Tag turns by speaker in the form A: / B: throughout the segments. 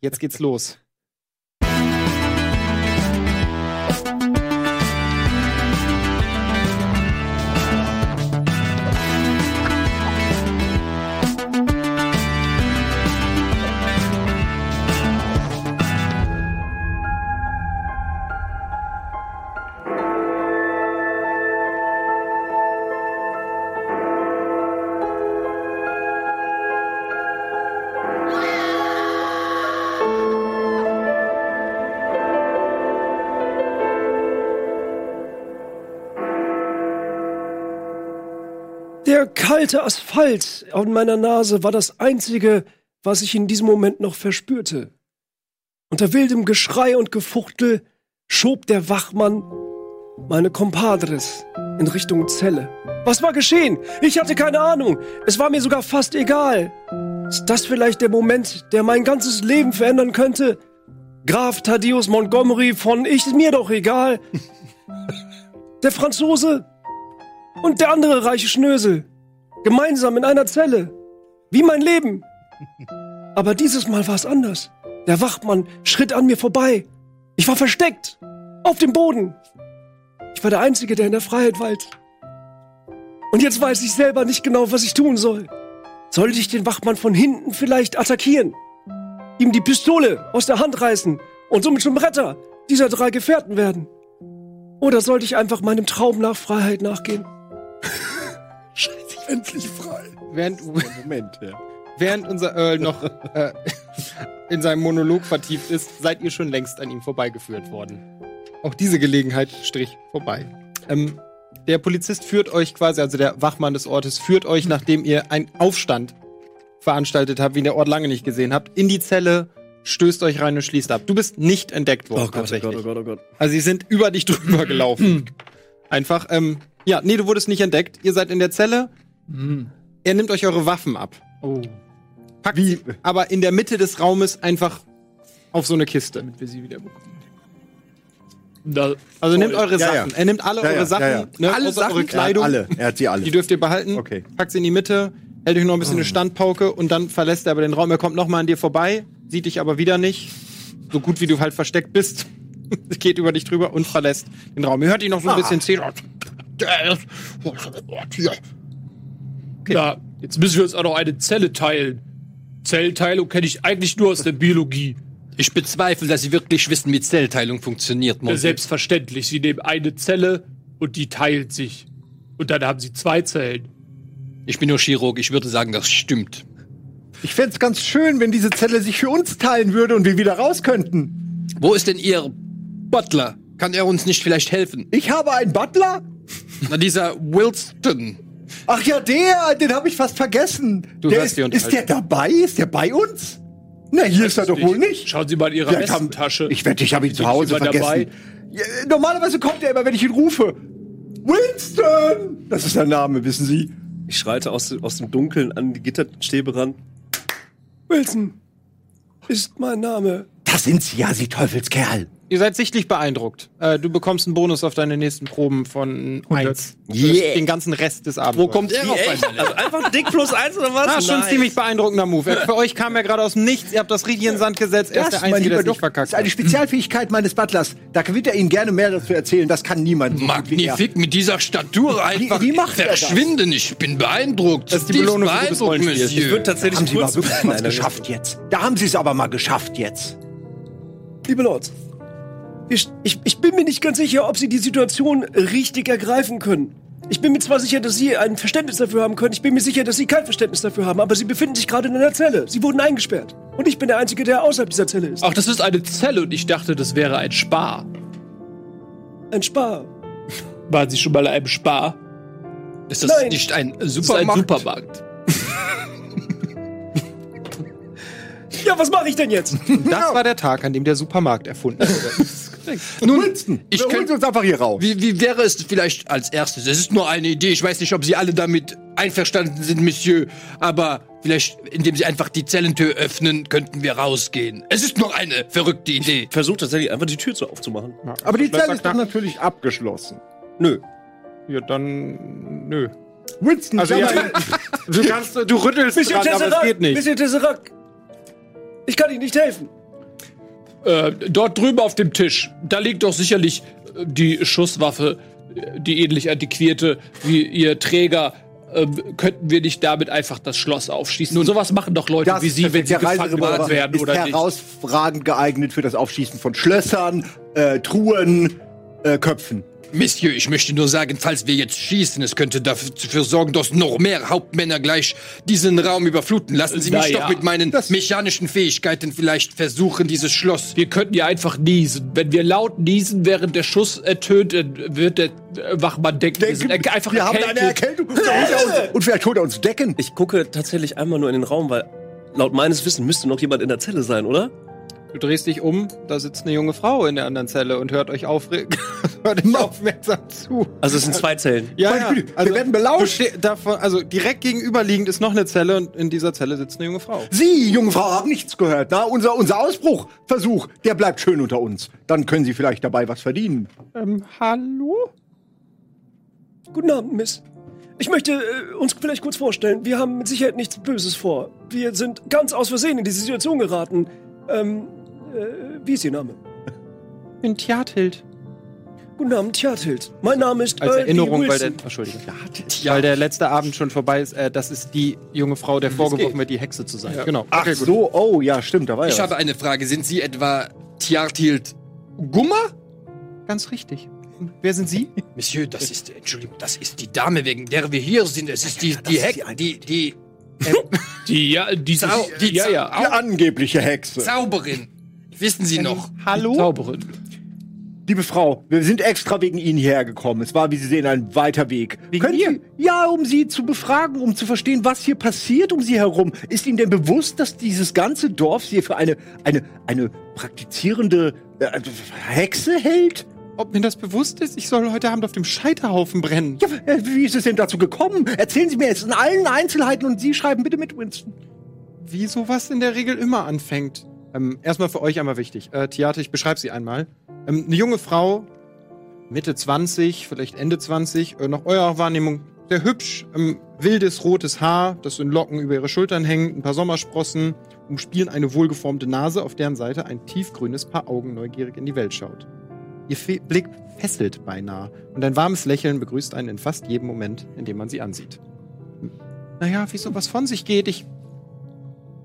A: Jetzt geht's los.
B: Der kalte Asphalt an meiner Nase war das Einzige, was ich in diesem Moment noch verspürte. Unter wildem Geschrei und Gefuchtel schob der Wachmann meine Compadres in Richtung Zelle. Was war geschehen? Ich hatte keine Ahnung. Es war mir sogar fast egal. Ist das vielleicht der Moment, der mein ganzes Leben verändern könnte? Graf Thaddeus Montgomery von Ich mir doch egal. Der Franzose und der andere reiche Schnösel. Gemeinsam in einer Zelle. Wie mein Leben. Aber dieses Mal war es anders. Der Wachmann schritt an mir vorbei. Ich war versteckt. Auf dem Boden. Ich war der Einzige, der in der Freiheit weilt. Und jetzt weiß ich selber nicht genau, was ich tun soll. Sollte ich den Wachmann von hinten vielleicht attackieren? Ihm die Pistole aus der Hand reißen und somit zum Retter dieser drei Gefährten werden? Oder sollte ich einfach meinem Traum nach Freiheit nachgehen?
C: Endlich frei.
A: Während,
D: Moment, ja.
A: während unser Earl noch äh, in seinem Monolog vertieft ist, seid ihr schon längst an ihm vorbeigeführt worden. Auch diese Gelegenheit strich vorbei. Ähm, der Polizist führt euch quasi, also der Wachmann des Ortes, führt euch, nachdem ihr einen Aufstand veranstaltet habt, wie ihn der Ort lange nicht gesehen habt, in die Zelle, stößt euch rein und schließt ab. Du bist nicht entdeckt worden, tatsächlich.
B: Gott, oh Gott.
A: Also sie sind über dich drüber gelaufen. Einfach, ähm, ja, nee, du wurdest nicht entdeckt. Ihr seid in der Zelle. Er nimmt euch eure Waffen ab.
D: Oh,
A: Packt sie aber in der Mitte des Raumes einfach auf so eine Kiste.
D: damit wir sie wieder bekommen.
C: Da,
A: Also nimmt eure
D: Ja, ja.
A: Sachen. Er nimmt alle
D: Ja,
A: eure
D: ja,
A: Sachen,
D: ja, ja.
A: Ne,
D: Alle
A: außer
D: Sachen?
A: eure
D: Er
A: Kleidung.
D: alle.
E: Er hat sie alle.
A: Die dürft ihr behalten.
E: Okay.
A: Packt sie in die Mitte, hält euch noch ein bisschen
D: Mm.
A: eine Standpauke und dann verlässt er aber den Raum. Er kommt nochmal an dir vorbei, sieht dich aber wieder nicht. So gut wie du halt versteckt bist. Geht über dich drüber und verlässt den Raum. Ihr hört ihn noch so
D: Ah.
A: ein bisschen zählen.
C: Ja, jetzt müssen wir uns auch noch eine Zelle teilen. Zellteilung kenne ich eigentlich nur aus der Biologie.
F: Ich bezweifle, dass Sie wirklich wissen, wie Zellteilung funktioniert, Monty.
C: Selbstverständlich, sie nehmen eine Zelle und die teilt sich. Und dann haben sie zwei Zellen.
F: Ich bin nur Chirurg, ich würde sagen, das stimmt.
E: Ich fänd's ganz schön, wenn diese Zelle sich für uns teilen würde und wir wieder raus könnten.
F: Wo ist denn Ihr Butler? Kann er uns nicht vielleicht helfen?
E: Ich habe einen Butler?
F: Na, dieser Wilston.
E: Ach ja, der, den habe ich fast vergessen.
A: Du
E: der
A: hörst
E: ist,
A: die
E: ist
A: Unterhaltung.
E: der dabei? Ist der bei uns? Na, hier ist er doch wohl nicht.
C: Schauen Sie mal in Ihre
E: Vielleicht haben-
C: Westentasche.
E: Ich wette, ich habe ihn zu Hause
C: immer dabei.
E: vergessen. Ja, normalerweise kommt er immer, wenn ich ihn rufe. Winston! Das ist der Name, wissen Sie.
G: Ich schreite aus, aus dem Dunkeln an die Gitterstäbe ran.
B: Wilson ist mein Name.
E: Das sind Sie ja, Sie Teufelskerl.
A: Ihr seid sichtlich beeindruckt. Äh, du bekommst einen Bonus auf deine nächsten Proben von 1.
E: Yeah.
A: Den ganzen Rest des Abends. Wo kommt
F: er auf
G: Also einfach dick plus eins oder was?
A: Ah, schon
G: Nein.
A: ziemlich beeindruckender Move. Äh, Für euch kam er gerade aus dem Nichts, ihr habt das richtig in den Sand gesetzt, er ist der Einzige, der es nicht verkackt
E: ist eine
A: hat.
E: Spezialfähigkeit meines Butlers. Da wird er Ihnen gerne mehr dazu erzählen. Das kann niemand. so gut wie er.
F: Magnifik mit dieser Statur einfach.
E: wie macht er das?
F: Verschwinden, ich bin beeindruckt.
A: Das ist die Belohnung für gutes
F: beeindruckt,
A: Rollenspiel.
G: Ich
F: Monsieur.
G: würde tatsächlich
E: Haben Sie mal
G: kurz
E: wirklich
G: Nein,
E: was
G: nein,
E: geschafft jetzt. Da haben Sie es aber mal geschafft jetzt.
B: Liebe Lords, ich, ich, ich bin mir nicht ganz sicher, ob Sie die Situation richtig ergreifen können. Ich bin mir zwar sicher, dass Sie ein Verständnis dafür haben können, ich bin mir sicher, dass Sie kein Verständnis dafür haben, aber Sie befinden sich gerade in einer Zelle. Sie wurden eingesperrt. Und ich bin der Einzige, der außerhalb dieser Zelle ist.
C: Ach, das ist eine Zelle und ich dachte, das wäre ein Spar.
B: Ein Spar.
C: Waren Sie schon mal in einem Spar?
F: Ist das
B: Nein.
F: nicht ein
C: Das ist ein
F: Supermarkt?
C: Supermarkt.
B: Ja, was mache ich denn jetzt?
A: Und das
E: genau.
A: war der Tag, an dem der Supermarkt erfunden wurde.
E: Winston,
F: ich
E: wir holen
F: könnt-
E: Sie uns einfach hier raus.
F: Wie, wie wäre es vielleicht als erstes? Es ist nur eine Idee. Ich weiß nicht, ob Sie alle damit einverstanden sind, Monsieur. Aber vielleicht, indem Sie einfach die Zellentür öffnen, könnten wir rausgehen. Es ist nur eine verrückte Idee.
G: Versuch tatsächlich einfach die Tür zu aufzumachen.
E: Aber die Zelle ist doch
A: knack.
E: natürlich abgeschlossen.
G: Nö.
A: ja, dann. Nö.
E: Winston,
A: Also,
E: sag
A: ja,
E: mal,
A: du, kannst, du rüttelst dran, aber es geht nicht.
B: Monsieur Tesserac, ich kann Ihnen nicht helfen.
C: Äh, dort drüben auf dem Tisch, da liegt doch sicherlich äh, die Schusswaffe, äh, die ähnlich antiquierte wie ihr Träger. Ähm, könnten wir nicht damit einfach das Schloss aufschießen? Nun, sowas machen doch Leute
E: Das
C: wie Sie, wenn sie
E: der
C: gefangen
E: Reiserevolver
C: werden
E: ist
C: oder nicht.
E: herausragend geeignet für das Aufschießen von Schlössern, äh, Truhen, äh, Köpfen.
F: Monsieur, ich möchte nur sagen, falls wir jetzt schießen, es könnte dafür sorgen, dass noch mehr Hauptmänner gleich diesen Raum überfluten. Lassen Sie
C: Na
F: mich
C: ja.
F: doch mit meinen
E: Das-
F: mechanischen Fähigkeiten vielleicht versuchen, dieses Schloss.
C: Wir könnten ja einfach niesen. Wenn wir laut niesen, während der Schuss ertönt, dann wird der äh, Wachmann denken, wir sind er- einfach
E: wir haben eine
C: erkältet.
E: Erkältung und uns- und vielleicht holt er uns Decken.
H: Ich gucke tatsächlich einmal nur in den Raum, weil laut meines Wissens müsste noch jemand in der Zelle sein, oder?
A: Du drehst dich um, da sitzt eine junge Frau in der anderen Zelle und hört euch aufregen. hört euch aufmerksam zu.
H: Also es sind zwei Zellen.
A: Ja,
E: Meine
A: ja.
E: Güte, wir werden belauscht.
A: du ste- Davon, also direkt gegenüberliegend ist noch eine Zelle und in dieser Zelle sitzt eine junge Frau.
E: Sie, junge Frau, haben nichts gehört. Na, unser, unser Ausbruchversuch, der bleibt schön unter uns. Dann können Sie vielleicht dabei was verdienen.
A: Ähm, hallo?
B: Guten Abend, Miss. Ich möchte äh, uns vielleicht kurz vorstellen. Wir haben mit Sicherheit nichts Böses vor. Wir sind ganz aus Versehen in diese Situation geraten. Ähm, äh, wie ist Ihr Name?
A: Ich bin Tjathild.
B: Guten Abend, Tjathild. Mein Name ist
A: Als
B: Earl D.
A: Erinnerung, weil der,
B: Wilson.
A: Entschuldigung, weil der letzte Abend schon vorbei ist, äh, das ist die junge Frau, der vorgeworfen wird, die Hexe zu sein. Genau.
E: Ach so, oh ja, stimmt, da war
F: Ich
E: ja.
F: habe eine Frage. Sind Sie etwa Tjartild Gummer?
A: Ganz richtig. Wer sind Sie?
F: Monsieur, das ist, Entschuldigung, das ist die Dame, wegen der wir hier sind. Es ist die, die Heck, die, die
C: Die, ja, die,
F: Zau, die
C: ja,
F: Zau-
C: ja.
E: Die angebliche Hexe.
F: Zauberin. Wissen Sie noch?
A: Hallo?
C: Zauberin.
E: Liebe Frau, wir sind extra wegen Ihnen hierher gekommen. Es war, wie Sie sehen, ein weiter Weg. Können Sie, ja, um Sie zu befragen, um zu verstehen, was hier passiert um Sie herum. Ist Ihnen denn bewusst, dass dieses ganze Dorf Sie für eine, eine, eine praktizierende äh, Hexe hält?
A: Ob mir das bewusst ist? Ich soll heute Abend auf dem Scheiterhaufen brennen.
E: Ja, äh, wie ist es denn dazu gekommen? Erzählen Sie mir jetzt in allen Einzelheiten und Sie schreiben bitte mit, Winston.
A: wie sowas in der Regel immer anfängt. Ähm, erstmal für euch einmal wichtig. Äh, Theater, ich beschreibe sie einmal. Ähm, eine junge Frau, Mitte 20, vielleicht Ende 20, äh, nach eurer Wahrnehmung sehr hübsch, ähm, wildes rotes Haar, das in Locken über ihre Schultern hängt, ein paar Sommersprossen, umspielen eine wohlgeformte Nase, auf deren Seite ein tiefgrünes Paar Augen neugierig in die Welt schaut. Ihr Fe Blick fesselt beinahe und ein warmes Lächeln begrüßt einen in fast jedem Moment, in dem man sie ansieht. Hm. Naja, wie sowas von sich geht, ich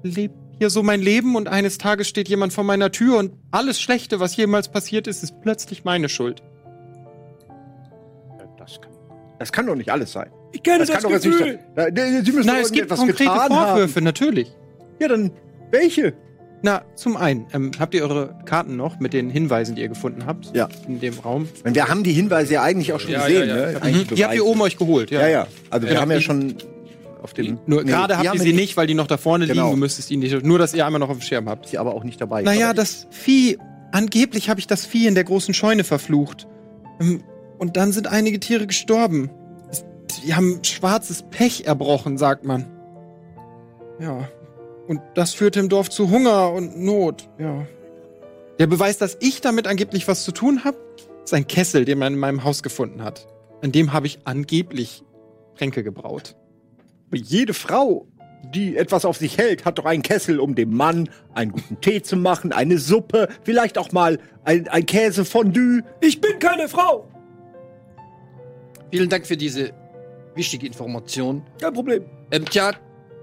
A: lebe hier so mein Leben und eines Tages steht jemand vor meiner Tür und alles Schlechte, was jemals passiert ist, ist plötzlich meine Schuld.
E: Das kann, das kann doch nicht alles sein.
B: Ich kenne das,
E: doch jetzt nicht
B: Gefühl.
E: sein. Da- da- Sie müssen
A: Na,
E: doch
A: es gibt
E: irgendetwas
A: konkrete
E: getan
A: Vorwürfe, natürlich.
E: Haben. Ja, dann welche?
A: Na, zum einen, ähm, habt ihr eure Karten noch mit den Hinweisen, die ihr gefunden habt?
E: Ja.
A: In dem Raum?
E: Wenn wir haben die Hinweise ja eigentlich auch schon gesehen,
F: ja,
E: ne?
A: Mhm.
E: Eigentlich
A: Die habt ihr oben euch geholt, ja.
E: Ja, ja. Also wir
A: Ja.
E: haben ja schon auf dem.
A: Nur
E: Nee,
A: gerade habt
E: die haben
A: ihr
E: wir
A: sie nicht, weil die noch da vorne
E: Genau.
A: liegen. Du müsstest ihn nicht. Nur, dass ihr einmal noch auf dem Schirm habt.
E: die aber auch nicht dabei.
A: Naja,
E: Aber
A: das Vieh. Angeblich habe ich das Vieh in der großen Scheune verflucht. Ähm, Und dann sind einige Tiere gestorben. Es- Die haben schwarzes Pech erbrochen, sagt man. Ja. Und das führte im Dorf zu Hunger und Not, ja. Der Beweis, dass ich damit angeblich was zu tun habe, ist ein Kessel, den man in meinem Haus gefunden hat. An dem habe ich angeblich Tränke gebraut.
E: jede Frau, die etwas auf sich hält, hat doch einen Kessel, um dem Mann einen guten Tee zu machen, eine Suppe, vielleicht auch mal ein, ein Käsefondue.
B: Ich bin keine Frau.
F: Vielen Dank für diese wichtige Information.
B: Kein Problem.
F: Ähm, tja,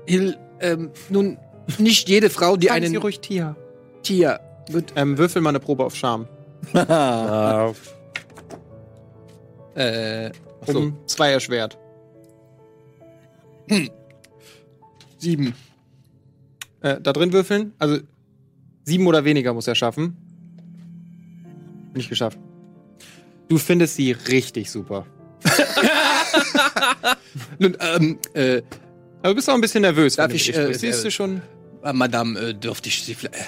F: Hill, ähm, nun, nicht jede Frau, die
A: Einen
F: einen
A: ruhig Tier.
F: Tier wird,
A: Ähm, würfel mal eine Probe auf Charme.
F: äh, achso,
A: Um zwei erschwert.
F: sieben.
A: Äh, da drin würfeln. Also sieben oder weniger muss er schaffen. Nicht geschafft. Du findest sie richtig super.
F: Nun, ähm, äh,
A: Aber du bist auch ein bisschen nervös.
F: Darf
A: wenn du
F: ich,
A: mit ihr
F: äh,
A: sprichst.
F: äh,
A: Siehst du schon?
F: äh, Madame, äh, dürfte ich sie vielleicht,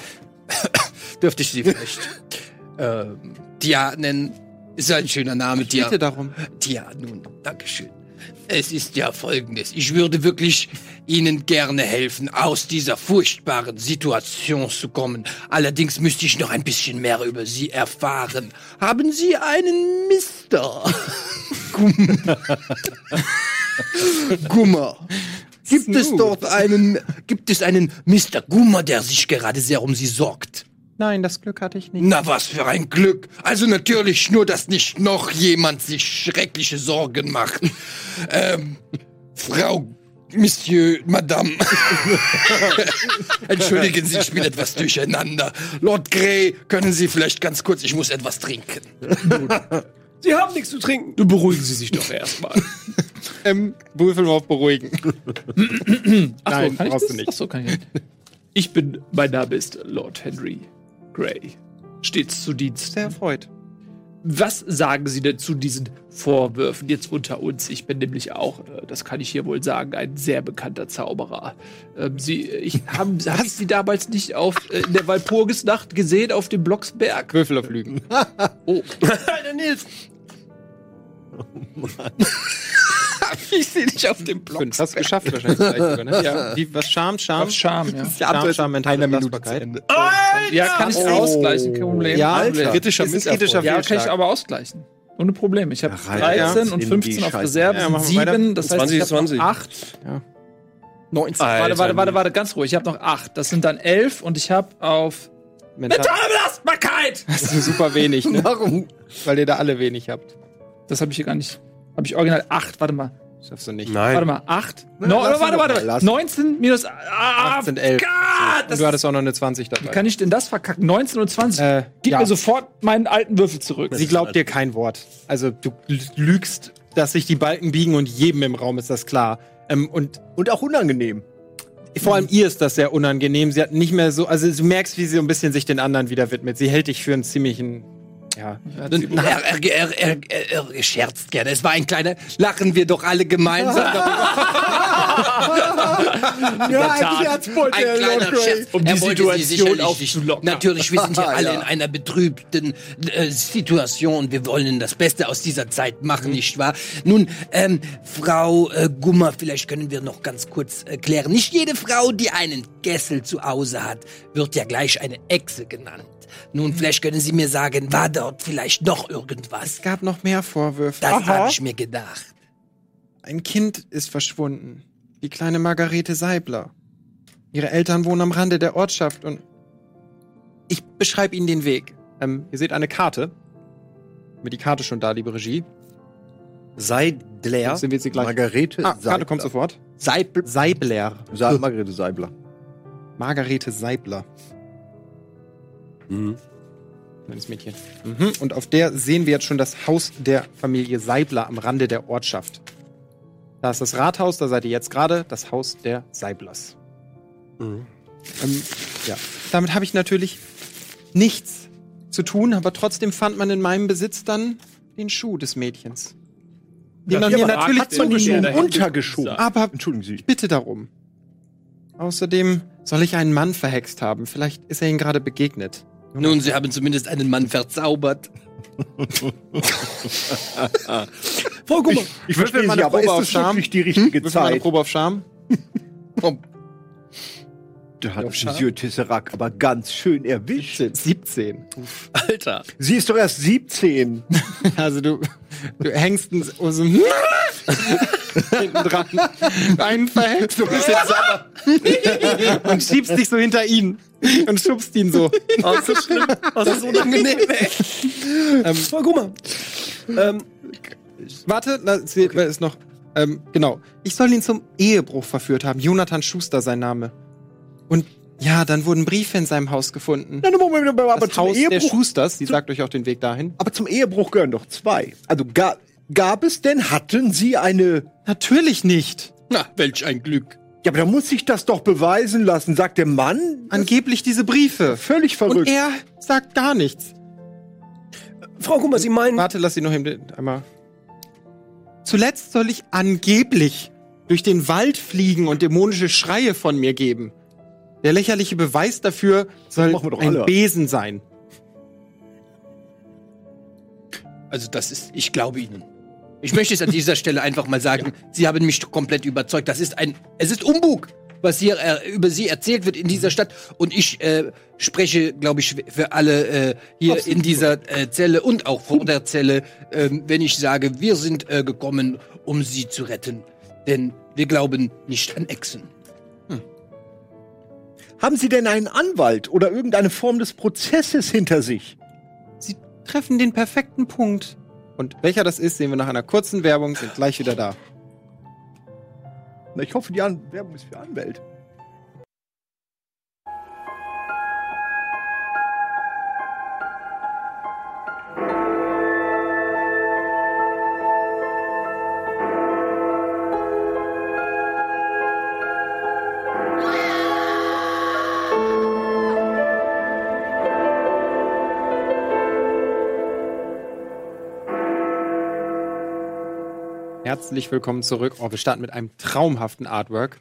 F: dürfte ich sie vielleicht, ähm, Tia nennen? Ist ein schöner Name,
A: Ich
F: Tia.
A: bitte darum.
F: Tja, nun, Dankeschön. Es ist ja folgendes. Ich würde wirklich Ihnen gerne helfen, aus dieser furchtbaren Situation zu kommen. Allerdings müsste ich noch ein bisschen mehr über Sie erfahren. Haben Sie einen Mister? Gummer. Gummer. Gibt es dort einen, gibt es einen Mr. Gummer, der sich gerade sehr um Sie sorgt?
A: Nein, das Glück hatte ich nicht.
F: Na, was für ein Glück. Also natürlich nur, dass nicht noch jemand sich schreckliche Sorgen macht. ähm, Frau, Monsieur, Madame. Entschuldigen Sie, ich bin etwas durcheinander. Lord Grey, können Sie vielleicht ganz kurz, ich muss etwas trinken.
B: Sie haben nichts zu trinken.
C: Du beruhigen Sie sich doch erstmal.
I: Ähm, würfel mal auf beruhigen. Nein,
C: kann ich
I: brauchst
C: das?
I: du nicht.
C: Achso, kann ich nicht. Ich bin, mein Name ist Lord Henry Grey. Stets zu Dienst.
A: Sehr erfreut.
C: Was sagen Sie denn zu diesen Vorwürfen jetzt unter uns? Ich bin nämlich auch, äh, das kann ich hier wohl sagen, ein sehr bekannter Zauberer. Ähm, Sie, ich, haben, hab ich Sie damals nicht auf, äh, in der Walpurgisnacht gesehen auf dem Blocksberg?
I: Würfel auf Lügen.
C: Oh,
F: Alter, Nils. ich sehe dich auf dem Block.
I: Fünf. Hast du geschafft wahrscheinlich gleich sogar, ne? Ja.
A: Wie, was Scham, Scham?
C: Scham, ja.
A: Scham, Scham, mentale
I: Einer Minute zu
A: Belastbarkeit.
I: Ende.
C: Ja, kann ich
E: Oh.
C: ausgleichen, kein Problem.
A: Ja,
C: Kein Problem.
I: Kritischer
A: Es ist
I: Misserfolg.
A: kritischer
C: Ja, kann ich
A: Fehlschlag.
C: aber ausgleichen. Ohne Problem. Ich habe
E: Alter,
C: 13 und
E: in die
C: 15 auf
E: Scheiße.
C: Reserve,
A: Ja,
C: sind
A: machen wir weiter.
C: 7, das heißt,
G: 20,
C: ich habe
G: 20.
C: noch 8.
A: Ja.
C: 19. Warte, warte, warte, warte, ganz ruhig. Ich habe noch 8. Das sind dann 11 und ich habe auf
A: Mental.
C: mentale Belastbarkeit.
I: Das ist super wenig, ne?
F: Warum?
I: Weil ihr da alle wenig habt.
C: Das habe ich hier gar nicht. Habe ich original 8. Warte mal.
I: Schaffst du nicht.
C: Warte
G: Nein.
C: mal. 8. No,
E: lass
C: warte,
E: ihn doch
C: warte,
E: mal, lass
C: warte.
E: ihn.
C: 19 minus. Ah,
A: 8 sind 11.
C: Gott, das
A: Und du hattest auch noch eine 20 dabei.
C: wie kann ich denn das verkacken? 19 und 20.
I: Äh,
C: Gib
I: ja.
C: mir sofort meinen alten Würfel zurück.
I: Sie
A: halt
I: glaubt dir kein Wort. Also du lügst, dass sich die Balken biegen und jedem im Raum ist das klar. Ähm, und
E: Und auch unangenehm.
I: vor allem ihr ist das sehr unangenehm. Sie hat nicht mehr so, also du merkst, wie sie so ein bisschen sich den anderen wieder widmet. Sie hält dich für einen ziemlichen, ja.
F: Er, er, er, er, er, er scherzt gerne. Es war ein kleiner. Lachen wir doch alle gemeinsam.
E: Ja,
C: Tat.
E: Herzbold,
F: ein kleiner Scherz,
C: Um die
F: er wollte sie
C: Situation
F: sicherlich
C: aufzulockern.
F: Nicht. Natürlich, wir sind hier
E: Ja.
F: alle in einer betrübten äh, Situation. Wir wollen das Beste aus dieser Zeit machen, nicht wahr? Nun, ähm, Frau äh, Gummer, vielleicht können wir noch ganz kurz äh, klären. Nicht jede Frau, die einen Kessel zu Hause hat, wird ja gleich eine Echse genannt. Nun, vielleicht können Sie mir sagen, war dort vielleicht noch irgendwas?
A: Es gab noch mehr Vorwürfe.
F: Das habe ich mir gedacht.
A: Ein Kind ist verschwunden. Die kleine Margarete Seibler. Ihre Eltern wohnen am Rande der Ortschaft und ich beschreibe Ihnen den Weg.
I: Ähm, ihr seht eine Karte. Haben wir die Karte schon da, liebe Regie?
E: Seidler.
I: Sind wir jetzt hier gleich?
E: Margarete
I: Ah, Karte kommt sofort.
E: Seibler.
I: Seibler.
E: Sa Margarete Seibler.
I: Margarete Seibler.
G: Mhm.
I: Kleines Mädchen. Mhm. Und auf der sehen wir jetzt schon das Haus der Familie Seibler am Rande der Ortschaft. Da ist das Rathaus, da seid ihr jetzt gerade, das Haus der Seiblers. Ähm, ja.
A: Damit habe ich natürlich nichts zu tun, aber trotzdem fand man in meinem Besitz dann den Schuh des Mädchens. Den man mir natürlich zugeschoben hat.
E: Untergeschoben.
A: Aber
E: Entschuldigen Sie.
A: bitte darum. Außerdem soll ich einen Mann verhext haben. Vielleicht ist er Ihnen gerade begegnet.
F: Nun, Sie haben zumindest einen Mann verzaubert.
B: Frau Gummer,
E: Ich
I: würfel
E: verstehe
I: mal
E: Sie,
I: eine
E: aber
I: Probe
E: ist
I: auf
E: das
I: Scham.
E: wirklich die richtige
I: Würfel mal eine
E: Zeit?
I: Probe auf Scham.
E: Da hat Monsieur Tesserac aber ganz schön erwischt.
I: 17.
G: Alter.
E: Sie ist doch erst 17.
I: Also du, du hängst ein- so hinten dran. Einen verhängst du bist jetzt sauber. Und schiebst dich so hinter ihn. Und schubst ihn so.
B: Ah,
G: Oh, das ist schlimm. Oh, das ist unangenehm, ey.
B: Frau Gummer. Ähm,
I: Warte, na, sie-
A: Okay. ist noch. Ähm, genau. Ich soll ihn zum Ehebruch verführt haben. Jonathan Schuster sein Name. Und ja, dann wurden Briefe in seinem Haus gefunden.
E: Nein, Moment, aber, aber
I: das
E: zum
I: Haus der
E: Ehebruch.
I: Schusters, die sagt euch auch den Weg dahin.
E: Aber zum Ehebruch gehören doch zwei. Also ga, gab es denn, hatten Sie eine.
A: Natürlich nicht.
F: Na, welch ein Glück.
E: Ja, aber da muss sich das doch beweisen lassen, sagt der Mann.
A: Angeblich diese Briefe.
E: Völlig
A: Und
E: verrückt.
A: er sagt gar nichts.
B: Frau Gummer, Sie meinen,
A: Warte, lass ihn noch eben- einmal. Zuletzt soll ich angeblich durch den Wald fliegen und dämonische Schreie von mir geben. Der lächerliche Beweis dafür soll
E: machen wir doch
A: ein
E: alle.
A: Besen sein.
F: Also das ist, ich glaube Ihnen. Ich möchte es an dieser Stelle einfach mal sagen, Sie haben mich komplett überzeugt. Das ist ein, es ist Umbug, was hier äh, über Sie erzählt wird in dieser Stadt. Und ich äh, spreche, glaube ich, für alle äh, hier in dieser äh, Zelle und auch vor der Zelle, ähm, wenn ich sage, wir sind äh, gekommen, um Sie zu retten. Denn wir glauben nicht an Echsen.
E: Haben Sie denn einen Anwalt oder irgendeine Form des Prozesses hinter sich?
J: Sie treffen den perfekten Punkt. Und welcher das ist, sehen wir nach einer kurzen Werbung, sind gleich wieder da.
E: Na, ich hoffe, die An Werbung ist für Anwälte.
A: Herzlich willkommen zurück. Oh, wir starten mit einem traumhaften Artwork.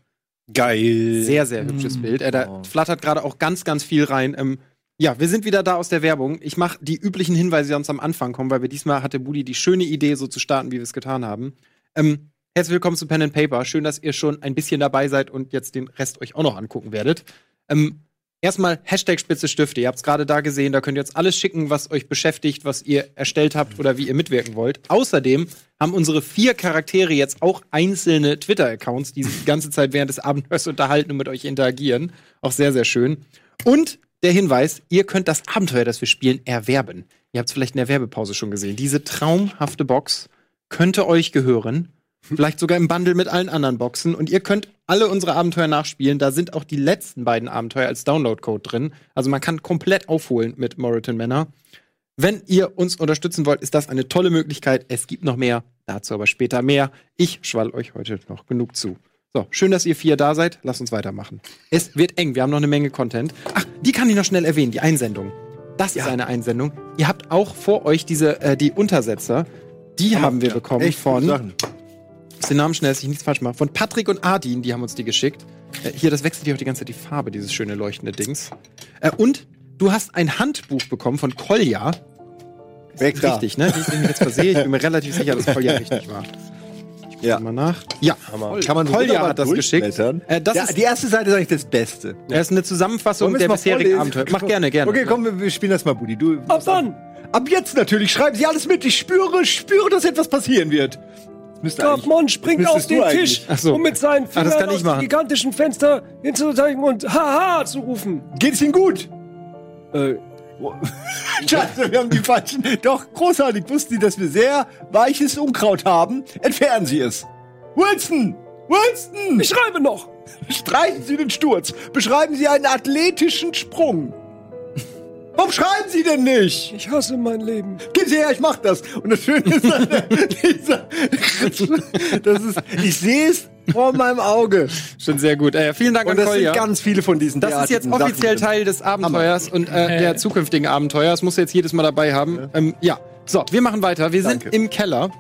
E: Geil.
A: Sehr, sehr hübsches Bild. Äh, da flattert gerade auch ganz, ganz viel rein. Ähm, ja, wir sind wieder da aus der Werbung. Ich mache die üblichen Hinweise, die sonst am Anfang kommen, weil wir diesmal hatte Budi die schöne Idee, so zu starten, wie wir es getan haben. Ähm, herzlich willkommen zu Pen and Paper. Schön, dass ihr schon ein bisschen dabei seid und jetzt den Rest euch auch noch angucken werdet. Ähm, erstmal Hashtag Spitze Stifte. Ihr habt es gerade da gesehen. Da könnt ihr uns alles schicken, was euch beschäftigt, was ihr erstellt habt oder wie ihr mitwirken wollt. Außerdem haben unsere vier Charaktere jetzt auch einzelne Twitter-Accounts, die sich die ganze Zeit während des Abenteuers unterhalten und mit euch interagieren. Auch sehr, sehr schön. Und der Hinweis, ihr könnt das Abenteuer, das wir spielen, erwerben. Ihr habt es vielleicht in der Werbepause schon gesehen. Diese traumhafte Box könnte euch gehören. Vielleicht sogar im Bundle mit allen anderen Boxen. Und ihr könnt alle unsere Abenteuer nachspielen. Da sind auch die letzten beiden Abenteuer als Downloadcode drin. Also man kann komplett aufholen mit Moritan Manor. Wenn ihr uns unterstützen wollt, ist das eine tolle Möglichkeit. Es gibt noch mehr, dazu aber später mehr. Ich schwall euch heute noch genug zu. So, schön, dass ihr vier da seid. Lasst uns weitermachen. Es wird eng, wir haben noch eine Menge Content. Ach, die kann ich noch schnell erwähnen, die Einsendung. Das ist eine Einsendung. Ihr habt auch vor euch diese, äh, die Untersetzer. Die haben wir bekommen von muss den Namen schnell, dass ich nichts falsch mache. Von Patrick und Adin, die haben uns die geschickt. Äh, hier, das wechselt hier auch die ganze Zeit die Farbe, dieses schöne leuchtende Dings. Äh, und du hast ein Handbuch bekommen von Kolja.
E: Weg da.
A: Richtig, ne? Wenn ich mich jetzt versehe, ich bin mir relativ sicher, dass Kolja richtig war. Ich gucke
E: Ja.
A: mal nach. Ja,
E: Kann man
A: Kolja
E: wunderbar
A: hat das geschickt.
E: Also durchblättern.
A: Äh, das
E: ja,
A: ist,
E: die erste Seite ist eigentlich das Beste.
A: das ist eine Zusammenfassung
E: Wollen wir
A: der
E: es mal
A: bisherigen
E: vorlesen?
A: Abenteuer. Mach gerne, gerne.
E: Okay, komm, wir, wir spielen das mal, Budi. Du,
B: Ab wann?
E: ab jetzt natürlich. Schreiben Sie alles mit. Ich spüre, spüre, dass etwas passieren wird. Das müsste eigentlich-
B: Dorfmon springt auf
E: müsstest
B: den
E: du
B: Tisch,
E: eigentlich.
A: Ach so.
B: um mit seinen
A: Ah, das
B: Fingern
A: kann ich
B: aus dem
A: machen.
B: gigantischen Fenster hinzuzeigen und Haha zu rufen.
E: Geht's Ihnen gut?
B: Äh,
E: Scheiße, wir haben die falschen. Doch, großartig. Wussten Sie, dass wir sehr weiches Unkraut haben? Entfernen Sie es. Wilson! Wilson!
B: ich schreibe noch.
E: Streichen Sie den Sturz. Beschreiben Sie einen athletischen Sprung. Warum schreiben Sie denn nicht?
B: Ich hasse mein Leben.
E: Gib sie her, ich mach das. Und das Schöne ist, an der- dieser, das ist, ich sehe es vor meinem Auge.
A: Schon sehr gut. Äh, vielen Dank
E: Und
A: an
E: das
A: Kolja.
E: sind ganz viele von diesen
A: Das ist jetzt
E: derartigen
A: offiziell
E: Sachen.
A: Teil des Abenteuers und äh, der zukünftigen Abenteuer. Das muss jetzt jedes Mal dabei haben. Ja. Ähm, ja. So, wir machen weiter. Wir sind
E: Danke.
A: im Keller.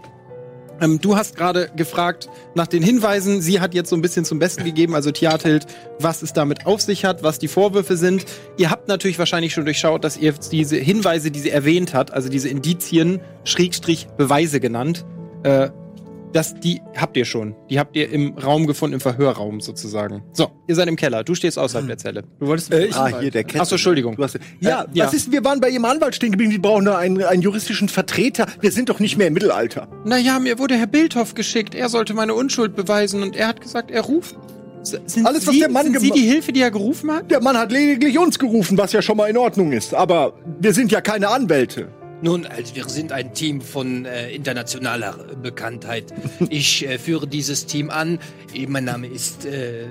A: Ähm, du hast gerade gefragt nach den Hinweisen. Sie hat jetzt so ein bisschen zum Besten gegeben, also Tiathild, was es damit auf sich hat, was die Vorwürfe sind. Ihr habt natürlich wahrscheinlich schon durchschaut, dass ihr diese Hinweise, die sie erwähnt hat, also diese Indizien, Schrägstrich Beweise genannt, äh, das, die habt ihr schon. Die habt ihr im Raum gefunden, im Verhörraum sozusagen. So, ihr seid im Keller. Du stehst außerhalb der Zelle. Du wolltest.
E: Äh, ich, ah, hier, der
A: Ach so, Entschuldigung.
E: Du hast, ja,
A: Äh, ja.
E: was ist, wir waren bei Ihrem Anwalt stehen geblieben, die brauchen nur einen, einen juristischen Vertreter. Wir sind doch nicht mehr im Mittelalter.
J: Naja, mir wurde Herr Bildhoff geschickt. Er sollte meine Unschuld beweisen und er hat gesagt, er ruft. S- Sind
E: Alles, was
J: Sie,
E: der Mann
J: sind Sie
E: gema-
J: die Hilfe, die er gerufen hat?
E: Der Mann hat lediglich uns gerufen, was ja schon mal in Ordnung ist. Aber wir sind ja keine Anwälte.
F: Nun, also wir sind ein Team von äh, internationaler Bekanntheit. Ich äh, führe dieses Team an. Eh, Mein Name ist äh,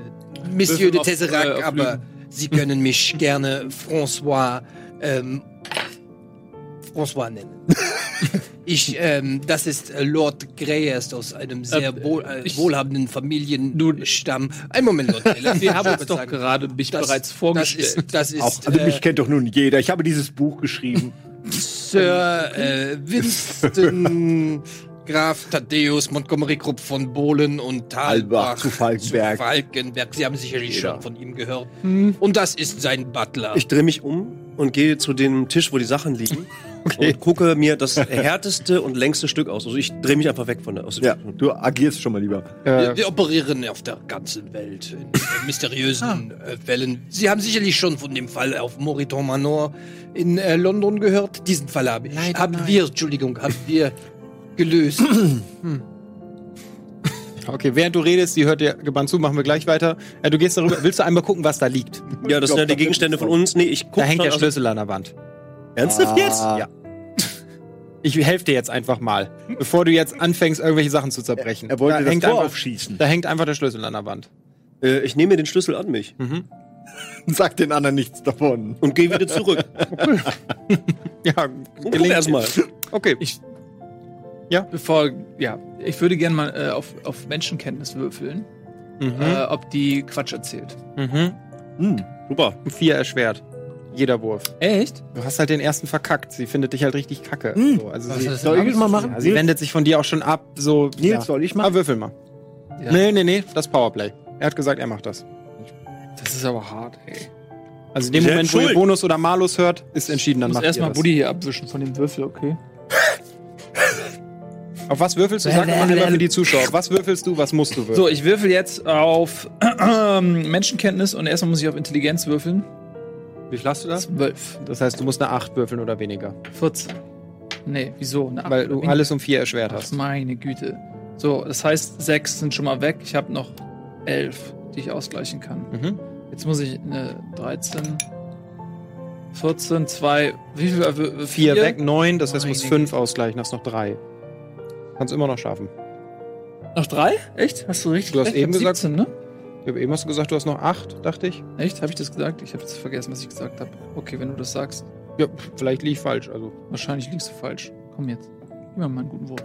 C: Würfel
F: Monsieur de
C: auf, äh,
F: Tesserac,
C: auf
F: aber Sie können mich gerne François ähm, François nennen. Ich, ähm, das ist äh, Lord Greyerst aus einem sehr wohl, äh,
C: ich-
F: wohlhabenden Familienstamm. Ein Moment, Lord Greyerst.
C: Wir haben
F: Ich
C: uns
F: wollte
C: doch
F: sagen,
C: gerade mich
F: das-
C: bereits vorgestellt.
F: Das ist, das ist
E: Auch, also
F: äh,
E: mich kennt doch nun jeder. Ich habe dieses Buch geschrieben.
F: Sir äh, Winston Graf Thaddeus Montgomery Krupp von Bohlen und Talbach
E: Albach zu Falkenberg.
F: zu Falkenberg. Sie haben sicherlich schon von ihm gehört. Und das ist sein Butler.
G: Ich drehe mich um und gehe zu dem Tisch, wo die Sachen liegen. Und gucke mir das härteste und längste Stück aus. Also ich drehe mich einfach weg von der aus dem
E: Ja,
G: Tisch.
E: du agierst schon mal lieber.
F: wir, wir operieren auf der ganzen Welt in äh, mysteriösen äh, Fällen. Sie haben sicherlich schon von dem Fall auf Moriton Manor in äh, London gehört. Diesen Fall habe ich. haben wir, Entschuldigung, haben wir gelöst.
I: Okay, während du redest, sie hört dir gebannt zu, machen wir gleich weiter. Äh, du gehst darüber, willst du einmal gucken, was da liegt?
G: Ja, das sind ja die Gegenstände von uns. Nee, ich guck
I: Da hängt
G: schon also
I: der
G: aus-
I: Schlüssel an der Wand.
G: Ernsthaft jetzt? Ja.
I: Ich helfe dir jetzt einfach mal, bevor du jetzt anfängst, irgendwelche Sachen zu zerbrechen.
E: Er wollte
I: da
E: das
I: hängt
E: Tor
I: einfach,
E: aufschießen.
I: Da hängt einfach der Schlüssel an der Wand.
G: Äh, ich nehme mir den Schlüssel an mich
E: Sag den anderen nichts davon.
G: und gehe wieder zurück.
I: Ja,
G: Und guck erstmal.
I: okay.
C: Bevor, ja, ich würde gerne mal äh, auf, auf Menschenkenntnis würfeln, äh, ob die Quatsch erzählt.
I: Mhm.
G: Super.
I: Vier erschwert. Jeder Wurf.
C: Echt?
I: Du hast halt den ersten verkackt. Sie findet dich halt richtig kacke.
E: Hm.
I: So, also
C: Was
I: sie,
C: hat das
E: Soll
C: denn
E: ich das mal machen?
I: ja, sie wendet sich von dir auch schon ab. So,
E: Nils,
I: ja.
E: soll ich
I: Ah,
E: machen?
I: würfel mal.
C: Ja.
I: Nee, nee, nee, das Powerplay. Er hat gesagt, er macht das.
C: Das ist aber hart, ey.
I: Also in dem
G: Sehr
I: Moment, wo ihr
G: schuld.
I: Bonus oder Malus hört, ist entschieden,
C: Ich
I: dann
C: muss
I: macht ihr
C: erstmal
I: das.
C: Buddy hier abwischen von dem Würfel, okay?
I: Auf was würfelst du? Sag mal immer für die Zuschauer. Auf Was würfelst du, was musst du würfeln?
C: So, ich würfel jetzt auf Menschenkenntnis und erstmal muss ich auf Intelligenz würfeln.
I: Wie viel hast du das?
C: Zwölf.
I: Das heißt, du musst eine 8 würfeln oder weniger.
C: 14. Nee, wieso? Eine Acht
I: Weil
C: oder
I: du
C: weniger?
I: alles um 4 erschwert
C: Ach,
I: hast.
C: meine Güte. So, das heißt, sechs sind schon mal weg. Ich habe noch elf, die ich ausgleichen kann.
I: Mhm.
C: Jetzt muss ich eine 13, 14, 2, wie viel? äh,
I: 4
C: vier?
I: weg, 9, das heißt, du musst
C: Meine
I: 5 ausgleichen, hast noch 3. Kannst immer noch schaffen.
C: Noch drei? Echt? Hast du richtig?
I: Du hast
C: recht? Ich
I: eben
C: hab
I: gesagt-
C: 17, ne?
I: Ich hab eben hast du gesagt, du hast noch 8, dachte ich.
C: Echt? Habe ich das gesagt? Ich habe jetzt vergessen, was ich gesagt habe. Okay, wenn du das sagst,
I: Ja, pf, vielleicht liege ich falsch. Also
C: wahrscheinlich liegst du falsch. Komm jetzt. Gib mir mal einen guten Wurf.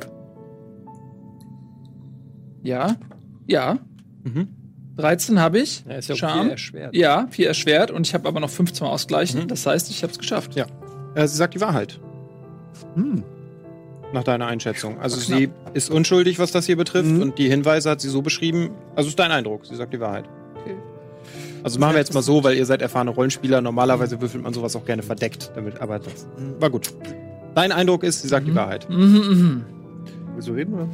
C: Ja. Ja.
I: Mhm.
C: 13 habe ich.
I: Ja, ist
C: ja auch Charme. vier
I: erschwert.
C: Ja, vier erschwert und ich habe aber noch fünf zum Ausgleichen. Das heißt, ich habe es geschafft.
I: Ja. Äh, sie sagt die Wahrheit.
A: Hm.
I: Nach deiner Einschätzung. Also
C: War
I: sie ist unschuldig, was das hier betrifft.
A: Mhm.
I: Und die Hinweise hat sie so beschrieben. Also ist dein Eindruck. Sie sagt die Wahrheit.
C: Okay.
I: Also machen wir jetzt mal so, weil ihr seid erfahrene Rollenspieler. Normalerweise würfelt man sowas auch gerne verdeckt. Damit, aber das war gut. Dein Eindruck ist, sie sagt die Wahrheit.
C: Mhm,
E: Wieso reden wir?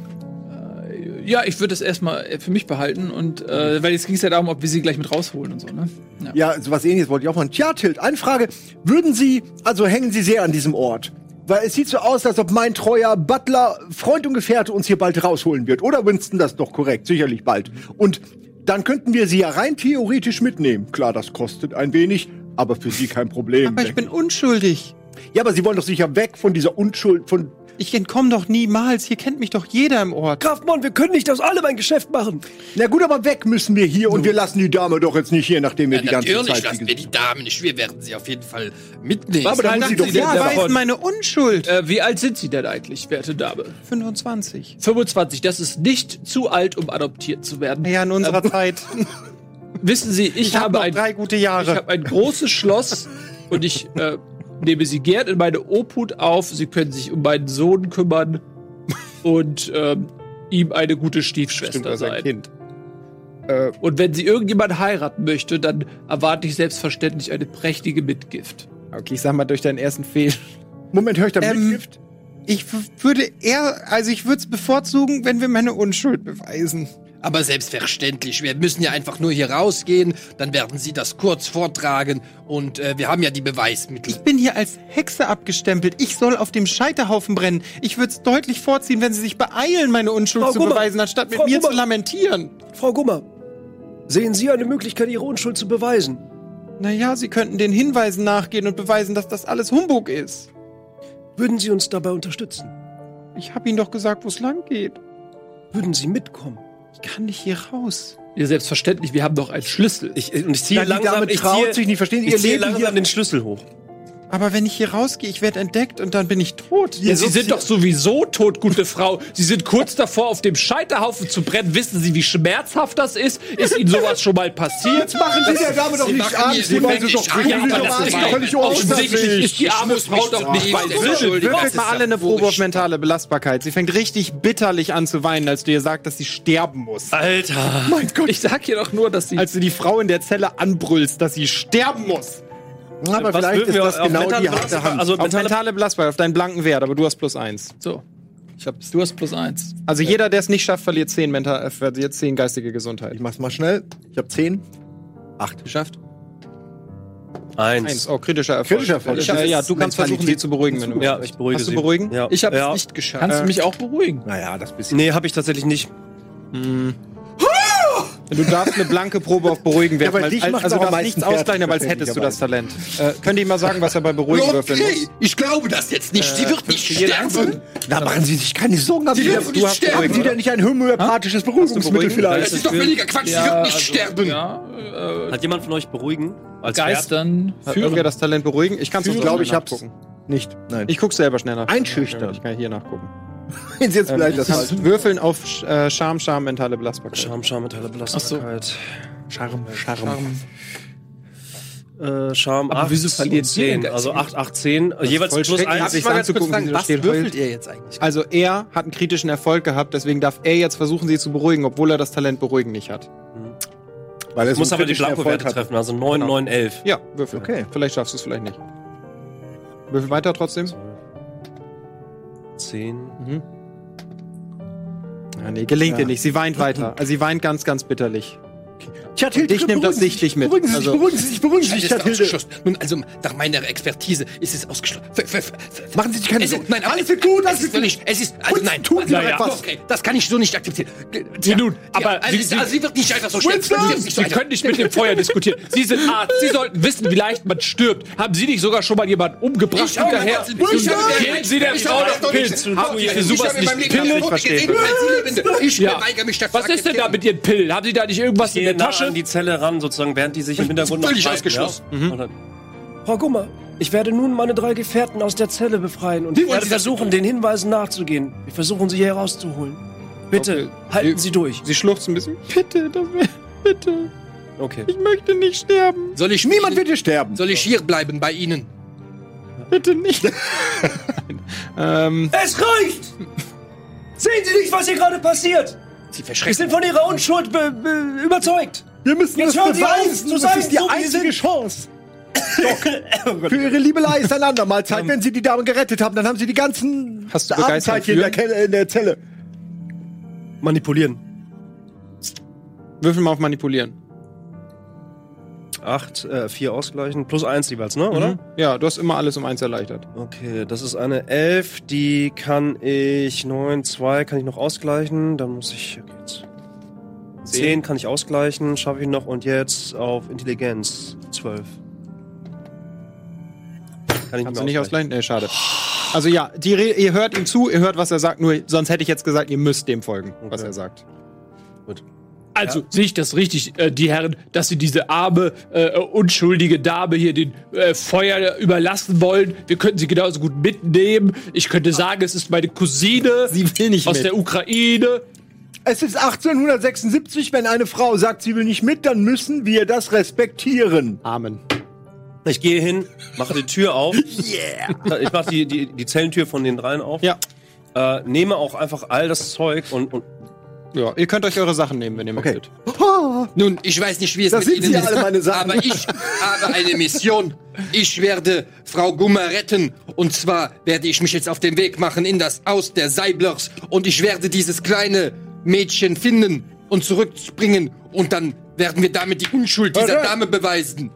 C: mhm. Ja, ich würde das erstmal äh, für mich behalten und äh, weil jetzt ging es ja darum, ob wir sie gleich mit rausholen und so, ne?
E: Ja, sowas ähnliches wollte ich auch machen. Tja, Tilt, eine Frage. Würden Sie, also hängen Sie sehr an diesem Ort? Weil es sieht so aus, als ob mein treuer Butler, Freund und Gefährte uns hier bald rausholen wird. Oder Winston das doch korrekt? Sicherlich bald. Und dann könnten wir sie ja rein theoretisch mitnehmen. Klar, das kostet ein wenig, aber für sie kein Problem.
A: Aber ich bin unschuldig.
E: ja, aber sie wollen doch sicher weg von dieser Unschuld, von.
A: Ich entkomme doch niemals. Hier kennt mich doch jeder im Ort.
B: Kraftmann, wir können nicht aus allem ein Geschäft machen.
E: Na gut, aber weg müssen wir hier und wir lassen die Dame doch jetzt nicht hier, nachdem wir die ganze
F: Natürlich
E: Zeit.
F: lassen wir die Damen nicht. Wir werden sie auf jeden Fall mitnehmen.
E: aber dann muss sie doch
A: Sie
E: selber-
A: beweisen meine Unschuld.
C: Äh, wie alt sind sie denn eigentlich, werte Dame?
A: 25.
C: 25, das ist nicht zu alt, um adoptiert zu werden. Ähm,
A: Ja, in unserer Zeit.
C: Wissen Sie, ich,
A: Ich habe
C: habe
A: noch
C: ein,
A: drei gute
C: ich
A: Jahre.
C: habe ein großes Schloss und ich äh, nehme Sie gern in meine Obhut auf. Sie können sich um meinen Sohn kümmern und ähm, ihm eine gute Stiefschwester
I: das ist ein
C: sein.
I: Kind.
C: Und wenn sie irgendjemand heiraten möchte, dann erwarte ich selbstverständlich eine prächtige Mitgift.
I: Okay, ich sag mal, durch deinen ersten Fehler.
E: Moment, höre ich da
A: Ähm,
E: Mitgift?
A: Ich w- würde eher, also ich würde es bevorzugen, wenn wir meine Unschuld beweisen.
F: Aber selbstverständlich, wir müssen ja einfach nur hier rausgehen, dann werden sie das kurz vortragen und äh, wir haben ja die Beweismittel.
A: Ich bin hier als Hexe abgestempelt. Ich soll auf dem Scheiterhaufen brennen. Ich würde es deutlich vorziehen, wenn sie sich beeilen, meine Unschuld
B: Frau
A: zu
B: Gummer,
A: beweisen, anstatt mit
B: Frau
A: mir
B: Gummer.
A: zu lamentieren.
B: Frau Gummer, sehen Sie eine Möglichkeit, Ihre Unschuld zu beweisen?
A: Naja, sie könnten den Hinweisen nachgehen und beweisen, dass das alles Humbug ist.
B: Würden Sie uns dabei unterstützen?
A: Ich habe ihnen doch gesagt, wo es lang geht.
B: Würden Sie mitkommen?
A: Ich kann nicht hier raus.
C: Ja, selbstverständlich, wir haben doch einen Schlüssel.
G: Ich, und ich ziehe
E: Na, die
G: langsam,
E: Dame
G: ich
E: traut
G: ziehe,
E: sich nicht, verstehen Sie?
G: ich
E: Ihr
G: ziehe
E: Leben
G: langsam den Schlüssel hoch.
A: Aber wenn ich hier rausgehe, ich werde entdeckt und dann bin ich tot.
C: Ja, sie sind doch sowieso tot, gute Frau. Sie sind kurz davor, auf dem Scheiterhaufen zu brennen. Wissen Sie, wie schmerzhaft das ist? Ist Ihnen sowas schon mal passiert?
E: Machen Sie der Dame doch nicht
F: machen
E: an,
F: hier-
E: Sie
F: Sie
E: wollen sie
F: machen
E: doch
F: nicht an,
E: Sie wollen
F: aber
E: sie
F: das
E: doch-
F: ist
E: sie doch
F: mein-
E: nicht
C: Offensichtlich ist die arme
F: muss mich
C: Frau doch
F: doch
C: nicht
F: nicht
C: bei
F: selbst
C: Sinnen.
F: entschuldigen.
A: Würfelt
F: Das
A: mal
F: ist
A: alle eine
F: euphorisch.
A: Probe auf mentale Belastbarkeit. Sie fängt richtig bitterlich an zu weinen, als du ihr sagt, dass sie sterben muss.
C: Ah.
F: Oh
G: Alter.
C: Ich sag hier doch nur, dass sie.
A: Als du die Frau in der Zelle anbrüllst, dass sie sterben muss.
E: Aber
G: Was
E: vielleicht
G: dürfen
E: ist
G: wir
E: das
G: auf
E: genau
G: mentale
E: die harte
G: Basis-
E: Hand.
G: Also
A: Auf
G: mentale
A: mentale Belastbarkeit, auf deinen blanken Wert, aber du hast plus eins.
C: so. du hast plus eins.
A: Also jeder, der es nicht schafft, verliert zehn, mental, äh, verliert zehn geistige
E: Ich
A: Gesundheit.
E: mach's mal schnell. Ich hab 10.
A: Geschafft? Eins.
G: Eins.
A: Oh, kritischer Erfolg.
E: Kritischer Erfolg.
A: Ich hab, ja, du kannst versuchen, sie
E: Mentalität.
A: zu beruhigen, wenn du
G: Ja, ich beruhige
A: Hast du
G: sie.
A: beruhigen?
G: Ja.
C: Ich hab's
G: ja.
C: nicht geschafft. Kannst du mich auch beruhigen?
E: Naja, das bisschen.
G: Nee, habe ich tatsächlich nicht.
A: Du darfst eine blanke Probe auf Beruhigen werfen.
E: aber
A: als-
E: dich
A: als-
E: macht's
A: also
E: auch am
A: darfst
E: meisten
A: nichts
E: fertig,
A: ausleihen, aber als hättest du das Talent. Äh, könnt ihr mal sagen, was er bei Beruhigen
F: Lord
A: würfeln
F: Kay,
A: muss?
F: ich glaube das jetzt nicht.
E: Äh,
F: Sie wird nicht sterben.
E: Na, machen Sie sich keine Sorgen. Haben
F: Sie
E: Sie,
F: wird nicht
E: haben Sie
F: sterben.
E: denn nicht ein homöopathisches Beruhigungsmittel
A: beruhigend?
E: vielleicht?
F: Das ist doch weniger Quatsch. Sie wird
B: also
F: nicht sterben.
C: Ja, äh,
G: Hat jemand von euch beruhigen? Als
C: Geistern
A: Hat irgendwer
C: führen.
A: das Talent Beruhigen? Ich kann es
E: Ich glaube, ich hab's nicht. Nein.
A: Ich guck's selber schnell nach.
E: Einschüchtern.
A: Ich kann hier nachgucken.
E: Ich jetzt
A: Ähm,
E: vielleicht
A: ich
E: das
A: kann's
E: Falsche.
A: würfeln auf Sch- äh, Scham, Scham, mentale
G: Pferd?
A: Belastbarkeit.
G: Scham, Scham, mentale Belastbarkeit.
E: Charme, Charme.
G: Äh, Scham,
C: Aber
G: 8,
C: wieso verliert ihr den
G: 10. Also 8, 8, 10. Jeweils
A: voll
G: plus
A: schrecklich. Darf
G: 1.
A: ich mal ganz kurz fragen, was würfelt
G: ihr jetzt eigentlich?
A: Also er hat einen kritischen Erfolg geheult, deswegen darf er jetzt versuchen, sie zu beruhigen, obwohl er das Talent Beruhigen nicht hat.
E: Weil es
G: Muss
E: einen
G: aber die
E: kritischen Erfolg
G: Schlagwerte
E: hat.
G: treffen. Also 9, 9, 11.
A: Ja, würfel.
E: Okay.
A: Vielleicht schaffst du es, vielleicht nicht. Würfel weiter trotzdem.
G: 10.
A: Ja, nee, gelingt ihr nicht. Sie weint weiter. Also sie weint ganz, ganz bitterlich.
E: Tja, Tilde,
A: Dich nimmt das
E: beruhigen Sie
A: sichtlich
E: sich,
A: mit.
E: Beruhigen Sie sich,
A: Also-
E: beruhigen Sie sich, beruhigen Sie
F: Nein,
E: sich,
F: ist
E: Herr Tilde.
F: ausgeschlossen. Nun, also nach meiner Expertise ist es ausgeschlossen. F- f- f-
E: Machen Sie sich keine
F: es
E: Sorgen.
F: ist, nein,
E: Alles wird gut, alles
F: es
E: wird
F: ist noch
E: gut.
F: nicht. Es ist, also
E: Uns
F: nein,
E: tun Sie doch etwas.
F: Okay, das kann ich so nicht akzeptieren. Ja,
C: nun, aber
F: also,
C: Sie-
F: sie, also, sie wird nicht einfach so sterben. Sie wird nicht so
C: Sie
F: einfach-
C: können nicht mit dem Feuer diskutieren. Sie sind Arzt. Sie sollten wissen, wie leicht man stirbt. Haben Sie nicht sogar schon mal jemanden umgebracht?
F: Ich auch,
C: hinterher?
F: mein Gott, ich habe-
C: Geben Sie der
F: ich
C: Frau
F: habe-
C: doch Pilz.
F: Ich
C: Haben
F: habe
C: Sie
F: in
C: für sowas
F: meinem
C: nicht
F: Leben keine
C: Pillen?
F: Tote gesehen, als sie lebende. Ich
C: Ja.
F: verweigere mich dafür.
C: Was ist denn da mit Ihren Pillen? Haben Sie da nicht irgendwas in
G: Geh
C: der
B: Genau.
G: nah an
C: Tasche?
G: die Zelle ran, sozusagen, während die sich im Hintergrund
F: Völlig
G: streiten,
F: ausgeschlossen.
G: Ja? Und dann-
B: Frau Gummer, ich werde nun meine drei Gefährten aus der Zelle befreien und
F: wollen
B: werde
F: Sie das
B: versuchen, den Hinweisen nachzugehen. Wir versuchen, sie hier herauszuholen. Bitte, halten Sie durch.
A: Sie schluchzt ein bisschen. Bitte, das wär, bitte.
G: Okay.
A: Ich möchte nicht sterben.
F: Soll ich
E: Niemand wird hier sterben.
F: Soll ich hier bleiben bei Ihnen?
A: Bitte nicht. Nein. ähm,
B: Es reicht! Sehen Sie nicht, was hier gerade passiert?
F: Sie
B: Wir
F: verschrecken.
B: sind von Ihrer Unschuld be be überzeugt.
E: Wir müssen
B: Jetzt
E: das
B: hören Sie auf,
E: beweisen.
B: zu
E: Das
B: sagen,
E: ist die
B: so wie Sie
E: einzige Chance. Doch. Für ihre Liebelei ist ein andermal Zeit. Wenn sie die Dame gerettet haben, dann haben sie die ganzen
A: Hast du begeistert
E: Abendzeit hier in der,
A: für?
E: Kelle, in der Zelle.
G: Manipulieren.
A: würfel mal auf Manipulieren.
G: 8, äh, 4 ausgleichen, plus 1 jeweils, ne? Oder?
A: Mhm. Ja, du hast immer alles um eins erleichtert.
G: Okay, das ist eine 11, die kann ich 9, 2 kann ich noch ausgleichen, dann muss ich okay, jetzt 10 kann ich ausgleichen, schaffe ich noch und jetzt auf Intelligenz 12. Kann ich
A: Kannst du nicht ausgleichen? Nee, schade. Also ja, die Re ihr hört ihm zu, ihr hört, was er sagt, nur sonst hätte ich jetzt gesagt, ihr müsst dem folgen, was er sagt.
C: Also, sehe ich das richtig, äh, die Herren, dass sie diese arme, äh, unschuldige Dame hier den äh, Feuer überlassen wollen? Wir könnten sie genauso gut mitnehmen. Ich könnte sagen, es ist meine Cousine
A: Sie will nicht
C: aus
A: mit.
C: der Ukraine.
E: Es ist 1876, wenn eine Frau sagt, sie will nicht mit, dann müssen wir das respektieren.
A: Amen.
G: Ich gehe hin, mache die Tür auf. yeah! Ich mache die, die, die Zellentür von den dreien auf.
A: Ja.
G: Äh, nehme auch einfach all das Zeug und, und
A: Ja, ihr könnt euch eure Sachen nehmen, wenn ihr möchtet.
F: Nun, ich weiß nicht, wie es
E: Das
F: mit
E: sind
F: Ihnen
E: Sie
F: ist,
E: alle, meine Sachen.
F: aber ich habe eine Mission. Ich werde Frau Gummer retten. Und zwar werde ich mich jetzt auf den Weg machen in das Haus der Seiblers und ich werde dieses kleine Mädchen finden und zurückbringen. Und dann werden wir damit die Unschuld dieser
E: Hurra!
F: Dame beweisen.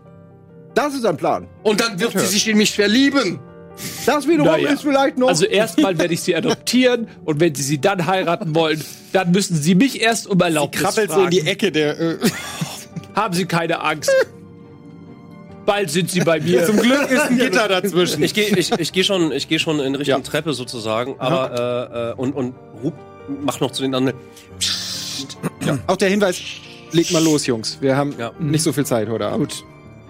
E: Das ist ein Plan.
F: Und dann wird sie sich in mich verlieben.
E: Das wiederum
C: Naja.
E: ist vielleicht noch.
C: Also erstmal werde ich sie adoptieren und wenn sie sie dann heiraten wollen, dann müssen sie mich erst um Erlaubnis
A: Krabbelt
C: fragen.
A: so in die Ecke der. Äh,
C: Haben Sie keine Angst. Bald sind sie bei mir.
A: zum Glück ist ein Gitter dazwischen.
G: Ich gehe ich, ich geh schon, ich geh schon in Richtung
A: Ja.
G: Treppe sozusagen, aber äh, äh, und, und Rup macht noch zu den anderen.
A: Auch der Hinweis, legt mal los, Jungs. Wir haben
G: Ja.
A: nicht so viel Zeit heute Abend. Gut.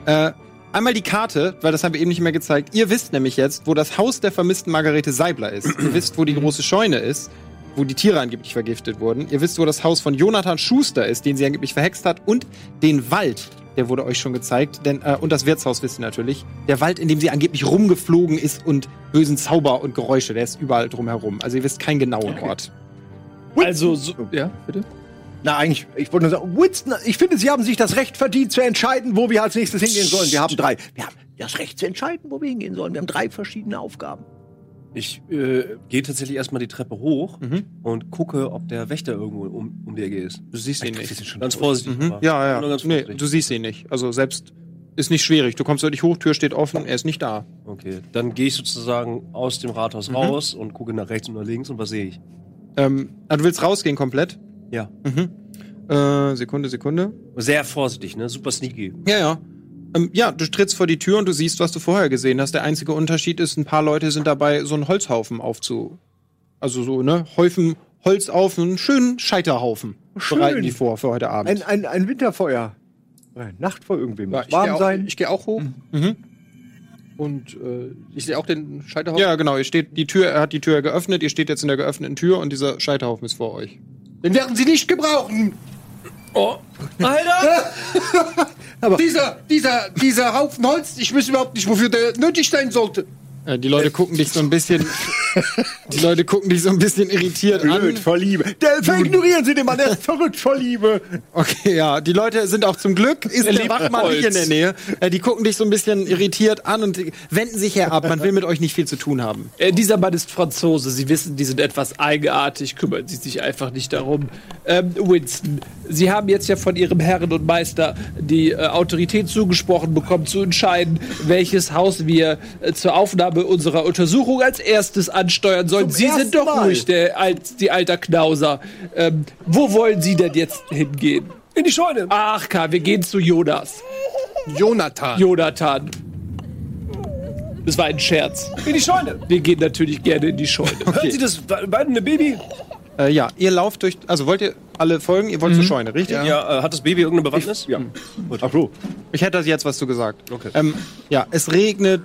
A: Äh, einmal die Karte, weil das haben wir eben nicht mehr gezeigt. Ihr wisst nämlich jetzt, wo das Haus der vermissten Margarete Seibler ist. Ihr wisst, wo die große Scheune ist, wo die Tiere angeblich vergiftet wurden. Ihr wisst, wo das Haus von Jonathan Schuster ist, den sie angeblich verhext hat. Und den Wald, der wurde euch schon gezeigt. Denn, äh, und das Wirtshaus wisst ihr natürlich. Der Wald, in dem sie angeblich rumgeflogen ist und bösen Zauber und Geräusche, der ist überall drumherum. Also ihr wisst keinen genauen Ort.
C: Also, so, ja, bitte.
E: Na, eigentlich, ich wollte nur sagen, Winston, ich finde, Sie haben sich das Recht verdient, zu entscheiden, wo wir als nächstes hingehen sollen. Wir haben drei. Wir haben das Recht zu entscheiden, wo wir hingehen sollen. Wir haben drei verschiedene Aufgaben.
G: Ich äh, gehe tatsächlich erstmal die Treppe hoch
F: Mhm.
G: und gucke, ob der Wächter irgendwo um, um die Ecke ist.
A: Du siehst ihn
G: Wir
A: nicht.
G: sind schon ganz vorsichtig.
A: Mhm.
G: aber-
A: Ja,
G: Nur
A: ja.
G: ganz
A: Nee,
G: vorsichtig.
A: du siehst ihn nicht. Also selbst ist nicht schwierig. Du kommst deutlich hoch, Tür steht offen, er ist nicht da.
G: Okay, dann gehe ich sozusagen aus dem Rathaus raus und gucke nach rechts und nach links und was sehe ich?
A: Ähm, ah, du willst rausgehen komplett?
G: Ja.
A: Äh, Sekunde, Sekunde.
G: Sehr vorsichtig, ne? Super sneaky.
A: Ja, ja. Ähm, ja, du trittst vor die Tür und du siehst, was du vorher gesehen hast. Der einzige Unterschied ist, ein paar Leute sind dabei, so einen Holzhaufen aufzu. Also so, ne? Häufen Holz auf, einen schönen Scheiterhaufen.
E: Schön.
A: Bereiten die vor für heute Abend.
E: Ein, ein, ein Winterfeuer. Oder Ein Nachtfeuer irgendwem.
I: Ja,
E: Muss
I: ich
E: Warm
I: gehe auch,
E: sein.
I: ich geh auch hoch. Und äh, ich sehe auch den Scheiterhaufen.
A: ja, genau. Ihr steht, die Tür, er hat die Tür geöffnet. Ihr steht jetzt in der geöffneten Tür und dieser Scheiterhaufen ist vor euch.
F: Den werden sie nicht gebrauchen.
C: Oh.
G: Alter!
F: dieser, dieser, dieser Haufen Holz, ich weiß überhaupt nicht, wofür der nötig sein sollte.
A: Äh, die Leute gucken dich so ein bisschen. die Leute gucken dich so ein bisschen irritiert an.
E: Blöd vor Liebe. Der, ignorieren Sie den Mann, der ist verrückt vor Liebe.
A: Okay, ja, die Leute sind auch zum Glück, ist der Wachmann nicht in der Nähe. Äh, die gucken dich so ein bisschen irritiert an und wenden sich her ab. Man will mit euch nicht viel zu tun haben.
C: Äh, dieser Mann ist Franzose. Sie wissen, die sind etwas eigenartig, kümmern Sie sich einfach nicht darum. Ähm, Winston, Sie haben jetzt ja von Ihrem Herren und Meister die äh, Autorität zugesprochen bekommen, zu entscheiden, welches Haus wir äh, zur Aufnahme unserer Untersuchung als erstes ansteuern sollen. Sie sind doch ruhig, der, als, die alter Knauser. Ähm, wo wollen Sie denn jetzt hingehen?
B: In die Scheune.
C: Ach, Karl, wir gehen zu Jonas.
F: Jonathan.
C: Jonathan. Das war ein Scherz.
B: In die Scheune.
C: Wir gehen natürlich gerne in die Scheune.
B: Hören Sie das weidende Baby?
A: Äh, ja, ihr lauft durch. Also wollt ihr alle folgen? Ihr wollt zur Scheune, richtig?
G: Ja, äh, hat das Baby irgendeine Bewandtnis? ja.
E: Ach so.
A: Ich hätte das jetzt was zu gesagt. Okay. Ähm, ja, es regnet.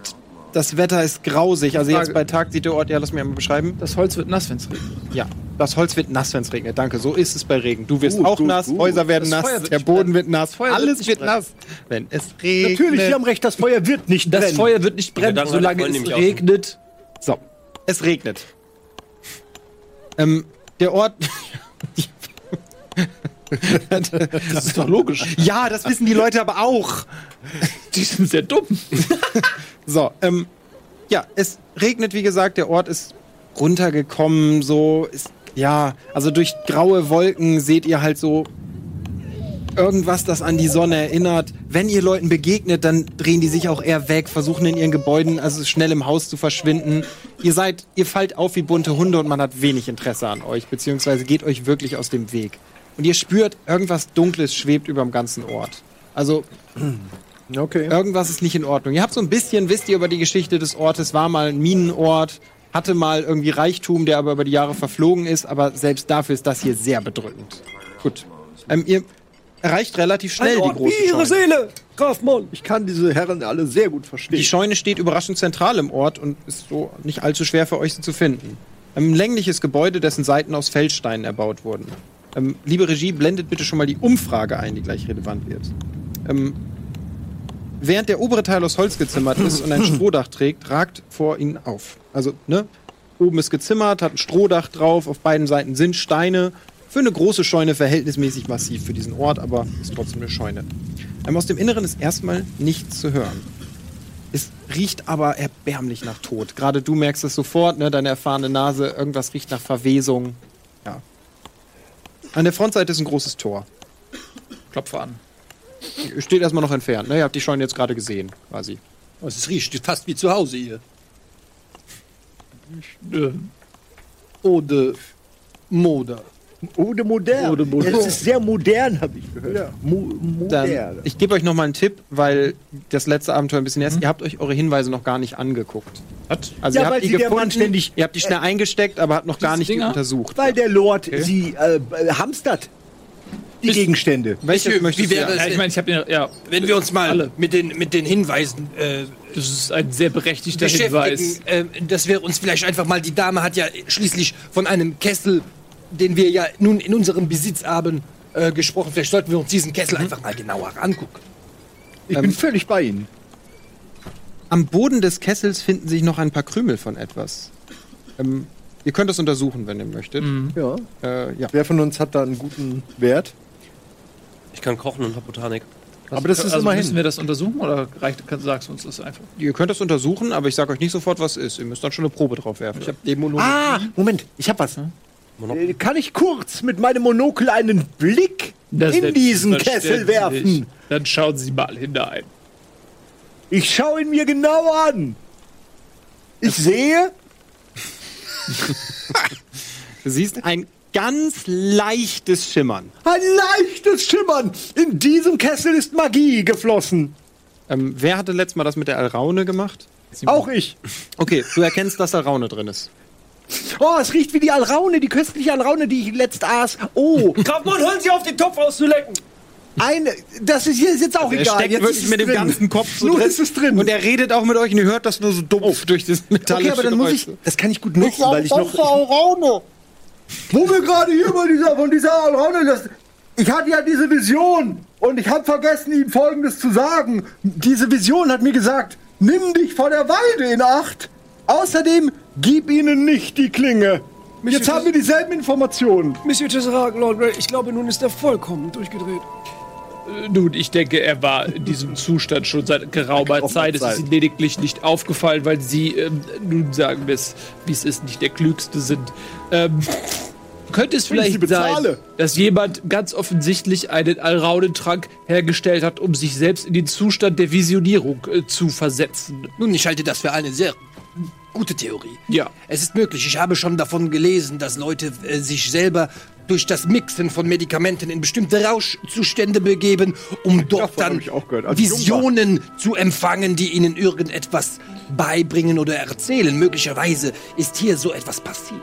A: Das Wetter ist grausig. Also jetzt
C: Frage.
A: bei Tag sieht der Ort, ja, lass mich einmal beschreiben.
C: Das Holz wird nass, wenn es regnet.
A: Ja, das Holz wird nass, wenn es regnet. Danke, so ist es bei Regen. Du wirst
E: Gut,
A: auch
E: gut,
A: nass,
E: gut.
A: Häuser werden
C: Das Feuer
A: nass,
C: wird
A: der
C: nicht
A: Boden wird nass,
C: Feuer wird
A: alles
C: nicht
A: wird
C: brennen.
A: nass, wenn es regnet.
E: Natürlich, Sie haben recht, das Feuer wird nicht
C: Das
E: brennen.
C: Feuer wird nicht brennen,
G: Gedanken
C: solange
G: hatte ich
C: es
G: vorhin nämlich auch.
C: regnet.
A: So, es regnet. Ähm, der Ort.
C: Das ist doch logisch.
A: ja, das wissen die Leute aber auch.
C: Die sind sehr dumm.
A: So, ähm, ja, es regnet, wie gesagt, der Ort ist runtergekommen, so, ist, ja, also durch graue Wolken seht ihr halt so irgendwas, das an die Sonne erinnert. Wenn ihr Leuten begegnet, dann drehen die sich auch eher weg, versuchen in ihren Gebäuden, also schnell im Haus zu verschwinden. Ihr seid, ihr fallt auf wie bunte Hunde und man hat wenig Interesse an euch, beziehungsweise geht euch wirklich aus dem Weg. Und ihr spürt, irgendwas Dunkles schwebt über dem ganzen Ort. Also
E: Okay.
A: Irgendwas ist nicht in Ordnung. Ihr habt so ein bisschen, wisst ihr über die Geschichte des Ortes, war mal ein Minenort, hatte mal irgendwie Reichtum, der aber über die Jahre verflogen ist, aber selbst dafür ist das hier sehr bedrückend. Gut. Ähm, ihr erreicht relativ schnell die große
B: Wie
A: Scheune.
B: Ihre Seele, Graf Mon.
E: Ich kann diese Herren alle sehr gut verstehen.
A: Die Scheune steht überraschend zentral im Ort und ist so nicht allzu schwer für euch sie zu finden. Ein längliches Gebäude, dessen Seiten aus Feldsteinen erbaut wurden. Ähm, liebe Regie, blendet bitte schon mal die Umfrage ein, die gleich relevant wird. Ähm, während der obere Teil aus Holz gezimmert ist und ein Strohdach trägt, ragt vor ihnen auf. Also, ne? Oben ist gezimmert, hat ein Strohdach drauf, auf beiden Seiten sind Steine. Für eine große Scheune verhältnismäßig massiv für diesen Ort, aber ist trotzdem eine Scheune. Ähm, aus dem Inneren ist erstmal nichts zu hören. Es riecht aber erbärmlich nach Tod. Gerade du merkst es sofort, ne? deine erfahrene Nase, irgendwas riecht nach Verwesung. Ja. An der Frontseite ist ein großes Tor.
C: Klopfe an.
A: Steht erstmal noch entfernt. Ne? Ihr habt die Scheune jetzt gerade gesehen, quasi.
F: Oh, es riecht fast wie zu Hause hier.
I: Äh,
C: Ohne Mode.
E: Ode modern.
C: Ode modern.
E: Es ist sehr modern, habe ich gehört. Mo modern.
A: Dann, ich gebe euch nochmal einen Tipp, weil das letzte Abenteuer ein bisschen
C: Mhm.
A: her ist. Ihr habt euch eure Hinweise noch gar nicht angeguckt. Was? Also
E: Ja,
A: ihr
E: weil
A: habt die
E: sie der Mann
A: gefunden,
E: ständig-
A: ihr habt die schnell eingesteckt, aber habt noch gar nicht die
C: Dinger?
A: untersucht.
E: Weil der Lord sie äh, äh, hamstert. Die Gegenstände.
A: Welches
F: Wie-
A: möchtest
F: wie
A: du?
F: wäre
A: ja?
C: Ja, ich meine, ich habe ja, ja,
F: Wenn wir uns mal
C: Alle.
F: mit den, mit den Hinweisen äh,
C: das ist ein sehr berechtigter Hinweis.
F: beschäftigen, äh, dass wir uns vielleicht einfach mal, die Dame hat ja schließlich von einem Kessel, den wir ja nun in unserem Besitz haben, äh, gesprochen. Vielleicht sollten wir uns diesen
E: Mhm.
F: Kessel einfach mal genauer angucken.
E: Ich bin völlig bei Ihnen.
A: Am Boden des Kessels finden sich noch ein paar Krümel von etwas. Ähm, ihr könnt das untersuchen, wenn ihr möchtet.
E: Ja.
A: Äh, ja.
E: Wer von uns hat da einen guten Wert?
G: Ich kann kochen und hab Botanik.
E: Aber das ist
C: also
E: immerhin.
C: müssen wir das untersuchen oder reicht, kann, sagst du uns das einfach?
A: Ihr könnt das untersuchen, aber ich sage euch nicht sofort, was ist. Ihr müsst dann schon eine Probe drauf werfen. Ich
E: Ah, Moment, ich hab was. Äh, Kann ich kurz mit meinem Monokel einen Blick in diesen Kessel werfen?
C: Dann schauen Sie mal hinein.
E: Ich schaue ihn mir genau an. Ich sehe
A: Ah, Du siehst ein ganz leichtes Schimmern.
E: Ein leichtes Schimmern. In diesem Kessel ist Magie geflossen.
A: Ähm, wer hatte letztes Mal das mit der Alraune gemacht?
E: Auch ich.
A: Okay, du erkennst, dass Alraune drin ist.
E: Oh, es riecht wie die Alraune, die köstliche Alraune, die ich letzt aß. Oh,
B: Kaufmann, hören Sie auf, den Topf auszulecken!
E: eine. Das ist hier ist jetzt auch
A: Also Er
E: egal.
A: steckt
E: Jetzt
A: wirklich
E: ist
A: mit dem
E: drin.
A: ganzen Kopf so
E: Nun
A: drin.
E: ist es drin. Oh.
A: Und er redet auch mit euch und ihr hört das nur so dumpf durch das metallische
E: okay, aber dann muss ich.
A: Geräusch.
E: Das kann ich gut nutzen, weil ich noch.
I: Alraune.
E: Wo wir gerade hier bei dieser, von dieser Alraune, das, ich hatte ja diese Vision und ich habe vergessen, ihm Folgendes zu sagen. Diese Vision hat mir gesagt, nimm dich vor der Weide in Acht. Außerdem gib ihnen nicht die Klinge. Jetzt haben wir dieselben Informationen.
B: Monsieur Tesserac, Lord Ray, ich glaube, nun ist er vollkommen durchgedreht.
C: Nun, ich denke, er war in diesem Zustand schon seit geraumer Zeit. Es ist ihm lediglich nicht aufgefallen, weil sie, ähm, nun sagen wir es, wie es ist, nicht der Klügste sind. Ähm, könnte es vielleicht sein,
E: bezahle.
C: dass jemand ganz offensichtlich einen Allraunentrank hergestellt hat, um sich selbst in den Zustand der Visionierung äh, zu versetzen?
F: Nun, ich halte das für eine sehr gute Theorie.
C: Ja.
F: Es ist möglich, ich habe schon davon gelesen, dass Leute äh, sich selber durch das Mixen von Medikamenten in bestimmte Rauschzustände begeben, um dort
E: Davon
F: dann
E: habe ich auch gehört, Also als ich jung war.
F: Visionen zu empfangen, die ihnen irgendetwas beibringen oder erzählen. Möglicherweise ist hier so etwas passiert.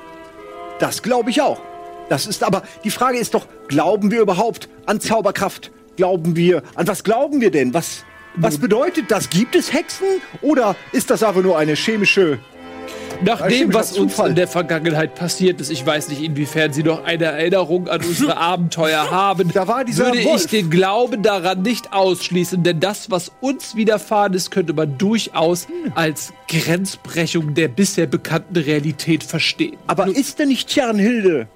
E: Das glaube ich auch. Das ist aber, die Frage ist doch, glauben wir überhaupt an Zauberkraft? Glauben wir, an was glauben wir denn? Was, was bedeutet das? Gibt es Hexen oder ist das aber nur eine chemische
C: Nach
E: Ja,
C: dem,
E: stimmt,
C: was
E: das
C: uns
E: Zufall.
C: in der Vergangenheit passiert ist, ich weiß nicht, inwiefern Sie noch eine Erinnerung an unsere Abenteuer haben,
E: Da war dieser
C: würde ich
E: Wolf.
C: den Glauben daran nicht ausschließen, denn das, was uns widerfahren ist, könnte man durchaus als Grenzbrechung der bisher bekannten Realität verstehen.
E: Aber ist denn nicht Tjernhilde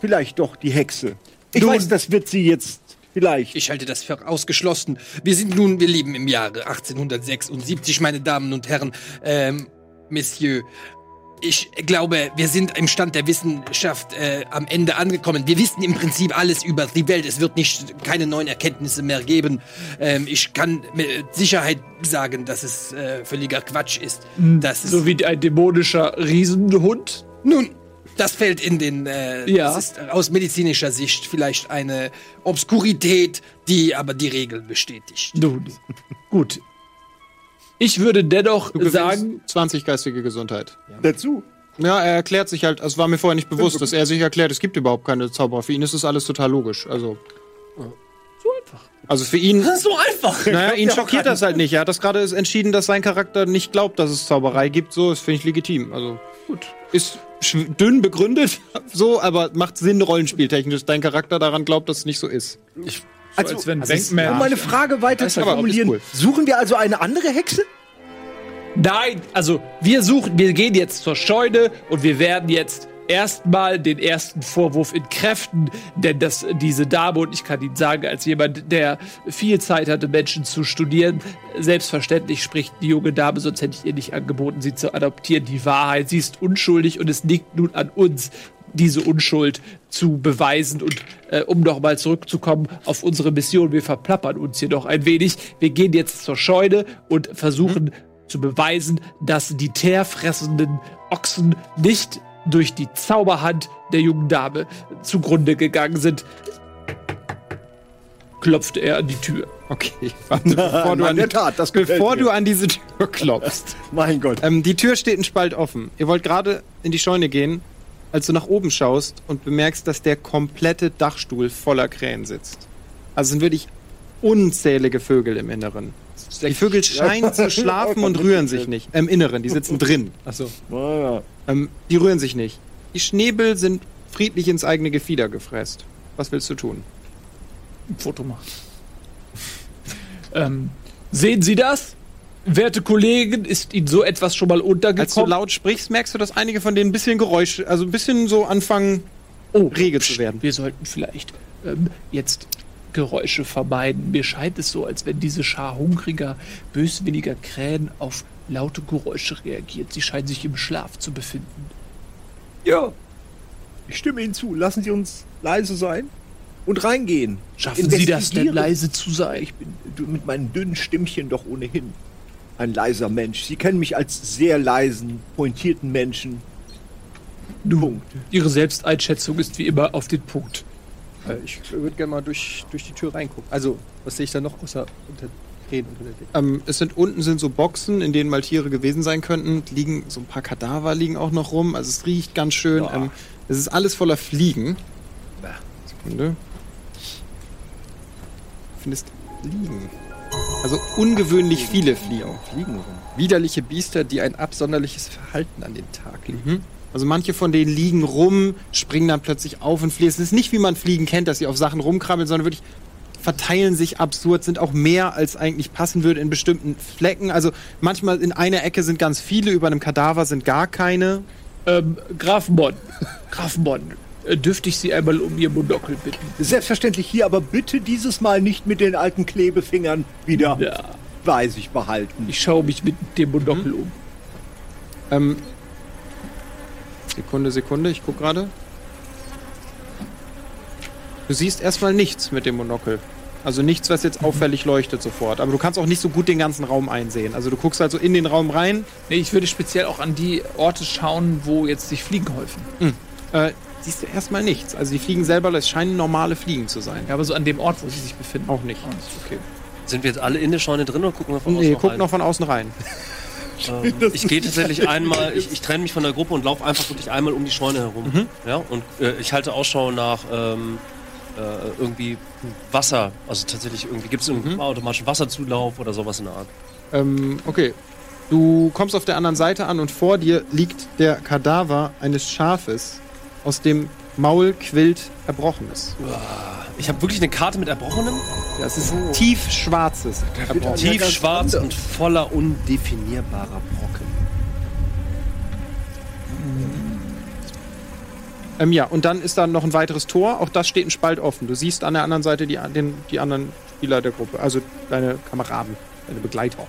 E: vielleicht doch die Hexe? Ich
F: Nun-
E: weiß, das wird sie jetzt vielleicht.
F: Ich halte das für ausgeschlossen. Wir sind nun, wir leben im Jahre 1876, meine Damen und Herren. Ähm, Monsieur, ich glaube, wir sind im Stand der Wissenschaft äh, am Ende angekommen. Wir wissen im Prinzip alles über die Welt. Es wird nicht keine neuen Erkenntnisse mehr geben. Ähm, ich kann mit Sicherheit sagen, dass es äh, völliger Quatsch ist. Das ist
C: Hm, So wie ein dämonischer Riesenhund.
F: nun, das fällt in den. Äh,
C: Ja.
F: Das ist aus medizinischer Sicht vielleicht eine Obskurität, die aber die Regeln bestätigt.
C: Nun, gut. Ich würde dennoch
A: Du gewinnst
C: sagen,
A: 20 geistige Gesundheit.
E: Dazu.
A: Ja, er erklärt sich halt, es war mir vorher nicht bewusst, dass er sich erklärt, es gibt überhaupt keine Zauberer. Für ihn ist das alles total logisch. Also. So einfach. Also für ihn.
K: So einfach.
A: Naja, ihn schockiert das halt nicht. Er hat das gerade entschieden, dass sein Charakter nicht glaubt, dass es Zauberei gibt. So, das finde ich legitim. Also gut. Ist schw- dünn begründet, so, aber macht Sinn, rollenspieltechnisch. Dein Charakter daran glaubt, dass es nicht so ist.
E: Also,
C: als wenn
E: um
C: Bankman.
E: meine Frage weiter zu
A: aber
E: formulieren,
A: ist
E: suchen wir also eine andere Hexe?
C: Nein, also wir suchen, wir gehen jetzt zur Scheune und wir werden jetzt erstmal den ersten Vorwurf entkräften, denn dass diese Dame, und ich kann Ihnen sagen, als jemand, der viel Zeit hatte, Menschen zu studieren, selbstverständlich spricht die junge Dame, sonst hätte ich ihr nicht angeboten, sie zu adoptieren, die Wahrheit. Sie ist unschuldig und es liegt nun an uns, diese Unschuld zu beweisen und äh, um nochmal zurückzukommen auf unsere Mission. Wir verplappern uns hier noch ein wenig. Wir gehen jetzt zur Scheune und versuchen zu beweisen, dass die teerfressenden Ochsen nicht durch die Zauberhand der jungen Dame zugrunde gegangen sind. Klopfte er an die Tür.
A: Okay, warte, bevor, du
E: Mann,
A: an,
E: der Tat, das gefällt
A: bevor
E: mir.
A: du an diese Tür klopfst.
E: Mein Gott.
A: Ähm, die Tür steht ein Spalt offen. Ihr wollt gerade in die Scheune gehen, als du nach oben schaust und bemerkst, dass der komplette Dachstuhl voller Krähen sitzt. Also sind wirklich unzählige Vögel im Inneren. Die Vögel scheinen zu schlafen und rühren sich nicht. Im Inneren, die sitzen drin. Achso. Ähm, die rühren sich nicht. Die Schnäbel sind friedlich ins eigene Gefieder gefräst. Was willst du tun?
C: Ein Foto machen. ähm, sehen Sie das? Werte Kollegen, ist Ihnen so etwas schon mal
A: Als du
C: untergekommen?
A: laut sprichst, merkst du, dass einige von denen ein bisschen Geräusche, also ein bisschen so anfangen,
C: oh,
A: rege zu werden.
C: Wir sollten vielleicht ähm, jetzt Geräusche vermeiden. Mir scheint es so, als wenn diese Schar hungriger, böswilliger Krähen auf laute Geräusche reagiert. Sie scheinen sich im Schlaf zu befinden.
E: Ja. Ich stimme Ihnen zu. Lassen Sie uns leise sein und reingehen.
C: Schaffen Sie das denn
E: Investigieren.
C: leise zu sein?
E: Ich bin du, mit meinem dünnen Stimmchen doch ohnehin ein leiser Mensch. Sie kennen mich als sehr leisen, pointierten Menschen.
C: Ihre Selbsteinschätzung ist wie immer auf den Punkt.
A: Äh, ich würde gerne mal durch, durch die Tür reingucken. Also, was sehe ich da noch außer unter Reden unter der Decke? Ähm, es sind unten sind so Boxen, in denen mal Tiere gewesen sein könnten. Liegen so ein paar Kadaver liegen auch noch rum. Also es riecht ganz schön. Ähm, es ist alles voller Fliegen. Sekunde. Du Findest Fliegen. Also ungewöhnlich viele Fliegen.
E: Fliegen rum.
A: Widerliche Biester, die ein absonderliches Verhalten an den Tag legen. Also manche von denen liegen rum, springen dann plötzlich auf und fliehen. Es ist nicht, wie man Fliegen kennt, dass sie auf Sachen rumkrabbeln, sondern wirklich verteilen sich absurd, sind auch mehr, als eigentlich passen würde in bestimmten Flecken. Also manchmal in einer Ecke sind ganz viele, über einem Kadaver sind gar keine.
C: Ähm, Grafenborn, Grafenborn, äh, dürfte ich Sie einmal um Ihr Monokel bitten?
E: Selbstverständlich hier, aber bitte dieses Mal nicht mit den alten Klebefingern wieder
C: Ja.
E: bei sich behalten.
C: Ich schaue mich mit dem Monokel um.
A: Ähm, Sekunde, Sekunde, ich guck gerade. Du siehst erstmal nichts mit dem Monokel. Also nichts, was jetzt auffällig leuchtet sofort. Aber du kannst auch nicht so gut den ganzen Raum einsehen. Also du guckst halt so in den Raum rein.
C: Nee, ich würde speziell auch an die Orte schauen, wo jetzt sich Fliegen häufen.
A: Äh, siehst du erstmal nichts. Also die Fliegen selber, es scheinen normale Fliegen zu sein.
C: Ja, aber so an dem Ort, wo sie sich befinden.
A: Auch nicht.
C: Auch nicht, Okay.
K: Sind wir jetzt alle in der Scheune drin oder gucken wir von
A: Nee,
K: außen
A: guck noch
K: noch
A: von außen rein.
K: rein? Ähm, ich gehe tatsächlich einmal, ich, ich trenne mich von der Gruppe und laufe einfach wirklich einmal um die Scheune herum. Ja, und äh, ich halte Ausschau nach ähm, äh, irgendwie Wasser. Also tatsächlich irgendwie gibt es einen automatischen Wasserzulauf oder sowas in der Art.
A: Ähm, okay. Du kommst auf der anderen Seite an und vor dir liegt der Kadaver eines Schafes, aus dem Maul quillt Erbrochenes.
K: Ich habe wirklich eine Karte mit Erbrochenem,
A: Ja, es ist tiefschwarzes Erbrochenes.
K: tiefschwarz und voller undefinierbarer Brocken.
A: Ähm, ja, und dann ist da noch ein weiteres Tor. Auch das steht ein Spalt offen. Du siehst an der anderen Seite die, an- den, die anderen Spieler der Gruppe, also deine Kameraden, deine Begleiter.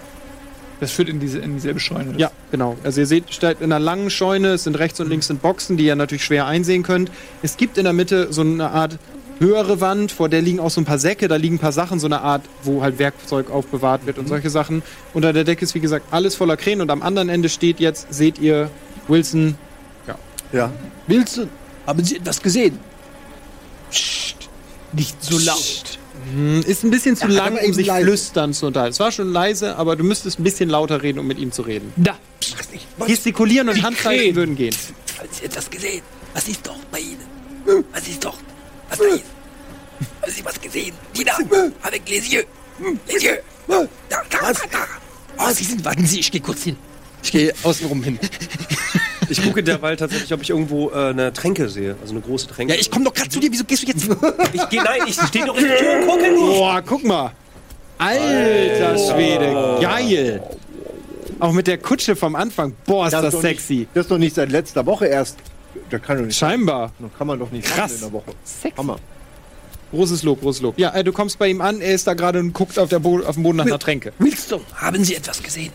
C: Das führt in, diese, in dieselbe Scheune.
A: Ja, genau. Also ihr seht, steht in einer langen Scheune, es sind rechts und links sind Boxen, die ihr natürlich schwer einsehen könnt. Es gibt in der Mitte so eine Art höhere Wand, vor der liegen auch so ein paar Säcke, da liegen ein paar Sachen, so eine Art, wo halt Werkzeug aufbewahrt
C: Mhm.
A: wird und solche Sachen. Unter der Decke ist, wie gesagt, alles voller Krähen und am anderen Ende steht jetzt, seht ihr, Wilson,
E: Ja.
C: Wilson, haben Sie etwas gesehen? Psst, nicht so laut.
A: hm, ist ein bisschen zu
E: Ja,
A: lang,
E: aber
A: um
E: eben
A: sich
E: leise.
A: flüstern zu unterhalten. Es war schon leise, aber du müsstest ein bisschen lauter reden, um mit ihm zu reden.
C: Da,
A: Gestikulieren und
C: Die
A: Handzeichen
C: Krähen.
A: würden gehen.
K: Haben Sie etwas gesehen? Was ist doch bei
B: Hm?
K: Ihnen? Was ist doch? Was da ist? Haben Sie was gesehen? Die da,
F: Hm.
K: avec les yeux. Les yeux. Da, da, da, da.
F: Oh, Sie sind, warten Sie, ich gehe kurz hin. Ich gehe außenrum hin.
G: Ich gucke derweil tatsächlich, ob ich irgendwo äh, eine Tränke sehe. Also eine große Tränke.
F: Ja, ich komme doch gerade zu dir, wieso gehst du jetzt?
G: Ich geh, nein, ich stehe doch in der Tür und gucke nicht.
A: Boah, guck mal. Alter Schwede, geil. Auch mit der Kutsche vom Anfang. Boah, ist das
E: doch
A: sexy.
E: Nicht, das ist doch nicht seit letzter Woche erst. Da kann doch nicht.
A: Scheinbar.
E: Kann man doch nicht
A: Krass.
E: machen in der Woche. Hammer.
A: Großes Lob, großes Lob. Ja, äh, du kommst bei ihm an, er ist da gerade und guckt auf, der Bo auf dem Boden nach einer Tränke.
F: Wilson, haben Sie etwas gesehen?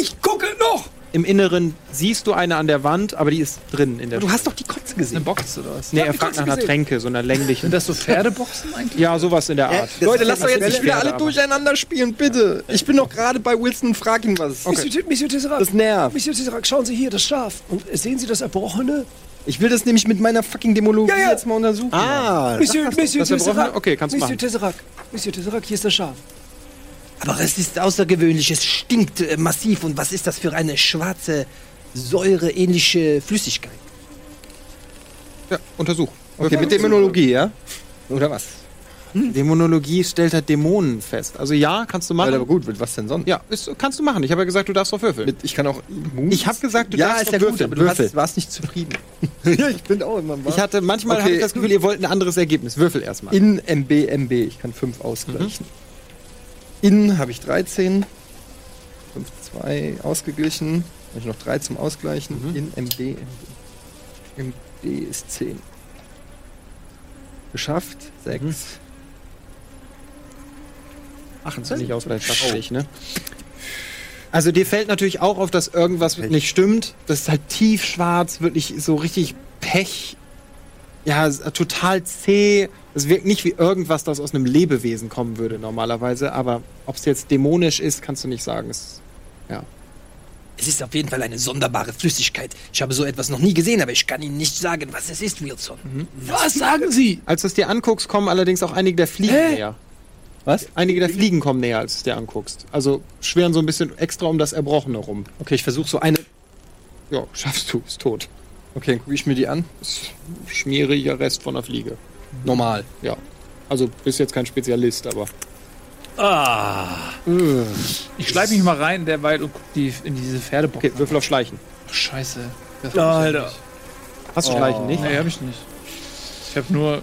F: Ich gucke noch!
A: Im Inneren siehst du eine an der Wand, aber die ist drin in der
F: Du hast doch die Kotze gesehen.
C: eine Box oder was?
A: Nee, er fragt nach einer Tränke, so einer länglichen.
C: Sind das so Pferdeboxen eigentlich?
A: Ja, sowas in der
E: Äh,
A: Art.
F: Leute, lasst doch jetzt
A: Pferde,
F: nicht wieder alle
A: aber-
F: durcheinander spielen, bitte. Ich bin doch gerade bei Wilson, frag ihn was.
B: Monsieur, T- Monsieur Tesserac,
F: Das nervt.
B: Monsieur Tesserac, schauen Sie hier, das Schaf. Und äh, sehen Sie das Erbrochene?
F: Ich will das nämlich mit meiner fucking Demologie
B: Ja, ja.
F: jetzt mal untersuchen.
E: Ah,
B: Monsieur, Monsieur
A: das Erbrochene?
B: Tesserac.
A: Okay, kannst du
B: Monsieur
A: machen.
B: Tesserac, Monsieur Tesserac, hier ist das Schaf.
F: Aber es ist außergewöhnlich, es stinkt äh, massiv. Und was ist das für eine schwarze, säureähnliche Flüssigkeit?
A: Ja, untersuch.
F: Okay, mit Dämonologie, ja? Oder was?
A: Dämonologie stellt halt Dämonen fest. Also ja, kannst du machen.
F: Alter, aber gut, mit was denn sonst?
A: Ja, ist, kannst du machen. Ich habe ja gesagt, du darfst drauf würfeln.
F: Mit, ich kann auch.
A: Ich habe gesagt, du
F: ja,
A: darfst
F: ist
A: doch
F: ja gut,
A: würfeln.
F: aber du
A: Würfel.
F: hast, warst nicht zufrieden.
E: ja, ich bin auch immer im
A: Ich hatte manchmal
F: Okay.
A: hatte ich das Gefühl, ihr wollt ein anderes Ergebnis. Würfel erstmal.
F: In MB, MB. Ich kann 5 ausgleichen. In habe ich 13. 5, 2 ausgeglichen. Habe ich noch 3 zum Ausgleichen. In MB, MB. MB ist 10. Geschafft. 6.
A: Kannst du nicht ausgleichsfähig, ne? Also dir fällt natürlich auch auf, dass irgendwas nicht stimmt. Das ist halt tiefschwarz, wirklich so richtig Pech. Ja, s- äh, total zäh. Es wirkt nicht wie irgendwas, das aus einem Lebewesen kommen würde normalerweise. Aber ob es jetzt dämonisch ist, kannst du nicht sagen. Es, ja.
F: Es ist auf jeden Fall eine sonderbare Flüssigkeit. Ich habe so etwas noch nie gesehen, aber ich kann Ihnen nicht sagen, was es ist, Wilson.
C: Was sagen Sie?
A: Als du es dir anguckst, kommen allerdings auch einige der Fliegen näher. Was? Einige der Fliegen kommen näher, als du es dir anguckst. Also schweren so ein bisschen extra um das Erbrochene rum.
F: Okay, ich versuche so eine.
A: Ja, schaffst du, ist tot.
F: Okay, dann gucke ich mir die an.
A: Ist ein schmieriger Rest von der Fliege.
F: Normal.
A: Ja. Also bist jetzt kein Spezialist, aber.
C: Ich schleib mich mal rein derweil und guck die, in diese Pferdebox.
A: Okay, Würfel auf Schleichen.
C: Scheiße. Das
K: Alter.
A: Hast du Schleichen nicht?
C: Nee, hab ich nicht. Ich hab nur.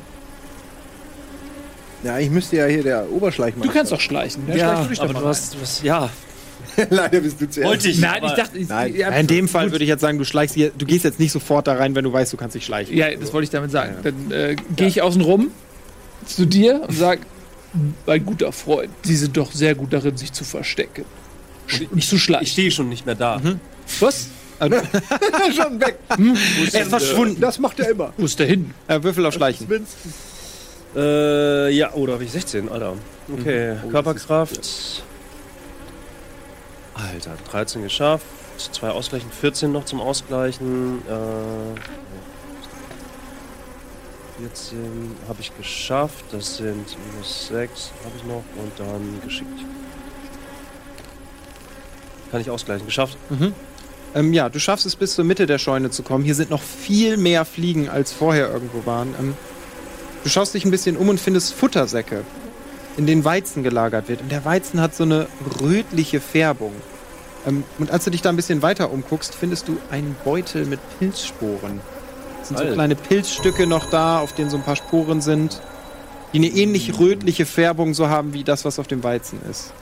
E: Ja, ich müsste ja hier der Oberschleich
C: Du
E: machen.
C: kannst doch schleichen. Ja, schleich doch
K: aber
C: mal
K: du hast, du hast, ja.
E: Leider bist du zuerst.
K: Wollte ich.
C: Nein,
K: aber-
C: ich dachte. Ich,
E: Nein.
C: ja,
A: Ja, in dem Fall würde ich jetzt sagen, du schleichst hier, du gehst jetzt nicht sofort da rein, wenn du weißt, du kannst dich schleichen.
C: ja, das wollte ich damit sagen. Dann äh, gehe ich außen rum zu dir und sag: Mein guter Freund, Sie sind doch sehr gut darin, sich zu verstecken. Sch- Nicht zu
K: Ich
C: schleichen. Mhm.
K: stehe schon nicht mehr da.
C: Was?
E: schon weg.
A: Er ist verschwunden.
E: Das macht er immer.
C: Wo ist der hin?
A: Äh, Würfel auf Schleichen.
G: Äh, ja, oh, da habe ich 16, Alter.
A: Mhm.
G: Okay,
A: Oh,
G: Körperkraft. Alter, 13 geschafft. Zwei Ausgleichen, 14 noch zum Ausgleichen. Äh, 14 habe ich geschafft. Das sind minus 6 habe ich noch und dann geschickt. Kann ich ausgleichen. Geschafft.
A: Ähm, ja, du schaffst es bis zur Mitte der Scheune zu kommen. Hier sind noch viel mehr Fliegen, als vorher irgendwo waren. Ähm, du schaust dich ein bisschen um und findest Futtersäcke, in denen Weizen gelagert wird. Und der Weizen hat so eine rötliche Färbung. Ähm, und als du dich da ein bisschen weiter umguckst, findest du einen Beutel mit Pilzsporen. Es sind so
G: Alter.
A: kleine Pilzstücke noch da, auf denen so ein paar Sporen sind, die eine ähnlich rötliche Färbung so haben wie das, was auf dem Weizen ist.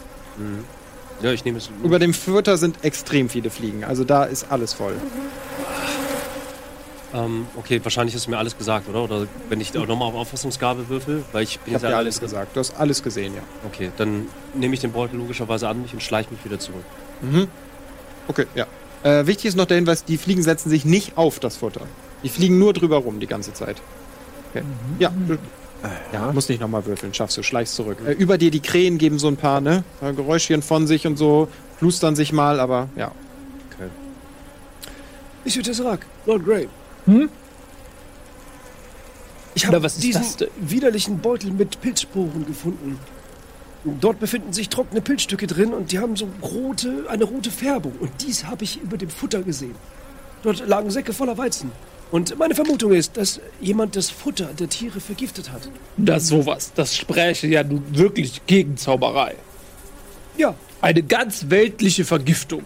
G: Ja, ich nehme es.
A: Über dem Futter sind extrem viele Fliegen. Also da ist alles voll.
K: Ähm, okay, wahrscheinlich hast du mir alles gesagt, oder? Oder wenn ich auch nochmal auf Auffassungsgabe würfel, weil ich bin
A: Ich habe dir
K: alle-
A: alles gesagt. Du hast alles gesehen, ja.
K: Okay, dann nehme ich den Beutel logischerweise an mich und schleiche mich wieder zurück.
A: Okay, ja. Äh, wichtig ist noch der Hinweis, die Fliegen setzen sich nicht auf das Futter. Die fliegen nur drüber rum die ganze Zeit. Okay. Ja, du Mhm. Äh, ja. musst nicht nochmal würfeln, schaffst du, schleichst zurück. Äh, über dir die Krähen geben so ein paar, ne? äh, Geräuschchen von sich und so, flustern sich mal, aber ja.
B: Ich bin Tesserac, Lord Grey. Hm? Ich
C: Na,
B: habe
C: was ist
B: diesen
C: das denn?
B: widerlichen Beutel mit Pilzsporen gefunden. Dort befinden sich trockene Pilzstücke drin und die haben so rote, eine rote Färbung. Und dies habe ich über dem Futter gesehen. Dort lagen Säcke voller Weizen. Und meine Vermutung ist, dass jemand das Futter der Tiere vergiftet hat.
C: Das sowas. Das spräche ja nun wirklich gegen Zauberei.
B: Ja,
C: Eine ganz weltliche Vergiftung.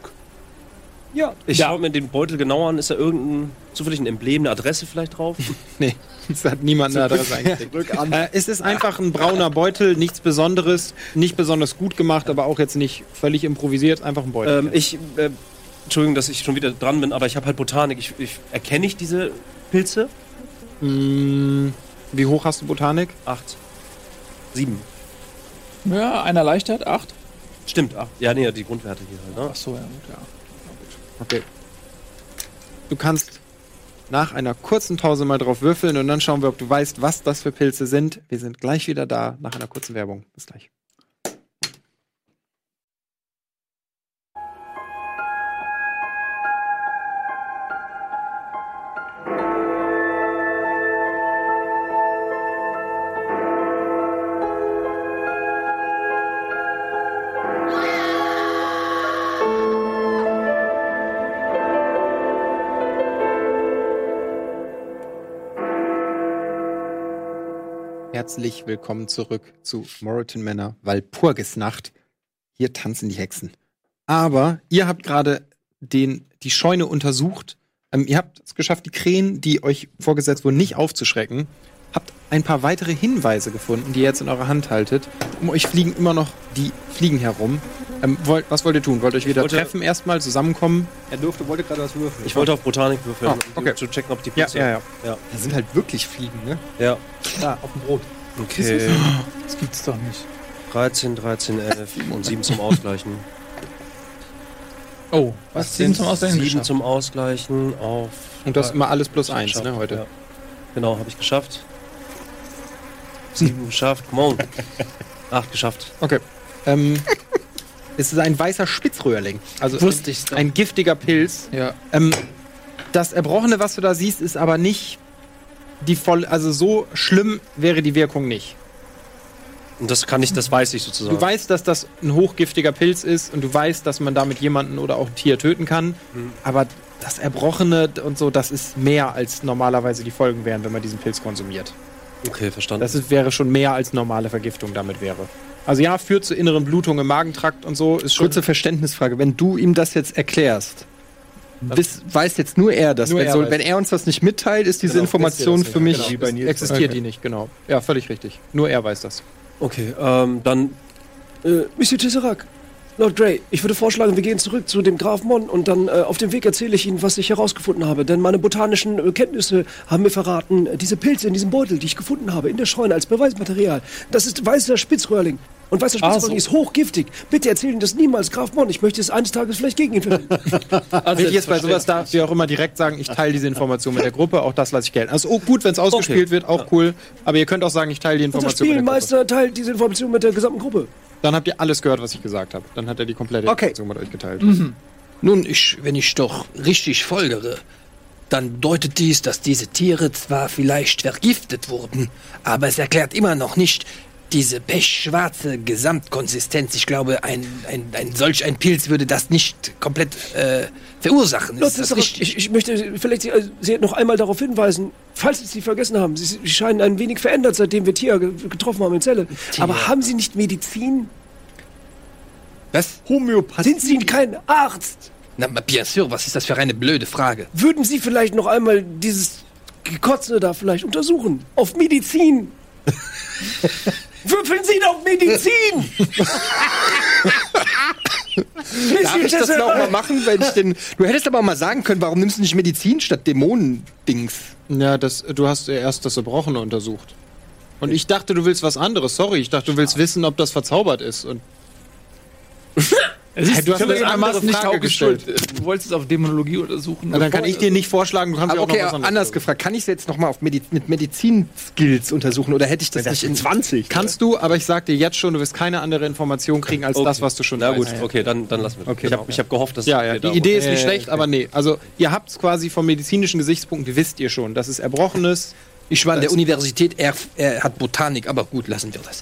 B: ja.
G: Ich
C: Ja.
G: schaue mir den Beutel genauer an. Ist da irgendein zufällig ein Emblem, eine Adresse vielleicht drauf?
A: Nee, es hat niemand da drin reingekriegt. Äh, es ist einfach ein brauner Beutel, nichts Besonderes, nicht besonders gut gemacht, aber auch jetzt nicht völlig improvisiert, einfach ein Beutel.
G: Ähm, ich, äh, Entschuldigung, dass ich schon wieder dran bin, aber ich habe halt Botanik. Ich, ich, erkenne ich diese Pilze?
A: Mm, wie hoch hast du Botanik?
G: Acht. Sieben.
C: Ja, einer erleichtert. Acht.
G: Stimmt, acht. Ja, nee, die Grundwerte hier halt, ne?
C: Ach so, ja, gut, ja.
A: Okay. Du kannst nach einer kurzen Pause mal drauf würfeln und dann schauen wir, ob du weißt, was das für Pilze sind. Wir sind gleich wieder da nach einer kurzen Werbung. Bis gleich. Herzlich willkommen zurück zu Moriton Manor Walpurgisnacht. Hier tanzen die Hexen. Aber ihr habt gerade den, die Scheune untersucht. Ähm, ihr habt es geschafft, die Krähen, die euch vorgesetzt wurden, nicht aufzuschrecken. Habt ein paar weitere Hinweise gefunden, die ihr jetzt in eurer Hand haltet. Um euch fliegen immer noch die Fliegen herum. Ähm, wollt, was wollt ihr tun? Wollt ihr euch wieder
G: wollte-
A: treffen erstmal, zusammenkommen?
E: Er durfte, wollte gerade was würfeln.
G: Ich wollte auf Botanik würfeln,
A: Ah, okay.
G: um zu checken, ob die Pilze.
A: ja.
G: Ja.
A: Da sind halt wirklich Fliegen, ne?
G: ja.
E: Da, auf dem Brot.
G: Okay.
C: Das gibt's doch nicht.
G: 13, 13, 11 und 7 zum Ausgleichen.
C: Oh, was? Sieben zum Ausdenken
G: 7
C: geschafft.
G: zum Ausgleichen auf.
A: Und das
G: Ah,
A: immer alles plus
G: geschafft,
A: eins, ne, heute.
G: ja. Genau, habe ich geschafft. 7 geschafft, come on. 8 geschafft.
A: Okay. Ähm, Es ist ein weißer Spitzröhrling. Also ein,
C: Wusste ich's doch.
A: ein giftiger Pilz.
C: Ja.
A: Ähm, das Erbrochene, was du da siehst, ist aber nicht die voll. Also so schlimm wäre die Wirkung nicht.
K: Und das kann ich, das weiß ich
A: Du
K: sozusagen.
A: weißt, dass das ein hochgiftiger Pilz ist und du weißt, dass man damit jemanden oder auch ein Tier töten kann.
C: Hm.
A: Aber das Erbrochene und so, das ist mehr als normalerweise die Folgen wären, wenn man diesen Pilz konsumiert.
K: okay, verstanden.
A: Das ist, wäre schon mehr als normale Vergiftung damit wäre. Also ja, führt zu inneren Blutungen im Magentrakt und so. Ist schon
F: Kurze Verständnisfrage. Wenn du ihm das jetzt erklärst, wiss, weiß jetzt nur er das.
A: Nur
F: wenn,
A: er
F: so,
A: weiß.
F: wenn er uns das nicht mitteilt, ist diese
A: Genau,
F: Information
A: wisst ihr
F: für
A: das nicht.
F: mich.
A: Genau. existiert die nicht, genau. Ja, völlig richtig. Nur er weiß das.
K: Okay, ähm, dann
B: Äh, Monsieur Tesserac, Lord Grey, ich würde vorschlagen, wir gehen zurück zu dem Graf Mon und dann äh, auf dem Weg erzähle ich Ihnen, was ich herausgefunden habe. Denn meine botanischen äh, Kenntnisse haben mir verraten, äh, diese Pilze in diesem Beutel, die ich gefunden habe, in der Scheune als Beweismaterial, das ist weißer Spitzröhrling. Und weißer
K: Ah,
B: Spitzröhrling ist hochgiftig. Bitte erzählen das niemals Graf Mon. Ich möchte es eines Tages vielleicht gegen ihn Also verwenden.
A: Wichtig ist bei sowas darf wie auch immer direkt sagen, ich teile diese Information mit der Gruppe, auch das lasse ich gelten. Also oh, gut, wenn es ausgespielt wird, auch cool. Aber ihr könnt auch sagen, ich teile die
B: Unser
A: Information mit der Gruppe.
B: Spielmeister teilt diese Information mit der gesamten Gruppe.
A: Dann habt ihr alles gehört, was ich gesagt habe. Dann hat er die komplette
E: Okay.
A: Information mit euch geteilt.
F: Nun, ich, wenn ich doch richtig folgere, dann deutet dies, dass diese Tiere zwar vielleicht vergiftet wurden, aber es erklärt immer noch nicht diese pechschwarze Gesamtkonsistenz. Ich glaube, ein, ein, ein solch ein Pilz würde das nicht komplett äh, verursachen.
B: Lord
F: Ist das
B: Tesserac,
F: richtig?
B: ich, ich möchte vielleicht Sie, äh, Sie noch einmal darauf hinweisen, falls Sie es nicht vergessen haben, Sie, Sie scheinen ein wenig verändert, seitdem wir Tia ge- getroffen haben in Zelle. Aber haben Sie nicht Medizin?
F: Was?
B: Sind Sie kein Arzt?
F: Na, bien sûr, was ist das für eine blöde Frage?
B: Würden Sie vielleicht noch einmal dieses Gekotze da vielleicht untersuchen? Auf Medizin? Würfeln Sie ihn auf Medizin! Monsieur
F: Darf ich das
B: Tesserac,
F: noch mal machen, wenn ich den. Du hättest aber auch mal sagen können, warum nimmst du nicht Medizin statt Dämonen-Dings?
A: Ja, das, du hast ja erst das Erbrochene untersucht. Und ich dachte, du willst was anderes. Sorry, ich dachte, du willst wissen, ob das verzaubert ist. Und
C: Es ist,
A: Hey, du hast
C: völlig
A: eine
C: andere
A: andere Frage
C: Frage gestellt. Du wolltest es auf Dämonologie untersuchen.
A: Na, dann kann ich dir nicht vorschlagen, du kannst
F: Aber
A: ja auch
F: okay,
A: noch was anderes.
F: anders
A: sagen.
F: gefragt, kann ich es jetzt nochmal Mediz mit Medizin-Skills untersuchen oder hätte ich das, nicht in
E: 20.
A: Kannst du, aber ich sag dir jetzt schon, du wirst keine andere Information kriegen als das, was du schon
K: Na
A: weißt.
K: Ah, gut, okay, dann, dann lassen wir das. ich habe hab gehofft, dass
A: Ja, ja,
K: wir
A: die
K: da-
A: Idee ist nicht schlecht, aber nee. Also, ihr habt es quasi vom medizinischen Gesichtspunkt, wisst ihr schon, dass es erbrochen ist.
F: Ich war an
A: Also-
F: der Universität, er, er hat Botanik, aber gut, lassen wir das.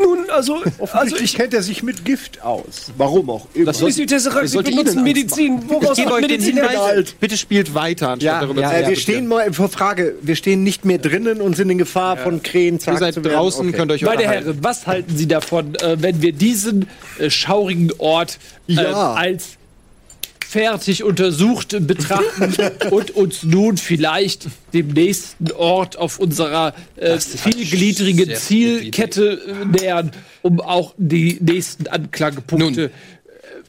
B: Nun, also, also
E: Offensichtlich
B: ich.
E: kennt er sich mit Gift aus. Warum auch immer.
A: Das
B: Monsieur Tesserac, Sie
A: sollte Ihnen
B: benutzen
A: Angst
B: Medizin. Woraus
A: Gebt
B: hat
A: euch den
B: Medizin
A: Hinweis,
B: Inhalt?
A: bitte spielt weiter, anstatt
E: ja,
A: darüber
E: ja,
A: zu
E: äh, wir stehen mal vor Frage. Wir stehen nicht mehr drinnen und sind in Gefahr von Krähen.
A: Ihr seid draußen, könnt euch
C: Meine Herren, was halten Sie davon, äh, wenn wir diesen äh, schaurigen Ort äh,
E: Ja.
C: als fertig untersucht betrachten und uns nun vielleicht dem nächsten Ort auf unserer äh, vielgliedrigen
F: sehr gute Idee.
C: Zielkette äh, nähern, um auch die nächsten Anklagepunkte äh,
F: Nun.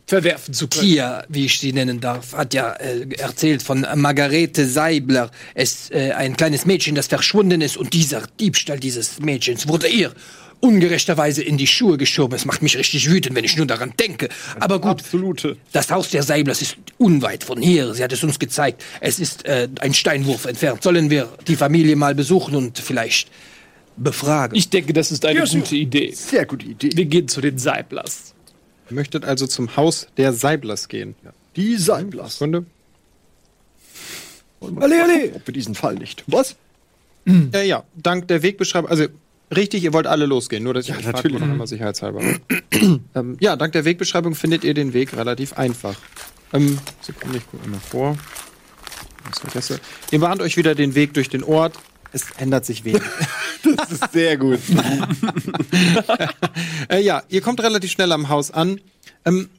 C: verwerfen zu können.
F: Tia, wie ich sie nennen darf, hat ja äh, erzählt von Margarete Seibler. Es äh, ein kleines Mädchen, das verschwunden ist und dieser Diebstahl dieses Mädchens wurde ihr ungerechterweise in die Schuhe geschoben. Es macht mich richtig wütend, wenn ich nur daran denke. Aber gut,
E: Absolute.
F: das Haus der Seiblers ist unweit von hier. Sie hat es uns gezeigt. Es ist äh, ein Steinwurf entfernt. Sollen wir die Familie mal besuchen und vielleicht befragen?
C: Ich denke, das ist eine gute Idee.
E: Sehr gute Idee.
C: Wir gehen zu den Seiblers.
A: Ihr möchtet also zum Haus der Seiblers gehen.
E: Die Seiblers.
A: Sekunde.
E: Alle, alle. Ob wir diesen Fall nicht. Was? Hm.
A: Ja, ja, dank der Wegbeschreibung, also richtig, ihr wollt alle losgehen, nur dass ich euch frag,
E: natürlich. Hm.
A: wo noch einmal sicherheitshalber. ähm, ja, dank der Wegbeschreibung findet ihr den Weg relativ einfach. Ähm, Sekunde, ich gucke immer vor. Was vergesse. Ihr bahnt euch wieder den Weg durch den Ort. Es ändert sich wenig.
E: Das ist sehr gut.
A: Äh, ja, ihr kommt relativ schnell am Haus an. Ähm,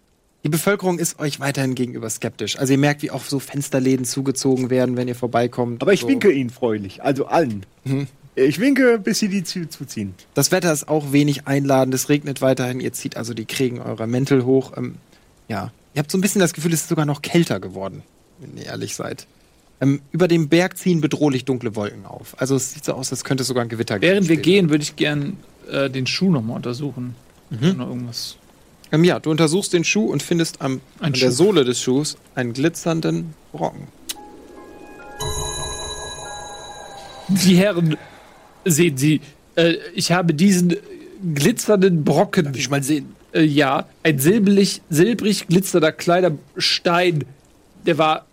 A: die Bevölkerung ist euch weiterhin gegenüber skeptisch. Also ihr merkt, wie auch so Fensterläden zugezogen werden, wenn ihr vorbeikommt.
E: Aber ich
A: so.
E: winke ihnen freundlich. Also allen. Ich winke, bis sie die zu zuziehen.
A: Das Wetter ist auch wenig einladend, es regnet weiterhin, ihr zieht also die Kriegen eurer Mäntel hoch. Ähm, ja, ihr habt so ein bisschen das Gefühl, es ist sogar noch kälter geworden, wenn ihr ehrlich seid. Ähm, über dem Berg ziehen bedrohlich dunkle Wolken auf. Also es sieht so aus, als könnte es sogar ein Gewitter geben
C: Während wir
A: später.
C: gehen, würde ich gern äh, den Schuh nochmal untersuchen. Oder irgendwas.
A: Ähm, ja, du untersuchst den Schuh und findest am, an
C: Ein
A: der
C: Schuh.
A: Sohle des Schuhs einen glitzernden Brocken.
C: Die Herren, sehen Sie, äh, ich habe diesen glitzernden Brocken
F: ich mal sehen.
C: äh, äh, ja, ein silbrig, silbrig glitzernder kleiner Stein, der war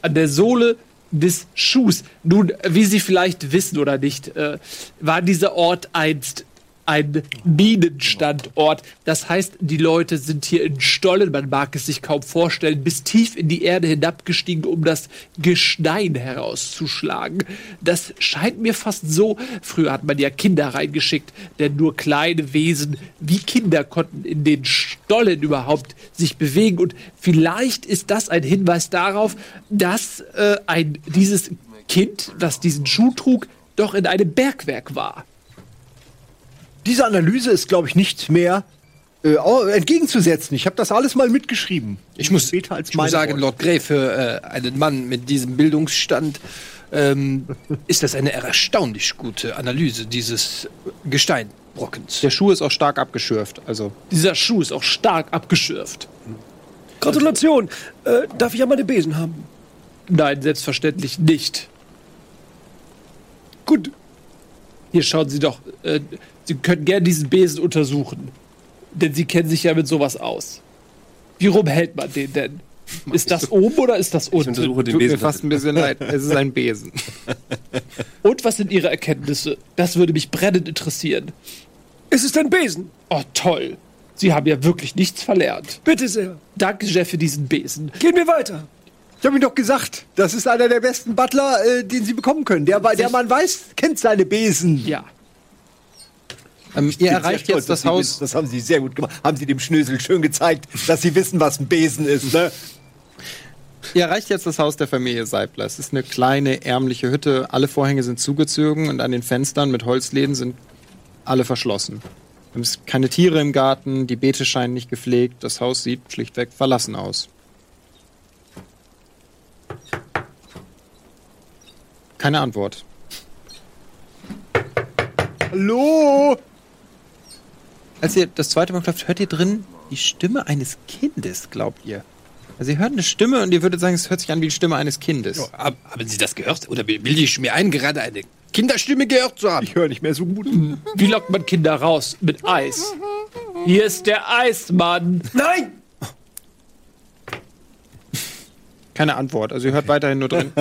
C: an der Sohle des Schuhs. Nun, wie Sie vielleicht wissen oder nicht, äh, war dieser Ort einst ein Minenstandort. Das heißt, die Leute sind hier in Stollen, man mag es sich kaum vorstellen, bis tief in die Erde hinabgestiegen, um das Gestein herauszuschlagen. Das scheint mir fast so. Früher hat man ja Kinder reingeschickt, denn nur kleine Wesen wie Kinder konnten in den Stollen überhaupt sich bewegen. Und vielleicht ist das ein Hinweis darauf, dass äh, ein, dieses Kind, das diesen Schuh trug, doch in einem Bergwerk war.
E: Diese Analyse ist, glaube ich, nicht mehr äh, au- entgegenzusetzen. Ich habe das alles mal mitgeschrieben.
F: Ich muss, ich
E: Später als
F: muss
E: meine
F: sagen,
E: Worte.
F: Lord Grey, für äh, einen Mann mit diesem Bildungsstand ähm, ist das eine erstaunlich gute Analyse dieses Gesteinbrockens.
A: Der Schuh ist auch stark abgeschürft. Also
C: Dieser Schuh ist auch stark abgeschürft.
B: Gratulation. Äh, darf ich ja meine Besen haben?
C: Nein, selbstverständlich nicht. Gut. Hier schauen Sie doch. Äh, Sie können gerne diesen Besen untersuchen. Denn Sie kennen sich ja mit sowas aus. Wie rum hält man den denn? Ist das oben oder ist das unten?
K: untersuche den
A: tut mir
K: Besen.
A: fast ein bisschen leid. Es ist ein Besen.
C: Und was sind Ihre Erkenntnisse? Das würde mich brennend interessieren.
B: Es ist ein Besen.
C: Oh, toll. Sie haben ja wirklich nichts verlernt.
B: Bitte sehr.
C: Danke, Jeff, für diesen Besen.
B: Gehen wir weiter.
E: Ich habe ihm doch gesagt, das ist einer der besten Butler, äh, den sie bekommen können. Der, der man weiß, kennt seine Besen.
C: Ja.
A: Ähm, ihr erreicht
E: Sehr stolz,
A: jetzt das
E: dass Sie
A: Haus.
E: wissen, Das haben sie sehr gut gemacht. Haben sie dem Schnösel schön gezeigt, dass sie wissen, was ein Besen ist. Ne?
A: Ihr erreicht jetzt das Haus der Familie Seibler. Es ist eine kleine, ärmliche Hütte. Alle Vorhänge sind zugezogen und an den Fenstern mit Holzläden sind alle verschlossen. Es sind keine Tiere im Garten, die Beete scheinen nicht gepflegt. Das Haus sieht schlichtweg verlassen aus. Keine Antwort.
E: Hallo?
A: Als ihr das zweite Mal klopft, hört ihr drin die Stimme eines Kindes, glaubt ihr. Also ihr hört eine Stimme und ihr würdet sagen, es hört sich an wie die Stimme eines Kindes.
F: Hab- Haben Sie das gehört? Oder bilde ich mir ein, gerade eine Kinderstimme gehört zu haben?
E: Ich höre nicht mehr so gut.
C: Hm, Wie lockt man Kinder raus? Mit Eis. Hier ist der Eismann.
B: Nein!
A: Keine Antwort. Also ihr hört weiterhin nur drin.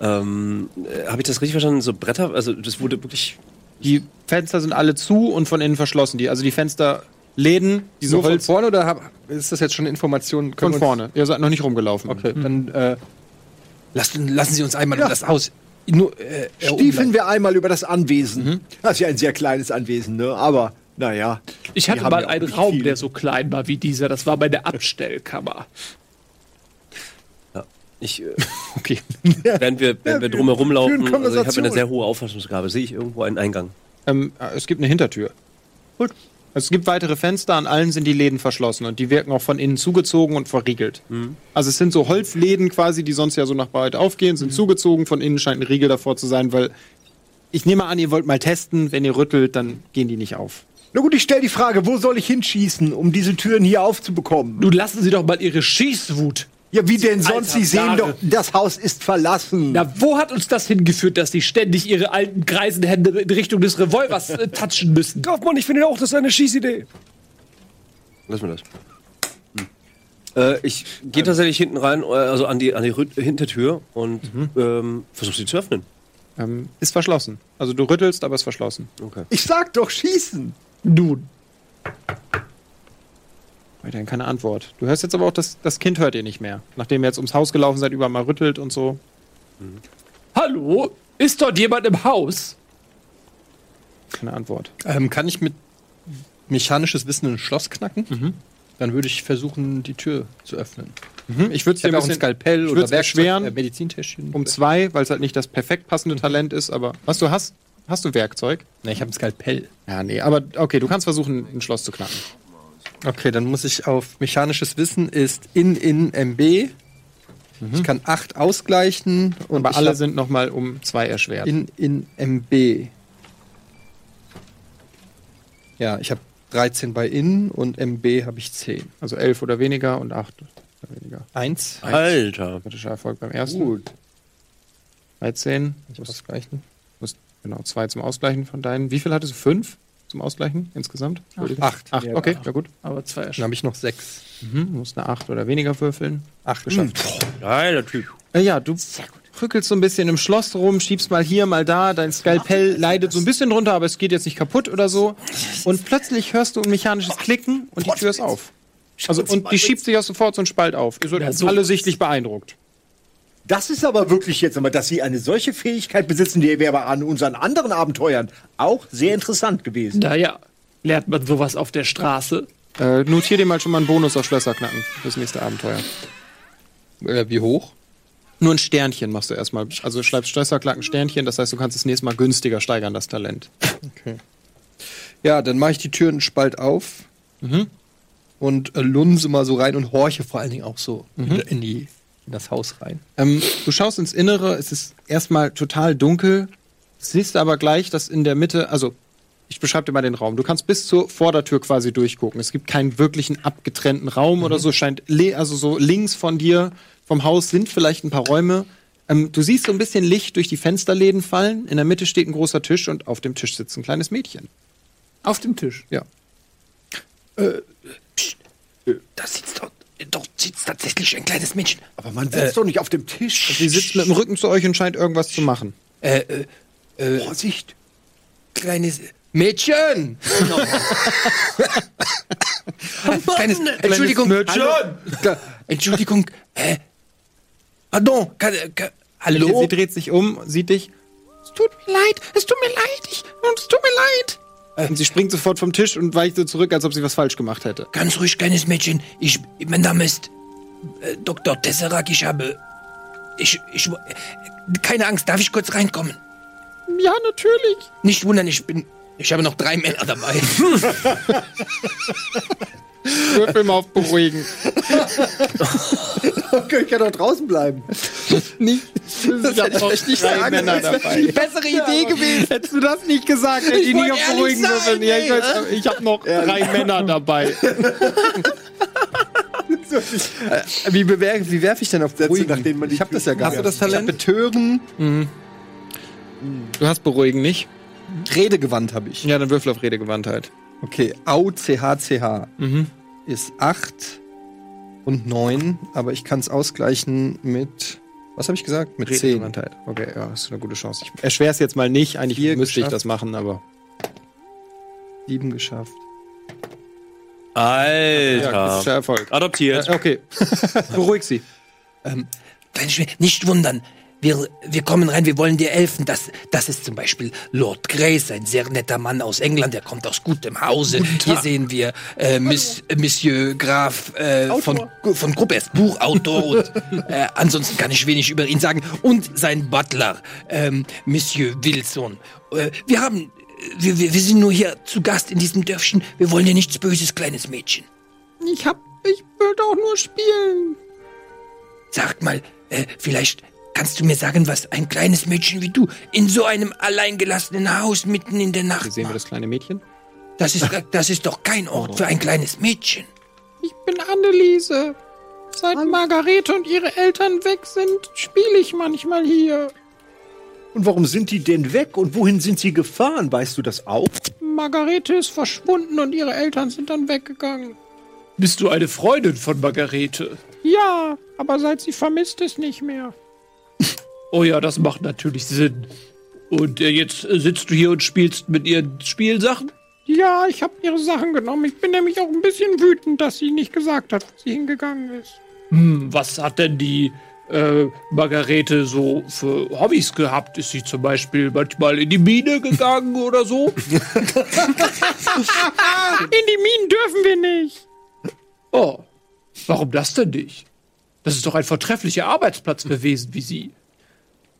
K: Ähm, äh, Habe ich das richtig verstanden? So Bretter, also das wurde wirklich.
A: Die Fenster sind alle zu und von innen verschlossen. Die, also die Fensterläden, diese
I: Nur von
A: Holz
I: vorne oder hab, ist das jetzt schon Informationen?
A: von,
I: Können wir uns-
A: vorne. Ihr seid noch nicht rumgelaufen. Mhm.
I: Okay, dann äh,
F: Lassen, lassen Sie uns einmal um das Haus. Nur, äh,
E: Stiefeln wir einmal über das Anwesen.
C: Mhm.
E: Das ist ja ein sehr kleines Anwesen, ne? aber naja.
C: Ich
E: Die
C: hatte
E: haben
C: mal
E: ja auch
C: einen
E: nicht
C: Raum,
E: viel.
C: der so klein war wie dieser. Das war meine Abstellkammer.
K: Ja, ich. Äh, okay. Während wir, während wir drumherum
E: führen
K: laufen, also ich habe
E: Konversation.
K: eine sehr hohe Auffassungsgabe. Sehe ich irgendwo einen Eingang?
A: Ähm, äh, es gibt eine Hintertür. Gut. Es gibt weitere Fenster, an allen sind die Läden verschlossen und die wirken auch von innen zugezogen und verriegelt.
I: Mhm.
A: Also es sind so Holzläden quasi, die sonst ja so nach weit aufgehen,
I: Mhm.
A: sind zugezogen, von innen scheint ein Riegel davor zu sein, weil ich nehme an, ihr wollt mal testen, wenn ihr rüttelt, dann gehen die nicht auf.
E: Na gut, ich stelle die Frage, wo soll ich hinschießen, um diese Türen hier aufzubekommen?
C: Nun lassen Sie doch mal Ihre Schießwut.
E: Ja, wie denn sonst?
C: Alter,
E: Sie sehen
C: Jahre.
E: doch, das Haus ist verlassen.
C: Na, wo hat uns das hingeführt, dass Sie ständig Ihre alten Greisenhände in Richtung des Revolvers äh, touchen müssen?
B: Kaufmann, ich finde auch, das ist eine Schießidee.
K: Lass mir das. Hm. Äh, ich gehe tatsächlich hinten rein, äh, also an die, an die Rü- Hintertür und ähm, versuche sie zu öffnen.
A: Ähm, ist verschlossen. Also du rüttelst, aber es ist verschlossen.
E: Ich sag doch, schießen.
C: Nun,
A: Weiterhin keine Antwort. Du hörst jetzt aber auch, dass das Kind hört ihr nicht mehr. Nachdem ihr jetzt ums Haus gelaufen seid, überall mal rüttelt und so.
C: hallo? Ist dort jemand im Haus?
A: Keine Antwort.
I: ähm, kann ich mit mechanisches Wissen ein Schloss knacken?
E: Mhm.
I: Dann würde ich versuchen, die Tür zu öffnen.
E: Mhm,
A: Ich würde es
I: Ich
A: dir ein
I: habe auch ein
A: bisschen
I: Skalpell
A: ich
I: oder
A: würd's
I: Werkzeug,
A: erschweren.
I: äh, Medizintäschchen.
A: um zwei, weil es halt nicht das perfekt passende Talent ist, aber was du hast, hast du Werkzeug?
I: Ne, ich habe ein Skalpell.
A: Ja, nee, aber okay, du kannst versuchen, ein Schloss zu knacken.
I: Okay, dann muss ich auf mechanisches Wissen ist in in MB. Ich kann acht ausgleichen und
A: Aber
I: ich
A: alle
I: hab
A: sind nochmal um zwei erschwert.
I: in in MB. Ja, ich habe 13 bei in und MB habe ich 10.
A: also elf oder weniger und acht oder weniger.
I: Eins.
K: Alter.
A: Kritischer Erfolg beim ersten. Gut. 13.
I: Ich muss gleichen.
A: Genau, zwei zum Ausgleichen von deinen. Wie viel hattest du? Fünf? zum Ausgleichen insgesamt? Entschuldigung.
E: Acht.
A: Acht, okay, na gut.
C: Aber zwei
A: Dann habe ich noch sechs. Mhm, muss eine acht oder weniger würfeln. Acht geschafft.
K: Geiler Typ.
A: Äh, ja, du rückelst so ein bisschen im Schloss rum, schiebst mal hier, mal da. Dein Skalpell leidet so ein bisschen drunter, aber es geht jetzt nicht kaputt oder so. Und plötzlich hörst du ein mechanisches Klicken und die Tür ist auf. Also, und die Oh, schiebt sich auch sofort so einen Spalt auf. Ihr seid alle sichtlich beeindruckt.
E: Das ist aber wirklich jetzt, aber dass sie eine solche Fähigkeit besitzen, die wäre aber an unseren anderen Abenteuern auch sehr interessant gewesen.
C: Naja, lernt man sowas auf der Straße?
A: Äh, notier dir mal schon mal einen Bonus auf Schlösser knacken fürs nächste Abenteuer.
F: Äh, wie hoch?
A: Nur ein Sternchen machst du erstmal. Also schreibst Schlösser knacken Sternchen, das heißt, du kannst das nächste Mal günstiger steigern, das Talent.
F: Ja, dann mache ich die Türen Spalt auf und äh, lunse mal so rein und horche vor allen Dingen auch so in, in die, in das Haus rein.
A: Ähm, du schaust ins Innere, es ist erstmal total dunkel, siehst aber gleich, dass in der Mitte, also ich beschreibe dir mal den Raum. Du kannst bis zur Vordertür quasi durchgucken. Es gibt keinen wirklichen abgetrennten Raum
C: Mhm.
A: oder so. Scheint le also so links von dir vom Haus sind vielleicht ein paar Räume. Ähm, du siehst so ein bisschen Licht durch die Fensterläden fallen. In der Mitte steht ein großer Tisch und auf dem Tisch sitzt ein kleines Mädchen.
C: Auf dem Tisch.
A: Ja.
F: Da sitzt dort, dort sitzt tatsächlich ein kleines Mädchen.
E: Aber man sitzt doch nicht auf dem Tisch.
A: Sie sitzt mit dem Rücken zu euch und scheint irgendwas zu machen.
F: Äh, äh, äh,
E: Vorsicht.
F: kleines Genau. Mädchen! kleines, Entschuldigung, hallo. Klar, Entschuldigung, äh, pardon, kann, kann, hallo?
A: Sie dreht sich um, sieht dich. Es tut mir leid, es tut mir leid, ich, es tut mir leid. Äh, Und sie springt sofort vom Tisch und weicht so zurück, als ob sie was falsch gemacht hätte.
F: Ganz ruhig, kleines Mädchen. Ich, mein Name ist äh, Dr. Tesserak. Ich habe. Ich, ich. wo- äh, Keine Angst, darf ich kurz reinkommen?
A: Ja, natürlich.
F: Nicht wundern, ich bin. Ich habe noch drei Männer dabei.
A: Würfel mal auf beruhigen.
E: Ich kann doch draußen bleiben.
A: Das
F: hätte ich echt nicht sagen
A: Männer
F: sollen.
A: dabei. Die bessere Idee gewesen. Hättest du das nicht gesagt, hätte ich nicht
F: wollte
A: auf
F: ehrlich
A: beruhigen
F: sein,
A: würfeln. Ja, ich weiß, ich habe noch drei Männer dabei.
F: wie bewer- wie werfe ich denn auf Beruhigen?
E: nachdem man die
F: ich habe das ja gar
E: Hast
F: nicht.
E: du das
F: Talent? Betören,
A: Du hast beruhigen nicht?
F: Redegewandt habe ich.
A: Ja, dann würfel auf Redegewandtheit.
F: Okay, Au, CH, CH ist 8 und 9, aber ich kann es ausgleichen mit, was habe ich gesagt? Mit 10.
A: Redegewandtheit. Okay, ja, ist eine gute Chance. Ich erschwer's jetzt mal nicht. Eigentlich
F: Vier
A: müsste ich
F: geschafft.
A: das machen, aber
F: 7 geschafft.
K: Alter.
A: ja, das ist der Erfolg.
K: Adoptiert.
A: Äh, Okay, beruhig sie.
F: Nicht wundern, wir, wir kommen rein, wir wollen dir helfen. Das, das ist zum Beispiel Lord Grace, ein sehr netter Mann aus England, der kommt aus gutem Hause. Hier sehen wir äh, Miss, äh, Monsieur Graf äh, von, Gu- von Gruppe, er ist Buchautor und äh, ansonsten kann ich wenig über ihn sagen. Und sein Butler, ähm, Monsieur Wilson. Äh, wir haben, wir, wir, wir sind nur hier zu Gast in diesem Dörfchen. Wir wollen dir nichts Böses, kleines Mädchen.
A: Ich hab, ich will doch nur spielen.
F: Sag mal, äh, vielleicht kannst du mir sagen, was ein kleines Mädchen wie du in so einem alleingelassenen Haus mitten in der Nacht
A: Sehen wir das kleine Mädchen?
F: macht. Das ist, das ist doch kein Ort für ein kleines Mädchen.
A: Ich bin Anneliese. Seit Margarete und ihre Eltern weg sind, spiele ich manchmal hier.
E: Und warum sind die denn weg und wohin sind sie gefahren? Weißt du das auch?
A: Margarete ist verschwunden und ihre Eltern sind dann weggegangen.
C: Bist du eine Freundin von Margarete?
A: Ja, aber seit sie vermisst ist nicht mehr.
C: Oh ja, das macht natürlich Sinn. Und äh, jetzt äh, sitzt du hier und spielst mit ihren Spielsachen?
A: Ja, ich habe ihre Sachen genommen. Ich bin nämlich auch ein bisschen wütend, dass sie nicht gesagt hat, wo sie hingegangen ist.
C: Hm, was hat denn die äh, Margarete so für Hobbys gehabt? Ist sie zum Beispiel manchmal in die Mine gegangen oder so?
A: In die Minen dürfen wir nicht.
C: Oh, warum das denn nicht? Das ist doch ein vortrefflicher Arbeitsplatz gewesen wie sie.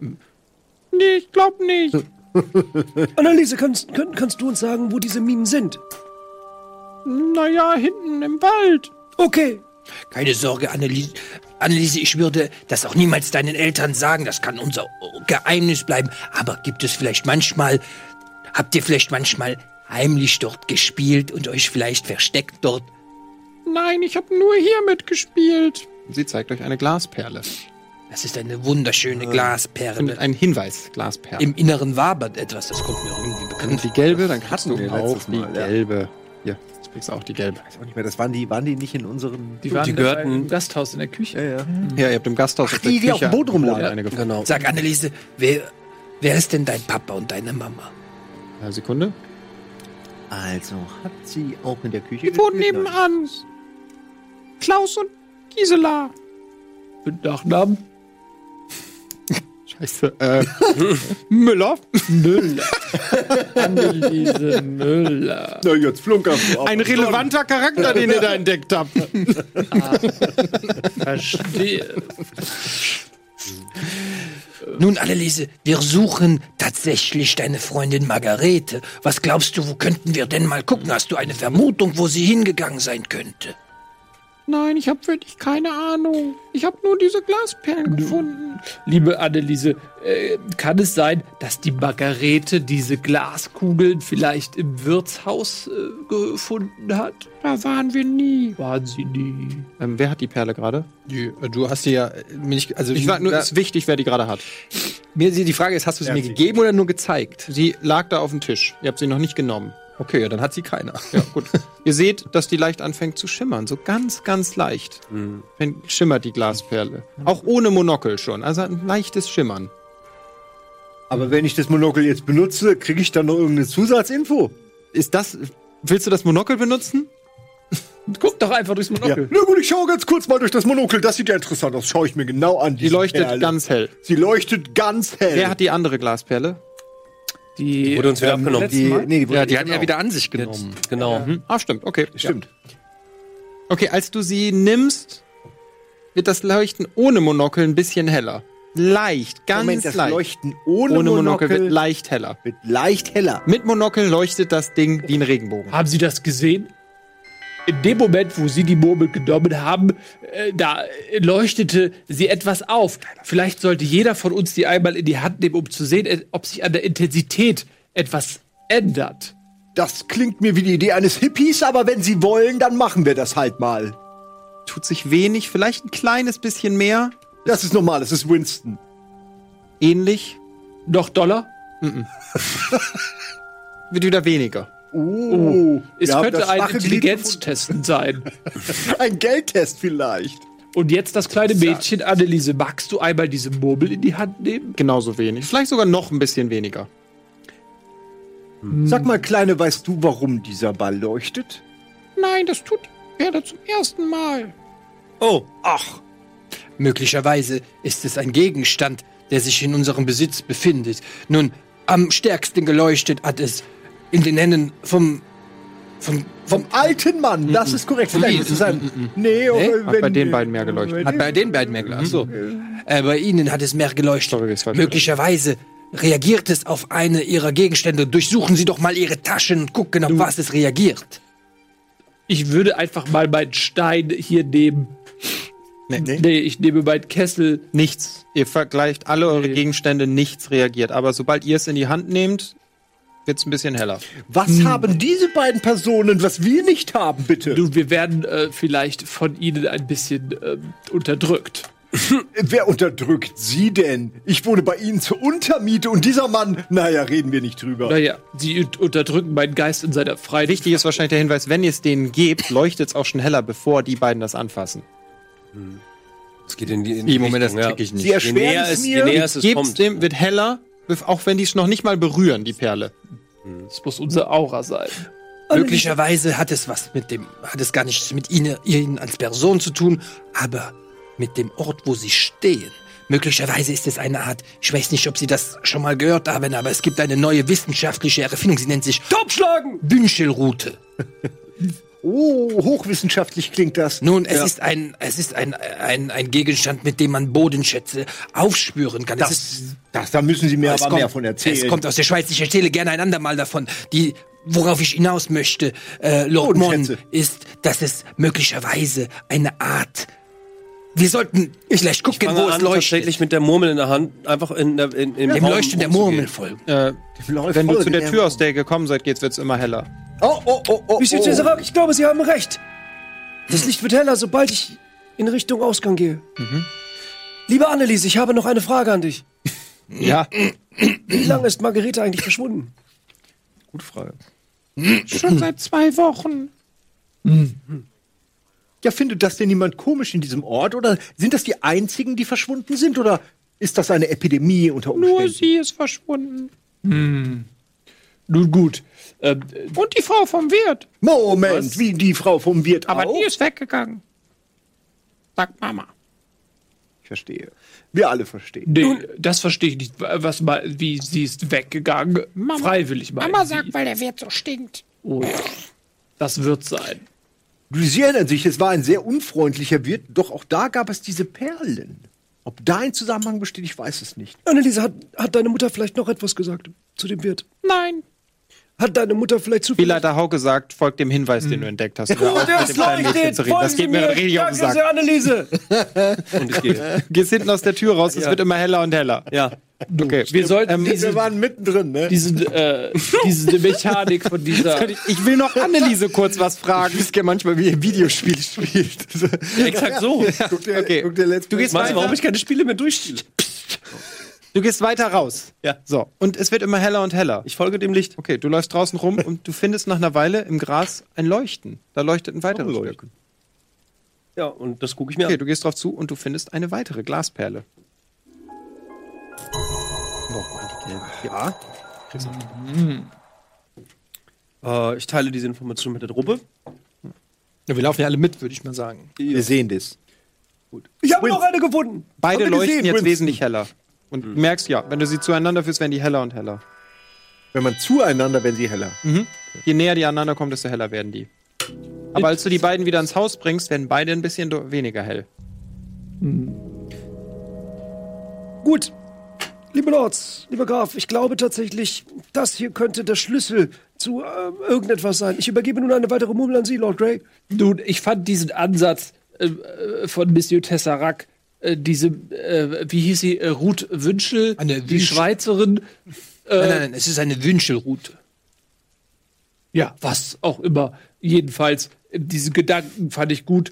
A: Nee, ich glaub nicht.
B: Anneliese, kannst, könnt- kannst du uns sagen, wo diese Minen sind?
A: Naja, hinten im Wald.
B: Okay.
F: Keine Sorge, Anneliese. Anneliese, ich würde das auch niemals deinen Eltern sagen. Das kann unser Geheimnis bleiben. Aber gibt es vielleicht manchmal, habt ihr vielleicht manchmal heimlich dort gespielt und euch vielleicht versteckt dort?
A: Nein, ich habe nur hier mitgespielt. Äh. Sie zeigt euch eine Glasperle.
F: Das ist eine wunderschöne Glasperle.
A: Findet einen Hinweis, Glasperle.
F: Im Inneren wabert etwas, das kommt mir irgendwie bekannt
A: Und die gelbe, dann kriegst
E: hatten
A: du
E: wir
A: auch
E: letztes
A: die
E: Mal, ja.
A: gelbe. Hier, jetzt kriegst du auch die gelbe.
E: Weiß auch nicht mehr, das waren die, waren die nicht in unseren.
C: Die, waren
K: die
C: dabei
K: gehörten-
C: im Gasthaus in der Küche. Äh.
E: ja.
A: Ja, ihr habt im Gasthaus
E: Ach, die, die auf dem Boden rumlagen.
A: Eine gefunden.
K: Genau.
F: Hm, Sag, Anneliese, wer, wer ist denn dein Papa und deine Mama?
A: Eine Sekunde.
E: Also hat sie auch in der Küche.
I: Die wohnen
E: gespielt? Nein.
I: nebenan. Klaus und Gisela.
C: Mit Nachnamen.
A: Scheiße. Äh, Müller.
C: Müller. Anneliese Müller.
E: Na, jetzt flunker.
A: Ein relevanter Charakter, den ihr da entdeckt habt.
C: Verstehe.
F: Nun, Anneliese, wir suchen tatsächlich deine Freundin Margarete. Was glaubst du, wo könnten wir denn mal gucken? Hast du eine Vermutung, wo sie hingegangen sein könnte?
I: Nein, ich habe wirklich keine Ahnung. Ich habe nur diese Glasperlen gefunden.
C: Liebe Anneliese, äh, kann es sein, dass die Margarete diese Glaskugeln vielleicht im Wirtshaus äh, gefunden hat?
I: Da waren wir nie.
C: Waren sie nie.
A: Ähm, wer hat die Perle gerade?
D: Du hast dir ja äh, mir nicht, also
A: Ich sag nur, es ist wichtig, wer die gerade hat.
D: mir die die Frage ist, hast du sie mir gegeben oder nur gezeigt?
A: Sie lag da auf dem Tisch. Ihr habt sie noch nicht genommen.
D: Okay, ja, dann hat sie keiner.
A: Ja, gut. ihr seht, dass die leicht anfängt zu schimmern. So ganz, ganz leicht.
D: Mhm.
A: Wenn, schimmert die Glasperle. Auch ohne Monokel schon. Also ein leichtes Schimmern.
E: Aber wenn ich das Monokel jetzt benutze, kriege ich dann noch irgendeine Zusatzinfo.
A: Ist das. Willst du das Monokel benutzen?
C: Guck doch einfach durchs
E: Ja.
C: Monokel.
E: Na gut, ich schaue ganz kurz mal durch das Monokel. Das sieht ja interessant aus. Schaue ich mir genau an.
A: Die leuchtet ganz hell.
E: Sie leuchtet ganz hell.
A: Wer hat die andere Glasperle?
C: Die
K: Wurde uns wieder abgenommen.
E: die, nee, die,
F: Ja, die hat
E: genau.
F: er wieder an sich genommen.
K: Genau.
A: Hm? Ah, stimmt. Okay.
E: Stimmt.
A: Ja. Okay, als du sie nimmst, wird das Leuchten ohne Monokel ein bisschen heller. Leicht, ganz
E: Moment, das
A: leicht.
E: Leuchten ohne,
A: ohne Monokel wird
E: wird,
A: leicht heller.
E: leicht heller.
A: Mit Monokel leuchtet das Ding wie ein Regenbogen.
C: Haben Sie das gesehen? In dem Moment, wo Sie die Murmel genommen haben, äh, da äh, leuchtete sie etwas auf. Vielleicht sollte jeder von uns die einmal in die Hand nehmen, um zu sehen, äh, ob sich an der Intensität etwas ändert.
E: Das klingt mir wie die Idee eines Hippies, aber wenn sie wollen, dann machen wir das halt mal.
A: Tut sich wenig, vielleicht ein kleines bisschen mehr.
E: Das ist normal, das ist Winston.
A: Ähnlich,
C: Noch Dollar?
A: wird wieder weniger.
E: Oh,
C: Es
E: wir haben das
C: könnte ein
E: schwache Glied
C: Intelligenztesten sein.
E: gefunden. Ein Geldtest vielleicht.
C: Und jetzt das kleine Mädchen, Anneliese, magst du einmal diese Murmel in die Hand nehmen?
A: Genauso wenig. Vielleicht sogar noch ein bisschen weniger.
E: Sag mal, Kleine, weißt du, warum dieser Ball leuchtet?
I: Nein, das tut die Perle zum ersten Mal.
F: Oh, ach. Möglicherweise ist es ein Gegenstand, der sich in unserem Besitz befindet. Nun, am stärksten geleuchtet hat es in den Händen vom. vom. vom.
E: Vom
A: Ah,
E: alten Mann, das ist korrekt. Vielleicht ist es ein. Nee, oder
A: Hat bei den beiden mehr geleuchtet.
F: Hat bei den beiden mehr geleuchtet. So. Äh, bei ihnen hat es mehr geleuchtet.
A: Mhm. Sorry, das war-
F: Möglicherweise reagiert es auf eine ihrer Gegenstände. Durchsuchen Sie doch mal Ihre Taschen und gucken, auf was es reagiert.
C: Ich würde einfach mal meinen Stein hier nehmen.
E: Nee, nee.
C: Nee, ich nehme meinen Kessel.
A: Nichts. Ihr vergleicht alle eure
C: Nee.
A: Gegenstände, nichts reagiert. Aber sobald ihr es in die Hand nehmt, wird es ein bisschen heller.
E: Was haben diese beiden Personen, was wir nicht haben, bitte?
C: Nun, wir werden äh, vielleicht von ihnen ein bisschen ähm, unterdrückt.
E: Wer unterdrückt Sie denn? Ich wohne bei Ihnen zur Untermiete und dieser Mann, naja, reden wir nicht drüber.
C: Naja, sie ut- unterdrücken meinen Geist in seiner Freiheit.
A: Wichtig ist wahrscheinlich der Hinweis, wenn ihr es denen gebt, leuchtet es auch schon heller, bevor die beiden das anfassen.
K: Es geht in die, in
F: Im Moment, das
K: ja.
F: check ich nicht.
E: Sie
K: Je
E: erschweren
K: näher
E: es
K: es,
E: mir.
K: je näher es, es
A: Gebt es
K: kommt.
A: dem, wird heller, bef- auch wenn die es noch nicht mal berühren, die Perle.
C: Das muss unsere Aura sein.
F: Möglicherweise hat es was mit dem, hat es gar nichts mit ihnen, ihnen als Person zu tun, aber mit dem Ort, wo sie stehen. Möglicherweise ist es eine Art, ich weiß nicht, ob Sie das schon mal gehört haben, aber es gibt eine neue wissenschaftliche Erfindung, sie nennt sich Topschlagen! Wünschelrute.
E: Oh, hochwissenschaftlich klingt das.
F: Nun, es ist ein, es ist ein, ein, ein Gegenstand, mit dem man Bodenschätze aufspüren kann. es ist,
E: Das, das, da müssen Sie mir aber mehr von erzählen.
F: Es kommt aus der Schweiz. Ich erzähle gerne ein andermal davon. Die, worauf ich hinaus möchte, äh, Lord Mon,
E: Bodenschätze.
F: ist, dass es möglicherweise eine Art. Wir sollten vielleicht gucken,
K: Fange
F: wo es
K: an,
F: leuchtet.
K: tatsächlich mit der Murmel in der Hand einfach in der, in, in
F: Dem Leuchten der Murmel folgen.
A: Äh,
E: Läuft
A: wenn du
E: voll
A: zu der
E: in
A: Tür, aus der ihr gekommen seid, geht's, wird's immer heller.
E: Oh, oh, oh, oh.
B: Monsieur
E: oh.
B: Cesarac, ich glaube, Sie haben recht. Das Licht wird heller, sobald ich in Richtung Ausgang gehe.
A: Mhm.
B: Liebe Annelies, ich habe noch eine Frage an dich.
A: Ja.
B: Wie lange ist Margarete eigentlich verschwunden?
G: Gute Frage.
A: Schon seit zwei Wochen.
E: Ja, findet das denn niemand komisch in diesem Ort? Oder sind das die einzigen, die verschwunden sind? Oder ist das eine Epidemie unter Umständen?
A: Nur sie ist verschwunden.
C: Nun gut. Ähm,
A: Und die Frau vom Wirt.
E: Moment, wie die Frau vom Wirt
A: Aber
E: auch?
A: die ist weggegangen. Sagt Mama.
E: Ich verstehe. Wir alle verstehen.
C: nee, das verstehe ich nicht. Was mal, wie sie ist weggegangen. Freiwillig mal.
I: Mama sagt, weil der Wirt so stinkt.
C: Das wird sein.
E: Sie erinnern sich, es war ein sehr unfreundlicher Wirt, doch auch da gab es diese Perlen. Ob da ein Zusammenhang besteht, ich weiß es nicht.
B: Anneliese, hat, hat deine Mutter vielleicht noch etwas gesagt zu dem Wirt?
I: Nein.
B: Hat deine Mutter vielleicht Oh, zu
A: Wie Leiter Hauke sagt, folgt dem Hinweis, den du entdeckt hast. Hör auf, mit dem kleinen Mädchen zu reden. Das geht mir richtig auf den Sack.
B: Anneliese.
K: Und ich gehe.
A: Gehst hinten aus der Tür raus, es wird immer heller und heller.
K: Ja.
A: Okay.
C: Wir sollten
E: Ähm,
C: diese,
E: waren mittendrin, ne?
C: diese, äh, diese Mechanik von dieser.
A: Ich will noch Anneliese kurz was fragen.
D: wisst ja manchmal, wie ihr Videospiele spielt.
K: Exakt so.
E: Guck dir,
A: Okay.
E: guck dir Let's
A: Du gehst,
K: Weißt du, warum
A: weiter,
K: ich keine Spiele mehr durchspiele?
A: du gehst weiter raus.
K: Ja.
A: So. Und es wird immer heller und heller.
K: Ich folge dem Licht.
A: Okay, du läufst draußen rum und du findest nach einer Weile im Gras ein Leuchten. Da leuchtet ein weiteres Stück.
K: Ja, und das gucke ich mir
A: Okay,
K: an.
A: du gehst drauf zu und du findest eine weitere Glasperle.
K: Äh, ich teile diese Information mit der Truppe.
A: wir laufen ja alle mit, würde ich mal sagen.
E: Wir sehen das.
B: Ich habe noch eine gefunden.
A: Beide
E: Haben wir
A: leuchten
E: gesehen,
A: jetzt
E: Winston.
A: wesentlich heller. Und
K: Hm.
A: du merkst, ja, wenn du sie zueinander führst, werden die heller und heller.
E: Wenn man zueinander, werden sie heller.
A: Je näher die aneinander kommen, desto heller werden die. Aber als du die beiden wieder ins Haus bringst, werden beide ein bisschen do- weniger hell.
B: Gut. Liebe Lords, lieber Graf, ich glaube tatsächlich, das hier könnte der Schlüssel zu ähm, irgendetwas sein. Ich übergebe nun eine weitere Murmel an Sie, Lord Grey.
C: Nun, ich fand diesen Ansatz äh, äh, von Monsieur Tesserac, äh, diese, äh, wie hieß sie, äh, Ruth Wünschel,
F: Eine
C: die
F: Wünsch-
C: Schweizerin,
F: Nein, nein, nein, es ist eine Wünschelroute.
C: ja, was auch immer. Jedenfalls, äh, diesen Gedanken fand ich gut,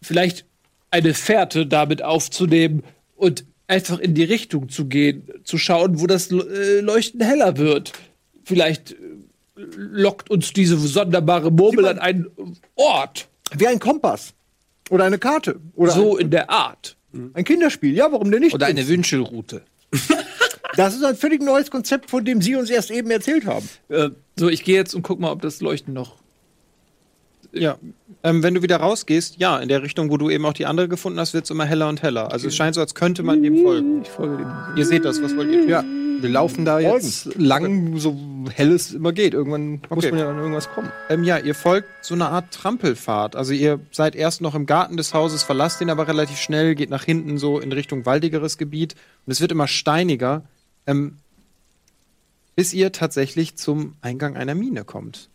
C: vielleicht eine Fährte damit aufzunehmen und einfach in die Richtung zu gehen, zu schauen, wo das äh, Leuchten heller wird. Vielleicht äh, lockt uns diese sonderbare Murmel an einen Ort,
E: Wie ein Kompass. Oder eine Karte. Oder
C: so in der Art.
E: ein, ein Kinderspiel. Ja, warum denn nicht?
F: Oder eine Wünschelroute.
E: das ist ein völlig neues Konzept, von dem Sie uns erst eben erzählt haben.
C: Äh, so, ich gehe jetzt und guck mal, ob das Leuchten noch.
A: Ja. Ähm, wenn du wieder rausgehst, ja, in der Richtung, wo du eben auch die andere gefunden hast, wird es immer heller und heller. Also es scheint so, als könnte man dem folgen.
C: Ich folge dem.
A: Ihr seht das, was wollt ihr tun?
D: Ja, wir laufen da jetzt lang, so hell es immer geht. Irgendwann muss
A: Okay.
D: man ja an irgendwas kommen.
A: Ähm, ja, ihr folgt so einer Art Trampelfahrt. Also ihr seid erst noch im Garten des Hauses, verlasst den aber relativ schnell, geht nach hinten so in Richtung waldigeres Gebiet und es wird immer steiniger, ähm, bis ihr tatsächlich zum Eingang einer Mine kommt.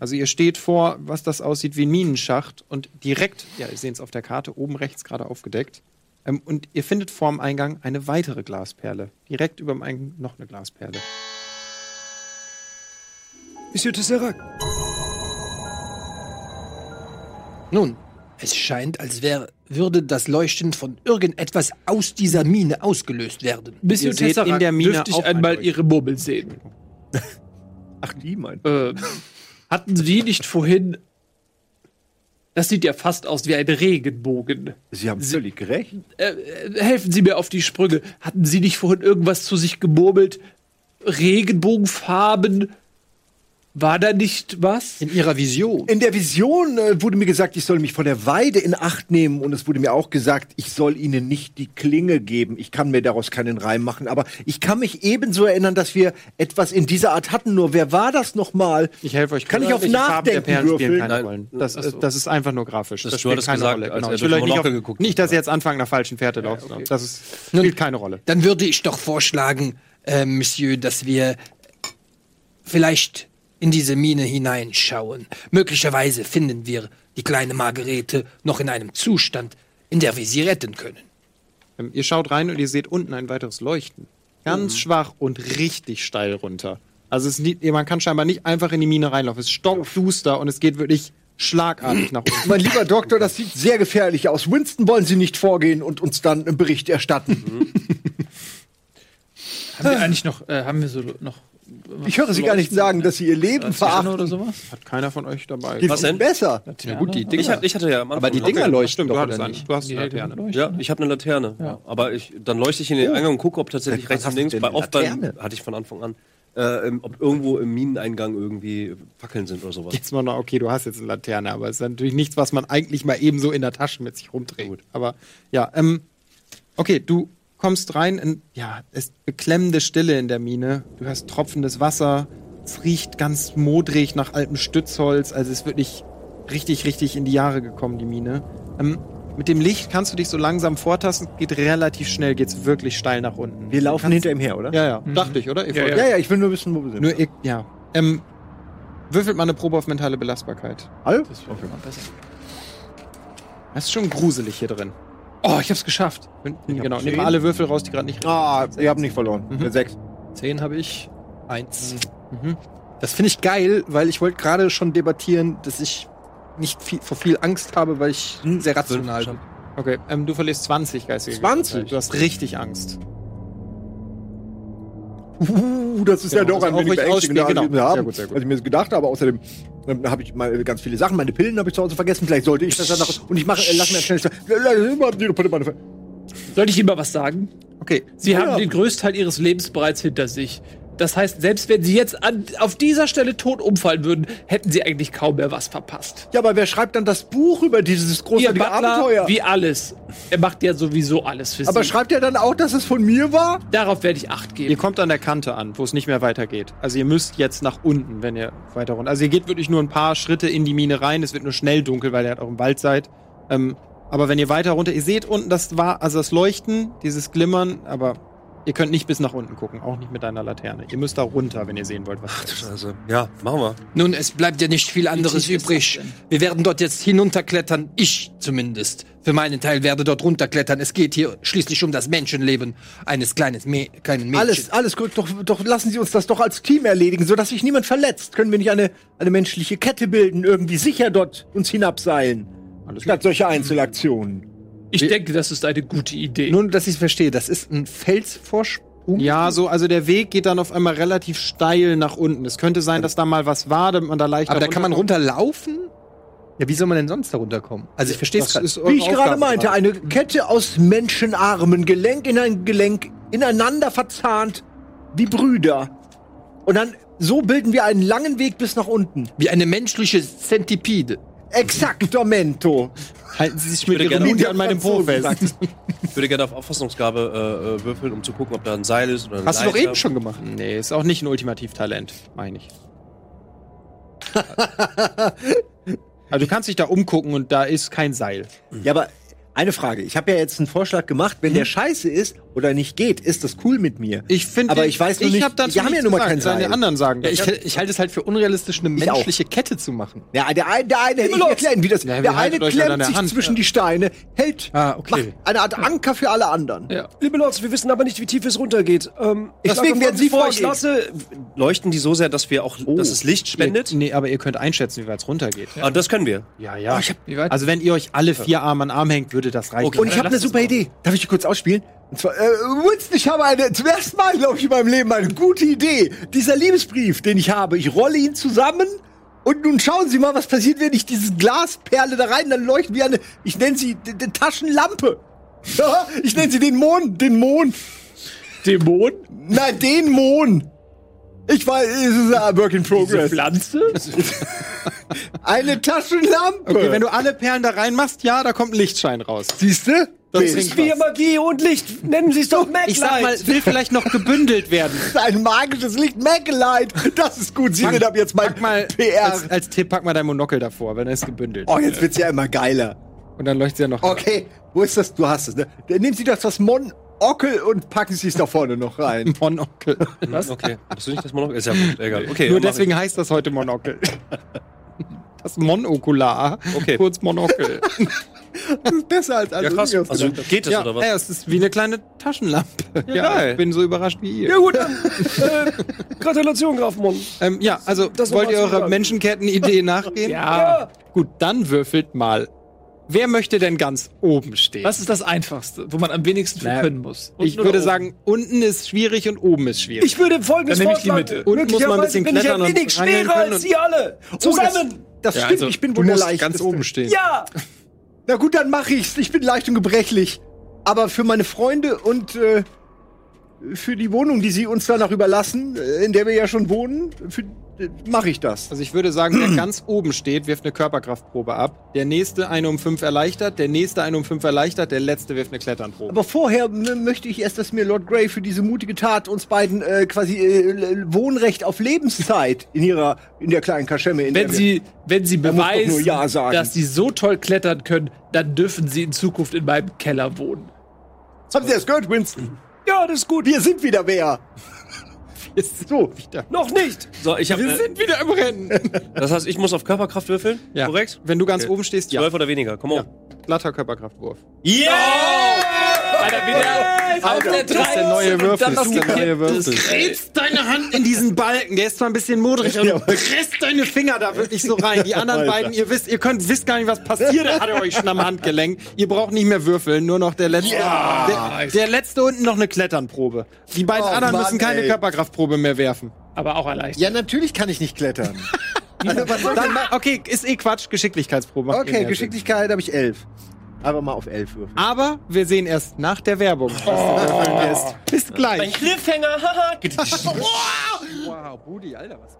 A: Also ihr steht vor, was das aussieht wie ein Minenschacht und direkt, ja, ihr seht es auf der Karte, oben rechts gerade aufgedeckt. Ähm, und ihr findet vorm Eingang eine weitere Glasperle. Direkt über dem Eingang noch eine Glasperle.
B: Monsieur Tesserac.
F: Nun, es scheint, als wäre, würde das Leuchten von irgendetwas aus dieser Mine ausgelöst werden.
C: Bisschen
A: Ihr seht
C: Tesseract
A: in der Mine
C: dürfte ich
A: auch ein
C: einmal
A: Leuchten.
C: ihre Murmel sehen.
E: Ach, die meint.
C: Ähm, hatten Sie nicht vorhin. Das sieht ja fast aus wie ein Regenbogen. Äh,
E: Sie haben völlig recht.
C: Helfen Sie mir auf die Sprünge. Hatten Sie nicht vorhin irgendwas zu sich gemurmelt? Regenbogenfarben? War da nicht was?
F: In ihrer Vision.
E: In der Vision äh, wurde mir gesagt, ich soll mich von der Weide in Acht nehmen und es wurde mir auch gesagt, ich soll ihnen nicht die Klinge geben. Ich kann mir daraus keinen Reim machen, aber ich kann mich ebenso erinnern, dass wir etwas in dieser Art hatten. Nur wer war das nochmal?
A: Ich helfe euch.
E: Kann ich auf
A: Die Farben der
E: Nachdenken
A: Perlen spielen
E: würfeln?
A: keine Rollen. Das, ist- das ist einfach nur grafisch.
K: Das- du hattest gesagt, also als er
A: Genau. Ich
K: durch
A: will euch nicht,
K: Monocle
A: auf,
K: geguckt
A: nicht,
K: hat,
A: dass ihr jetzt anfangt, nach falschen Pferde laufen. Das ist, spielt keine Rolle.
F: Dann würde ich doch vorschlagen, äh, Monsieur, dass wir vielleicht in diese Mine hineinschauen. Möglicherweise finden wir die kleine Margarete noch in einem Zustand, in der wir sie retten können.
A: Ähm, ihr schaut rein und ihr seht unten ein weiteres Leuchten. Ganz schwach und richtig steil runter. Also es, liegt- man kann scheinbar nicht einfach in die Mine reinlaufen. Es ist stockduster und es geht wirklich schlagartig nach unten.
E: Mein lieber Doktor, das sieht sehr gefährlich aus. Winston wollen Sie nicht vorgehen und uns dann einen Bericht erstatten.
C: Haben wir eigentlich noch, äh, haben wir so noch
E: Ich höre sie gar nicht sagen, dass sie ihr Leben
C: Zwischenhand
E: verachten.
C: oder sowas?
A: Hat keiner von euch dabei.
E: Die
K: Was
E: sind
K: denn?
E: besser.
C: Ja,
A: gut, die Dinger.
K: Ich, hab- ich hatte ja am Anfang
A: aber die
K: eine
A: Dinger
K: Laterne.
A: leuchten doch,
D: du
A: oder
D: hattest
A: nicht? Du hast ne. eine Laterne.
K: Ja, ich habe eine Laterne. Aber ich, dann leuchte ich in den Eingang und gucke, ob tatsächlich rechts und links, bei oft beim, hatte ich von Anfang an, äh, im- ob irgendwo im Mineneingang irgendwie Fackeln sind oder sowas.
A: Jetzt mal noch, okay, du hast jetzt eine Laterne, aber es ist natürlich nichts, was man eigentlich mal eben so in der Tasche mit sich rumträgt. Aber ja, ähm, okay, du kommst rein in, ja, es ist beklemmende Stille in der Mine. Du hörst tropfendes Wasser. Es riecht ganz modrig nach altem Stützholz. Also es ist wirklich richtig, richtig in die Jahre gekommen, die Mine. Ähm, mit dem Licht kannst du dich so langsam vortasten. Geht relativ schnell, geht's wirklich steil nach unten.
E: Wir laufen hinter ihm her, oder?
A: Ja, ja, dachte ich, oder? Ihr
E: ja,
A: folgt-
E: ja, ich will nur wissen, wo wir sind.
A: Nur, ihr, ja. Ähm, würfelt mal eine Probe auf mentale Belastbarkeit.
E: Hallo?
A: Das ist schon gruselig hier drin. Oh, ich hab's geschafft. Bin, genau, nehmt
E: zehn.
A: mal alle Würfel raus, die gerade nicht
E: Ah, ihr habt nicht verloren.
A: Mhm.
E: Der Sechs.
D: Zehn habe ich. Eins.
A: Mhm.
D: Das finde ich geil, weil ich wollte gerade schon debattieren, dass ich nicht viel, vor viel Angst habe, weil ich
A: Hm,
D: sehr rational bin.
A: Okay, ähm, du verlierst 20 geistige
D: 20?
A: Gesundheit. Du hast richtig Angst.
E: Uh, das ist
A: Genau,
E: ja doch
A: das
E: ein
A: ist auch
E: wenig
A: richtig
E: beängstigender,
A: ausspielen,
E: als
A: genau.
E: wir haben,
A: Sehr gut, sehr gut.
E: als ich mir das gedacht habe. Außerdem ähm, habe ich mal ganz viele Sachen. Meine Pillen habe ich zu Hause vergessen. Vielleicht sollte ich das dann noch... Und ich mache... Äh, lass mir schnell... Lass
C: Sollte ich ihm mal was sagen?
A: Okay,
C: Sie
E: Ja.
C: haben den Größteil ihres Lebens bereits hinter sich. Das heißt, selbst wenn sie jetzt an, auf dieser Stelle tot umfallen würden, hätten sie eigentlich kaum mehr was verpasst.
E: ja, aber wer schreibt dann das Buch über dieses
C: Ihr
E: großartige
C: Butler,
E: Abenteuer?
C: wie alles. Er macht ja sowieso alles für
E: Aber
C: sie.
E: schreibt er dann auch, dass es von mir war?
C: Darauf werde ich Acht
A: ihr
C: geben.
A: kommt an der Kante an, wo es nicht mehr weitergeht. Also ihr müsst jetzt nach unten, wenn ihr weiter runter. Also ihr geht wirklich nur ein paar Schritte in die Mine rein. Es wird nur schnell dunkel, weil ihr halt auch im Wald seid. Ähm, aber wenn ihr weiter runter, ihr seht unten das war, also das Leuchten, dieses Glimmern, aber ihr könnt nicht bis nach unten gucken, auch nicht mit einer Laterne. Ihr müsst da runter, wenn ihr sehen wollt, was. da ist.
K: Also, ja, machen wir.
F: Nun, es bleibt ja nicht viel anderes übrig. Wir werden dort jetzt hinunterklettern, ich zumindest. Für meinen Teil werde dort runterklettern. Es geht hier schließlich um das Menschenleben eines kleines Mä kleinen
E: Alles,
F: Mädchens.
E: alles gut. Doch, doch lassen Sie uns das doch als Team erledigen, sodass sich niemand verletzt. Können wir nicht eine, eine menschliche Kette bilden, irgendwie sicher dort uns hinabseilen? Statt solcher Einzelaktionen.
C: Ich denke, das ist eine gute Idee.
D: Nur, dass ich es verstehe, das ist ein Felsvorsprung.
A: Ja, so, also der Weg geht dann auf einmal relativ steil nach unten. Es könnte sein, dass da mal was war, damit man da leicht.
D: Aber da kann man runterlaufen? Ja, wie soll man denn sonst da runterkommen? Also ich verstehe es gerade.
A: ist eure
E: Wie ich gerade
A: Aufgabe
E: meinte, eine Kette aus Menschenarmen, Gelenk in ein Gelenk, ineinander verzahnt, wie Brüder. Und dann, so bilden wir einen langen Weg bis nach unten.
F: Wie eine menschliche Zentipede.
E: Exactomento.
A: Halten Sie sich mit
K: würde
A: Ihrer
K: gerne-
A: Mund an meinem Po fest.
K: Ich würde gerne auf Auffassungsgabe äh, äh, würfeln, um zu gucken, ob da ein Seil ist oder ein
D: Hast du doch
K: Leiter.
D: eben schon gemacht.
A: Nee, ist auch nicht ein Ultimativtalent, meine ich. also du kannst dich da umgucken und da ist kein Seil.
E: Ja, aber eine Frage. Ich habe ja jetzt einen Vorschlag gemacht. Wenn der scheiße ist oder nicht geht, ist das cool mit mir.
A: Hm? Ich finde,
E: Aber ich weiß nur nicht-
A: hab dazu
E: die haben ja
A: nichts
E: nun mal
A: gesagt,
E: kein
A: sollen Die
E: Seil.
A: anderen sagen.
D: Ja,
A: das.
D: ich, ich halte es halt für unrealistisch, eine
E: Ich auch.
D: menschliche Kette zu machen.
E: Ja, der eine, der eine, ich erklären, wie das.
A: Ja, wir
E: der eine
A: haltet euch an
E: klemmt
A: der
E: sich
A: Hand.
E: zwischen die Steine, hält,
D: Ah, okay.
E: macht eine Art Anker für alle anderen.
B: Liebe Lords, wir wissen aber nicht, wie tief es runtergeht. Ähm, ich
E: Deswegen
B: schlage
E: werden Sie
B: vor, ich
E: vorgehen.
B: lasse
K: Leuchten die so sehr, dass wir auch,
B: Oh.
K: dass es Licht spendet?
A: Nee, aber ihr könnt einschätzen, wie weit es runtergeht.
K: Ah, das können wir.
A: Ja, ja.
I: Wie weit?
A: also wenn ihr euch alle vier Arme an den Arm hängt, würde das reichen.
C: Äh,
E: Und ich habe eine super Idee. Darf ich die kurz ausspielen? Und zwar, äh, Winston, ich habe eine, zum ersten Mal, glaube ich, in meinem Leben eine gute Idee. Dieser Liebesbrief, den ich habe, ich rolle ihn zusammen und nun schauen Sie mal, was passiert, wenn ich dieses Glasperle da rein, dann leuchten wie eine, ich nenne sie d- d- Taschenlampe. Ja, ich nenne sie den Mond, den Mond.
C: Dämon?
E: Na, den Mond. Ich weiß, es ist a work in
C: Diese
E: progress.
C: Pflanze?
E: Eine Taschenlampe.
A: Okay, wenn du alle Perlen da reinmachst, ja, da kommt ein Lichtschein raus.
E: Siehst du?
A: Das
E: Das
A: klingt
E: ist
A: was.
B: wir Magie und Licht. Nennen Sie es doch Maglight.
A: Ich sag mal, will vielleicht noch gebündelt werden.
E: ein magisches Licht. Maglite. Das ist gut. Sie sind ab jetzt mein
A: Pack mal
E: PR.
A: Als, als Tipp, pack mal dein Monokel davor, weil dann ist gebündelt.
E: oh, jetzt wird's ja immer geiler.
A: Und dann leuchtet ja noch.
E: Okay, wo ist das? Du hast es, ne? Dann nehmen Sie doch das Monokel und packen Sie es da vorne noch rein.
A: Monokel.
K: Was? Okay. Hast du nicht das Monokel? Ist ja gut, egal. Okay,
A: Nur
K: dann mach
A: deswegen heißt das heute Monokel. Das Monokular.
K: Okay.
A: Kurz Monokel.
E: Das ist besser als
K: ich. Ja,
E: alles.
K: krass. Also geht das
A: ja,
K: oder was?
A: ja, es ist wie eine kleine Taschenlampe. Ja, ich bin so überrascht wie ihr.
B: Ja gut, dann, äh, Gratulation, Graf Mon.
A: Ähm, ja also
B: Das
A: wollt
B: nochmal
A: ihr
B: zu
A: eurer
B: sagen.
A: Menschenketten-Idee nachgehen?
B: Ja.
A: Gut, dann würfelt mal Wer möchte denn ganz oben stehen?
C: Was ist das Einfachste, wo man am wenigsten für
A: Na,
C: können muss?
A: Ich würde sagen, unten ist schwierig und oben ist schwierig.
B: Ich würde folgendes
C: Dann nehme ich die
B: vorschlagen.
C: Mitte.
A: Unten muss man ein bisschen
B: bin ich ein
A: klettern und
B: wenig
A: rangeln
B: schwerer
A: können
B: als
A: und-
B: Sie alle. Zusammen.
E: Das stimmt, ich bin
A: also du
E: wohl der
A: musst
E: Leichteste.
A: ganz oben stehen.
B: ja.
E: Na gut, dann mache ich's. Ich bin leicht und gebrechlich. Aber für meine Freunde und äh, für die Wohnung, die sie uns danach überlassen, äh, in der wir ja schon wohnen, für- äh, mache ich das.
A: Also ich würde sagen, wer ganz oben steht, wirft eine Körperkraftprobe ab. Der nächste eine um fünf erleichtert, der nächste eine um fünf erleichtert, der letzte wirft eine Kletternprobe.
E: Aber vorher m- möchte ich erst, dass mir Lord Grey für diese mutige Tat uns beiden äh, quasi äh, l- Wohnrecht auf Lebenszeit in ihrer in der kleinen Kaschemme in
C: wenn
E: der
C: sie, wenn sie
E: muss doch
C: beweisen,
E: nur Ja sagen.
C: dass sie so toll klettern können, dann dürfen sie in Zukunft in meinem Keller wohnen.
E: haben Sie das gehört, Winston? Ja, das ist gut. Wir sind wieder wer. so,
B: Noch nicht.
G: So, ich hab,
A: Wir
G: äh,
A: sind wieder im Rennen.
G: das heißt, ich muss auf Körperkraft würfeln,
A: Ja.
G: korrekt?
A: Wenn du ganz
G: Okay.
A: oben stehst, ja.
G: Zwölf oder weniger, komm on.
A: Glatter Körperkraftwurf.
C: Alter, wieder auf der
A: Das ist der neue Würfel. Das ist der neue Würfel. Kriegst deine Hand in diesen Balken, der ist zwar ein bisschen modrig, aber du presst deine Finger da wirklich so rein. Die anderen beiden, ihr wisst, ihr könnt, wisst gar nicht, was passiert, hat er euch schon am Handgelenk. Ihr braucht nicht mehr würfeln, nur noch der letzte. Der, der letzte unten noch eine Kletternprobe. Die beiden
E: Oh,
A: anderen
E: Mann,
A: müssen keine
E: ey.
A: Körperkraftprobe mehr werfen.
C: Aber auch erleichtert.
E: ja, natürlich kann ich nicht klettern. also, was soll
A: Dann, ma- okay, ist eh Quatsch, Geschicklichkeitsprobe. macht eh
E: Okay,
A: mehr Sinn.
E: Geschicklichkeit habe ich elf. Aber mal auf elf würfeln.
A: Aber wir sehen erst nach der Werbung, was du würfeln wirst. Bis gleich.
G: Cliffhanger, haha.
A: Wow, Budi, oh, Alter, was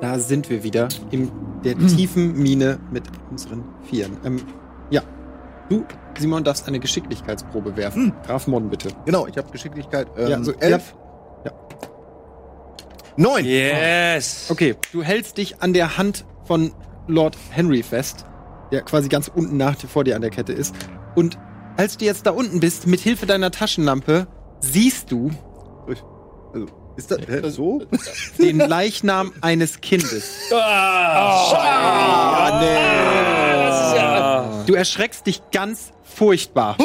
A: Da sind wir wieder in der tiefen Mine mit unseren Vieren. Ähm, ja, du, Simon, darfst eine Geschicklichkeitsprobe werfen. Graf Mon, bitte.
E: Genau, ich habe Geschicklichkeit ähm,
A: Hm. Ja, so
E: elf. Ja. Neun.
G: Yes.
A: Okay, du hältst dich an der Hand von Lord Henry fest, der quasi ganz unten nach dir vor dir an der Kette ist. Und als du jetzt da unten bist, mit Hilfe deiner Taschenlampe, siehst du
E: Also, ist das hä, so?
A: den Leichnam eines Kindes. Ah, nee. Du erschreckst dich ganz furchtbar.
E: Oh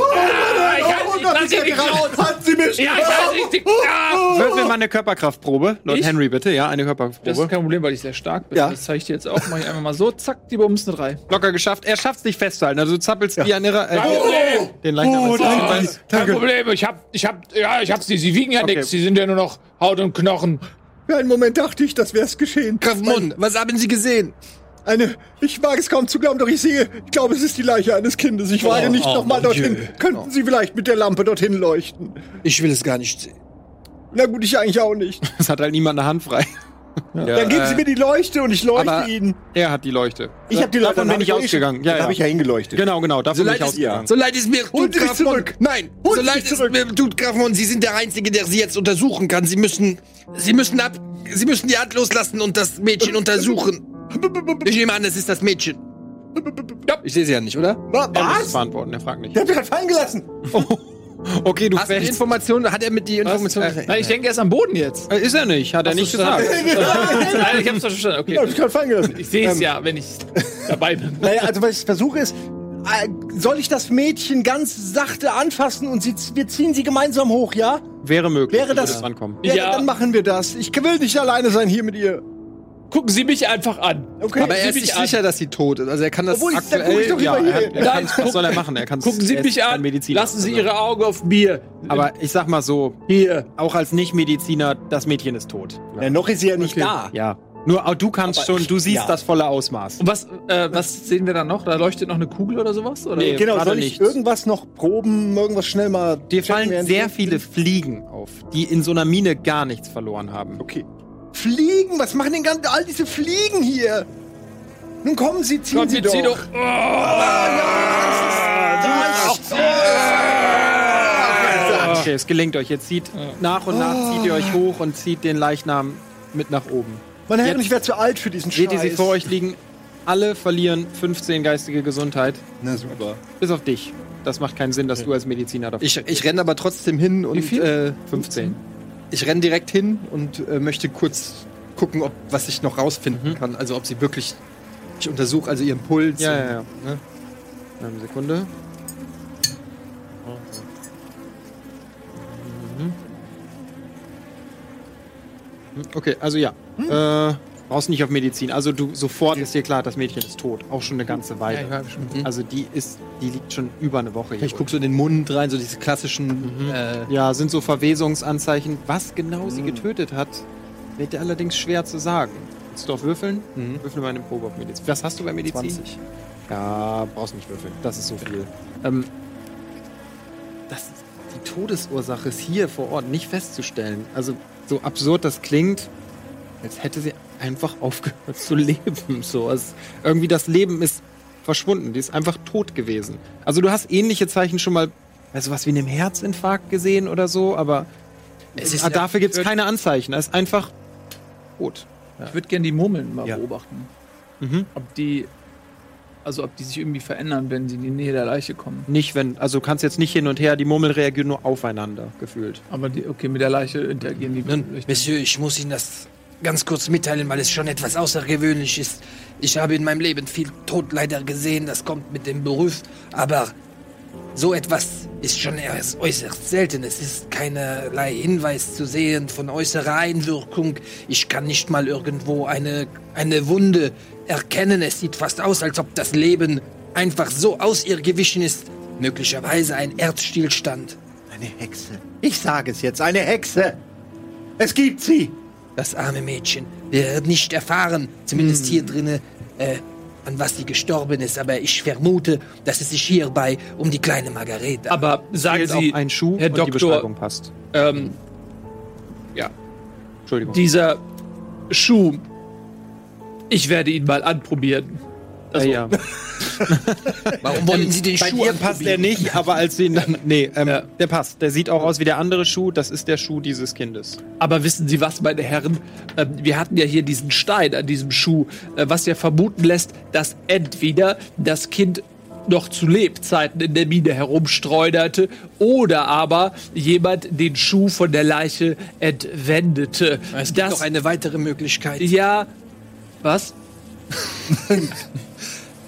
E: Gott, ich habe geraut. Hat sie mich?
C: Ja, ich weiß richtig. Ah,
A: Würfel mal eine Körperkraftprobe. Lord
C: Ich?
A: Henry, bitte. Ja, eine
C: das ist
A: Körperkraftprobe.
C: kein Problem, weil ich sehr stark bin.
A: Ja.
C: Das zeige ich dir jetzt auch. Mach ich einmal mal so, zack, die Bums eine 3.
A: Locker geschafft. Er schafft es nicht festzuhalten. Also du zappelst wie ein Irrer. Äh, Den Leichnam.
E: Oh,
A: ist-
E: danke.
C: Kein
E: danke.
C: Problem, ich hab, ich hab, ja, ich hab's nicht. Sie wiegen ja
A: Okay.
C: nichts. Sie sind ja nur noch Haut und Knochen.
E: Für einen Moment dachte ich, das wäre es geschehen.
F: Grafmund, was haben Sie gesehen?
E: Eine, ich wage es kaum zu glauben, doch ich sehe, ich glaube, es ist die Leiche eines Kindes. Ich
A: Oh,
E: wage nicht nochmal dorthin. Könnten Sie vielleicht mit der Lampe dorthin leuchten?
F: Ich will es gar nicht sehen.
E: Na gut, ich eigentlich auch nicht.
A: Es hat halt niemand eine Hand frei. äh,
E: Dann geben Sie mir die Leuchte und ich leuchte
A: aber-
E: Ihnen.
A: Er hat die Leuchte.
E: Ich habe die Leuchte
A: Davon bin ich
E: angeleuchtet.
A: ausgegangen. Ja,
E: Dann
A: ja.
E: habe ich ja hingeleuchtet.
A: Genau, genau. Davon
F: So
A: bin
F: leid,
A: ich
F: es,
A: ausgegangen.
F: so leid es mir
E: Holt
F: tut,
E: sich
F: Grafmund.
E: zurück.
F: Nein,
E: Holt
F: so
E: sich
F: leid es
E: zurück.
F: mir tut, Grafmund. Sie sind der Einzige, der Sie jetzt untersuchen kann. Sie müssen, Sie müssen ab, Sie müssen die Hand loslassen und das Mädchen untersuchen. Ich nehme an, es ist das Mädchen. Ich sehe sie ja nicht, oder?
A: Er muss
E: Was?
A: es beantworten, er fragt nicht.
E: Der hat mich gerade fallen gelassen.
A: Okay, du
F: Hast du die
A: fällst.
F: Information? Hat er mit die Information?
C: Nein, Äh, ich denke, er ist am Boden jetzt.
A: Äh, Ist er nicht, hat er nicht gesagt.
C: Nein, ich hab's doch verstanden.
E: Der hat
C: Okay.
E: mich gerade fallen gelassen.
C: Ich sehe es ja, wenn ich dabei bin.
E: Naja, also was ich versuche ist, äh, soll ich das Mädchen ganz sachte anfassen und sie, wir ziehen sie gemeinsam hoch, ja?
A: Wäre möglich.
E: Wäre das-
A: würde rankommen.
E: Ja,
C: Ja.
E: dann machen wir das. Ich will nicht alleine sein hier mit ihr.
C: Gucken Sie mich einfach an.
E: Okay.
F: Aber er ist
C: Sie
F: sich
C: mich
F: sicher, dass sie tot ist. Also er kann das
E: Obwohl, ich- dann guck ich
F: aktuell.
E: doch
A: ja,
E: lieber
A: er,
E: hier.
A: hat- er
C: Nein,
A: kann, was
C: guck-
A: soll er machen? Er kann's,
C: Gucken Sie
A: er ist
C: mich
A: kein
C: an.
A: Mediziner.
C: Lassen Sie Ihre Augen auf mir.
A: Aber ich sag mal so,
C: hier.
A: auch als Nicht-Mediziner, das Mädchen ist tot.
E: Na, Äh, noch ist sie ja nicht da.
A: Ja. Nur auch du kannst schon, du siehst
E: ja. Um,
A: das volle Ausmaß.
C: Und was, äh, was sehen wir da noch? Da leuchtet noch eine Kugel oder sowas? Oder?
A: Nee.
E: Genau,
A: Gerade
E: soll
A: nichts.
E: ich irgendwas noch proben, irgendwas schnell mal.
A: Dir
E: checken,
A: fallen
E: während
A: sehr
E: ich-
A: viele Fliegen auf, die in so einer Mine gar nichts verloren haben.
E: Okay. Fliegen, was machen denn ganz, all diese Fliegen hier? Nun kommen Sie, ziehen
C: Komm,
E: Sie
C: wir ziehen
E: doch.
C: doch.
E: Ah.
A: Okay, es gelingt euch. Jetzt zieht nach und nach zieht ihr euch hoch und zieht den Leichnam mit nach oben.
E: Meine Herren,
A: Jetzt-
E: ich wäre zu alt für diesen
A: Seht ihr
E: Scheiß.
A: sie vor euch liegen? Alle verlieren 15 geistige Gesundheit,
E: Na super.
A: bis auf dich. Das macht keinen Sinn, dass du als Mediziner davon.
F: Ich, ich renne aber trotzdem hin und äh,
A: 15.
F: ich renne direkt hin und äh, möchte kurz gucken, ob was ich noch rausfinden kann. Also ob sie wirklich. Ich untersuche also ihren Puls.
A: Mhm. Ja,
F: und-
A: ja, ja.
F: Ne?
A: Eine Sekunde. Mhm. Okay, also ja. Äh, brauchst nicht auf Medizin. Also du sofort ist dir klar, das Mädchen ist tot. Auch schon eine ganze Weile. Also die ist, die liegt schon über eine Woche hier.
F: Ich gucke so in den Mund rein, so diese klassischen.
C: Mhm.
F: Äh,
A: Ja, sind so Verwesungsanzeichen. Was genau sie getötet hat, wird dir allerdings schwer zu sagen. Willst du auf würfeln? Würfel mal eine Probe auf Medizin. Was hast du bei Medizin? 20. Ja, brauchst nicht würfeln. Das ist so viel. Ähm, das, ist- die Todesursache ist hier vor Ort nicht festzustellen. Also, so absurd das klingt, als hätte sie einfach aufgehört zu leben. So, es, irgendwie das Leben ist verschwunden. Die ist einfach tot gewesen. Also, du hast ähnliche Zeichen schon mal, also was wie einem Herzinfarkt gesehen oder so, aber
F: Es ist
A: ah,
F: ja-
A: dafür gibt es keine Anzeichen. Er ist einfach tot.
C: Ich würde gerne die Murmeln mal
G: Ja.
C: beobachten.
A: Mhm.
C: Ob die. Also ob die sich irgendwie verändern, wenn sie in die Nähe der Leiche kommen.
A: Nicht, wenn, also du kannst jetzt nicht hin und her, die Murmeln reagieren nur aufeinander, gefühlt.
C: Aber die, okay, mit der Leiche interagieren
A: Ne?
C: die
F: Nun,
C: vielleicht.
F: Monsieur, ich muss Ihnen das ganz kurz mitteilen, weil es schon etwas außergewöhnlich ist. Ich habe in meinem Leben viel Tod leider gesehen, das kommt mit dem Beruf, aber so etwas ist schon erst äußerst selten. Es ist keinerlei Hinweis zu sehen von äußerer Einwirkung. Ich kann nicht mal irgendwo eine, eine Wunde erkennen. Es sieht fast aus, als ob das Leben einfach so aus ihr gewichen ist. Möglicherweise ein Erzstillstand.
E: Eine Hexe. Ich sage es jetzt, eine Hexe. Es gibt sie.
F: Das arme Mädchen wird nicht erfahren, zumindest hier drinne, äh, an was sie gestorben ist. Aber ich vermute, dass es sich hierbei um die kleine Margareta.
C: Aber sagen
A: Fehlt
C: Sie,
A: auch ein Schuh
C: Herr
A: und die
C: Doktor,
A: Beschreibung passt.
C: ähm, ja,
A: Entschuldigung.
C: dieser Schuh, ich werde ihn mal anprobieren.
A: äh, ja.
F: Warum wollen Sie den
A: Bei
F: Schuh
A: dir passt der
F: anprobieren?
A: nicht, aber als sie ihn dann. Nee, ähm,
C: Ja.
A: der passt. Der sieht auch aus wie der andere Schuh. Das ist der Schuh dieses Kindes.
C: Aber wissen Sie was, meine Herren? Ähm, wir hatten ja hier diesen Stein an diesem Schuh, äh, was ja vermuten lässt, dass entweder das Kind noch zu Lebzeiten in der Mine herumstreunerte oder aber jemand den Schuh von der Leiche entwendete.
F: Es gibt noch eine weitere Möglichkeit.
C: ja, was?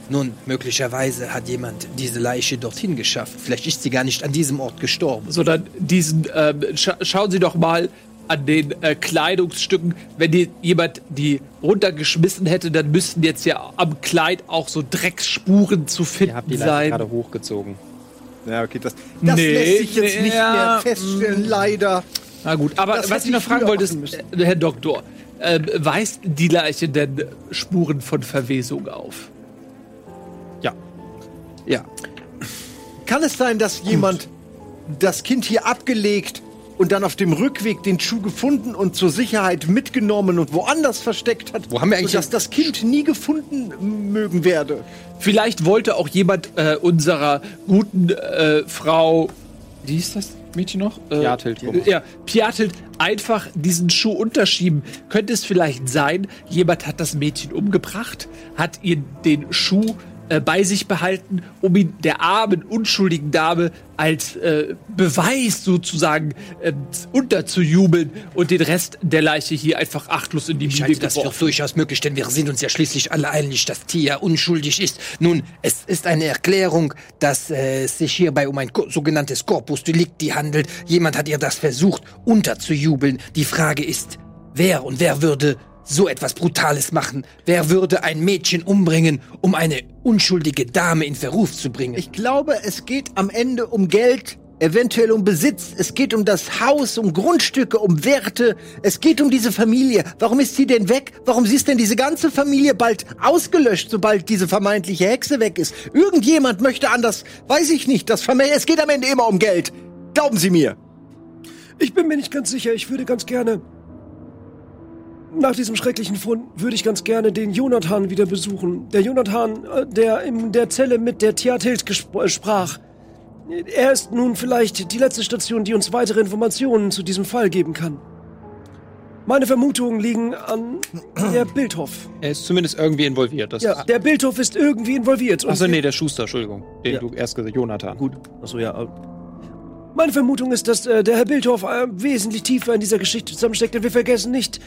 F: Nun, möglicherweise hat jemand diese Leiche dorthin geschafft. Vielleicht ist sie gar nicht an diesem Ort gestorben.
C: sondern diesen, ähm, scha schauen Sie doch mal an den äh, Kleidungsstücken. Wenn die, jemand die runtergeschmissen hätte, dann müssten jetzt ja am Kleid auch so Drecksspuren zu
A: Ihr habt
C: finden
A: die Leiter
C: sein.
A: gerade hochgezogen.
E: Ja, okay, das, das
C: Nee,
E: lässt sich jetzt nicht
C: ja, mm.
E: mehr feststellen, leider.
C: Na gut, aber
E: Das
C: was
E: hätte
C: ich noch
E: ich
C: fragen
E: früher
C: wollte, ist,
E: machen
C: äh, Herr Doktor, ähm, weist die Leiche denn Spuren von Verwesung auf?
F: Ja.
E: Kann es sein, dass jemand das Kind hier abgelegt und dann auf dem Rückweg den Schuh gefunden und zur Sicherheit mitgenommen und woanders versteckt hat?
F: Wo haben wir eigentlich-
E: Sodass das Kind nie gefunden mögen werde.
C: Vielleicht wollte auch jemand äh, unserer guten äh, Frau, wie hieß das Mädchen noch? Äh,
A: Piatelt.
C: Ja, Piatelt einfach diesen Schuh unterschieben. Könnte es vielleicht sein, jemand hat das Mädchen umgebracht, hat ihr den Schuh äh, bei sich behalten, um ihn der armen, unschuldigen Dame als äh, Beweis sozusagen äh, unterzujubeln und den Rest der Leiche hier einfach achtlos in die
F: Ich
C: Mine
F: halte das für
C: geworfen.
F: durchaus möglich, denn wir sind uns ja schließlich alle einig, dass Tia unschuldig ist. Nun, es ist eine Erklärung, dass äh, es sich hierbei um ein ko- sogenanntes Corpus Delicti handelt. Jemand hat ihr das versucht, unterzujubeln. Die Frage ist, wer und wer würde so etwas Brutales machen? Wer würde ein Mädchen umbringen, um eine unschuldige Dame in Verruf zu bringen?
E: Ich glaube, es geht am Ende um Geld, eventuell um Besitz. Es geht um das Haus, um Grundstücke, um Werte. Es geht um diese Familie. Warum ist sie denn weg? Warum ist denn diese ganze Familie bald ausgelöscht, sobald diese vermeintliche Hexe weg ist? Irgendjemand möchte anders, weiß ich nicht, das Vermä Es geht am Ende immer um Geld. Glauben Sie mir.
B: Ich bin mir nicht ganz sicher. Ich würde ganz gerne. Nach diesem schrecklichen Fund würde ich ganz gerne den Jonathan wieder besuchen. Der Jonathan, äh, der in der Zelle mit der Theatilt gespr- äh, sprach. Er ist nun vielleicht die letzte Station, die uns weitere Informationen zu diesem Fall geben kann. Meine Vermutungen liegen an der Bildhoff.
A: Er ist zumindest irgendwie involviert. Das
B: Ja, der Bildhof ist irgendwie involviert. Und
A: Achso, nee, der Schuster, Entschuldigung. Den
B: Ja.
A: du erst gesagt hast, Jonathan.
B: Gut. Achso, ja. äh, Meine Vermutung ist, dass äh, der Herr Bildhoff äh, wesentlich tiefer in dieser Geschichte zusammensteckt, denn wir vergessen nicht,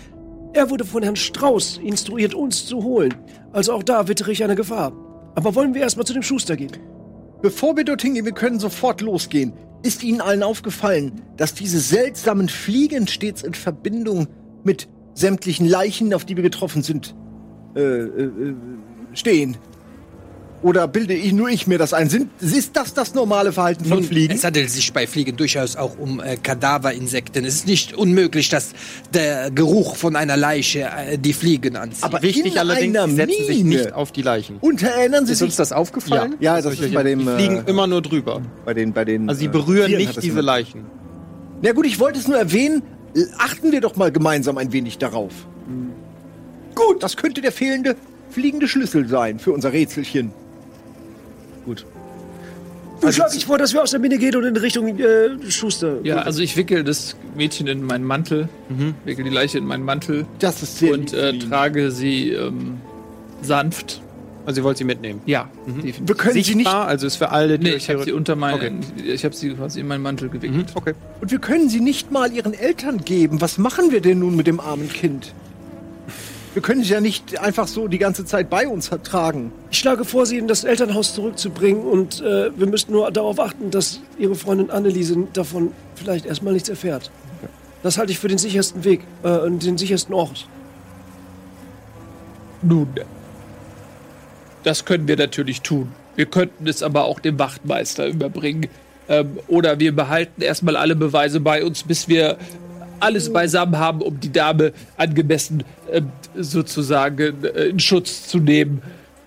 B: er wurde von Herrn Strauß instruiert, uns zu holen. Also auch da wittere ich eine Gefahr. Aber wollen wir erstmal zu dem Schuster gehen?
E: Bevor wir dorthin gehen, wir können sofort losgehen. Ist Ihnen allen aufgefallen, dass diese seltsamen Fliegen stets in Verbindung mit sämtlichen Leichen, auf die wir getroffen sind, äh, äh, äh, stehen? Oder bilde ich nur ich mir das ein? Sind, ist das das normale Verhalten von
F: Nun,
E: Fliegen?
F: Es handelt sich bei Fliegen durchaus auch um äh, Kadaverinsekten. Es ist nicht unmöglich, dass der Geruch von einer Leiche äh, die Fliegen anzieht.
E: Aber
A: Wichtig
E: in
A: allerdings,
E: einer
A: sie setzen sich
E: Mine.
A: nicht auf die Leichen.
E: Und erinnern Sie
A: Ist uns
E: sich
A: das aufgefallen?
E: Ja, das ist bei dem,
A: Die
E: äh,
A: fliegen immer nur drüber.
E: bei den, bei den.
A: Also sie
E: äh,
A: berühren
E: Tieren hat
A: nicht
E: das
A: diese
E: immer.
A: Leichen.
E: Na gut, ich wollte es nur erwähnen. Äh, Achten wir doch mal gemeinsam ein wenig darauf. Gut, das könnte der fehlende fliegende Schlüssel sein für unser Rätselchen.
B: Nun schlage ich vor, dass wir aus der Mine gehen und in Richtung äh, Schuster.
C: Ja, also ich wickel das Mädchen in meinen Mantel, wickel die Leiche in meinen Mantel
E: Das ist Mhm. sehr
C: und
E: lieb
C: äh,
E: von Ihnen.
C: trage sie ähm, sanft.
A: Also ihr wollt sie mitnehmen.
C: Ja, definitiv.
E: Wir können sie nicht
A: Sichtbar, also ist für alle, die
C: Nee, ich habe sie unter meinen, ich habe sie quasi in meinen Mantel gewickelt.
A: Okay.
E: und wir können sie nicht mal ihren Eltern geben. Was machen wir denn nun mit dem armen Kind? Wir können sie ja nicht einfach so die ganze Zeit bei uns vertragen.
B: Ich schlage vor, sie in das Elternhaus zurückzubringen und äh, wir müssten nur darauf achten, dass ihre Freundin Anneliese davon vielleicht erstmal nichts erfährt. Das halte ich für den sichersten Weg äh, und den sichersten Ort.
C: Nun, das können wir natürlich tun. Wir könnten es aber auch dem Wachtmeister überbringen. Ähm, oder wir behalten erstmal alle Beweise bei uns, bis wir alles beisammen haben, um die Dame angemessen ähm, sozusagen äh, in Schutz zu nehmen.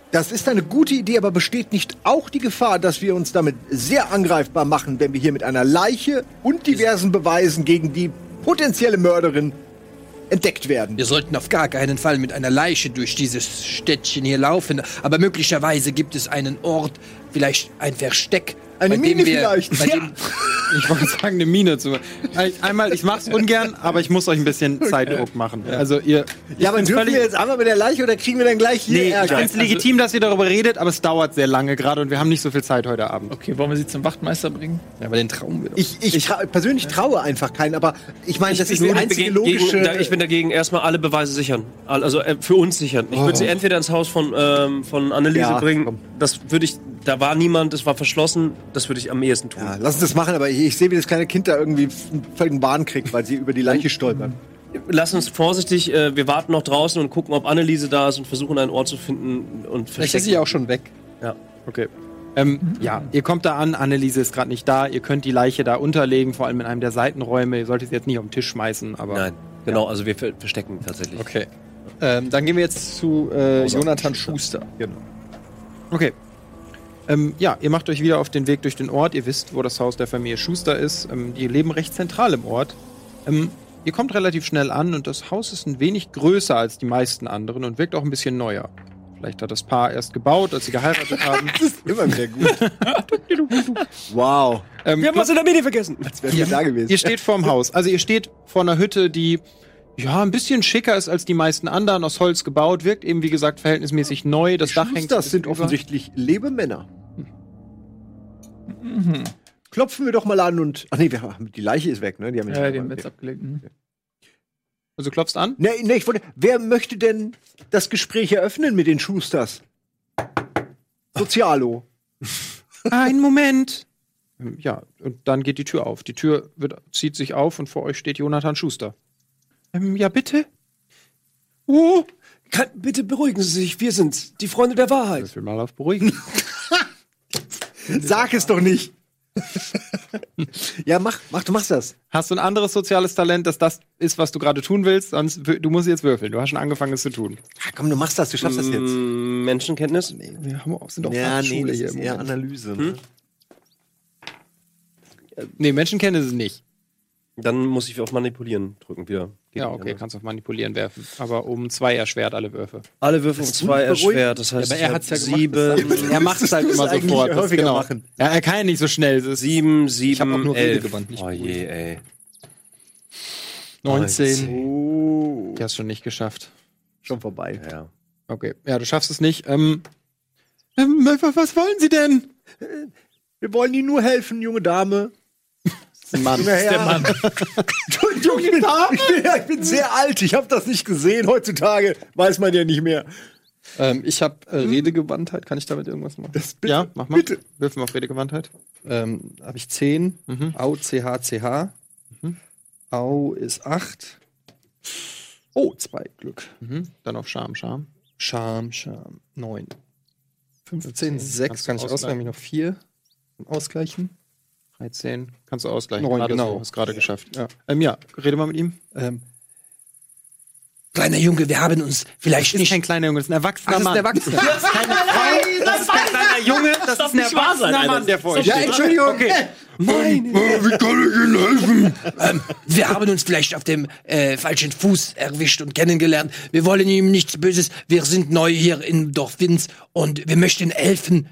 E: Das ist eine gute Idee, aber besteht nicht auch die Gefahr, dass wir uns damit sehr angreifbar machen, wenn wir hier mit einer Leiche und diversen Beweisen gegen die potenzielle Mörderin entdeckt werden?
F: Wir sollten auf gar keinen Fall mit einer Leiche durch dieses Städtchen hier laufen. Aber möglicherweise gibt es einen Ort, vielleicht ein Versteck.
E: Eine
F: bei
E: Mine
F: dem wir,
E: vielleicht.
F: Bei
E: Ja.
F: dem,
A: Ich wollte sagen, eine Mine zu machen. Ein- Einmal, ich mach's ungern, aber ich muss euch ein bisschen Zeitdruck machen. Also ihr.
E: Ja, aber dürfen wir jetzt einmal mit der Leiche oder kriegen wir dann gleich hier
A: Nee, ich
E: Ärger?
A: find's
C: Also-
A: legitim, dass ihr darüber redet, aber es dauert sehr lange gerade und wir haben nicht so viel Zeit heute Abend.
C: Okay, wollen wir sie zum Wachtmeister bringen?
F: aber den Traum wir doch.
E: Ich, ich, trau- persönlich traue einfach keinen, aber ich meine, das ist die
G: Nur
E: einzige
G: gegen-
E: logische.
G: Gegen, da, ich bin dagegen erstmal alle Beweise sichern. Al- Also äh, für uns sichern. Ich würde sie entweder ins Haus von, ähm, von Anneliese
E: Ja,
G: bringen.
E: komm.
G: Das würde ich. Da war niemand, es war verschlossen. Das würde ich am ehesten tun.
E: ja, lass uns das machen, aber ich, ich sehe, wie das kleine Kind da irgendwie einen völligen Bahn kriegt, weil sie über die Leiche stolpert.
G: Lass uns vorsichtig, äh, wir warten noch draußen und gucken, ob Anneliese da ist und versuchen einen Ort zu finden
A: Vielleicht
G: und
A: ist
G: verstecken.
A: sie ja auch schon weg.
G: Ja.
A: Okay. Ähm, ja, ihr kommt da an, Anneliese ist gerade nicht da, ihr könnt die Leiche da unterlegen, vor allem in einem der Seitenräume. Ihr solltet sie jetzt nicht auf den Tisch schmeißen, aber.
G: Nein, genau, also wir ver verstecken tatsächlich.
A: Okay.
L: Ähm, dann gehen wir jetzt zu äh, Jonathan Schuster.
A: Genau. Okay. Ähm, ja, ihr macht euch wieder auf den Weg durch den Ort. Ihr wisst, wo das Haus der Familie Schuster ist. Ähm, die leben recht zentral im Ort. Ähm, ihr kommt relativ schnell an und das Haus ist ein wenig größer als die meisten anderen und wirkt auch ein bisschen neuer. Vielleicht hat das Paar erst gebaut, als sie geheiratet haben.
E: Immer wieder gut. wow.
A: Ähm,
B: Wir haben was in der Mine vergessen.
E: Das wäre mir da gewesen.
A: Ihr steht vorm Haus. Also ihr steht vor einer Hütte, die ja ein bisschen schicker ist als die meisten anderen, aus Holz gebaut, wirkt eben wie gesagt verhältnismäßig neu. Das Dach hängt. so ein
E: Das sind
A: bisschen über.
E: offensichtlich Lebemänner.
A: Mhm.
E: Klopfen wir doch mal an und. Ach nee, wir haben, die Leiche ist weg, ne? Die haben wir
C: Ja,
E: nicht
C: den
E: dabei.
C: Metz abgelegt. Mhm.
A: Also klopfst an.
E: Nee, nee, ich wollte. Wer möchte denn das Gespräch eröffnen mit den Schusters? Sozialo.
A: Ein Moment. Ähm, Ja, und dann geht die Tür auf. Die Tür wird, zieht sich auf und vor euch steht Jonathan Schuster. Ähm, ja, bitte? Oh,
B: Kann, bitte beruhigen Sie sich, wir sind die Freunde der Wahrheit.
A: will mal auf beruhigen.
E: Sag es doch nicht. ja, mach, mach, du machst das.
A: Hast du ein anderes soziales Talent, dass das ist, was du gerade tun willst? Sonst, wür- du musst jetzt würfeln. Du hast schon angefangen, es zu tun.
E: Ja, komm, du machst das, du schaffst das jetzt.
A: Hm,
G: Mm, Menschenkenntnis?
A: Wir haben auch, sind auch
E: Ja,
A: nee,
E: nee,
A: Schule
E: das
A: hier.
E: ist
A: im
E: eher
A: Moment.
E: Analyse. ne?
A: Nee, Menschen kennen es nicht.
G: Dann muss ich auf Manipulieren drücken wieder. Geht
A: Ja,
G: nicht
A: okay,
G: anders.
A: kannst auf Manipulieren werfen. Aber um zwei erschwert alle Würfe.
G: Alle Würfe um zwei erschwert, das heißt,
A: aber er
G: ich hab
A: hat's ja gemacht,
G: sieben,
E: Hm?
A: Er macht es halt immer sofort. Das,
E: häufiger
A: genau.
E: machen.
A: Ja, er kann ja nicht so schnell. Das ist
G: sieben, Oh sieben,
A: hab auch nur Rede
G: elf.
A: gewandt, nicht
G: oh je, ey.
A: 19.
E: Oh,
A: Der hast schon nicht geschafft.
E: schon vorbei.
A: Okay, ja, du schaffst es nicht. Ähm, ähm, wa- was wollen Sie denn?
E: Wir wollen Ihnen nur helfen, junge Dame.
A: Mann.
E: der Mann. Entschuldigung, ich bin, ich, bin, ich bin sehr alt. Ich habe das nicht gesehen. Heutzutage weiß man ja nicht mehr.
M: Ähm, ich habe äh, Redegewandtheit. Kann ich damit irgendwas machen?
E: Bitte,
A: Ja, mach mal.
E: Bitte.
A: Wirf mal auf Redegewandtheit.
M: Ähm, habe ich 10. Au, CH, CH. Au ist 8. Oh, 2. Glück.
A: Mhm. Dann auf Scham, Scham.
M: Scham, Scham. 9. 15, 6.
A: Kannst
M: Kann
A: du
M: ich ausgleichen? Hab ich noch 4. Ausgleichen.
A: 13. Kannst du ausgleichen.
M: Neun,
A: Gerade
M: genau.
A: So, hast gerade geschafft. Ja. Ähm, ja, rede mal mit ihm.
M: Ähm,
F: Kleiner Junge, wir haben uns vielleicht
A: Ist
F: nicht.
A: kein kleiner Junge, das ist ein erwachsener Mann.
M: Erwachsener. Das ist keine Frau, das ist kein kleiner Junge, das ist ein
N: nicht wahr sein,
M: erwachsener
N: Alter.
M: Mann, der vor euch
N: Das
M: steht.
N: ist doch
M: Entschuldigung. Okay.
F: Wie kann ich Ihnen helfen? Äh, ähm, wir haben uns vielleicht auf dem äh, falschen Fuß erwischt und kennengelernt. Wir wollen ihm nichts Böses. Wir sind neu hier im Dorf Winz und wir möchten helfen,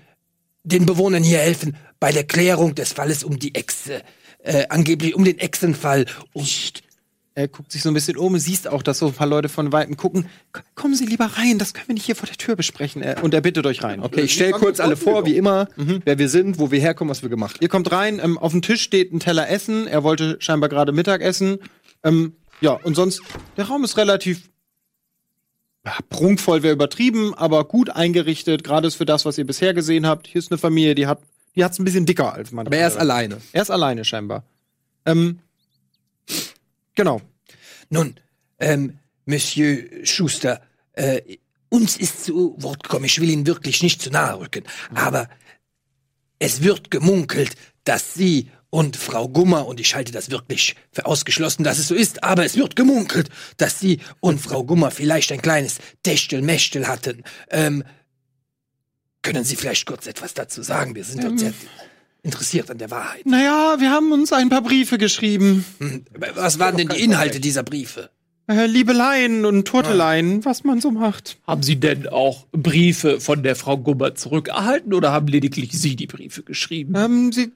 F: den Bewohnern hier helfen bei der Klärung des Falles um die Echse. Äh, angeblich um den Echsenfall. Und
A: Er guckt sich so ein bisschen um, siehst auch, dass so ein paar Leute von Weitem gucken. K- Kommen Sie lieber rein, das können wir nicht hier vor der Tür besprechen. Er, und er bittet euch rein.
M: Okay, ich stelle kurz alle vor, wie immer,
A: Mhm.
M: wer wir sind, wo wir herkommen, was wir gemacht haben.
A: Ihr kommt rein, ähm, auf dem Tisch steht ein Teller Essen. Er wollte scheinbar gerade Mittag essen. Ähm, ja, und sonst, der Raum ist relativ ja, prunkvoll, wäre übertrieben, aber gut eingerichtet, gerade ist für das, was ihr bisher gesehen habt. Hier ist eine Familie, die hat die hat's ein bisschen dicker als man.
M: Aber er
F: Äh,
M: ist alleine.
A: Er ist alleine scheinbar. Ähm, genau.
F: Nun, ähm, Monsieur Schuster, äh, uns ist zu Wort gekommen, ich will Ihnen wirklich nicht zu nahe rücken, aber es wird gemunkelt, dass Sie und Frau Gummer, und ich halte das wirklich für ausgeschlossen, dass es so ist, aber es wird gemunkelt, dass Sie und Frau Gummer vielleicht ein kleines Techtelmechtel hatten. Ähm, können Sie vielleicht kurz etwas dazu sagen? Wir sind uns sehr interessiert an der Wahrheit.
A: Naja, wir haben uns ein paar Briefe geschrieben.
F: Hm, Was waren denn die Inhalte dieser Briefe?
A: Äh, Liebeleien und Turteleien, was man so macht.
C: Haben Sie denn auch Briefe von der Frau Gummer zurückerhalten oder haben lediglich Sie die Briefe geschrieben?
A: Ähm, sie,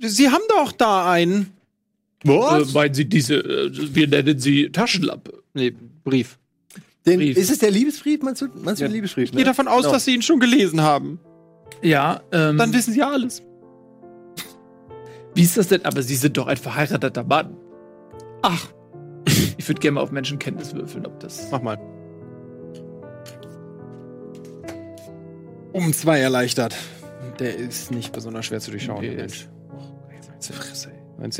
A: sie haben doch da einen.
C: Äh, meinen Sie diese, äh, wir nennen sie Taschenlampe?
A: Nee, Brief.
E: Den,
C: Brief.
E: Ist es der Liebesbrief? Meinst du, meinst du den Liebesbrief?
A: Ich gehe
E: Ne?
A: davon aus,
M: Genau.
A: dass sie ihn schon gelesen haben.
C: Ja, ähm,
A: Dann wissen sie ja alles.
C: wie ist das denn? Aber Sie sind doch ein verheirateter Mann. Ach. Ich würde gerne mal auf Menschenkenntnis würfeln, ob das.
A: Mach mal. Um zwei erleichtert. Der ist nicht besonders schwer zu durchschauen.
C: Okay,
A: der Mensch. Oh, Fresse,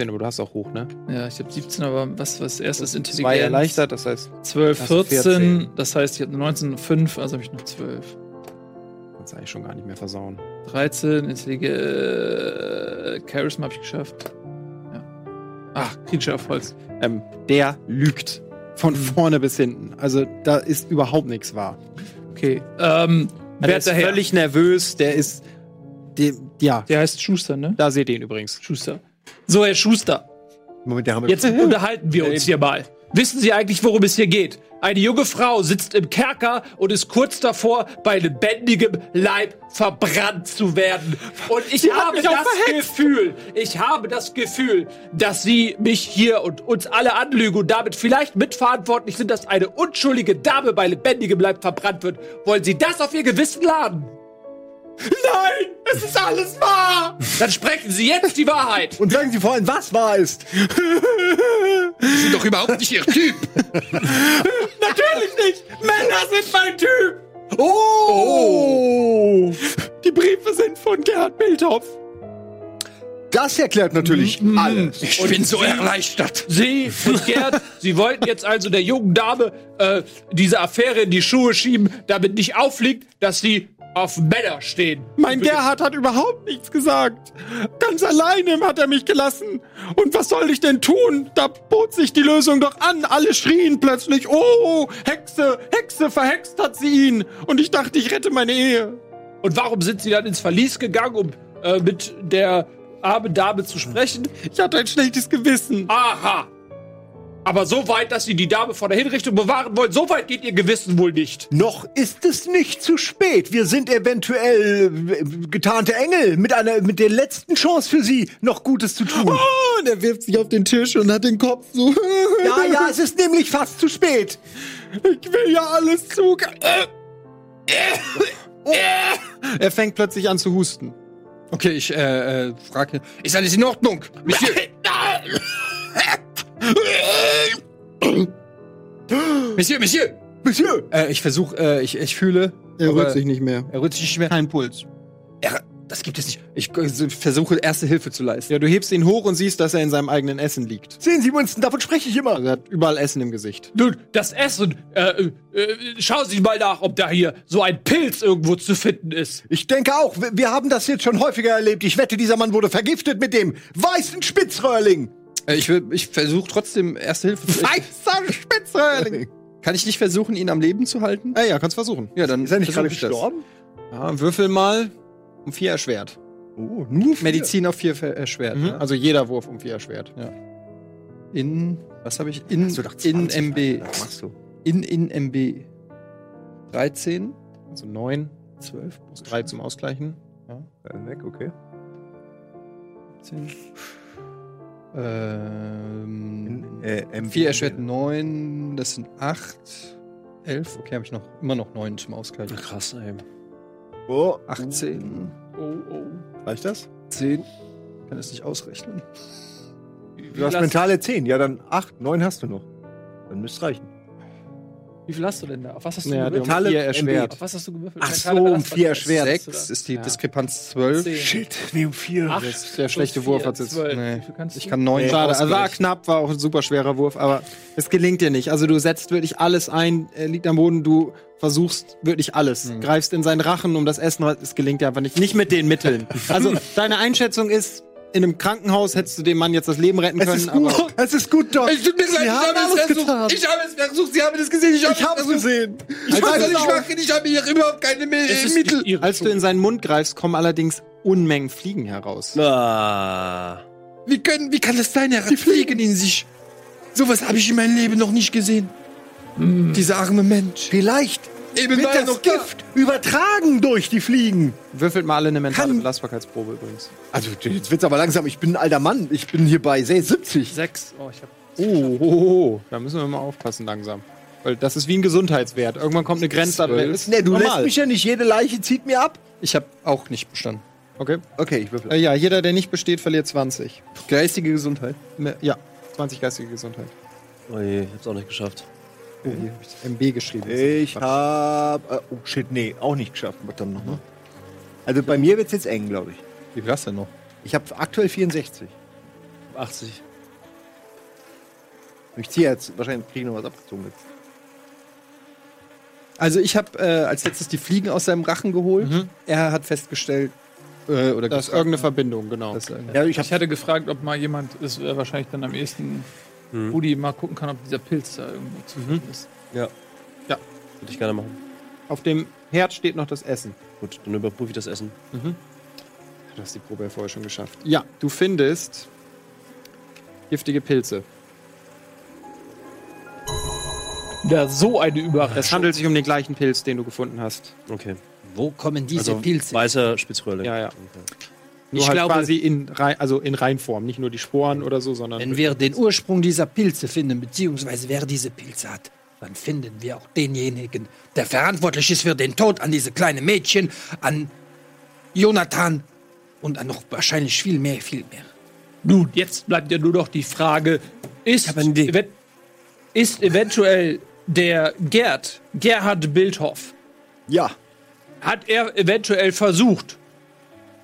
A: aber du hast auch hoch, ne?
C: Ja, ich habe 17, aber was was erstes Intelligenz?
A: Zwei erleichtert, das heißt,
C: 12,
A: Hast du
C: 14,
A: 14.
C: das heißt, ich hatte 19, 5, also habe ich noch 12.
A: kannst du eigentlich schon gar nicht mehr versauen.
C: 13, Intellige, äh, Charisma habe ich geschafft. Ja. Ah, Ach, kritischer Erfolg.
A: Ähm, der lügt.
C: Mhm.
A: Von vorne bis hinten. Also, da ist überhaupt nichts wahr.
C: Okay. Ähm,
A: Der
C: wer
A: ist
C: daher?
A: völlig nervös, der ist. Der, ja,
C: Der heißt Schuster, ne?
A: da seht ihr ihn übrigens.
C: Schuster. So, Herr Schuster,
E: Moment, da haben wir.
C: jetzt unterhalten wir uns hier mal. Wissen Sie eigentlich, worum es hier geht? Eine junge Frau sitzt im Kerker und ist kurz davor, bei lebendigem Leib verbrannt zu werden. Und ich habe das Gefühl, ich habe das Gefühl, dass Sie mich hier und uns alle anlügen und damit vielleicht mitverantwortlich sind, dass eine unschuldige Dame bei lebendigem Leib verbrannt wird. Wollen Sie das auf Ihr Gewissen laden? Nein, es ist alles wahr! Dann sprechen Sie jetzt die Wahrheit.
E: Und sagen Sie vor allem, was wahr ist.
F: Sie sind doch überhaupt nicht Ihr Typ.
A: Natürlich nicht! Männer sind mein Typ!
E: Oh!
A: Die Briefe sind von Gerhard Bildhoff.
E: Das erklärt natürlich alles.
F: Ich bin so erleichtert.
C: Sie und Gerd, Sie wollten jetzt also der jungen Dame äh, diese Affäre in die Schuhe schieben, damit nicht auffliegt, dass sie auf Männer stehen.
A: Mein Gerhard hat überhaupt nichts gesagt. Ganz alleine hat er mich gelassen. Und was soll ich denn tun? Da bot sich die Lösung doch an. Alle schrien plötzlich, oh, Hexe, Hexe, verhext hat sie ihn. Und ich dachte, ich rette meine Ehe.
C: Und warum sind Sie dann ins Verlies gegangen, um äh, mit der armen Dame zu sprechen?
A: Ah, Ich hatte ein schlechtes Gewissen.
C: Aha! Aber so weit, dass ihr die Dame vor der Hinrichtung bewahren wollt, so weit geht ihr Gewissen wohl nicht.
E: Noch ist es nicht zu spät. Wir sind eventuell äh, getarnte Engel mit einer mit der letzten Chance für sie, noch Gutes zu tun.
A: Oh, und er wirft sich auf den Tisch und hat den Kopf so.
E: Ja, ja, es ist nämlich fast zu spät.
A: Ich will ja alles zu. Er fängt plötzlich an zu husten.
F: Okay, ich äh, äh, frage. Ist alles in Ordnung? Monsieur? Monsieur, Monsieur!
E: Monsieur,
F: Äh, ich versuche, äh, ich, ich fühle.
A: Er
F: aber
A: rührt sich nicht mehr.
F: Er rührt sich nicht mehr.
A: Kein Puls.
F: Er, das gibt es nicht. Ich äh, versuche, erste Hilfe zu leisten.
A: Ja, du hebst ihn hoch und siehst, dass er in seinem eigenen Essen liegt.
E: sehen Sie, Winston, davon spreche ich immer.
A: Also er hat überall Essen im Gesicht.
C: Nun, das Essen, äh, äh, schauen Sie mal nach, ob da hier so ein Pilz irgendwo zu finden ist.
E: Ich denke auch, wir, wir haben das jetzt schon häufiger erlebt. Ich wette, dieser Mann wurde vergiftet mit dem weißen Spitzröhrling.
F: Äh, ich will- ich versuche trotzdem erste Hilfe zu leisten.
A: Weißer Spitzröhrling!
F: Kann ich nicht versuchen, ihn am Leben zu halten?
A: Ah ja, kannst versuchen.
F: Ja, dann.
E: Ist er nicht
F: versuch
E: gerade
F: ich das.
E: gestorben?
A: Ja, würfel mal um vier erschwert.
E: Oh, nur vier.
F: Medizin auf vier ver- erschwert.
A: Mhm.
F: Ja.
A: Also jeder Wurf um vier erschwert.
F: In. Was habe ich? In,
E: Hast du doch
F: in
E: 20,
F: MB.
E: Alter, machst du.
F: In, in MB. 13,
A: Also neun,
F: 12,
A: plus drei zum Ausgleichen.
E: Äh, Weg, okay.
F: 15. Ähm.
E: Äh, MB.
F: 4 erschwert 9, das sind 8. 11, okay, habe ich noch immer noch 9 zum Ausgleich.
G: Krass, ey.
E: Oh,
F: 18,
C: Oh, oh.
E: reicht das?
F: 10. Kann das nicht ausrechnen.
E: Du hast
C: lass-
E: mentale 10. Ja, dann 8, 9 hast du noch. Dann müsste reichen.
C: Wie viel hast du denn da? Auf was hast
A: Ja,
C: gewürfelt?
A: die haben vier erschwert.
C: Auf was hast du gewürfelt?
E: Ach so,
C: Mentale
E: um
C: Belastung.
E: vier erschwert.
C: Sechs
F: 6
C: oder
F: ist die
A: Ja.
F: Diskrepanz 12.
C: zehn.
E: Shit, nee, um 4.
C: Acht
A: ist der
C: und
A: schlechte
C: vier,
A: Wurf hat's jetzt-
C: zwölf.
F: Nee.
C: Wie viel kannst
F: Ich
C: du?
F: kann 9
A: Schade, also war knapp, war auch ein super schwerer Wurf, aber es gelingt dir nicht. Also du setzt wirklich alles ein, er liegt am Boden, du versuchst wirklich alles. Greifst in seinen Rachen um das Essen, es gelingt dir einfach nicht. Mhm. Nicht mit den Mitteln. Also deine Einschätzung ist, in einem Krankenhaus hättest du dem Mann jetzt das Leben retten
E: Es
A: können,
E: ist gut,
A: aber
E: es ist gut, Doc.
F: Es tut mir leid, ich habe
E: alles
F: es
E: getan.
F: versucht. Ich habe es versucht, Sie haben es gesehen. Ich habe
E: Ich hab's gesehen.
F: Ich
E: weiß
F: weiß, was
E: es
F: ich
E: auch.
F: mache. Ich habe hier überhaupt keine Mil-
C: Es ist
F: Mittel.
C: nicht ihre
A: als du in
C: Schuld.
A: seinen Mund greifst, kommen allerdings Unmengen Fliegen heraus.
G: Ah.
F: Wie, können, wie kann das sein? Er hat Fliegen in sich. Sowas habe ich in meinem Leben noch nicht gesehen. Dieser arme Mensch.
E: Vielleicht
F: Eben
E: wird
F: war er
E: das
F: noch da.
E: Gift übertragen durch die Fliegen.
A: Würfelt mal alle eine mentale
E: Kann-
A: Belastbarkeitsprobe übrigens.
E: Also, jetzt wird's aber langsam. Ich bin ein alter Mann. Ich bin hier bei 70.
C: Sechs. Oh, ich hab.
A: Oh, oh, oh, oh, da müssen wir mal aufpassen langsam. Weil das ist wie ein Gesundheitswert. Irgendwann kommt eine Grenze an.
F: Zwölf.
A: das ist
E: Ne, du
A: normal.
E: lässt mich ja nicht. Jede Leiche zieht mir ab.
F: Ich habe auch nicht bestanden.
A: Okay.
E: Okay, ich würfel.
A: Äh, ja, jeder, der nicht besteht, verliert 20.
F: Geistige Gesundheit.
A: Ne, Ja, 20 geistige Gesundheit.
G: Oh je, ich hab's auch nicht geschafft.
A: Oh, hier hab ich MB geschrieben.
E: Ich hab. Äh, oh shit, nee, auch nicht geschafft. Warte nochmal. Also bei mir wird's jetzt eng, glaube ich.
F: Wie viel hast du denn noch?
E: Ich habe aktuell 64.
G: 80.
E: Ich ziehe jetzt. Wahrscheinlich kriege ich noch was abgezogen jetzt.
F: Also ich habe äh, als letztes die Fliegen aus seinem Rachen geholt. Er hat festgestellt äh, oder
A: Das ist
F: gefragt,
A: irgendeine Verbindung, genau.
F: dass er-
E: Ja, ich
C: Ich hatte gefragt, ob mal jemand ist, äh, wahrscheinlich dann am ehesten Rudi mal gucken kann, ob dieser Pilz da irgendwo zu finden ist.
G: Würde ich gerne machen.
A: Auf dem Herd steht noch das Essen.
G: Gut, dann überprüfe ich das Essen.
A: Du hast die Probe ja vorher schon geschafft. Ja, du findest giftige Pilze.
C: Ja, so eine
A: Es
C: Überraschung.
A: handelt sich um den gleichen Pilz, den du gefunden hast.
G: Okay.
F: Wo kommen diese
G: Also,
F: Pilze?
G: Weißer Spitzröhrling.
A: Ja, ja.
G: Okay.
A: Nur
F: Ich
A: halt
F: glaube-
A: quasi in, Rei- also in Reinform, nicht nur die Sporen oder so, sondern
F: Wenn wir den Ursprung dieser Pilze finden, beziehungsweise wer diese Pilze hat, dann finden wir auch denjenigen, der verantwortlich ist für den Tod an diese kleinen Mädchen, an Jonathan und an noch wahrscheinlich viel mehr, viel mehr.
C: Nun, jetzt bleibt ja nur noch die Frage, ist,
G: hab eine Idee.
C: ev ist eventuell der Gerd, Gerhard Bildhoff,
E: Ja.
C: hat er eventuell versucht,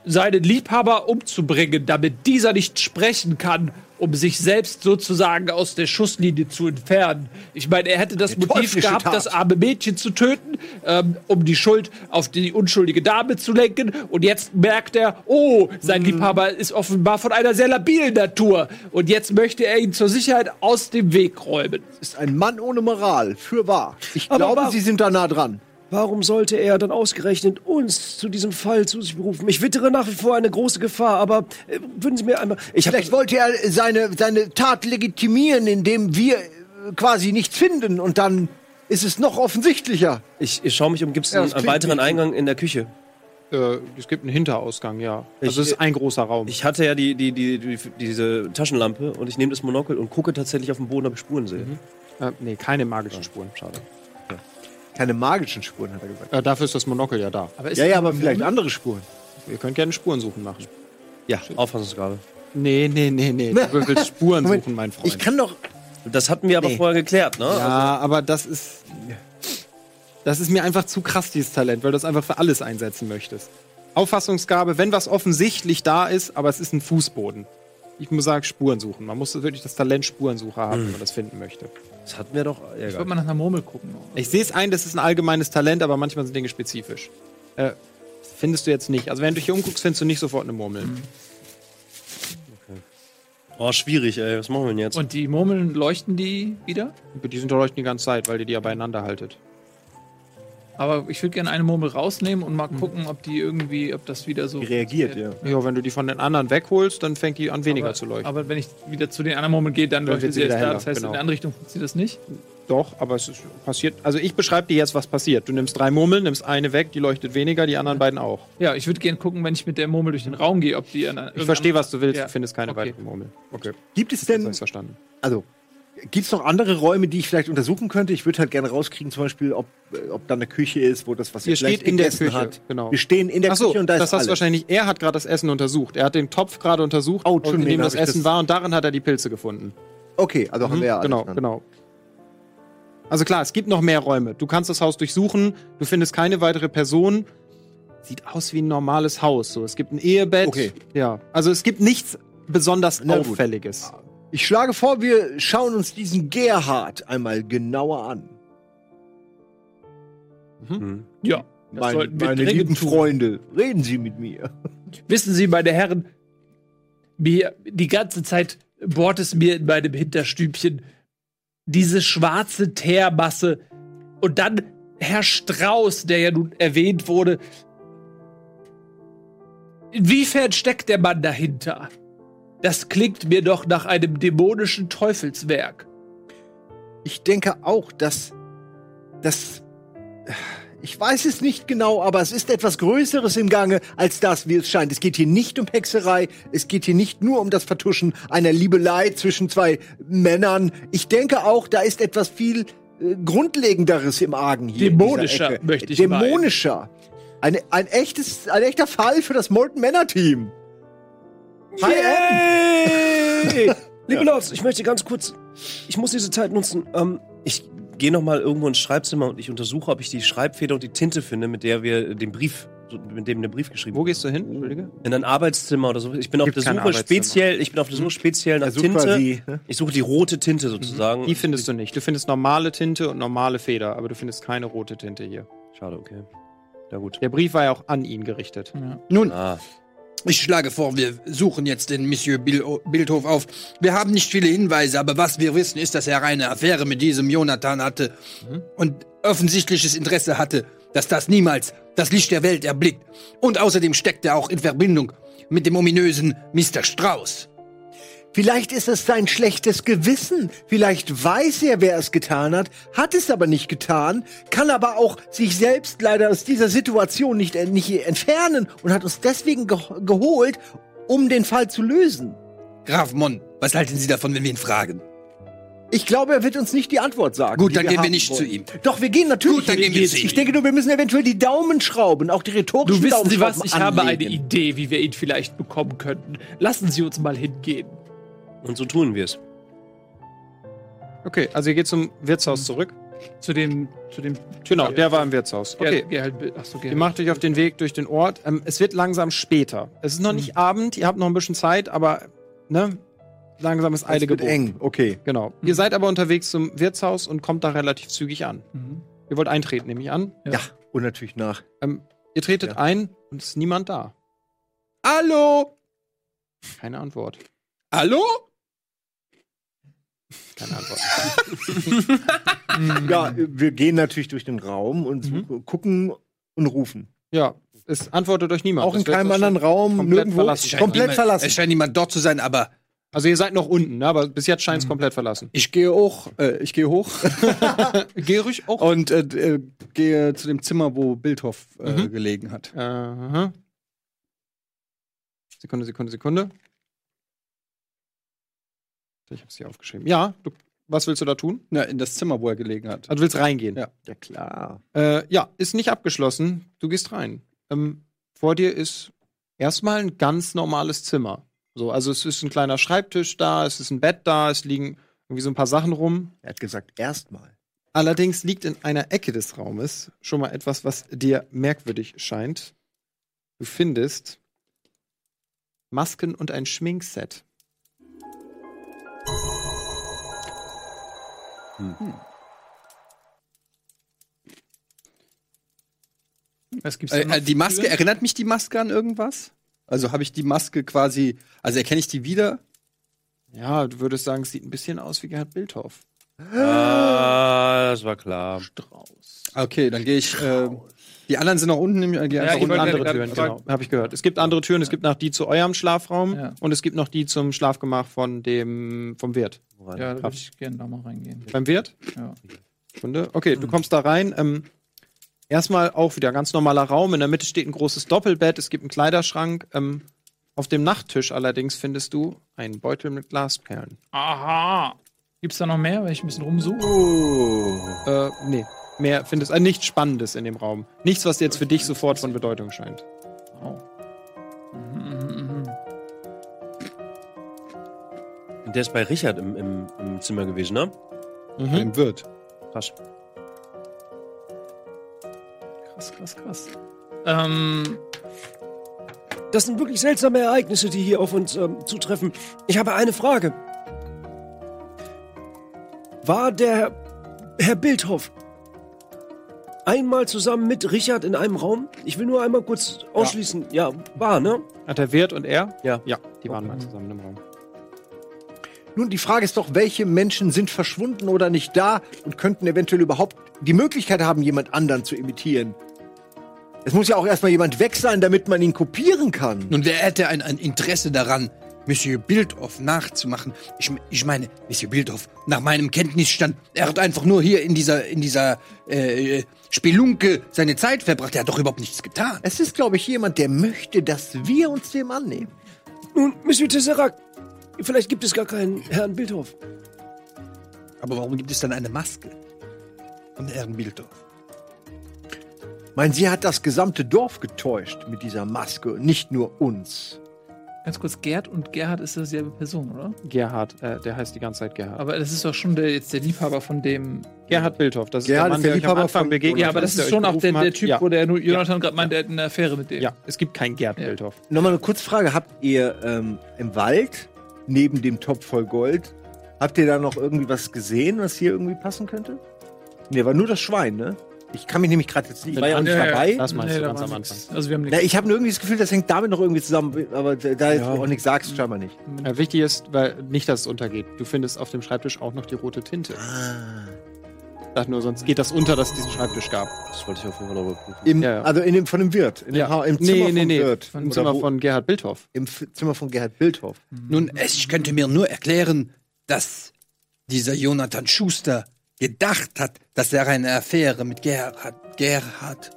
C: seinen Liebhaber umzubringen, damit dieser nicht sprechen kann, um sich selbst sozusagen aus der Schusslinie zu entfernen. Ich meine, er hätte das Motiv
E: teuflische
C: gehabt,
E: Tat.
C: das arme Mädchen zu töten, ähm, um die Schuld auf die unschuldige Dame zu lenken. Und jetzt merkt er, oh, sein Liebhaber ist offenbar von einer sehr labilen Natur. Und jetzt möchte er ihn zur Sicherheit aus dem Weg räumen.
E: Ist ein Mann ohne Moral. Für wahr. Ich
B: Aber
E: glaube,
B: wa-
E: Sie sind da nah dran.
B: Warum sollte er dann ausgerechnet uns zu diesem Fall zu sich berufen? Ich wittere nach wie vor eine große Gefahr, aber äh, würden Sie mir einmal. Ich hab,
E: Vielleicht wollte er seine, seine Tat legitimieren, indem wir äh, quasi nichts finden und dann ist es noch offensichtlicher.
G: Ich, ich schaue mich um, gibt es einen,
E: das
G: einen
E: klingt
G: weiteren Eingang in der Küche?
A: Äh, es gibt einen Hinterausgang, ja. Also
G: Ich-
A: es ist ein großer Raum.
G: Ich hatte ja die, die, die, die, diese Taschenlampe und ich nehme das Monokel und gucke tatsächlich auf den Boden, ob ich Spuren sehe.
A: äh, nee, keine magischen Spuren, schade.
E: Keine magischen Spuren, hat er gesagt.
A: Äh, dafür ist das Monokel ja da. Aber
E: Ja, ja, aber vielleicht andere Spuren.
A: ihr könnt gerne Spurensuchen machen.
G: Ja, Auffassungsgabe.
A: Nee, nee, nee, nee. Du willst Spuren
E: Moment,
A: suchen, mein Freund.
E: Ich kann doch.
G: Das hatten wir aber
E: Nee.
G: vorher geklärt, ne?
A: Ja, aber das ist. Das ist mir einfach zu krass, dieses Talent, weil du das einfach für alles einsetzen möchtest. Auffassungsgabe, wenn was offensichtlich da ist, aber es ist ein Fußboden. Ich muss sagen, Spuren suchen. Man muss wirklich das Talent Spurensuche haben, wenn man das finden möchte.
G: Das hatten wir doch.
C: Ich
G: Egal.
C: würde mal nach einer Murmel gucken.
A: Ich sehe es ein, das ist ein allgemeines Talent, aber manchmal sind Dinge spezifisch. Äh, findest du jetzt nicht. Also, wenn du dich hier umguckst, findest du nicht sofort eine Murmel.
G: Oh, schwierig, ey. Was machen wir denn jetzt?
C: Und die Murmeln leuchten die wieder?
A: Die sind doch leuchten die ganze Zeit, weil ihr die ja beieinander haltet.
C: Aber ich würde gerne eine Murmel rausnehmen und mal gucken, ob die irgendwie, ob das wieder so.
O: Reagiert, ja.
A: Ja, wenn du die von den anderen wegholst, dann fängt die an, weniger
C: aber,
A: zu leuchten.
C: Aber wenn ich wieder zu den anderen Murmeln gehe, dann
A: Dann
C: leuchtet
A: wird
C: sie
A: sie
C: erst
A: wieder
C: da.
A: heller,
C: Das heißt, in
A: genau.
C: der anderen Richtung funktioniert das nicht.
A: Doch, aber es ist passiert. Also ich beschreibe dir jetzt, was passiert. Du nimmst drei Murmeln, nimmst eine weg, die leuchtet weniger, die anderen beiden auch.
C: Ja, ich würde gerne gucken, wenn ich mit der Murmel durch den Raum gehe, ob die an
A: Ich verstehe, was du willst,
C: Ja.
A: du findest keine
C: Okay.
A: weiteren Murmeln. Okay.
O: Gibt es
A: Das
O: denn,
A: ist verstanden.
O: also, gibt es noch andere Räume, die ich vielleicht untersuchen könnte? Ich würde halt gerne rauskriegen, zum Beispiel, ob, äh, ob da eine Küche ist, wo das, was
A: Ihr
O: ihr vielleicht
A: steht in der
O: gegessen
A: Küche,
O: hat.
A: genau.
O: Wir stehen in der
A: Achso,
O: Küche und da ist
A: das hast
O: alles.
A: du wahrscheinlich. Er hat gerade das Essen untersucht. Er hat den Topf gerade untersucht,
O: Oh,
A: in
O: Entschuldigung,
A: dem
O: hab
A: das
O: ich
A: Essen
O: das-
A: war und darin hat er die Pilze gefunden.
O: Okay, also haben wir ja alles
A: genau,
O: dann.
A: genau. Also klar, es gibt noch mehr Räume. Du kannst das Haus durchsuchen, du findest keine weitere Person. Sieht aus wie ein normales Haus. So, es gibt ein Ehebett.
O: Okay.
A: Ja. Also es gibt nichts besonders
O: Na gut.
A: Auffälliges.
O: Ich schlage vor, wir schauen uns diesen Gerhard einmal genauer an.
C: Ja, das
O: Meine,
C: sollten wir
O: meine
C: dringend
O: lieben
C: tun.
O: Freunde, reden Sie mit mir.
C: Wissen Sie, meine Herren, mir, die ganze Zeit bohrt es mir in meinem Hinterstübchen diese schwarze Teermasse und dann Herr Strauß, der ja nun erwähnt wurde. Inwiefern steckt der Mann dahinter? Das klingt mir doch nach einem dämonischen Teufelswerk.
E: Ich denke auch, dass. dass ich weiß es nicht genau, aber es ist etwas Größeres im Gange als das, wie es scheint. Es geht hier nicht um Hexerei, es geht hier nicht nur um das Vertuschen einer Liebelei zwischen zwei Männern. Ich denke auch, da ist etwas viel äh, Grundlegenderes im Argen hier. in dieser
C: Dämonischer,
E: Ecke.
C: möchte ich
E: Dämonischer. Ein, ein, echtes, ein echter Fall für das Molten Männer Team. Hi, Ed.
B: Yay! Liebe Lords, ich möchte ganz kurz. Ich muss diese Zeit nutzen. Ähm,
G: Ich gehe nochmal irgendwo ins Schreibzimmer und ich untersuche, ob ich die Schreibfeder und die Tinte finde, mit der wir den Brief, mit dem der Brief geschrieben
A: Wo gehst du hin? Entschuldige.
G: In ein Arbeitszimmer oder so. Ich bin auf
A: Gibt
G: der
A: kein
G: Suche
A: Arbeitszimmer. Hm.
G: speziell, ich bin auf der Suche speziell nach
O: Also
G: Tinte.
O: quasi, ne?
G: Ich suche die rote Tinte sozusagen.
A: Die findest du nicht. Du findest normale Tinte und normale Feder, aber du findest keine rote Tinte hier.
G: Schade, okay. Na gut.
A: Der Brief war ja auch an ihn gerichtet.
G: Ah,
F: Ich schlage vor, wir suchen jetzt den Monsieur Bil Bildhof auf. Wir haben nicht viele Hinweise, aber was wir wissen, ist, dass er eine Affäre mit diesem Jonathan hatte und offensichtliches Interesse hatte, dass das niemals das Licht der Welt erblickt. Und außerdem steckt er auch in Verbindung mit dem ominösen Mr. Strauß.
E: Vielleicht ist es sein schlechtes Gewissen. Vielleicht weiß er, wer es getan hat, hat es aber nicht getan, kann aber auch sich selbst leider aus dieser Situation nicht, äh, nicht entfernen und hat uns deswegen ge geholt, um den Fall zu lösen.
F: Graf Mon, was halten Sie davon, wenn wir ihn fragen?
E: Ich glaube, er wird uns nicht die Antwort sagen.
F: Gut,
E: die
F: dann gehen wir
E: haben
F: nicht
E: wollen.
F: zu ihm.
E: Doch, wir gehen natürlich.
F: Gut, dann gehen wir zu ihm.
E: Ich denke nur, wir müssen eventuell die Daumen schrauben, auch die rhetorischen
C: Du wissen
E: Daumen
C: Sie was?
E: schrauben
C: Ich habe eine
E: anlegen.
C: Idee, wie wir ihn vielleicht bekommen könnten. Lassen Sie uns mal hingehen.
G: und so tun wir es.
A: Okay, also ihr geht zum Wirtshaus zurück.
C: Zu dem, zu dem.
A: Genau, der war im Wirtshaus. Okay.
C: Okay. Gerhard, achso,
A: Ihr
C: Gerhard.
A: macht euch auf den Weg durch den Ort. Ähm, es wird langsam später. Es ist noch nicht Abend, ihr habt noch ein bisschen Zeit, aber ne, langsam ist Eile
O: Es wird
A: geboten.
O: eng, okay.
A: Genau. Ihr seid aber unterwegs zum Wirtshaus und kommt da relativ zügig an.
C: Mhm.
A: Ihr wollt eintreten, nehme ich an.
C: Ja.
O: Ja, und natürlich nach.
A: Ähm, ihr tretet
O: Ja.
A: ein und es ist niemand da. Hallo! Keine Antwort.
F: Hallo?
A: Keine Antwort.
E: Ja, wir gehen natürlich durch den Raum und
F: Mhm.
E: suchen- gucken und rufen.
A: Ja, es antwortet euch niemand.
E: Auch in
A: Das wird
E: keinem
A: euch schon-
E: anderen Raum,
A: komplett
E: nirgendwo.
A: verlassen.
E: Scheint komplett
F: niemand, Es
E: verlassen.
F: scheint niemand dort zu sein, aber
A: Also ihr seid noch unten, ne? aber bis jetzt scheint es komplett verlassen.
P: Ich gehe hoch, äh, ich gehe hoch
A: Geh ruhig auch.
P: und äh, d- äh, gehe zu dem Zimmer, wo Bildhoff äh, gelegen hat.
A: Aha. Sekunde, Sekunde, Sekunde. Ich hab's hier aufgeschrieben. Ja, du, was willst du da tun?
P: Na, in das Zimmer, wo er gelegen hat.
A: Also du willst reingehen?
P: Ja.
E: Ja, klar.
A: Äh, ja, ist nicht abgeschlossen. Du gehst rein. Ähm, vor dir ist erstmal ein ganz normales Zimmer. So, also es ist ein kleiner Schreibtisch da, es ist ein Bett da, es liegen irgendwie so ein paar Sachen rum.
E: Er hat gesagt, erstmal.
A: Allerdings liegt in einer Ecke des Raumes schon mal etwas, was dir merkwürdig scheint. Du findest Masken und ein Schminkset.
C: Was gibt's
P: Äh,
C: da noch?
P: äh, die Maske, erinnert mich die Maske an irgendwas? Also habe ich die Maske quasi, also erkenne ich die wieder?
A: Ja, du würdest sagen, es sieht ein bisschen aus wie Gerhard Bildhoff.
G: Ah, das war klar.
P: Okay, dann gehe ich. Äh, die anderen sind noch unten, nehme ich- äh, gehe einfach
A: Ja, und
P: unten
A: andere
P: andere
A: Türen, genau. Habe ich gehört. Es gibt andere Türen, es gibt noch die zu eurem Schlafraum
C: Ja.
A: und es gibt noch die zum Schlafgemach von dem, vom Wirt.
C: Ja, da würde ich gerne da mal reingehen.
A: Beim Wirt?
C: Ja.
A: Sekunde. Okay, du kommst da rein. Ähm, erstmal auch wieder ganz normaler Raum. In der Mitte steht ein großes Doppelbett, es gibt einen Kleiderschrank. Ähm, auf dem Nachttisch allerdings findest du einen Beutel mit Glasperlen.
C: Aha. Gibt's da noch mehr, wenn ich ein bisschen rumsuche?
A: Äh, nee. Mehr findest äh, nichts Spannendes in dem Raum. Nichts, was jetzt für dich sofort von Bedeutung scheint.
C: Wow. Mhm, mhm, mhm.
G: Der ist bei Richard im, im, im Zimmer gewesen, ne?
A: Mhm.
P: Im Wirt.
G: Krass.
C: Krass, krass, krass. Ähm,
B: Das sind wirklich seltsame Ereignisse, die hier auf uns ähm, zutreffen. Ich habe eine Frage. War der Herr Bildhoff einmal zusammen mit Richard in einem Raum? Ich will nur einmal kurz ausschließen. Ja, war, ne?
A: Hat der Wirt und er?
G: Ja.
A: Ja, die waren mal zusammen im Raum.
E: Nun, die Frage ist doch, welche Menschen sind verschwunden oder nicht da und könnten eventuell überhaupt die Möglichkeit haben, jemand anderen zu imitieren. Es muss ja auch erstmal jemand weg sein, damit man ihn kopieren kann.
F: nun wer hätte ein, ein Interesse daran, Monsieur Bildhoff nachzumachen? Ich, m- ich meine, Monsieur Bildhoff, nach meinem Kenntnisstand, er hat einfach nur hier in dieser, in dieser äh, Spelunke seine Zeit verbracht. Er hat doch überhaupt nichts getan.
E: Es ist, glaube ich, jemand, der möchte, dass wir uns dem annehmen.
B: Nun, Monsieur Tesserac, vielleicht gibt es gar keinen Herrn Bildhoff.
F: Aber warum gibt es dann eine Maske von Herrn Bildhoff?
E: Meinen Sie, er hat das gesamte Dorf getäuscht mit dieser Maske, und nicht nur uns.
C: ganz kurz, Gerd und Gerhard ist dieselbe Person, oder?
A: Gerhard, äh, der heißt die ganze Zeit Gerhard.
C: Aber das ist doch schon der, jetzt der Liebhaber von dem.
A: Gerhard Bildhoff, das ist
E: Gerhard
A: der Mann,
E: ist der
A: der euch am
E: Liebhaber
A: Anfang
E: von
A: begegnet
C: Ja, aber das
A: der
C: ist
A: euch
C: schon auch der,
A: gerufen
C: der
A: hat.
C: Typ,
A: ja.
C: wo der nur Jonathan gerade meint, der hat eine Affäre mit dem.
A: Ja, es gibt keinen Gerd
C: Ja.
A: Bildhoff.
E: Nochmal eine Kurzfrage. Habt ihr ähm, im Wald, neben dem Topf voll Gold, habt ihr da noch irgendwie was gesehen, was hier irgendwie passen könnte? Nee, war nur das Schwein, ne? Ich kann mich nämlich gerade jetzt nicht. Ich war ja auch nicht
C: Ja, ja.
E: dabei.
A: Das meinst du
C: Nee, da
A: ganz
C: war
A: am
C: nix.
A: Anfang.
C: Also wir haben nichts.
E: Na, ich habe nur irgendwie das Gefühl, das hängt damit noch irgendwie zusammen, aber da da jetzt auch nichts sagst, scheinbar nicht.
A: Äh, wichtig ist, weil nicht, dass es untergeht. Du findest auf dem Schreibtisch auch noch die rote Tinte. Ich
E: Ah.
A: dachte nur, sonst geht das unter, dass es diesen Schreibtisch gab.
G: Das wollte ich auf jeden Fall noch überprüfen.
E: Im,
A: Ja, ja.
E: Also in dem, von dem Wirt. In dem
A: Ja.
E: Ha- Im
A: Nee,
E: Zimmer
A: nee,
E: vom
A: nee.
E: Wirt.
A: Im
E: Oder
A: Zimmer
E: wo-
A: von Gerhard Bildhoff.
E: Im F Zimmer von Gerhard Bildhoff.
F: Nun, es, ich könnte mir nur erklären, dass dieser Jonathan Schuster gedacht hat, dass er eine Affäre mit Gerhard, Gerhard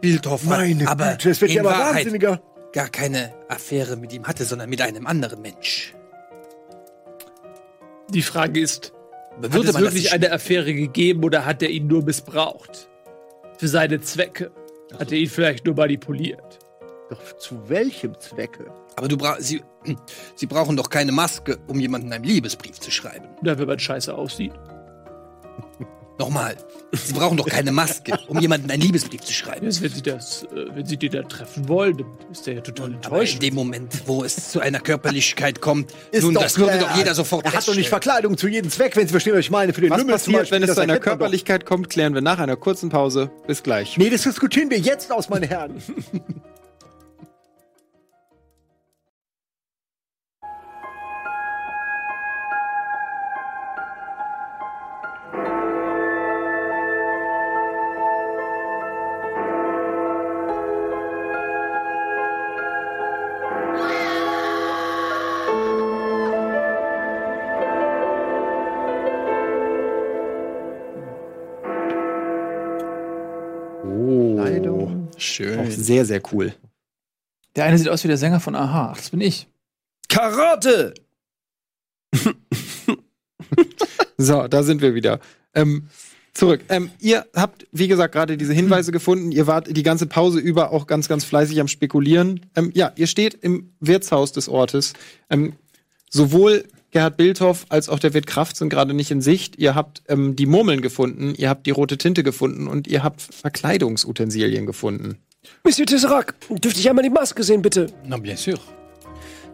F: Bildhoff hat. aber
E: es wird
F: in
E: ja aber
F: Wahrheit
E: wahnsinniger.
F: gar keine Affäre mit ihm hatte, sondern mit einem anderen Mensch.
C: Die Frage ist,
F: Aber
C: Wird es
F: man das
C: wirklich
F: nicht-
C: eine Affäre gegeben oder hat er ihn nur missbraucht? Für seine Zwecke? Hat er ihn vielleicht nur manipuliert?
E: Doch zu welchem Zwecke?
F: Aber du bra sie, hm, sie brauchen doch keine Maske, um jemanden einen Liebesbrief zu schreiben.
C: Oder wenn man scheiße aussieht?
F: Nochmal, sie brauchen doch keine Maske, um jemanden einen Liebesbrief zu schreiben.
C: Jetzt, wenn sie das, äh, wenn sie den da treffen wollen, dann ist der ja total
F: Aber in
C: enttäuscht.
F: dem Moment, wo es zu einer Körperlichkeit kommt,
E: Ist
F: nun, das würde
E: äh,
F: doch jeder sofort
E: Er hat doch nicht
F: feststellen.
E: Verkleidung zu jedem Zweck, wenn Sie verstehen, was ich meine. Für den
A: Was
E: Lümmel zum
A: passiert,
E: Beispiel,
A: wenn es
E: das
A: zu einer
E: erkennt man doch.
A: Körperlichkeit kommt, klären wir nach einer kurzen Pause. Bis gleich.
E: Nee, das diskutieren wir jetzt aus, meine Herren. Kleidung.
A: Auch sehr, sehr cool.
Q: Der eine sieht aus wie der Sänger von Aha. Das bin ich.
R: Karate!
A: So, da sind wir wieder. Ähm, zurück. Ähm, ihr habt, wie gesagt, gerade diese Hinweise gefunden. Ihr wart die ganze Pause über auch ganz, ganz fleißig am Spekulieren. Ähm, ja, ihr steht im Wirtshaus des Ortes. Ähm, sowohl Gerhard Bildhoff als auch der Wirt Kraft sind gerade nicht in Sicht. Ihr habt ähm, die Murmeln gefunden, ihr habt die rote Tinte gefunden und ihr habt Verkleidungsutensilien gefunden.
B: Monsieur Tesserac, dürfte ich einmal die Maske sehen, bitte?
F: Na, bien sûr.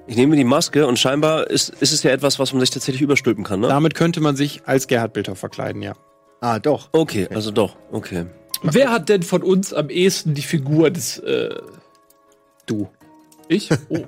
G: Ich nehme die Maske und scheinbar ist, ist es ja etwas, was man sich tatsächlich überstülpen kann, ne?
A: Damit könnte man sich als Gerhard Bildhoff verkleiden, ja.
E: Ah, doch.
G: Okay, also doch. Okay.
C: Wer hat denn von uns am ehesten die Figur des. Äh,
A: Du.
C: ich? Oh.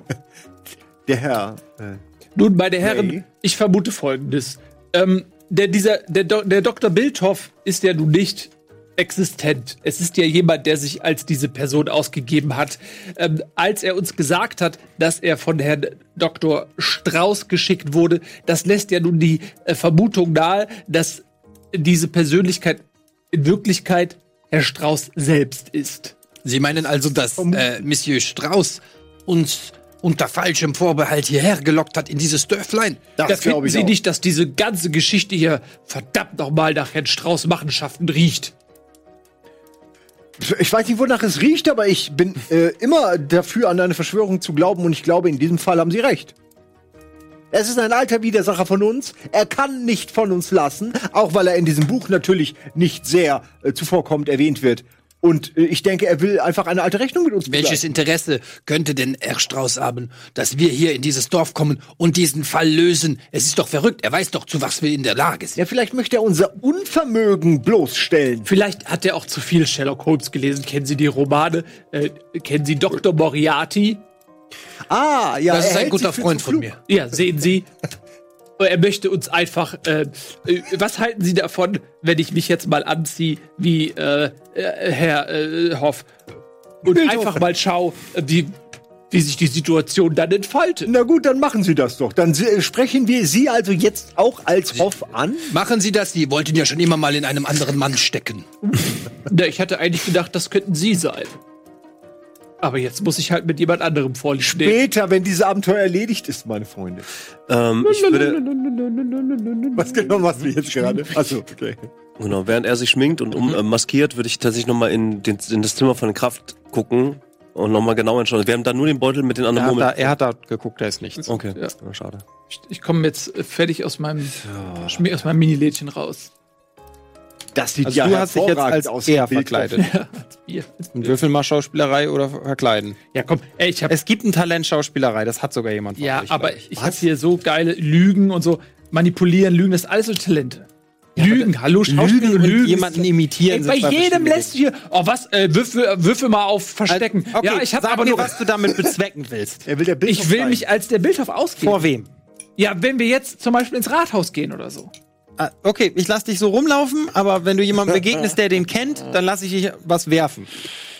E: Der Herr. Äh,
C: Nun, meine Herren,
E: Nee.
C: ich vermute Folgendes. Ähm, der, dieser, der, Do der Dr. Bildhoff ist ja nun nicht existent. Es ist ja jemand, der sich als diese Person ausgegeben hat. Ähm, als er uns gesagt hat, dass er von Herrn Dr. Strauß geschickt wurde, das lässt ja nun die äh, Vermutung nahe, dass diese Persönlichkeit in Wirklichkeit Herr Strauß selbst ist.
F: Sie meinen also, dass äh, Monsieur Strauß uns unter falschem Vorbehalt hierher gelockt hat in dieses Dörflein?
C: da finden Sie nicht, dass diese ganze Geschichte hier verdammt nochmal nach Herrn Strauß Machenschaften riecht.
E: Ich weiß nicht, wonach es riecht, aber ich bin äh, immer dafür, an eine Verschwörung zu glauben und ich glaube, in diesem Fall haben Sie recht. Es ist ein alter Widersacher von uns. Er kann nicht von uns lassen, auch weil er in diesem Buch natürlich nicht sehr äh, zuvorkommend erwähnt wird. Und äh, ich denke, er will einfach eine alte Rechnung mit uns
F: Welches Interesse könnte denn Herr Strauß haben, dass wir hier in dieses Dorf kommen und diesen Fall lösen? Es ist doch verrückt. Er weiß doch, zu was wir in der Lage sind.
E: Ja, vielleicht möchte er unser Unvermögen bloßstellen.
C: Vielleicht hat er auch zu viel Sherlock Holmes gelesen. Kennen Sie die Romane? Äh, kennen Sie Dr. Moriarty?
E: Ah, ja.
F: Das
E: er
F: ist ein
E: hält sich
F: guter
E: für
F: Freund
E: zu
F: von
E: klug.
F: mir.
C: Ja, sehen Sie. Er möchte uns einfach. Äh, äh, was halten Sie davon, wenn ich mich jetzt mal anziehe wie äh, äh, Herr äh, Hoff und einfach mal schaue, wie, wie sich die Situation dann entfaltet?
E: Na gut, dann machen Sie das doch. Dann äh, sprechen wir Sie also jetzt auch als Hoff an.
F: Machen Sie das, Sie wollten ja schon immer mal in einem anderen Mann stecken.
C: Na, ich hatte eigentlich gedacht, das könnten Sie sein. Aber jetzt muss ich halt mit jemand anderem vorliegen.
E: Später, wenn dieses Abenteuer erledigt ist, meine Freunde.
G: Ähm, ich würde,
E: Was genau machst du jetzt gerade? Achso, okay.
G: genau, während er sich schminkt und um, äh, maskiert, würde ich tatsächlich nochmal in, den- in das Zimmer von Kraft gucken und nochmal genau anschauen. Wir haben da nur den Beutel mit den
A: Er
G: anderen
A: hat, da,
G: Murmeln.
A: er hat da geguckt, da ist nichts.
G: Okay,
Q: Ja.
G: Na, schade.
Q: Ich, ich komme jetzt äh, fertig aus meinem, Schmi- aus meinem Mini-Lädchen raus.
E: Das sieht
A: Also
E: ja
A: du hast dich jetzt
E: hervorragend
A: als
E: aus,
A: er
E: Bild.
A: verkleidet.
Q: Bier.
A: Und Würfel mal Schauspielerei oder verkleiden.
C: Ja, komm, ey, ich hab.
A: Es gibt ein Talent Schauspielerei, das hat sogar jemand von
Q: Ja,
A: euch,
Q: aber
A: glaub
Q: ich habe hier so geile Lügen und so. Manipulieren, Lügen, das ist alles so Talente. Lügen, hallo,
A: ich.
Q: Schauspiel,
A: Lügen und
Q: ist-
A: jemanden imitieren.
Q: Ey, bei
A: sind zwei
Q: jedem
A: verschiedene
Q: lässt du hier. Oh, was? Äh, würfel, würfel mal auf Verstecken.
A: Dinge. Also, Okay,
Q: ja, ich habe
A: sag
Q: aber
A: mir,
Q: nur.
A: was du damit bezwecken willst.
E: Er will der Bild
Q: Ich will mich als der Bildhoff ausgeben.
A: Vor wem?
Q: Ja, wenn wir jetzt zum Beispiel ins Rathaus gehen oder so.
A: Ah, Okay, ich lass dich so rumlaufen, aber wenn du jemandem begegnest, der den kennt, dann lass ich dich was werfen.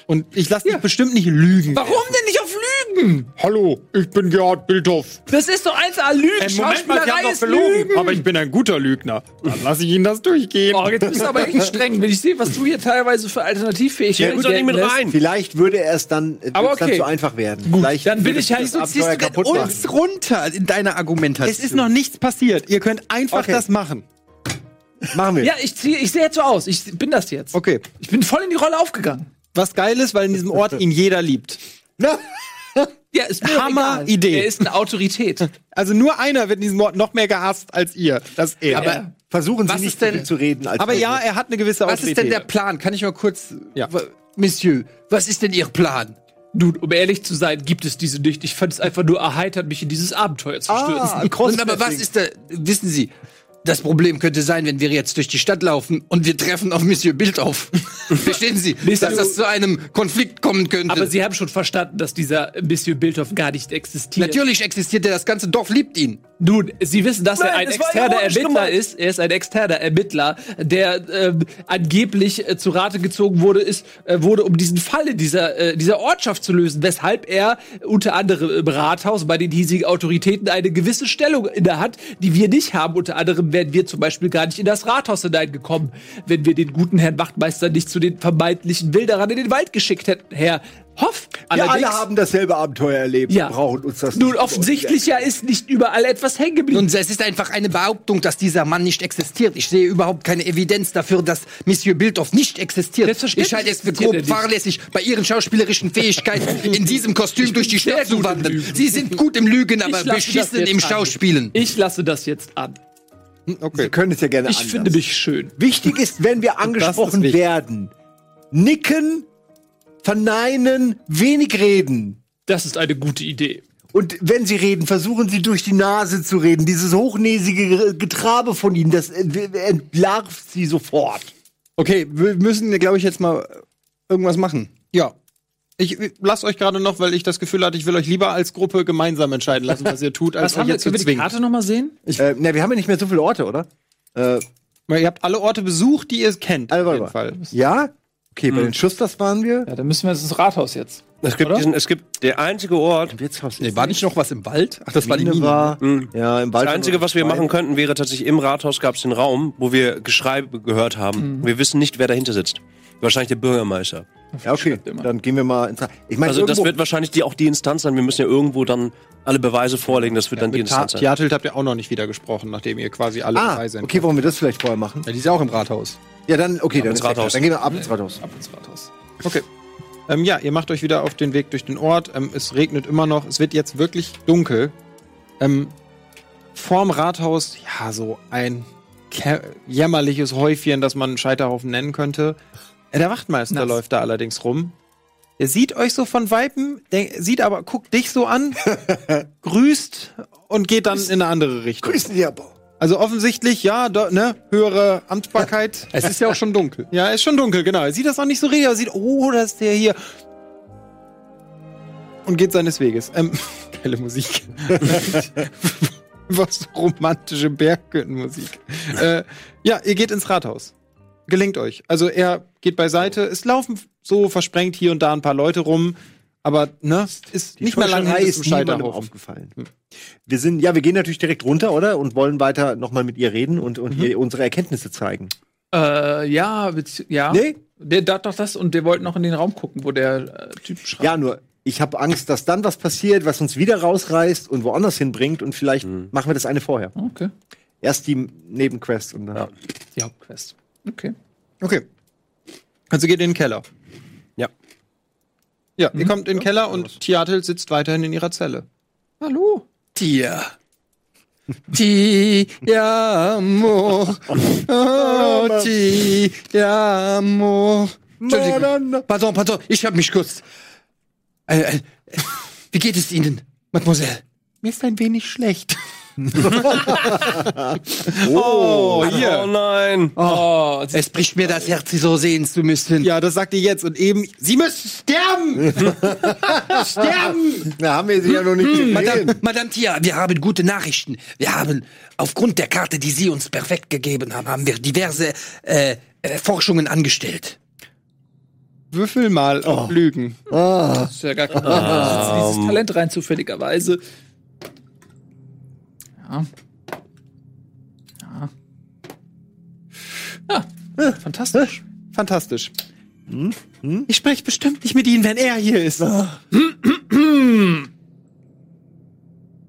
A: Und ich lass dich bestimmt nicht lügen.
Q: Warum denn nicht auf Lügen?
A: Hallo, ich bin Gerhard Bildhoff.
Q: Das ist doch 1A Lügen.
A: Äh, Moment mal, ich
Q: Schauspielerei
A: hab noch
Q: ist
A: gelogen,
Q: Lügen.
A: aber ich bin ein guter Lügner. Dann lass ich Ihnen das durchgehen.
Q: Oh, jetzt bist du aber echt streng, wenn ich sehe, was du hier teilweise für Alternativfähigkeiten
G: Nimm's doch nicht mit
Q: gelten lässt.
G: rein.
E: Vielleicht würde er es dann, äh,
Q: Aber
E: wird's dann
Q: okay.
E: zu einfach werden. Gut, Vielleicht
Q: Dann bin
E: würde
Q: ich halt-
E: das
Q: Wieso
F: ziehst du
E: Abenteuer
F: denn
E: kaputt machen.
F: uns runter in deiner Argumentation?
A: Es ist noch nichts passiert. Ihr könnt einfach
E: Okay.
A: das machen.
E: Machen wir.
Q: Ja, ich, zieh- ich sehe jetzt so aus. Ich bin das jetzt.
A: Okay.
Q: Ich bin voll in die Rolle aufgegangen.
A: Was geil ist, weil in diesem Ort ihn jeder liebt.
Q: Ja, ist mir doch
A: Hammer
Q: egal.
A: Idee.
Q: Er ist eine Autorität.
A: Also nur einer wird in diesem Ort noch mehr gehasst als ihr. Das ist er.
F: Aber
E: Versuchen Sie
F: Was
E: nicht
F: ist denn-
E: mit ihm zu reden. Als
A: Aber ja,
E: Person.
A: er hat eine gewisse
F: was ist denn der Plan? Kann ich mal kurz.
A: Ja.
F: W- Monsieur, was ist denn Ihr Plan?
C: Nun, um ehrlich zu sein, gibt es diese nicht. Ich fand es einfach nur erheitert, mich in dieses Abenteuer zu
Q: Ah,
C: stürzen.
F: Und aber was ist da. Wissen Sie, das Problem könnte sein, wenn wir jetzt durch die Stadt laufen und wir treffen auf Monsieur Bild auf. Verstehen Sie, dass das zu einem Konflikt kommen könnte?
C: Aber Sie haben schon verstanden, dass dieser Monsieur Bildhoff gar nicht existiert.
F: Natürlich existiert er, das ganze Dorf liebt ihn.
C: Nun, Sie wissen, dass er
B: Nein,
C: ein
B: das war
C: externer
B: ironisch
C: Ermittler
B: gemeint.
C: ist. Er ist ein externer Ermittler, der ähm, angeblich äh, zu Rate gezogen wurde, ist, äh, wurde, um diesen Fall in dieser, äh, dieser Ortschaft zu lösen, weshalb er unter anderem im Rathaus bei den hiesigen Autoritäten eine gewisse Stellung inne hat, die wir nicht haben. Unter anderem wären wir zum Beispiel gar nicht in das Rathaus hineingekommen, wenn wir den guten Herrn Wachtmeister nicht zu zu den vermeintlichen Wilderern in den Wald geschickt hätten, Herr Hoff.
E: Wir alle
C: allerdings-
E: haben dasselbe Abenteuer erlebt.
C: Ja.
E: Wir brauchen uns das
C: Nun,
E: nicht.
C: offensichtlich ja ist nicht überall etwas hängen geblieben.
F: Nun, es ist einfach eine Behauptung, dass dieser Mann nicht existiert. Ich sehe überhaupt keine Evidenz dafür, dass Monsieur Bildorf nicht existiert.
C: Selbstverständlich
F: Ich halte es für
C: existiert er
F: grob
C: nicht.
F: fahrlässig, bei Ihren schauspielerischen Fähigkeiten in diesem Kostüm durch die Stadt zu wandern. Sie sind gut im Lügen, aber
C: Ich lasse das
F: beschissen
C: jetzt
F: im
C: an.
F: Schauspielen.
C: Ich lasse das jetzt an.
E: Wir können es ja gerne
C: Ich
E: anders.
C: finde mich schön.
E: Wichtig ist, wenn wir angesprochen
A: wichtig.
E: werden, nicken, verneinen, wenig reden.
C: Das ist eine gute Idee.
E: Und wenn sie reden, versuchen sie durch die Nase zu reden. Dieses hochnäsige Getrabe von ihnen, das ent- entlarvt sie sofort.
A: Okay, wir müssen, glaube ich, jetzt mal irgendwas machen.
S: Ja.
A: Ich lasse euch gerade noch, weil ich das Gefühl hatte, ich will euch lieber als Gruppe gemeinsam entscheiden lassen, was ihr tut, als
Q: Was
A: euch
Q: haben wir,
A: jetzt zu
Q: können wir die
A: zwingen.
Q: Karte nochmal sehen?
E: Äh, na, wir haben ja nicht mehr so viele Orte, oder? Äh,
A: Weil ihr habt alle Orte besucht, die ihr kennt.
E: Also,
A: auf
E: warte
A: jeden
E: mal.
A: Fall.
E: Ja? Okay, bei den Schusters waren wir.
Q: Ja, dann müssen wir jetzt ins Rathaus jetzt.
G: Es gibt, diesen, es gibt der einzige Ort,
F: Nee, war nicht noch was im Wald? Ach, das war die
E: Mine
F: Mine.
E: war. Ja, im Wald.
G: Das Einzige, was wir
E: Schwein.
G: machen könnten, wäre tatsächlich im Rathaus gab es den Raum, wo wir Geschreibe gehört haben. Wir wissen nicht, wer dahinter sitzt. Wahrscheinlich der Bürgermeister.
E: Ja, okay. Dann gehen wir mal ins. Ra- Ich meine,
G: Also das
E: irgendwo-
G: wird wahrscheinlich die, auch die Instanz sein. Wir müssen ja irgendwo dann alle Beweise vorlegen. Das wird dann die
A: Mit Ta-
G: Instanz sein.
A: Theatelt habt ihr auch noch nicht wieder gesprochen, nachdem ihr quasi alle
E: Ah,
A: dabei seid.
E: okay, wollen wir das vielleicht vorher machen?
A: Ja, die ist ja auch im Rathaus.
E: Ja, dann, okay, dann,
G: ins
E: ist ja klar.
G: Rathaus.
E: dann gehen wir ab ins Rathaus.
Q: Ab ins Rathaus.
A: Ähm, ja, ihr macht euch wieder auf den Weg durch den Ort. Ähm, es regnet immer noch. Es wird jetzt wirklich dunkel. Ähm, vorm Rathaus, ja, so ein kä- jämmerliches Häufchen, das man einen Scheiterhaufen nennen könnte. Äh, Der Wachtmeister
Q: Nass.
A: läuft da allerdings rum. Er sieht euch so von Weipen, denk- sieht aber, guckt dich so an, grüßt und geht dann in eine andere Richtung.
E: Grüßen Sie, Herr Bau.
A: Also offensichtlich, ja, da, ne, höhere Amtbarkeit.
S: Es ist ja auch schon dunkel.
A: Ja, ist schon dunkel, genau. Er sieht das auch nicht so richtig. Er sieht, oh, da ist der hier. Und geht seines Weges. Ähm, geile Musik. Was romantische Berggöttenmusik. Äh, ja, ihr geht ins Rathaus. Gelingt euch. Also er geht beiseite. Es laufen so versprengt hier und da ein paar Leute rum. Aber, ne, ist nicht mehr lange
E: Täuscherei
A: hin bis zum
E: ist niemandem
A: Scheiterhaufen.
E: aufgefallen. Wir sind, ja, wir gehen natürlich direkt runter, oder? Und wollen weiter nochmal mit ihr reden und, und ihr unsere Erkenntnisse zeigen.
Q: Äh, ja, bezieh- ja.
E: Nee?
Q: Der da doch das und wir wollten noch in den Raum gucken, wo der äh, Typ schreibt.
E: Ja, nur, ich habe Angst, dass dann was passiert, was uns wieder rausreißt und woanders hinbringt und vielleicht machen wir das eine vorher.
Q: Okay.
E: Erst die Nebenquest und dann.
Q: Die Hauptquest. Okay.
A: Okay. Also geht in den Keller.
G: Ja.
A: Mhm. Ja, ihr kommt in den Keller und Tiatel sitzt weiterhin in ihrer Zelle.
Q: Hallo.
F: Tier. Ti amo. Oh, ti amo. Entschuldigung. Pardon, pardon, ich habe mich kurz. Äh, äh, wie geht es Ihnen, Mademoiselle?
S: Mir ist ein wenig schlecht.
G: Oh, oh nein.
C: Oh, sie-
F: Es bricht mir das Herz, Sie so sehen zu müssen.
A: Ja, das sagt ihr jetzt und eben. Sie müssen sterben! sterben!
E: Na, haben wir sie ja noch nicht
F: Madame, Madame Tia, wir haben gute Nachrichten. Wir haben aufgrund der Karte, die Sie uns perfekt gegeben haben, haben wir diverse äh, äh, Forschungen angestellt.
A: Würfel mal auf Lügen.
Q: das ist ja gar kein
C: Ah.
Q: Problem. Dieses Talent rein zufälligerweise. Ja. Ja. Ja, fantastisch.
A: Fantastisch. Hm? Ich spreche bestimmt nicht mit Ihnen, wenn er hier ist.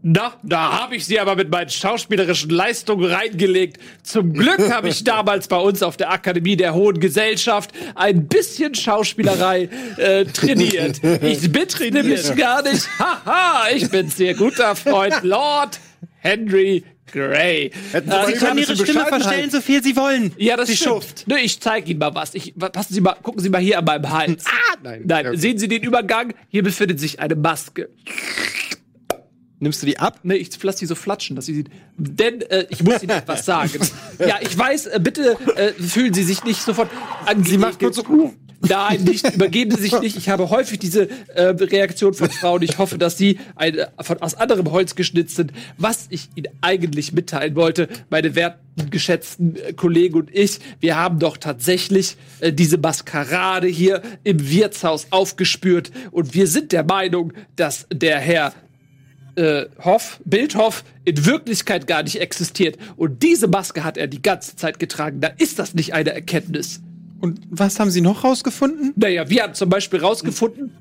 C: Na, da habe ich sie aber mit meinen schauspielerischen Leistungen reingelegt. Zum Glück habe ich damals bei uns auf der Akademie der Hohen Gesellschaft ein bisschen Schauspielerei äh, trainiert. Ich betrainiere mich gar nicht. Haha, ich bin sehr guter Freund Lord Henry Grey.
E: Hätten Sie mal
C: ich
E: über
C: hab-
E: Ihre Stimme verstellen,
A: so viel Sie wollen.
C: ja, das stimmt. Ne, ich zeige Ihnen mal was. Ich, wa- passen Sie mal, gucken Sie mal hier an meinem Hals. Ah, nein. Nein, sehen Sie den Übergang? Hier befindet sich eine Maske.
A: Nimmst du die ab?
C: Ne, ich lasse die so flatschen, dass sie sieht. Denn äh, ich muss Ihnen etwas sagen. Ja, ich weiß, äh, bitte äh, fühlen Sie sich nicht sofort an. Sie macht kurz so. Nein, nicht, übergeben Sie sich nicht. Ich habe häufig diese äh, Reaktion von Frauen. Ich hoffe, dass Sie ein, äh, von, aus anderem Holz geschnitzt sind. Was ich Ihnen eigentlich mitteilen wollte, meine werten, geschätzten äh, Kollegen und ich, wir haben doch tatsächlich äh, diese Maskerade hier im Wirtshaus aufgespürt. Und wir sind der Meinung, dass der Herr äh, Hoff, Bildhoff in Wirklichkeit gar nicht existiert. Und diese Maske hat er die ganze Zeit getragen. Da ist das nicht eine Erkenntnis.
A: Und was haben Sie noch rausgefunden?
C: Naja, wir haben zum Beispiel rausgefunden,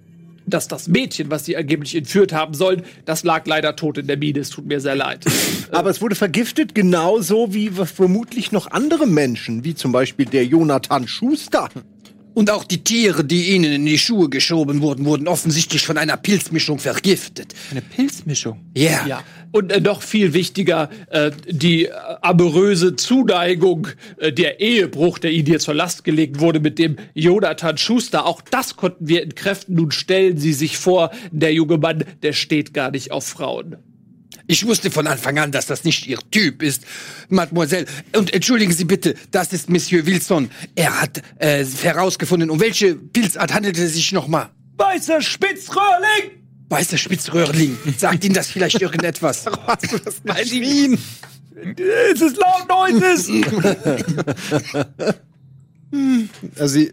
C: dass das Mädchen, was sie angeblich entführt haben sollen, das lag leider tot in der Mine. Es tut mir sehr leid.
E: Aber es wurde vergiftet, genauso wie w- vermutlich noch andere Menschen, wie zum Beispiel der Jonathan Schuster.
F: Und auch die Tiere, die ihnen in die Schuhe geschoben wurden, wurden offensichtlich von einer Pilzmischung vergiftet.
A: Eine Pilzmischung.
F: Yeah.
C: Ja. Und äh, noch viel wichtiger, äh, die äh, amoröse Zuneigung, äh, der Ehebruch, der ihnen hier zur Last gelegt wurde mit dem Jonathan Schuster. Auch das konnten wir entkräften. Nun stellen Sie sich vor, der junge Mann, der steht gar nicht auf Frauen.
F: Ich wusste von Anfang an, dass das nicht Ihr Typ ist, Mademoiselle. Und entschuldigen Sie bitte, das ist Monsieur Wilson. Er hat äh, herausgefunden, um welche Pilzart handelte es sich nochmal.
B: Weißer Spitzröhrling!
F: Weißer Spitzröhrling, sagt Ihnen das vielleicht irgendetwas?
B: Es ist laut Neues!
A: Also sie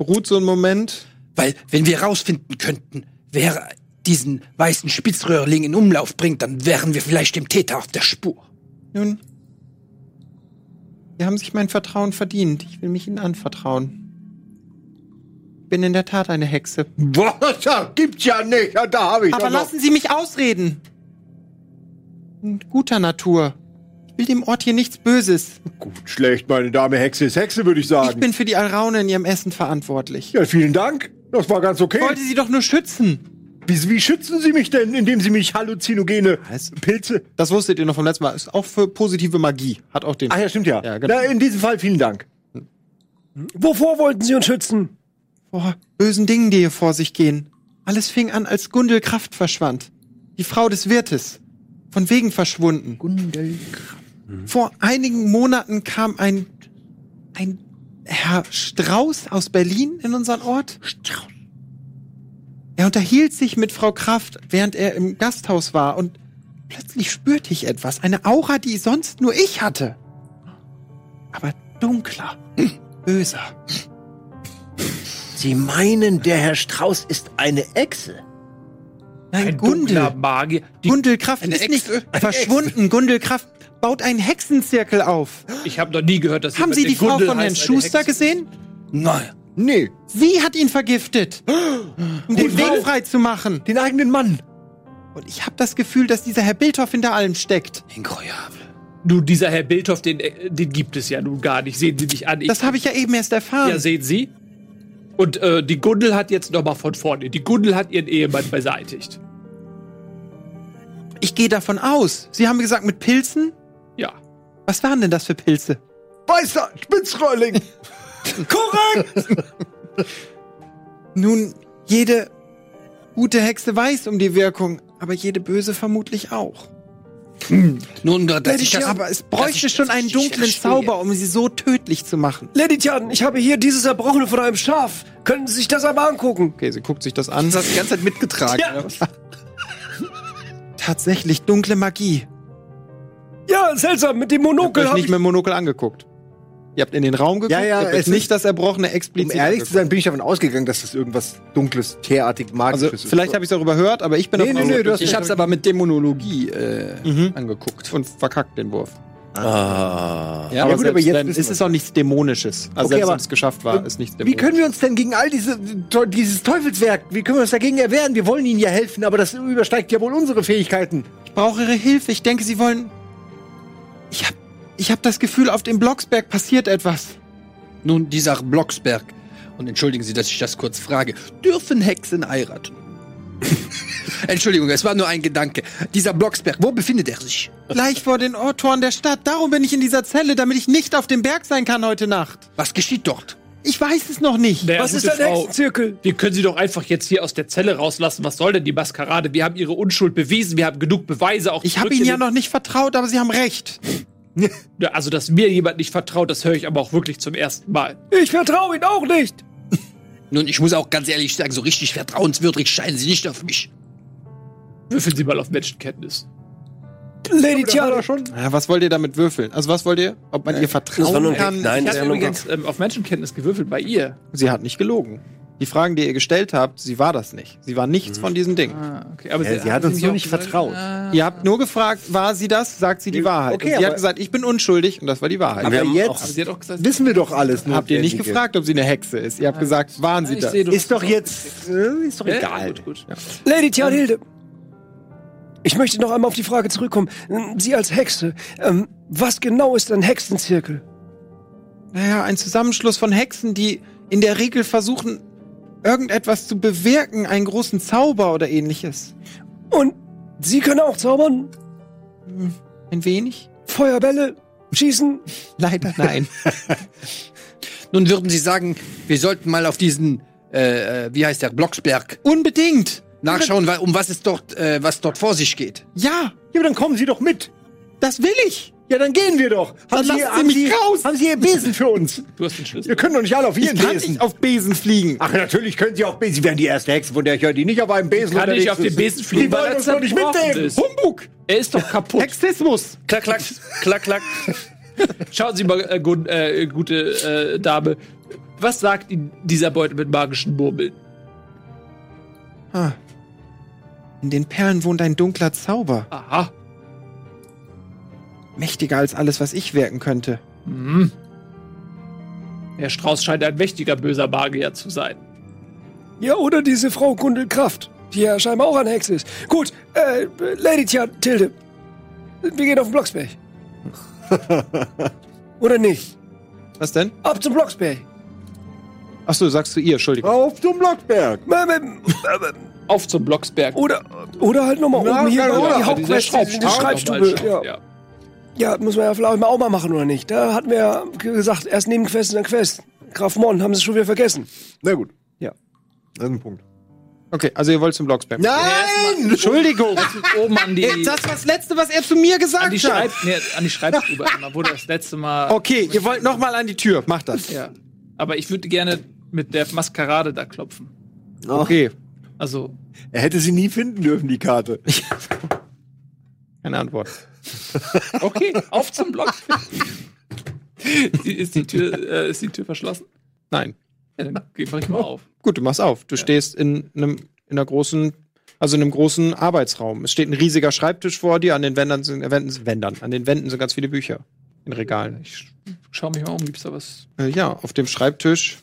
A: ruht so einen Moment.
F: Weil, wenn wir herausfinden könnten, wer diesen weißen Spitzröhrling in Umlauf bringt, dann wären wir vielleicht dem Täter auf der Spur.
A: Nun, Sie haben sich mein Vertrauen verdient. Ich will mich Ihnen anvertrauen. Ich bin in der Tat eine Hexe.
E: Was? Das gibt's ja nicht. Ja, da habe ich
A: Aber
E: doch noch-
A: lassen Sie mich ausreden. In guter Natur. Ich will dem Ort hier nichts Böses.
E: Gut, schlecht, meine Dame. Hexe ist Hexe, würde ich sagen.
A: Ich bin für die Alraune in ihrem Essen verantwortlich.
E: ja, vielen Dank. Das war ganz okay.
A: Ich wollte sie doch nur schützen.
E: Wie, wie schützen Sie mich denn, indem Sie mich halluzinogene Pilze.
A: Das wusstet ihr noch vom letzten Mal. Ist auch für positive Magie. Hat auch den.
E: Ach ja, stimmt ja.
A: Ja, genau.
E: Na, in diesem Fall vielen Dank.
B: Wovor wollten sie uns schützen?
A: vor bösen Dingen, die hier vor sich gehen. Alles fing an, als Gundel Kraft verschwand. Die Frau des Wirtes. Von wegen verschwunden. Gundel Kraft. Vor einigen Monaten kam ein, ein Herr Strauß aus Berlin in unseren Ort. Strauß. Er unterhielt sich mit Frau Kraft, während er im Gasthaus war und plötzlich spürte ich etwas. Eine Aura, die sonst nur ich hatte. Aber dunkler, böser.
E: Sie meinen, der Herr Strauß ist eine Echse?
A: Nein,
C: Ein
A: Gundel.
C: dunkler Magier. Die,
A: Gundelkraft ist nicht verschwunden. Gundelkraft baut einen Hexenzirkel auf.
C: ich habe noch nie gehört, dass
A: Haben
C: jemand,
A: Sie
C: der
A: die Frau
C: Gundel
A: von Herrn
C: heißt, eine
A: Schuster
C: Hexe ist.
A: gesehen?
F: Nein.
E: Nee,
A: Sie hat ihn vergiftet,
C: Oh,
A: um den Weg frei zu machen.
E: den eigenen Mann.
A: Und ich habe das Gefühl, dass dieser Herr Bildhoff hinter allem steckt.
F: Incroyable.
C: Nun, dieser Herr Bildhoff, den, äh, den gibt es ja nun gar nicht. Sehen Sie mich an. Ich,
A: Das habe ich ja eben erst
C: ja,
A: erfahren.
C: sehen Sie. Und äh, die Gundel hat jetzt noch mal von vorne. Die Gundel hat ihren Ehemann beseitigt.
A: ich gehe davon aus. Sie haben gesagt, mit Pilzen?
C: Ja.
A: Was waren denn das für Pilze?
E: Weißer Spitzrolling.
A: Nun, jede gute Hexe weiß um die Wirkung, aber jede böse vermutlich auch.
F: Nun, dass ich das,
A: aber es
F: dass
A: bräuchte
F: ich-
A: schon
F: dass
A: einen
F: ich
A: dunklen
F: verstehe.
A: Zauber, um sie so tödlich zu machen.
B: Lady Tian, ich habe hier dieses Erbrochene von einem Schaf. Können Sie sich das einmal angucken?
A: Okay, sie guckt sich das an.
T: die ganze Zeit mitgetragen.
B: Ja,
A: Tatsächlich dunkle Magie.
B: ja seltsam, mit dem Monokel
A: Habt euch
B: habe
A: nicht
B: ich...
A: mit dem Monokel angeguckt. Ihr habt in den Raum geguckt,
E: Ja, ja,
A: ihr habt euch
E: es
A: nicht das Erbrochene
E: Um
A: explizit
E: ehrlich zu
A: angeguckt.
E: sein, bin ich davon ausgegangen, dass das irgendwas Dunkles, Teerartig, Magisches
A: Also,
E: ist.
A: vielleicht habe ich es auch überhört, aber ich bin
E: Nee,
A: davon
E: nee,
A: ausgegangen,
E: nee, du hast
A: ich
E: nicht-
A: hab's
T: aber mit Dämonologie äh,
A: Mhm.
T: angeguckt.
A: und verkackt den Wurf.
G: Ah.
T: Ja,
E: aber gut, aber
A: selbst
E: jetzt
A: dann
E: wissen
A: ist es äh, auch nichts Dämonisches. Also
E: Okay,
A: selbst
E: aber-
A: wenn es geschafft war, ist nichts
E: Wie
A: Dämonisches.
E: können wir uns denn gegen all diese, dieses Teufelswerk, wie können wir uns dagegen erwehren? Wir wollen ihnen ja helfen, aber das übersteigt ja wohl unsere Fähigkeiten.
A: ich brauche Ihre Hilfe. Ich denke, Sie wollen... Ich hab, ich hab das Gefühl, auf dem Blocksberg passiert etwas.
F: Nun, dieser Blocksberg. Und entschuldigen Sie, dass ich das kurz frage. Dürfen Hexen heiraten? Entschuldigung, es war nur ein Gedanke. Dieser Blocksberg, wo befindet er sich?
A: Gleich vor den Ortoren der Stadt. Darum bin ich in dieser Zelle, damit ich nicht auf dem Berg sein kann heute Nacht.
F: Was geschieht dort?
A: Ich weiß es noch nicht.
C: Naja,
B: Was ist
C: gute
B: ein
C: Frau,
B: Hexenzirkel?
C: Wir können sie doch einfach jetzt hier aus der Zelle rauslassen. Was soll denn die Maskerade? Wir haben ihre Unschuld bewiesen. Wir haben genug Beweise auch.
A: Ich habe Ihnen
C: zurückgelegt.
A: ja noch nicht vertraut, aber Sie haben recht.
C: Ja, Also, dass mir jemand nicht vertraut, das höre ich aber auch wirklich zum ersten Mal.
B: Ich vertraue Ihnen auch nicht.
F: Nun, ich muss auch ganz ehrlich sagen, so richtig vertrauenswürdig scheinen Sie nicht auf mich.
C: Würfeln Sie mal auf Menschenkenntnis.
B: Lady Tian,
A: Ja, was wollt ihr damit würfeln? Also was wollt ihr? Ob man ihr
G: Das war
A: vertrauen
G: nur ein
A: kann?
G: Gag. Nein,
C: Ich
G: das
C: habe
G: war nur ein Gag.
C: übrigens ähm, auf Menschenkenntnis gewürfelt bei ihr.
A: Sie hat nicht gelogen. Die Fragen, die ihr gestellt habt, sie war das nicht. Sie war nichts von diesen Dingen.
C: Ah, okay. Aber
E: Ja, sie hat uns Äh,
C: mich
E: nur
C: auch
E: nicht
C: gesagt,
E: vertraut.
C: ah,
A: Ihr habt nur gefragt, war sie das? Sagt sie die Wahrheit.
E: okay,
A: und sie hat
E: aber-
A: gesagt, ich bin unschuldig und das war die Wahrheit.
E: Aber
G: haben
E: jetzt
C: Sie hat auch gesagt,
E: wissen wir doch alles.
A: habt ihr nicht
E: Notwendige.
A: gefragt, ob sie eine Hexe ist. Ihr habt gesagt, waren sie
C: ich
A: das?
C: sehe, du
E: Ist doch
C: hast-
E: jetzt äh, ist doch
C: Ja,
E: egal.
C: Gut, gut.
B: Lady Theodhilde, ich möchte noch einmal auf die Frage zurückkommen. Sie als Hexe, ähm, was genau ist ein Hexenzirkel?
A: Naja, ein Zusammenschluss von Hexen, die in der Regel versuchen, irgendetwas zu bewirken, einen großen Zauber oder ähnliches.
B: Und Sie können auch zaubern,
A: Ein wenig?
B: Feuerbälle, schießen.
A: Leider nein.
F: Nun würden Sie sagen, wir sollten mal auf diesen, äh, äh, wie heißt der, Blocksberg
A: Unbedingt!
F: nachschauen, wa- um was es dort, äh, was dort vor sich geht.
A: Ja,
E: Ja, aber dann kommen Sie doch mit.
A: das will ich!
E: Ja, dann gehen wir doch. Haben
A: lassen Sie
E: haben
A: mich raus.
E: Haben Sie Ihr Besen für uns?
C: Du hast den Schlüssel.
E: Wir können doch nicht alle auf Ihren
A: Kann
E: Besen.
A: ich auf Besen fliegen?
E: Ach, natürlich können Sie auch Besen. Sie wären die erste Hexe, von der ich höre, die nicht auf einem Besen
C: Kann
E: unterwegs
C: ich auf den
E: ist.
C: Besen fliegen,
E: Die
C: weil
E: wollen
C: er
E: uns doch nicht
C: zerbrochen
E: mitnehmen.
C: ist.
A: Humbug!
C: Er ist doch kaputt.
A: Hexismus!
G: Klack, klack, klack, klack.
C: Schauen Sie mal, äh, gut, äh, gute äh, Dame, was sagt Ihnen dieser Beutel mit magischen Murmeln?
A: In den Perlen wohnt ein dunkler Zauber.
C: Aha.
A: Mächtiger als alles, was ich wirken könnte.
C: Mhm. Herr Strauß scheint ein mächtiger böser Magier zu sein.
B: Ja, oder diese Frau Gundelkraft, die ja scheinbar auch eine Hexe ist. Gut, äh, Lady Theodhilde, wir gehen auf den Blocksberg. oder nicht?
A: Was denn?
B: Ab zum Blocksberg.
A: Achso, sagst du ihr, Entschuldigung.
E: Auf zum Blockberg.
B: Mö, mö,
C: Auf zum Blocksberg.
B: Oder, oder halt nochmal oben hier bei Oh, die Hauptquest, die Schreibstube. Ja.
C: ja.
B: ja, muss man ja vielleicht mal auch mal machen, oder nicht? Da hatten wir ja gesagt, erst Nebenquest und dann Quest. Graf Mon, haben sie schon wieder vergessen.
E: Na gut.
A: Ja.
E: Das ist ein Punkt.
A: Okay, also ihr wollt zum Blocksberg.
E: Nein!
C: Oh,
A: Entschuldigung!
C: Oben an die,
A: Das war das Letzte, was er zu mir
C: an
A: gesagt
C: die,
A: hat.
C: Schreib, nee, an die Schreibstube einmal, wo du das letzte Mal.
A: Okay, ihr wollt nochmal an die Tür. Macht das.
C: Ja. Aber ich würde gerne mit der Maskerade da klopfen.
A: Okay.
C: Also,
E: Er hätte sie nie finden dürfen, die Karte.
A: Keine Antwort.
C: okay, auf zum Blocksberg. ist, die Tür, äh, ist die Tür verschlossen?
A: Nein.
C: Ja, dann geh- mach ich mal auf.
A: Gut, du machst auf. Du stehst in einem in einer großen, also in einem großen Arbeitsraum. Es steht ein riesiger Schreibtisch vor dir. An den Wänden sind, äh, Wänden, Wänden, an den Wänden sind ganz viele Bücher in Regalen.
C: Ich sch- schau mich mal um, gibt's da was?
A: Äh, ja, auf dem Schreibtisch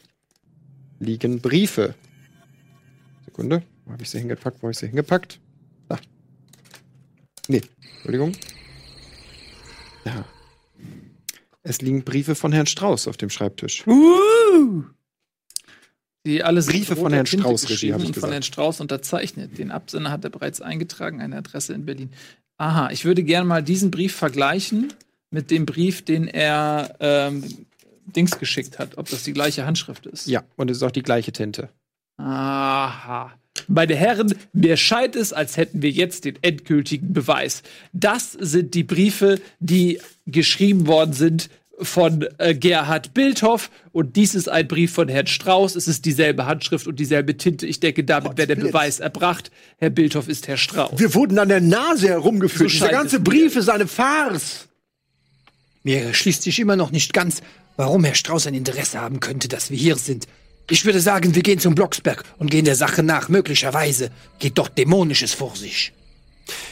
A: liegen Briefe. Sekunde, wo habe ich sie hingepackt? Wo habe ich sie hingepackt? Da. Nee, Entschuldigung. Ja. Es liegen Briefe von Herrn Strauß auf dem Schreibtisch.
C: Die alle sind
A: Briefe
C: mit
A: von
C: roter
A: Herrn
C: Tinte
A: Strauß, Regie,
C: geschrieben
A: hab ich
C: und Von
A: gesagt.
C: Herrn Strauß unterzeichnet. Den Absender hat er bereits eingetragen, eine Adresse in Berlin. Aha, ich würde gerne mal diesen Brief vergleichen mit dem Brief, den er ähm, Dings geschickt hat, ob das die gleiche Handschrift ist.
A: Ja, und es ist auch die gleiche Tinte.
C: Aha. Meine Herren, mir scheint es, als hätten wir jetzt den endgültigen Beweis. Das sind die Briefe, die geschrieben worden sind von äh, Gerhard Bildhoff und dies ist ein Brief von Herrn Strauß. Es ist dieselbe Handschrift und dieselbe Tinte. Ich denke, damit wäre der Beweis erbracht. Herr Bildhoff ist Herr Strauß.
E: Wir wurden an der Nase herumgeführt.
C: So
E: Dieser
C: scheint
E: ganze
C: es mir.
E: Brief ist eine Farce.
F: Mir schließt sich immer noch nicht ganz, warum Herr Strauß ein Interesse haben könnte, dass wir hier sind. Ich würde sagen, wir gehen zum Blocksberg und gehen der Sache nach. Möglicherweise geht dort Dämonisches vor sich.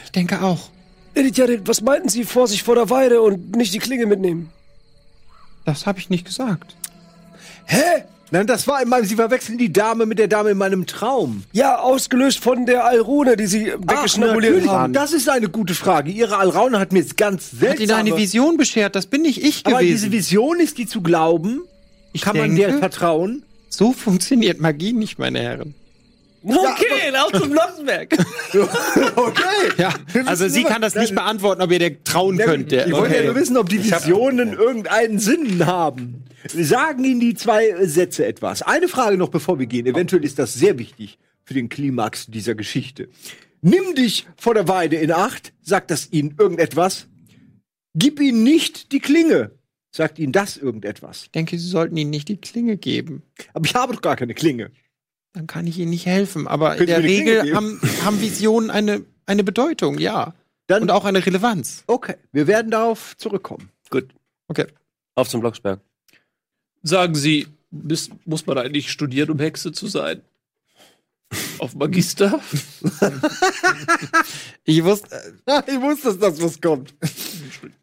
A: Ich denke auch.
B: Lady Theodhilde, was meinten Sie, Vorsicht vor der Weide und nicht die Klinge mitnehmen?
A: Das habe ich nicht gesagt.
B: Hä?
E: Nein, das war in meinem, Sie verwechseln die Dame mit der Dame in meinem Traum.
B: Ja, ausgelöst von der Alrune, die Sie weggeschnabuliert
E: natürlich.
B: haben.
E: Das ist eine gute Frage. Ihre Alraune hat mir jetzt
A: Hat
E: ganz
A: Ihnen
E: seltsame...
A: eine Vision beschert, das bin nicht ich
E: aber
A: gewesen.
E: diese Vision ist, die zu glauben,
A: ich
E: kann man der vertrauen?
A: so funktioniert Magie nicht, meine Herren.
B: Okay, auf zum Blocksberg.
E: Okay.
A: Ja, also sie kann das nicht beantworten, ob ihr der trauen könnt. Der.
E: Ich wollte ja nur wissen, ob die Visionen irgendeinen Sinn haben. Sagen Ihnen die zwei äh, Sätze etwas. Eine Frage noch, bevor wir gehen. Eventuell ist das sehr wichtig für den Klimax dieser Geschichte. Nimm dich vor der Weide in Acht, sagt das Ihnen irgendetwas. Gib ihnen nicht die Klinge, sagt Ihnen das irgendetwas.
A: Ich denke, sie sollten ihnen nicht die Klinge geben.
E: Aber ich habe doch gar keine Klinge.
A: Dann kann ich ihnen nicht helfen. Aber in
E: Können Sie
A: der
E: mir die Klinge
A: Regel
E: geben?
A: haben, haben Visionen eine, eine Bedeutung, ja.
E: Dann-
A: Und auch eine Relevanz.
E: Okay, wir werden darauf zurückkommen.
A: Okay.
G: Auf zum Blocksberg.
C: Sagen Sie, Muss, muss man eigentlich studieren, um Hexe zu sein? Auf Magister?
A: Ich wusste,
U: ich wusste, dass das was kommt.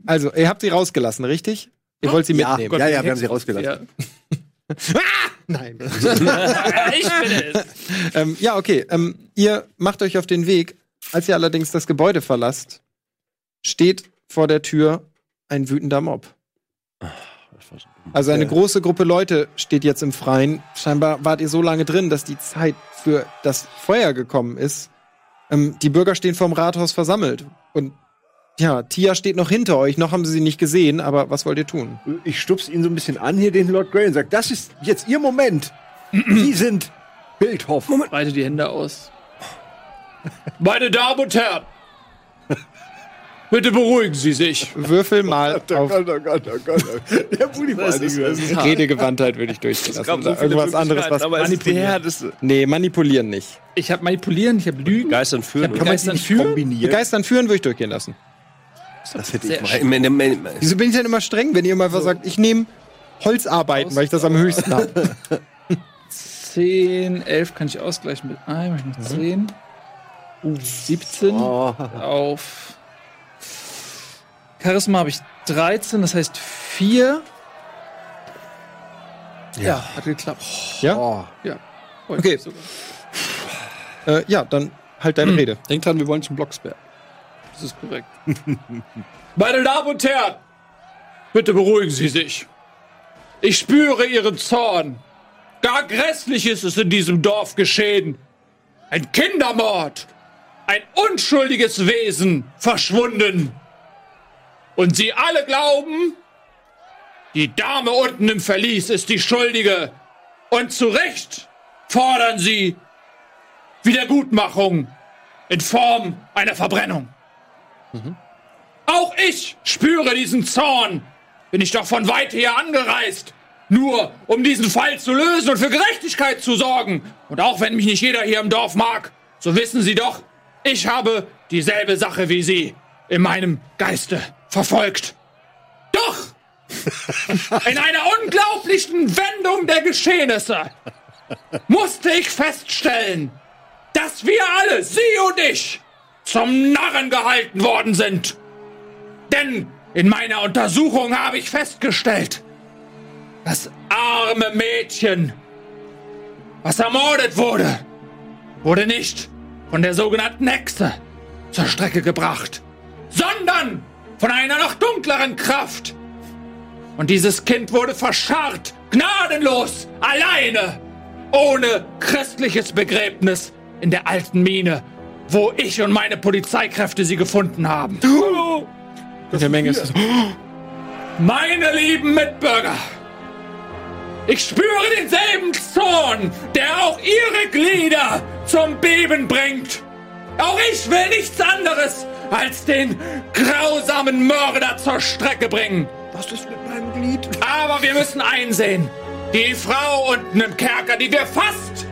A: also, ihr habt sie rausgelassen, richtig? Ihr wollt sie
E: Ja,
A: mitnehmen.
E: ja, ja, wir haben sie rausgelassen.
C: ja.
V: Nein.
C: Ich bin es.
A: Ähm, ja, okay. Ähm, ihr macht euch auf den Weg. Als ihr allerdings das Gebäude verlasst, steht vor der Tür ein wütender Mob. Also eine große Gruppe Leute steht jetzt im Freien. Scheinbar wart ihr so lange drin, dass die Zeit für das Feuer gekommen ist. Ähm, die Bürger stehen vorm Rathaus versammelt. Und ja, Tia steht noch hinter euch. Noch haben sie sie nicht gesehen, aber was wollt ihr tun?
E: Ich stups ihn so ein bisschen an hier, den Lord Grey, und sag, das ist jetzt ihr Moment. Sie sind Bildhoff.
C: Breite die Hände aus. Meine Damen und Herren, bitte beruhigen Sie sich.
A: Würfel mal auf
U: Oh Gott, oh Gott, oh Gott. Der Pulli war nicht
A: Redegewandtheit würde ich durchgehen lassen. Oder irgendwas anderes, was
G: aber es ist der härteste.
A: Nee, manipulieren nicht.
Q: Ich habe manipulieren, ich habe Lügen.
G: Geistern führen.
Q: Kann man dann führen?
E: kombiniert?
A: Begeistern führen würde ich durchgehen lassen.
G: Das hätte ich mal.
A: Wieso bin ich denn immer streng, wenn ihr immer was sagt, ich nehme Holzarbeiten, weil ich das am höchsten habe?
Q: 10, 11 kann ich ausgleichen mit einem, hab ich noch 10. Uh, 17
A: Oh.
Q: auf Charisma habe ich 13, das heißt 4. Ja. hat geklappt.
A: Okay. Äh, ja, dann halt deine Rede.
W: Denk dran, wir wollen zum Blocksberg.
Q: Das ist korrekt.
C: Meine Damen und Herren, bitte beruhigen Sie sich. Ich spüre Ihren Zorn. Gar Grässliches ist in diesem Dorf geschehen. Ein Kindermord. Ein unschuldiges Wesen verschwunden. Und Sie alle glauben, die Dame unten im Verlies ist die Schuldige. Und zu Recht fordern Sie Wiedergutmachung in Form einer Verbrennung. Auch ich spüre diesen Zorn. Bin ich doch von weit her angereist. Nur um diesen Fall zu lösen und für Gerechtigkeit zu sorgen. Und auch wenn mich nicht jeder hier im Dorf mag, so wissen Sie doch, ich habe dieselbe Sache wie Sie in meinem Geiste verfolgt. Doch! in einer unglaublichen Wendung der Geschehnisse musste ich feststellen, dass wir alle, Sie und ich, zum Narren gehalten worden sind. Denn in meiner Untersuchung habe ich festgestellt, das arme Mädchen, was ermordet wurde, wurde nicht von der sogenannten Hexe zur Strecke gebracht, sondern von einer noch dunkleren Kraft. Und dieses Kind wurde verscharrt, gnadenlos, alleine, ohne christliches Begräbnis in der alten Mine, wo ich und meine Polizeikräfte sie gefunden haben.
A: Der Menge ist
C: Meine lieben Mitbürger, ich spüre denselben Zorn, der auch ihre Glieder zum Beben bringt. Auch ich will nichts anderes als den grausamen Mörder zur Strecke bringen.
U: Was ist mit meinem Glied?
C: Aber wir müssen einsehen, die Frau unten im Kerker, die wir fast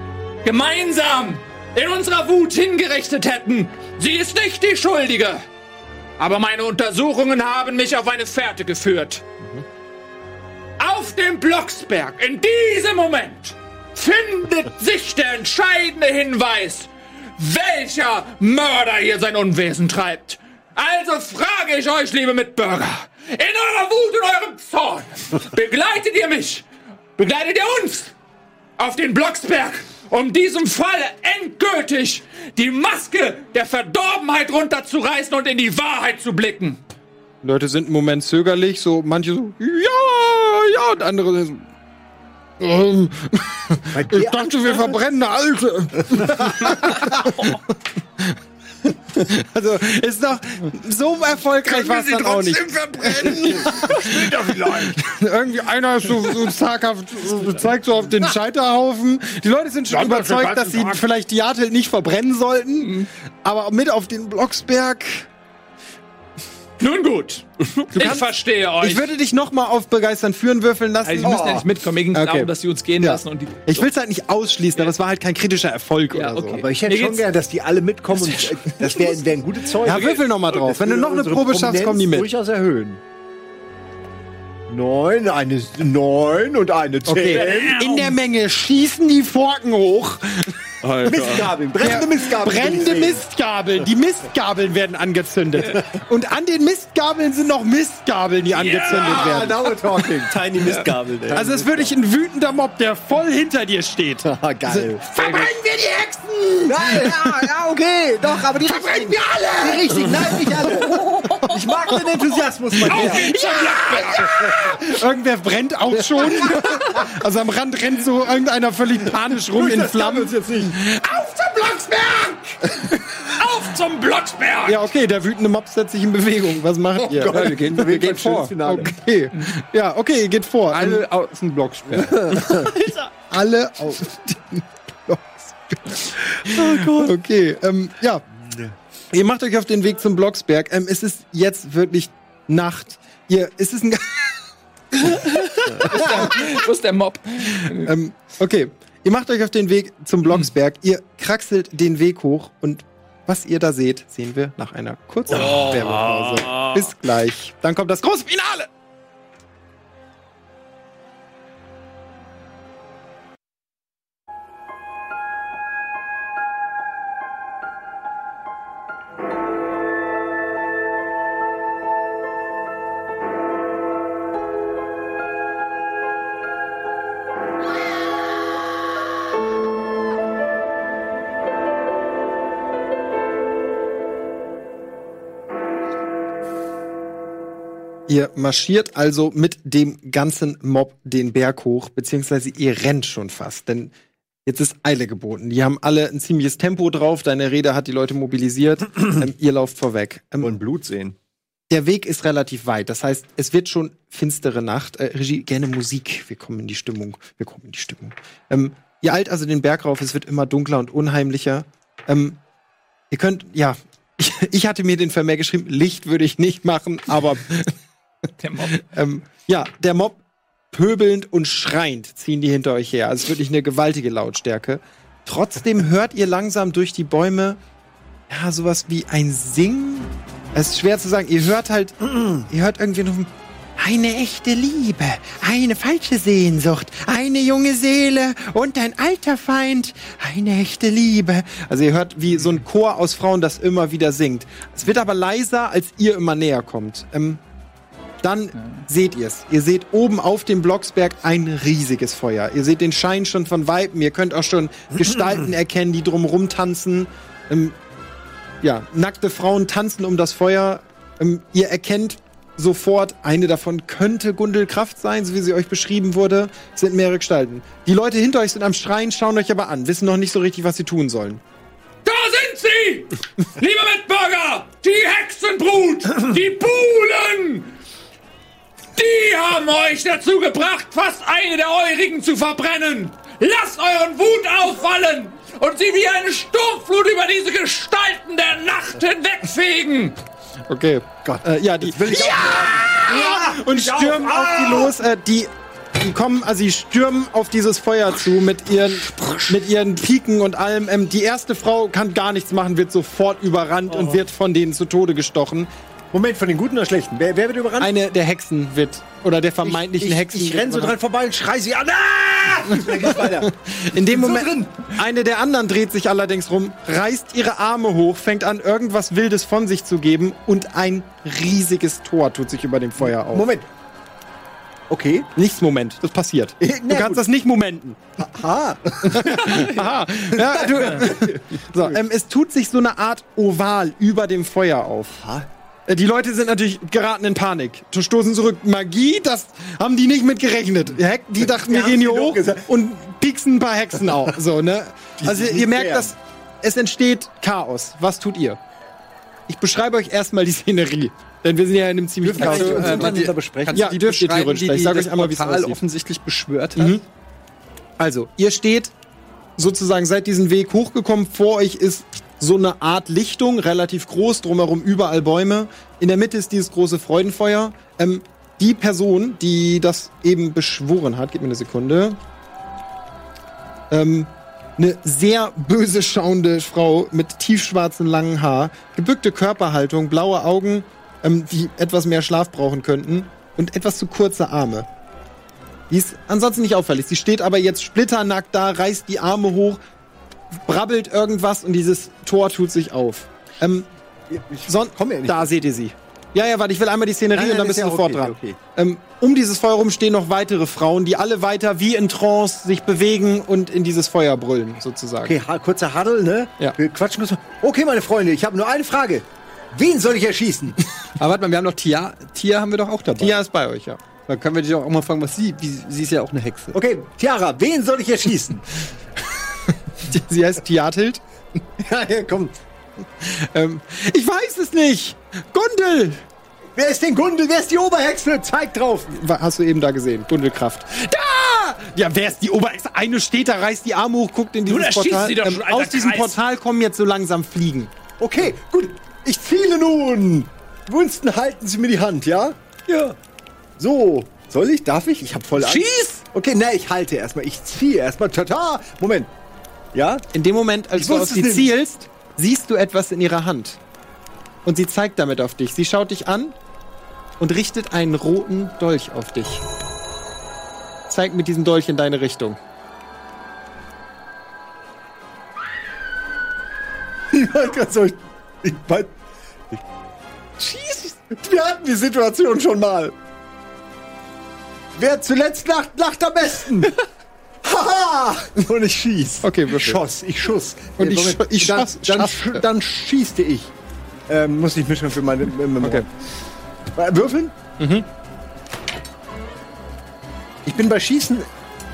C: gemeinsam in unserer Wut hingerichtet hätten, sie ist nicht die Schuldige. Aber meine Untersuchungen haben mich auf eine Fährte geführt. Auf dem Blocksberg, in diesem Moment, findet sich der entscheidende Hinweis, welcher Mörder hier sein Unwesen treibt. Also frage ich euch, liebe Mitbürger, in eurer Wut und eurem Zorn, begleitet ihr mich, begleitet ihr uns auf den Blocksberg, um diesem Fall endgültig die Maske der Verdorbenheit runterzureißen und in die Wahrheit zu blicken.
A: Leute sind im Moment zögerlich, so manche so, ja, ja, und andere so, ähm,
E: Äh,
A: ich dachte, wir verbrennen eine Alte. also, ist doch so erfolgreich war es dann auch nicht. Irgendwie einer ist so, so zaghaft, so- zeigt so auf den Scheiterhaufen. Die Leute sind schon überzeugt, dass sie vielleicht die Jatel nicht verbrennen sollten, aber mit auf den Blocksberg.
C: Nun gut, ich verstehe euch.
A: Ich würde dich noch mal auf begeistern führen würfeln lassen.
Q: Also, die müssen ja nicht mitkommen. Mir ging es
A: Okay.
Q: darum, dass sie uns gehen
A: Ja.
Q: lassen und die.
A: Ich will es halt nicht ausschließen, aber es war halt kein kritischer Erfolg
Q: Ja,
A: oder so.
Q: okay.
E: Aber ich hätte
Q: Mir
E: schon
Q: geht's-
E: gern, dass die alle mitkommen und äh, das wären wären gute Zeugen.
A: Ja, würfel noch mal drauf. Wenn du noch eine Probe schaffst, kommen die mit.
E: durchaus erhöhen. Neun, eine S- neun und eine zehn.
A: In der Menge schießen die Forken hoch.
E: Mistgabeln, brennende Mistgabeln.
A: Brennende
E: will ich sehen.
A: Mistgabeln. Die Mistgabeln werden angezündet. Und an den Mistgabeln sind noch Mistgabeln, die angezündet
E: Ah,
A: werden.
E: now we're talking.
G: Tiny Mistgabel, ey.
A: Also es ist wirklich ein wütender Mob, der voll hinter dir steht.
E: Ah, geil.
A: Verbrennen wir die Hexen!
D: Nein, ja, ja, okay, doch, aber die
A: Verbrennen wir alle!
D: Die richtig, nein, nicht alle. Ich mag den Enthusiasmus mal her.
A: Irgendwer brennt auch schon. Also am Rand rennt so irgendeiner völlig panisch rum in Flammen.
D: jetzt nicht.
A: Auf zum Blocksberg! Auf zum Blocksberg! Oh Ja, okay, der wütende Mob setzt sich in Bewegung. Was macht ihr?
E: Ja, wir gehen, wir gehen vor.
A: Okay. Ja, okay, ihr geht vor. Alle auf den Blocksberg. Alle auf den Blocksberg. Oh Gott. Okay, ähm, ja. Ihr macht euch auf den Weg zum Blocksberg. Ähm, es ist jetzt wirklich Nacht. Ihr, es ist ein.
X: Wo ist der Mob?
A: Ähm, okay, ihr macht euch auf den Weg zum Blocksberg. Ihr kraxelt den Weg hoch und was ihr da seht, sehen wir nach einer kurzen Werbepause. Bis gleich. Dann kommt das große Finale. Ihr marschiert also mit dem ganzen Mob den Berg hoch, beziehungsweise ihr rennt schon fast, denn jetzt ist Eile geboten. Die haben alle ein ziemliches Tempo drauf. Deine Rede hat die Leute mobilisiert. ähm, ihr lauft vorweg. Ähm,
E: Und Blut sehen.
A: der Weg ist relativ weit. Das heißt, es wird schon finstere Nacht. Äh, Regie, gerne Musik. Wir kommen in die Stimmung. Wir kommen in die Stimmung. Ähm, ihr eilt also den Berg rauf. Es wird immer dunkler und unheimlicher. Ähm, ihr könnt, ja, ich hatte mir den Vermehr geschrieben, Licht würde ich nicht machen, aber
X: Der Mob.
A: ähm, ja, der Mob pöbelnd und schreiend ziehen die hinter euch her. Also es ist wirklich eine gewaltige Lautstärke. Trotzdem hört ihr langsam durch die Bäume ja sowas wie ein Singen. Es ist schwer zu sagen. Ihr hört halt, ihr hört irgendwie noch ein- eine echte Liebe, eine falsche Sehnsucht, eine junge Seele und ein alter Feind, eine echte Liebe. Also ihr hört wie so ein Chor aus Frauen, das immer wieder singt. Es wird aber leiser, als ihr immer näher kommt. Ähm, dann seht ihr es. Ihr seht oben auf dem Blocksberg ein riesiges Feuer. Ihr seht den Schein schon von Weiben. Ihr könnt auch schon Gestalten erkennen, die drumrum tanzen. Ähm, ja, nackte Frauen tanzen um das Feuer. Ähm, ihr erkennt sofort, eine davon könnte Gundel Kraft sein, so wie sie euch beschrieben wurde. Es sind mehrere Gestalten. Die Leute hinter euch sind am Schreien, schauen euch aber an, wissen noch nicht so richtig, was sie tun sollen.
C: Da sind sie! Liebe Mitbürger! Die Hexenbrut! Die Buhlen! Die haben euch dazu gebracht, fast eine der eurigen zu verbrennen! Lasst euren Wut auffallen! Und sie wie eine Sturmflut über diese Gestalten der Nacht hinwegfegen!
A: Okay. Äh, ja, die. ja! Und stürmen auf die los. Äh, die, die kommen, also die stürmen auf dieses Feuer zu mit ihren, mit ihren Piken und allem. Ähm, die erste Frau kann gar nichts machen, wird sofort überrannt und wird von denen zu Tode gestochen.
E: Moment, von den Guten oder Schlechten? Wer, wer wird überrannt?
A: Eine der Hexen wird oder der vermeintlichen Hexen.
E: Ich
A: wird
E: renn so
A: überrannt.
E: dran vorbei und schrei sie an. Ah! Dann geht's weiter.
A: In dem Moment, eine der anderen dreht sich allerdings rum, reißt ihre Arme hoch, fängt an, irgendwas Wildes von sich zu geben und ein riesiges Tor tut sich über dem Feuer auf.
E: Moment. Okay.
A: Nichts Moment, das passiert.
E: Eh,
A: Du
E: na
A: kannst
E: gut.
A: das nicht momenten.
E: Ha.
A: Aha. Ja, du. So, ähm, es tut sich so eine Art Oval über dem Feuer auf. Äh, Die Leute sind natürlich geraten in Panik, stoßen zurück. Magie, das haben die nicht mit gerechnet. Die Hex- Die dachten, wir
E: haben
A: gehen hier
E: sie doch
A: hoch
E: gesagt.
A: und pieksen ein paar Hexen auf. So, ne? Also
E: sind
A: ihr
E: nicht
A: merkt,
E: fair.
A: dass es entsteht Chaos. Was tut ihr? Ich beschreibe euch erstmal die Szenerie, denn wir sind ja in einem ziemlich
E: Also,
A: chaotischen-
E: äh,
A: die-
E: besprechen.
A: ja, die dürft ihr theoretisch
X: die,
A: sprechen.
X: die
A: Ich sag
X: das
A: euch einmal, wie es
X: Portal
A: aussieht.
X: offensichtlich beschwört hat.
A: Mhm. Also, ihr steht sozusagen seit diesem Weg hochgekommen. Vor euch ist so eine Art Lichtung, relativ groß, drumherum überall Bäume. In der Mitte ist dieses große Freudenfeuer. Ähm, die Person, die das eben beschworen hat, gib mir eine Sekunde. Ähm, eine sehr böse schauende Frau mit tiefschwarzen langen Haar, gebückte Körperhaltung, blaue Augen, ähm, die etwas mehr Schlaf brauchen könnten. und etwas zu kurze Arme. Die ist ansonsten nicht auffällig. Sie steht aber jetzt splitternackt da, reißt die Arme hoch, brabbelt irgendwas und dieses Tor tut sich auf. Ähm, son-
E: komm ja nicht.
A: Da seht ihr sie. Ja, ja, warte, ich will einmal die Szenerie
E: Nein, nein,
A: und dann
E: das
A: bist
E: ist
A: du
E: ja
A: sofort
E: okay,
A: dran.
E: okay.
A: Ähm, um dieses Feuer rum stehen noch weitere Frauen, die alle weiter wie in Trance sich bewegen und in dieses Feuer brüllen, sozusagen.
E: Okay, ha kurzer Huddle, ne?
A: Ja.
E: Wir quatschen kurz. mal. Okay, meine Freunde, ich habe nur eine Frage. Wen soll ich erschießen?
A: Aber warte mal, wir haben noch Tia. Tia haben wir doch auch dabei. Tia ist bei euch, ja.
D: Dann können wir dich auch mal fragen, was sie, wie, sie ist ja auch eine Hexe.
E: Okay, Tiara, wen soll ich erschießen?
A: Sie heißt Tiatild.
E: ja, ja, komm.
A: Ähm, ich weiß es nicht. Gundel!
E: Wer ist denn Gundel? Wer ist die Oberhexe? Zeig drauf.
A: Wa- Hast du eben da gesehen. Gundelkraft. Da! Ja, wer ist die Oberhexe? Eine steht da, reißt die Arme hoch, guckt in dieses
Q: da schießt
A: Portal. ähm,
Q: sie doch schon, alter
A: aus diesem
Q: Kreis.
A: Portal kommen jetzt so langsam Fliegen.
E: Okay, gut. Ich ziele nun. Gunsten, halten Sie mir die Hand, ja?
B: Ja.
E: So. Soll ich? Darf ich? Ich habe voll Angst. Schieß! Okay, na, ich halte erstmal. Ich ziehe erstmal. Tata! Moment. Ja?
A: In dem Moment, als
E: Ich
A: du
E: wusste
A: auf
E: es
A: sie
E: nämlich.
A: zielst, siehst du etwas in ihrer Hand. Und sie zeigt damit auf dich. Sie schaut dich an und richtet einen roten Dolch auf dich. Zeigt mit diesem Dolch in deine Richtung.
E: Ich war grad so. Ich, ich, mein, ich, Schieß! Wir hatten die Situation schon mal. Wer zuletzt lacht, lacht am besten. Haha! Und ich schieß.
A: Okay, würfel.
E: ich schoss, ich schuss.
A: Und ich
E: Moment,
A: sch- ich
E: dann,
A: schoss-
E: dann,
A: schaffte.
E: sch- dann schießte ich. Ähm, muss ich mischen für meine Memory. Okay. Würfeln? Mhm. Ich bin bei Schießen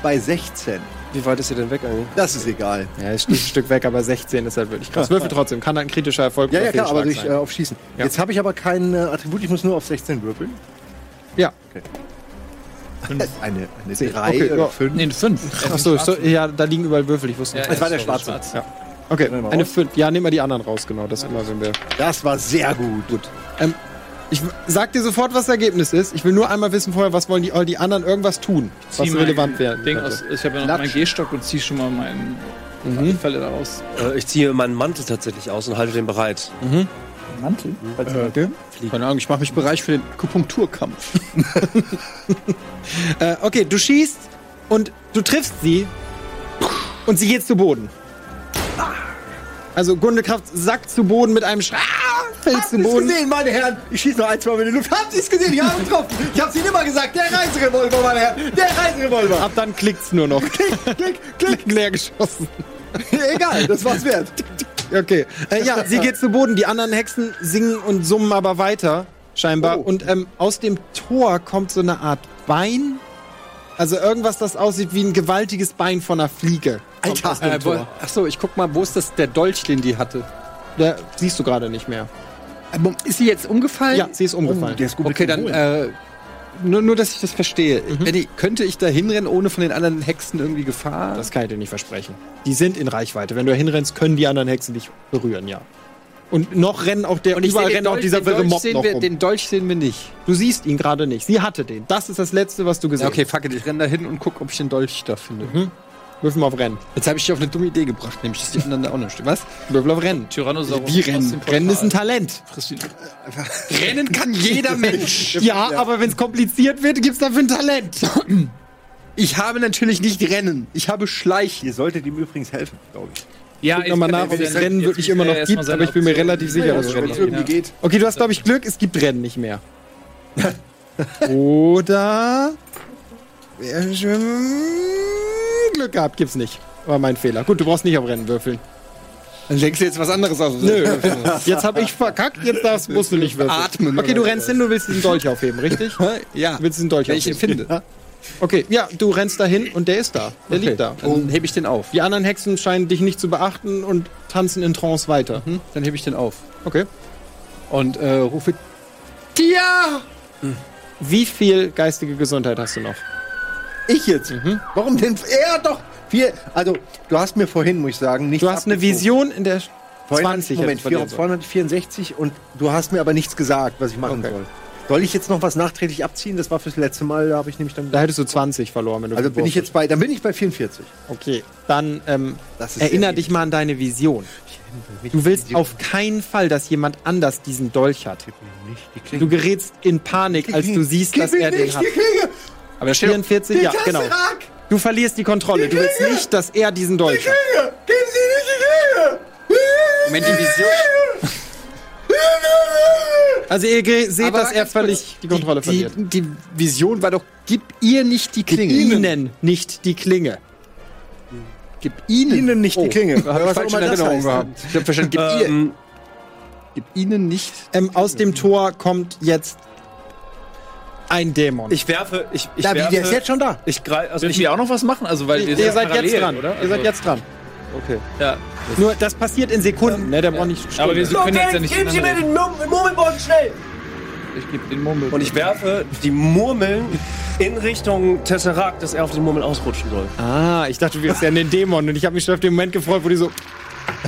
E: bei 16.
G: Wie weit ist ihr denn weg eigentlich?
E: Das ist egal.
A: Ja, ist ein Stück weg, aber 16 ist halt wirklich krass. Würfel trotzdem. Kann ein kritischer Erfolg
E: Ja,
A: oder
E: ja, klar,
A: Fehlschlag
E: aber durch,
A: sein.
E: äh, auf Schießen.
A: Ja.
E: Jetzt habe ich aber kein äh, Attribut, ich muss nur auf 16 würfeln.
A: Ja.
E: Eine, eine 3
A: Okay,
E: oder
A: ja.
E: 5.
C: Nee, fünf.
A: Ach so, so, ja, da liegen überall Würfel. Ich wusste nicht.
E: Es war der schwarze.
A: Okay,
E: Nehmen wir
A: eine
E: raus.
A: 5. Ja, nehmen wir die anderen raus, genau. Das immer, wenn wir.
E: Das war sehr gut. gut.
A: Ähm, Ich w- sag dir sofort, was das Ergebnis ist. Ich will nur einmal wissen vorher, was wollen die, all die anderen irgendwas tun, was
C: Zieh mein
A: relevant werden
C: Ding
A: könnte.
C: aus, ich habe ja noch meinen Gehstock und ziehe schon mal meinen mhm. Fälle daraus.
K: Äh, ich ziehe meinen Mantel tatsächlich aus und halte den bereit.
C: Mantel?
A: Okay.
D: Keine Ahnung, ich mache mich bereit für den Akupunkturkampf.
A: Äh, okay, du schießt und du triffst sie und sie geht zu Boden. Also Gundekraft sackt zu Boden mit einem Schrei, fällt zu
E: Habt ihr es
A: Boden.
E: gesehen, meine Herren? Ich schieße noch ein, zwei Mal in die Luft. Habt ihr es gesehen? Ich habe getroffen. Ich habe es Ihnen immer gesagt. Der Reiserevolver, meine Herren. Der Reiserevolver.
A: Ab dann klickt's nur noch.
E: Klick, klick.
A: Leer geschossen.
E: Egal, das war's wert.
A: Okay. Äh, ja, sie geht zu Boden. Die anderen Hexen singen und summen aber weiter, scheinbar.
E: Oh.
A: Und ähm, aus dem Tor kommt so eine Art Bein. Also irgendwas, das aussieht wie ein gewaltiges Bein von einer Fliege.
E: Alter.
D: Äh, wo- ach so, ich guck mal, wo ist das der Dolch, den die hatte?
A: Da siehst du gerade nicht mehr.
D: Äh, Mom, Ist sie jetzt umgefallen?
A: Ja, sie ist umgefallen.
E: Oh, der ist gut
D: Okay, dann äh, nur, nur, dass ich das verstehe. Wenn ich, könnte ich da hinrennen, ohne von den anderen Hexen irgendwie Gefahr?
A: das kann ich dir nicht versprechen. Die sind in Reichweite. Wenn du da hinrennst, können die anderen Hexen dich berühren, ja. Und noch rennen auch der,
D: Und ich
A: überall
D: sehe den
A: rennt auch
D: Dolch-
A: dieser
D: den
A: wirre
D: Dolch
A: Mob
D: sehen
A: noch
D: wir,
A: rum.
D: Den Dolch sehen wir nicht.
A: Du siehst ihn gerade nicht. Sie hatte den. Das ist das Letzte, was du
D: Ja,
A: gesehen
D: okay, fuck it, ich renne da hin und guck, ob ich den Dolch da finde.
A: hast. Würfel mal auf Rennen.
D: Jetzt habe ich dich auf eine dumme Idee gebracht, nämlich, dass die anderen da auch noch stehen. Was?
A: Würfel auf Rennen.
C: Tyrannosaurus.
A: Wie rennen? Rennen ist ein Talent.
F: Rennen kann jeder Mensch.
A: Ja, aber wenn es kompliziert wird, gibt's dafür ein Talent.
F: Ich habe natürlich nicht Rennen.
D: Ich habe Schleich.
E: Ihr solltet ihm übrigens helfen, glaube ich.
C: Ja,
A: Guck nochmal nach, ob es Rennen wirklich immer noch gibt, aber ich bin mir relativ sicher, dass es Rennen
E: Also, Wenn es
A: gibt.
E: irgendwie geht.
A: Okay, du hast, glaube ich, Glück, es gibt Rennen nicht mehr. Oder. Wer schon Glück gehabt, gibt's nicht. War mein Fehler. Gut, du brauchst nicht auf Rennen würfeln.
D: Dann denkst du jetzt was anderes aus.
A: Nö. Jetzt habe ich verkackt, jetzt darfst, musst du nicht würfeln.
D: Atmen
A: Okay,
D: oder
A: du rennst hin, du willst diesen Dolch aufheben, richtig? Du
D: Ja.
A: willst diesen Dolch
D: Wenn ich ihn
A: aufheben.
D: finde,
A: Okay, ja, du rennst dahin und der ist da. Der liegt da.
D: dann hebe ich den auf.
A: Die anderen Hexen scheinen dich nicht zu beachten und tanzen in Trance weiter. Hm?
D: Dann hebe ich den auf.
A: Okay.
D: Und äh, rufe.
F: Ja!
A: Wie viel geistige Gesundheit hast du noch?
E: Ich jetzt? Warum denn? Er doch. Wir, also, du hast mir vorhin, muss ich sagen, nicht
A: Du hast eine Vision in der
E: Vorhin,
A: 20
E: Moment,
A: hätte ich von dir
E: 264 und du hast mir aber nichts gesagt, was ich machen
A: Okay.
E: soll. Soll ich jetzt noch was nachträglich abziehen? Das war fürs letzte Mal, da habe ich nämlich dann.
A: Da hättest du 20 verloren, wenn du
E: Also bin ich
A: gewürfelt
E: jetzt bei, dann bin ich bei 44.
A: Okay, dann ähm,
E: Das ist
A: erinner
E: sehr
A: dich mal an deine Vision. Du willst auf keinen Fall, dass jemand anders diesen Dolch hat. Du gerätst in Panik, als du siehst, dass er den hat. Aber da steht 44, ja, genau. Du verlierst die Kontrolle. Du willst nicht, dass er diesen Dolch hat.
F: Moment, die Vision.
A: Also ihr ge- seht, dass er völlig die Kontrolle
F: Die,
A: verliert.
F: die Vision war doch, gib ihr nicht die Klinge.
A: Ihnen nicht die Klinge.
F: Gib ihnen. Oh.
E: Ihnen nicht die Klinge.
A: Da hab ich
E: Was auch
A: Oh. falsche
E: immer das
A: Erinnerungen
E: heißt.
A: gehabt.
F: Ich hab verstanden, gib, ihr,
G: Ähm,
F: Ah. gib ihnen nicht.
A: Ähm, aus dem Tor kommt jetzt ein Dämon.
G: ich werfe, ich, ich
E: Da, wie,
G: werfe,
E: der ist jetzt schon da.
G: ich greife, also
X: Dürfen
G: ich,
X: die auch noch was machen? Also, weil ihr,
A: ihr seid
X: parallel,
A: jetzt dran,
X: oder?
A: Ihr seid
X: Also,
A: jetzt dran.
G: okay.
X: Ja.
A: Nur das passiert in Sekunden, ne? Der braucht nicht.
X: Aber wir
A: Stunden.
X: können jetzt ja nicht
B: Geben Sie mir
X: miteinander
B: den Mum- Murmelboden schnell!
X: reden. Ich gebe den Mummel.
G: Und ich werfe die Murmeln in Richtung Tesseract, dass er auf den Murmeln ausrutschen soll.
A: Ah, ich dachte, du wirst ja in den Dämon und ich habe mich schon auf den Moment gefreut, wo die so.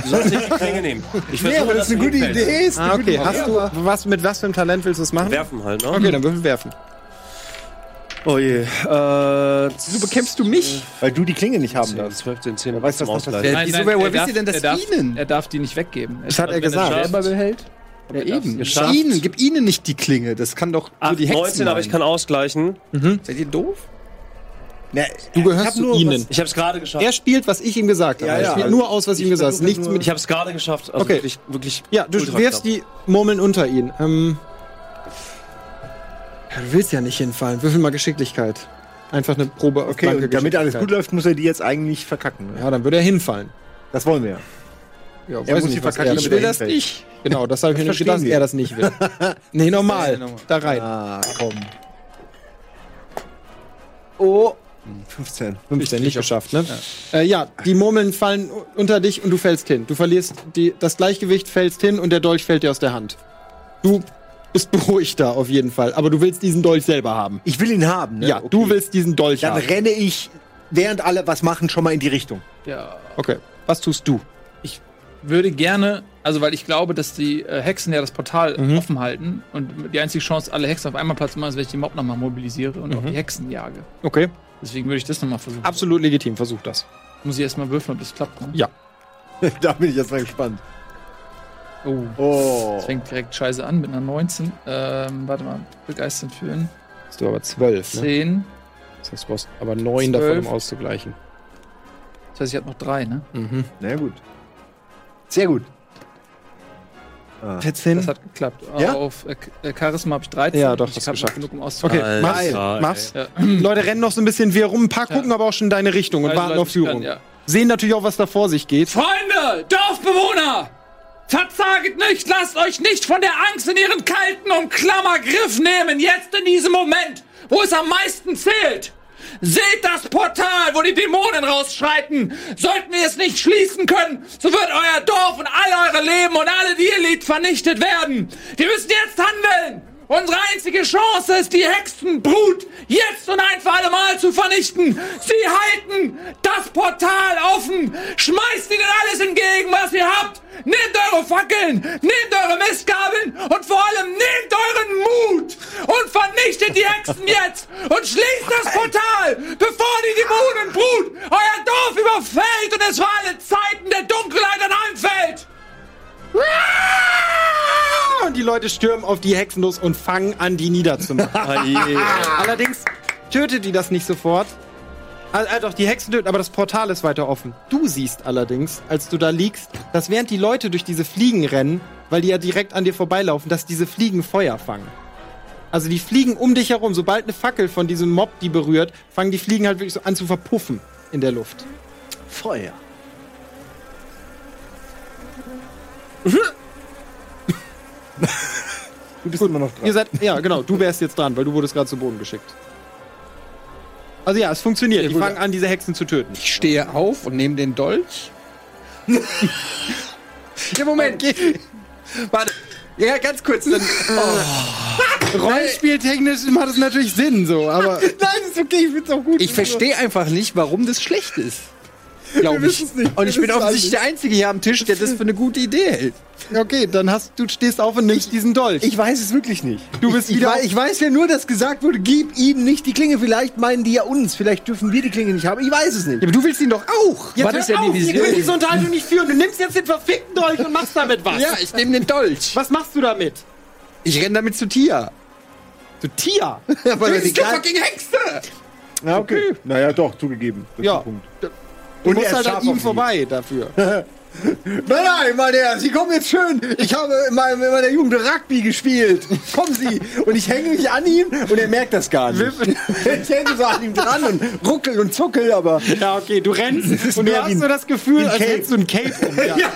G: Soll ich die Klinge nehmen? Ich versuche,
D: Wäre, das
G: dass
D: ist eine
G: sie
D: gute
G: hinfällt.
D: Idee. Ist eine
A: Ah, okay.
D: gute
A: Hast du was mit was für einem Talent willst du es machen?
G: Werfen halt, ne?
A: Okay, dann würfel werfen.
G: Oh je. Äh,
A: Wieso bekämpfst du mich?
E: Weil du die Klinge nicht haben darfst.
G: 12, 10, 10.
E: Wer weiß, was noch
G: Ausgleich.
F: Wer,
X: Nein,
F: Äh, wieso,
X: nein,
F: woher
X: er
F: wisst
X: darf-
F: ihr denn das
X: er darf-
F: ihnen?
X: Er darf die nicht weggeben.
A: Das hat er gesagt.
X: Selber behält.
F: Ja, eben.
G: Geschafft.
F: Ihnen, gib ihnen nicht die Klinge. Das kann doch nur
G: Ach,
F: die Hexen
G: 19, aber ich kann ausgleichen.
F: meinen. Seid ihr doof?
A: Du gehörst zu ihnen.
G: Ich habe es gerade geschafft.
A: Er spielt, was ich ihm gesagt habe.
E: Ja,
A: er
E: ja.
A: spielt nur aus, was ich ihm gesagt habe. Nichts mit.
G: Ich habe es gerade geschafft. Also
A: Okay.
G: wirklich, wirklich.
A: Ja, du
G: ultra
A: wirfst
G: knapp.
A: die Murmeln unter ihn. Ähm, ja, du willst ja nicht hinfallen. Würfel mal Geschicklichkeit. Einfach eine Probe auf
E: Okay,
A: blanke
E: und damit alles gut
A: Geschicklichkeit.
E: läuft, muss er die jetzt eigentlich verkacken. Ne?
A: Ja, dann würde er hinfallen.
E: Das wollen wir ja.
A: Ja,
E: Er muss die
A: was
E: verkacken,
A: will.
E: damit
A: Ich
E: er
A: will das
E: hinfällt.
A: nicht. Genau, das habe ich mir nicht
E: verstehen
A: gedacht, dass
E: wir.
A: er das nicht will. Nee, normal. Da rein.
E: Ah, komm.
D: Oh,
E: 15.
A: 15 nicht geschafft, ne? Ja. Äh, ja, die Murmeln fallen u- unter dich und du fällst hin. Du verlierst die, das Gleichgewicht, fällst hin und der Dolch fällt dir aus der Hand. Du bist beruhigt da auf jeden Fall, aber du willst diesen Dolch selber haben.
E: Ich will ihn haben, ne?
A: Ja,
E: Okay.
A: du willst diesen Dolch
E: Dann
A: haben.
E: renne ich, während alle was machen, schon mal in die Richtung.
X: Ja.
A: Okay, was tust du?
X: würde gerne, also weil ich glaube, dass die äh, Hexen ja das Portal offen halten und die einzige Chance, alle Hexen auf einmal Platz zu machen, ist, wenn ich die Mob nochmal mobilisiere und auf die Hexen jage.
A: Okay,
X: Deswegen würde ich das nochmal versuchen.
A: absolut legitim, versuch das.
X: Muss ich erstmal würfeln, ob das klappt. Ne?
A: Ja.
E: da bin ich jetzt mal gespannt.
X: Oh,
E: Oh.
X: das fängt direkt scheiße an mit einer 19. Ähm, warte mal, begeistert führen.
A: Hast du aber 12, ne?
X: 10.
A: Das heißt, du brauchst aber 9 davon, um auszugleichen.
X: Das heißt, ich habe noch drei, ne?
E: Na gut. Sehr gut.
A: 14?
X: Das hat geklappt.
E: Ja?
X: Auf äh, äh, Charisma habe ich 13.
A: Ja, doch,
X: ich
A: hast
X: hab
A: geschafft.
X: genug, um
A: Okay,
X: auszuweichen.
G: Alter,
A: mach's. mach's.
G: ey.
X: Ja.
A: Leute rennen noch so ein bisschen wir rum, ein paar gucken aber auch schon in deine Richtung und
X: Also,
A: warten
X: Leute,
A: auf Führung.
X: ich kann, ja.
A: Sehen natürlich auch, was da vor sich geht.
X: Freunde, Dorfbewohner! Verzaget nicht, lasst euch nicht von der Angst in ihren kalten und Klammergriff nehmen, jetzt in diesem Moment, wo es am meisten zählt! Seht das Portal, wo die Dämonen rausschreiten! Sollten wir es nicht schließen können, so wird euer Dorf und all eure Leben und alle, die ihr liebt, vernichtet werden! Wir müssen jetzt handeln! Unsere einzige Chance ist, die Hexenbrut jetzt und ein für alle Mal zu vernichten. Sie halten das Portal offen. Schmeißt ihnen alles entgegen, was ihr habt. Nehmt eure Fackeln, nehmt eure Mistgabeln und vor allem nehmt euren Mut und vernichtet die Hexen jetzt und schließt das Portal, bevor die Dämonenbrut euer Dorf überfällt und es für alle Zeiten der Dunkelheit anheimfällt.
A: Und die Leute stürmen auf die Hexen los und fangen an, die niederzumachen. Allerdings tötet die das nicht sofort. Ah, ah, doch, die Hexen töten, aber das Portal ist weiter offen. Du siehst allerdings, als du da liegst, dass während die Leute durch diese Fliegen rennen, weil die ja direkt an dir vorbeilaufen, dass diese Fliegen Feuer fangen. Also die fliegen um dich herum. Sobald eine Fackel von diesem Mob die berührt, fangen die Fliegen halt wirklich so an zu verpuffen in der Luft.
E: Feuer. du bist immer noch dran.
A: Ihr seid, ja, genau, du wärst jetzt dran, weil du wurdest gerade zu Boden geschickt. Also ja, es funktioniert. Die fangen an, diese Hexen zu töten.
F: Ich stehe auf und nehme den Dolch.
A: Ja, Moment, geh.
F: Warte. Ja, ganz kurz. Dann,
A: Rollenspieltechnisch macht es natürlich Sinn, so, aber.
E: Nein, ist okay, ich find's auch gut.
F: ich verstehe einfach nicht, warum das schlecht ist.
A: glaube ich.
E: es nicht.
A: Und ich
E: Wir
A: bin
E: wissen es
A: offensichtlich der Einzige hier am Tisch, der das für eine gute Idee hält. Okay, dann hast du stehst auf und nimmst diesen Dolch.
E: Ich weiß es wirklich nicht.
A: Du bist
E: ich, ich,
A: wieder-
E: wei- ich weiß ja nur, dass gesagt wurde, gib ihnen nicht die Klinge. Vielleicht meinen die ja uns. Vielleicht dürfen wir die Klinge nicht haben. Ich weiß es nicht.
A: aber du willst ihn doch auch.
Y: Jetzt
Q: ist
Y: hör
Q: ja die
Y: auf, ihr
Q: Vision?
Y: könnt diese Unterhaltung nicht führen. Du nimmst jetzt den verfickten Dolch und machst damit was.
A: Ja, ich nehme den Dolch.
Y: Was machst du damit?
A: Ich renn damit zu Tia.
Y: Du Tier.
A: Aber
F: Das ist eine fucking Hexe!
G: Na, okay. Naja, doch, zugegeben. Das ist
A: Ja.
G: ein Punkt.
A: Du
G: Und
A: musst
G: er ist
A: halt
G: scharf
A: an ihm
G: auf sie.
A: vorbei dafür.
E: Nein, nein, mein Herr, Sie kommen jetzt schön. Ich habe in, meinem, in meiner Jugend Rugby gespielt. Kommen Sie. Und ich hänge mich an ihn und er merkt das gar nicht. ich hänge so an ihm dran und ruckel und zuckel, aber
Y: Ja, okay, du rennst und du
E: mehr wie
Y: hast
E: ein-
Y: so das Gefühl, als
E: Cape.
Y: hättest du ein Cape um. Ja.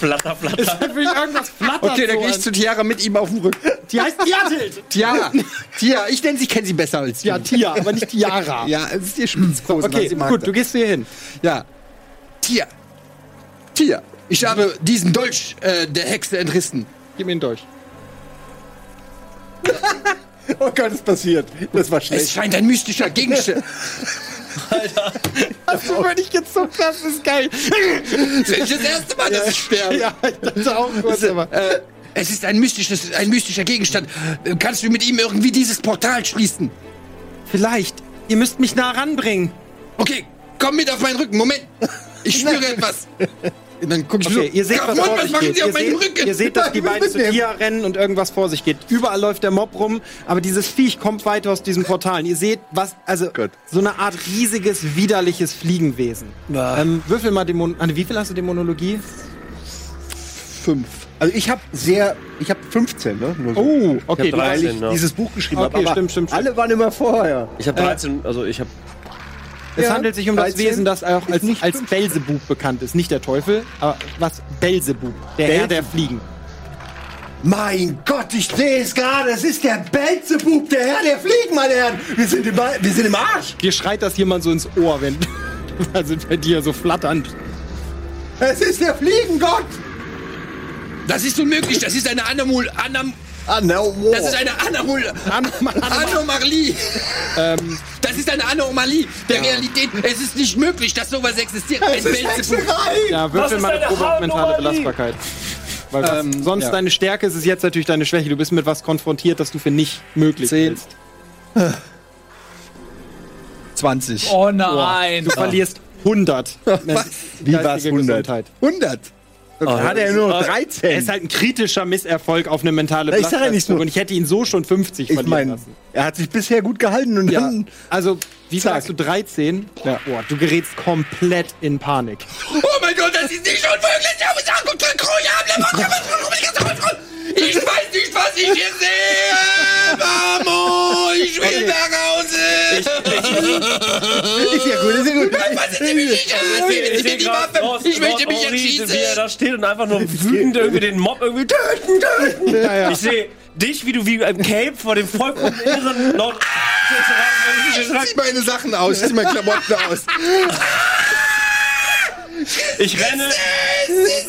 B: Flatter, flatter.
Y: Natürlich irgendwas flattert
A: Okay, dann
Y: so
A: gehe ich
Y: an-
A: zu Tiara mit ihm auf den Rücken.
Y: Die heißt Tiatild.
A: Tiara, Tia, ich nenne sie, kenne sie besser als du.
Y: Ja, Tia, aber nicht Tiara.
A: Ja, es ist ihr Spitzkosen.
Y: Okay,
A: sie mag
Y: gut,
A: das.
Y: du gehst hier hin.
A: Ja. Tier. Tier.
F: Ich habe diesen Dolch äh, der Hexe entrissen.
Y: Gib mir den Dolch.
G: Oh Gott, es passiert. Das war
F: Es
G: schlecht.
F: scheint ein mystischer Gegenstand.
Y: Das würde ich jetzt so krass, das ist geil.
F: das ist das erste Mal, dass ich sterbe.
Y: Ja, ich dachte auch kurz, aber.
F: Äh, es ist ein, mystisches, ein mystischer Gegenstand. Äh, Kannst du mit ihm irgendwie dieses Portal schließen?
A: Vielleicht. Ihr müsst mich nah ranbringen.
F: Okay, komm mit auf meinen Rücken. Moment. Ich spüre etwas.
A: Und dann guck ich
F: Okay,
A: so.
F: ihr seht, was vor sich
A: machen
F: geht.
A: die
F: Ihr
A: auf meinem
F: seht-
A: Rücken?
F: ihr
A: seht, dass die beiden zu Tia rennen und irgendwas vor sich geht. Überall läuft der Mob rum, aber dieses Viech kommt weiter aus diesem Portal. Und ihr seht, was, also so eine Art riesiges, widerliches Fliegenwesen. Ähm, würfel mal Dämon. Anne, wie viel hast du Dämonologie?
G: Fünf. Also ich habe sehr, ich habe 15, ne? Nur so.
A: Oh, okay.
G: Ich hab weil
B: 13,
G: ich
B: ja.
G: dieses Buch geschrieben
A: Okay,
G: habe. aber
A: stimmt, stimmt, stimmt.
G: Alle waren immer vorher.
B: Ich habe 13, also ich habe.
A: Es
G: Ja,
A: handelt sich um das
G: 13
A: Wesen, das auch als,
G: nicht
A: als Belzebub bekannt ist. Nicht der Teufel, aber was? Belzebub. Der Herr der Fliegen.
E: Mein Gott, ich sehe es gerade. Es ist der Belzebub, der Herr der Fliegen, meine Herren. Wir sind im, wir sind im Arsch.
A: Dir schreit das jemand so ins Ohr, wenn. Also bei dir so flatternd.
E: Es ist der Fliegengott.
F: Das ist unmöglich. Das ist eine Anomul. Anam,
E: Ah, no, wow.
F: das ist eine Anomul. Anomalie. Das ist eine Anomalie der Realität. Es ist nicht möglich, dass sowas existiert. Ein
E: es ist
F: Belzebub.
E: Hexerei.
A: Ja, würfel mal eine Probe auf mentale Belastbarkeit. Weil was
G: Ähm,
A: sonst deine Stärke ist, ist jetzt natürlich deine Schwäche. Du bist mit was konfrontiert, das du für nicht möglich hältst.
F: 20.
Q: Oh nein.
A: Du verlierst 100.
G: Wie war's 100?
A: 100.
E: Ah,
G: Hat er nur noch 13?
A: Er ist halt ein kritischer Misserfolg auf eine mentale
G: Ich sag ja nicht
A: Belastbarkeit.
G: so.
A: Und ich hätte ihn so schon 50
G: ich
A: verlieren
G: meine,
A: lassen.
G: er hat sich bisher gut gehalten und
A: Ja.
G: dann
A: Also, wie viel
G: Zack.
A: hast du? 13? Ja. Oh, du gerätst komplett in Panik.
F: Oh mein Gott, das ist nicht unmöglich! Ich muss sagen, ich weiß nicht, was ich hier sehe! Mamo, ich will nach Hause!
G: ist ja gut, ist ja gut.
F: Was ist denn mit mir? Äh, Ich will die Waffe! Ich möchte mich
B: wie er
F: erschießen!
B: da steht und einfach nur wütend irgendwie den Mob irgendwie töten, töten. Ich sehe dich, wie du wie im Cape vor dem vollkommen inneren Nord.
F: Zieh meine Sachen aus, zieh meine Klamotten aus.
B: Ich renne,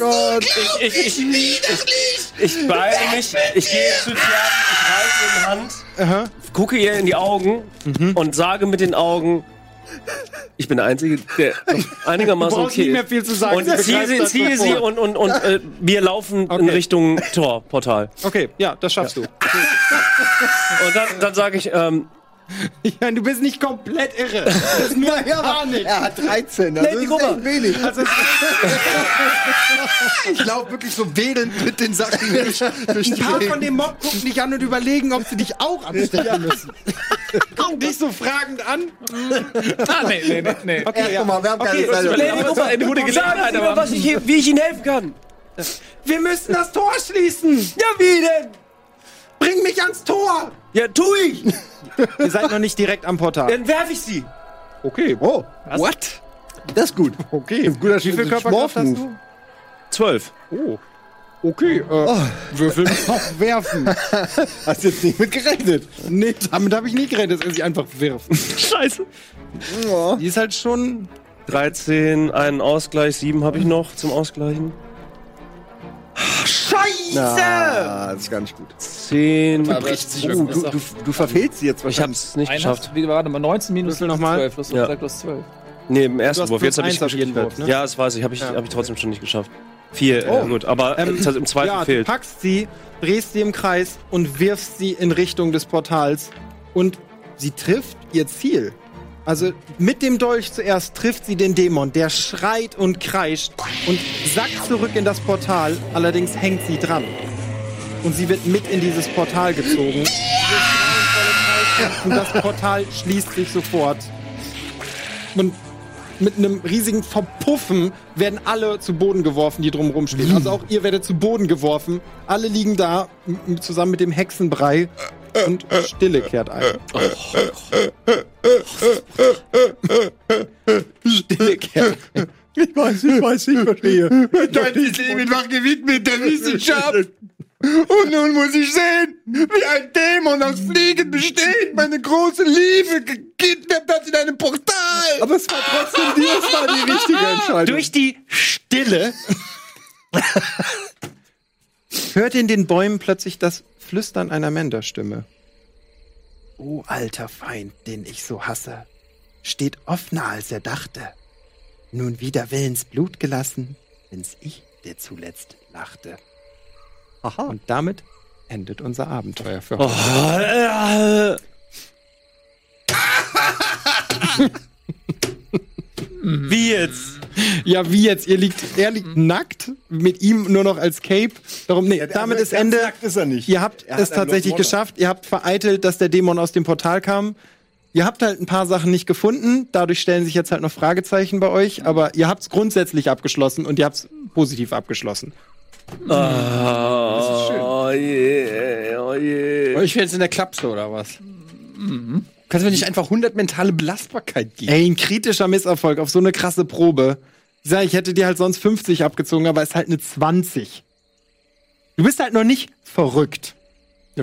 F: Oh
B: ich, ich, ich, ich beeile mich, ich gehe zu Tian, ich reiße in Hand, gucke ihr in die Augen
A: Mhm.
B: und sage mit den Augen, ich bin der Einzige, der noch einigermaßen okay
A: nicht
B: ist.
A: mehr viel zu sagen.
B: Und
A: Sie
B: ziehe
A: begreift
B: sie,
A: das
B: ziehe sie
A: sofort.
B: und, und, und äh, wir laufen in Richtung Torportal.
A: Okay, ja, das schaffst du.
B: Und dann, dann sage ich, ähm,
A: Ich meine, du bist nicht komplett irre. Das ist nur Panik.
E: Ah, Er hat 13. Das
B: die
E: ist
B: Gruppe.
E: echt wenig.
A: Also,
F: Ich lauf wirklich so wedelnd mit den Sachen durch, durch
A: Ein paar von dem Mob gucken dich an und überlegen, ob sie dich auch anstecken müssen. Gucken dich so fragend an.
Q: Ah, nee, nee, nee, nee.
A: Okay, ja.
E: Mal, wir haben keine Zeit.
B: Lady Gruppe, eine gute Gelegenheit, aber was ich hier, wie ich Ihnen helfen kann.
A: Wir müssen das Tor schließen.
B: Ja, wie denn?
A: Bring mich ans Tor.
B: Ja, tu ich.
A: Ihr seid noch nicht direkt am Portal.
B: Dann werfe ich sie.
A: Okay.
G: Oh,
A: What?
G: das ist gut.
A: Okay.
G: Guter
A: Wie viel Körperkraft hast du?
B: Zwölf.
A: Oh. Okay, äh, Würfel auch werfen.
G: Hast jetzt nicht mit gerechnet.
A: Nee, damit habe ich nie gerechnet, dass er sich einfach wirft.
B: Scheiße.
A: Die ist halt schon.
B: 13, einen Ausgleich, 7 habe ich noch zum Ausgleichen.
G: Na, das ist gar nicht gut.
B: 10.
F: bricht sich
G: Oh, du, du, du verfehlst sie jetzt
B: Ich
G: wahrscheinlich.
B: hab's nicht
Q: Ein
B: geschafft.
Q: hast, wie- warte mal, 19 minus
A: Würfel noch mal.
Q: 12, das
B: Ja.
Q: ja. plus 12.
G: Nee, im ersten
A: hast
G: Wurf.
A: plus
G: Jetzt habe
A: eins
G: ich
A: auf jeden Wurf, ne?
G: Ja, das weiß ich. Habe ich, hab ich trotzdem schon nicht geschafft. Vier, äh, gut. Aber äh,
A: Ähm,
G: das hat im zweiten
A: ja,
G: fehlt.
A: du packst sie, drehst sie im Kreis und wirfst sie in Richtung des Portals. Und sie trifft ihr Ziel. Also mit dem Dolch zuerst trifft sie den Dämon, der schreit und kreischt und sackt zurück in das Portal. Allerdings hängt sie dran. Und sie wird mit in dieses Portal gezogen. Und das Portal schließt sich sofort. Und mit einem riesigen Verpuffen werden alle zu Boden geworfen, die drumherum stehen. Also auch ihr werdet zu Boden geworfen. Alle liegen da m- m- zusammen mit dem Hexenbrei und Stille kehrt ein. Stille kehrt ein.
D: Ich weiß, ich weiß, ich verstehe.
F: Dein Leben war gewidmet der Wissenschaft. Und nun muss ich sehen, wie ein Dämon aus Fliegen besteht, meine große Liebe gekidnappt hat in einem Portal.
D: Aber es war trotzdem die, es war die richtige Entscheidung.
G: Durch die Stille.
A: Hört in den Bäumen plötzlich das Flüstern einer Männerstimme.
F: Oh, alter Feind, den ich so hasse, steht offener als er dachte. Nun wieder willens Blut gelassen, wenn's ich der zuletzt lachte.
A: Und damit endet unser Abenteuer für heute.
G: Wie jetzt?
A: Ja, wie jetzt? Ihr liegt, er liegt nackt, mit ihm nur noch als Cape. Darum, nee,
F: also
A: damit ist Ende.
E: ist er nicht.
A: Ihr habt
E: hat
A: es
E: ein
A: tatsächlich
E: Loch Water.
A: geschafft. Ihr habt vereitelt, dass der Dämon aus dem Portal kam. Ihr habt halt ein paar Sachen nicht gefunden. Dadurch stellen sich jetzt halt noch Fragezeichen bei euch. Aber ihr habt es grundsätzlich abgeschlossen und ihr habt es positiv abgeschlossen.
K: Oh je, oh je.
A: Ich wäre jetzt in der Klapse oder was?
F: Kannst du mir nicht einfach 100 mentale Belastbarkeit geben?
A: Ey, ein kritischer Misserfolg auf so eine krasse Probe. Ich sag, ich hätte dir halt sonst 50 abgezogen, aber es ist halt eine 20. Du bist halt noch nicht verrückt.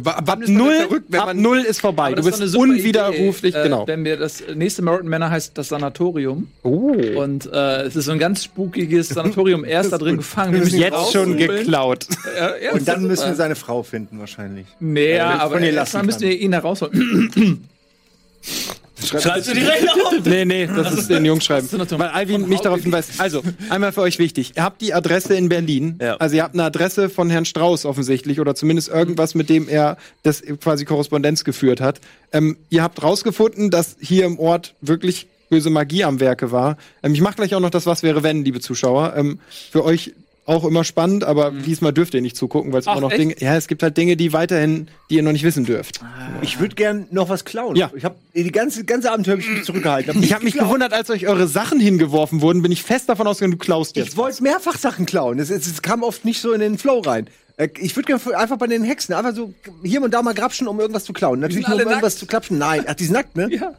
F: Ab
A: Null, ab null ist vorbei. Du
Q: das war eine
A: bist
Q: super
A: unwiderruflich,
Q: Idee, äh,
A: genau.
Q: Denn wir das nächste Mountain Manor heißt das Sanatorium.
A: Oh.
Q: Und äh, es ist so ein ganz spukiges Sanatorium. Er ist da drin gefangen. Wir müssen ihn
A: Jetzt schon
Q: rausholen.
A: geklaut.
Q: Ja, ja,
E: Und dann
Q: das-
E: müssen wir seine Frau finden, wahrscheinlich.
Q: Nee, ja, aber
E: ihr
Q: erstmal
E: lassen
Q: müssen wir ihn herausholen.
K: Schreibst du die Rechnung auf?
A: nee, nee, das ist in Jungschreiben.
Q: Das ist noch-
A: Weil Alvin mich darauf hinweist. Also, einmal für euch wichtig. Ihr habt die Adresse in Berlin.
G: Ja.
A: Also ihr habt eine Adresse von Herrn Strauß offensichtlich oder zumindest irgendwas, mit dem er das quasi Korrespondenz geführt hat. Ähm, ihr habt rausgefunden, dass hier im Ort wirklich böse Magie am Werke war. Ähm, ich mache gleich auch noch das Was wäre wenn, liebe Zuschauer. Ähm, für euch auch immer spannend, aber diesmal dürft ihr nicht zugucken, weil es immer noch
Q: echt?
A: Dinge. Ja, es gibt halt Dinge, die weiterhin, die ihr noch nicht wissen dürft.
E: Ich würde gern noch was klauen.
A: Ja.
E: Ich habe die ganze, ganze Abenteuer hab ich mich zurückgehalten.
A: Ich habe mich gewundert, als euch eure Sachen hingeworfen wurden, bin ich fest davon ausgegangen, du klaust jetzt.
E: Ich wollte mehrfach Sachen klauen. Es, es, es kam oft nicht so in den Flow rein. Äh, Ich würde gerne einfach bei den Hexen einfach so hier und da mal grapschen, um irgendwas zu klauen. Natürlich nur um irgendwas zu klapschen. Nein, ach, die sind nackt, ne? Mhm.
Q: Ja.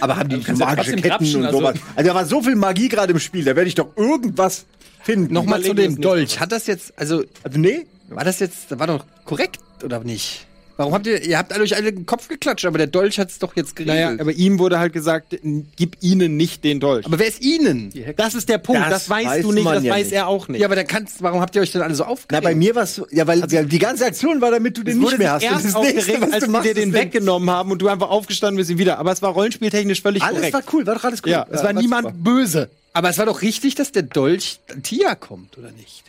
E: Aber haben die so magische
Q: trotzdem
E: Ketten
Q: grapschen,
E: und
Q: also-
E: sowas? Also da war so viel Magie gerade im Spiel, da werde ich doch irgendwas finden.
F: Nochmal zu
E: Überlegen
F: dem
E: wir
F: Dolch. Hat das jetzt, also,
E: Also, nee,
F: war das jetzt, war doch korrekt oder nicht? Warum habt ihr, ihr habt alle euch alle den Kopf geklatscht, aber der Dolch hat's doch jetzt geregelt.
A: Naja, aber ihm wurde halt gesagt, n- gib ihnen nicht den Dolch.
F: aber wer ist Ihnen?
A: das ist der Punkt,
E: Das weiß man ja nicht.
A: er auch nicht.
F: Ja, aber dann kannst, warum habt ihr euch denn alle so
E: na,
F: aufgeregt?
E: bei mir war es so, ja, weil ja, die ganze Aktion war, damit du den nicht mehr hast.
A: erst aufgeregt, als sie dir
E: ist
A: den
E: weg.
A: weggenommen haben und du einfach aufgestanden bist und wieder. Aber es war rollenspieltechnisch völlig
E: Alles
A: korrekt.
E: war cool, war doch alles cool.
A: ja, es war niemand böse.
F: aber es war doch richtig, dass der Dolch an Tia kommt, oder nicht?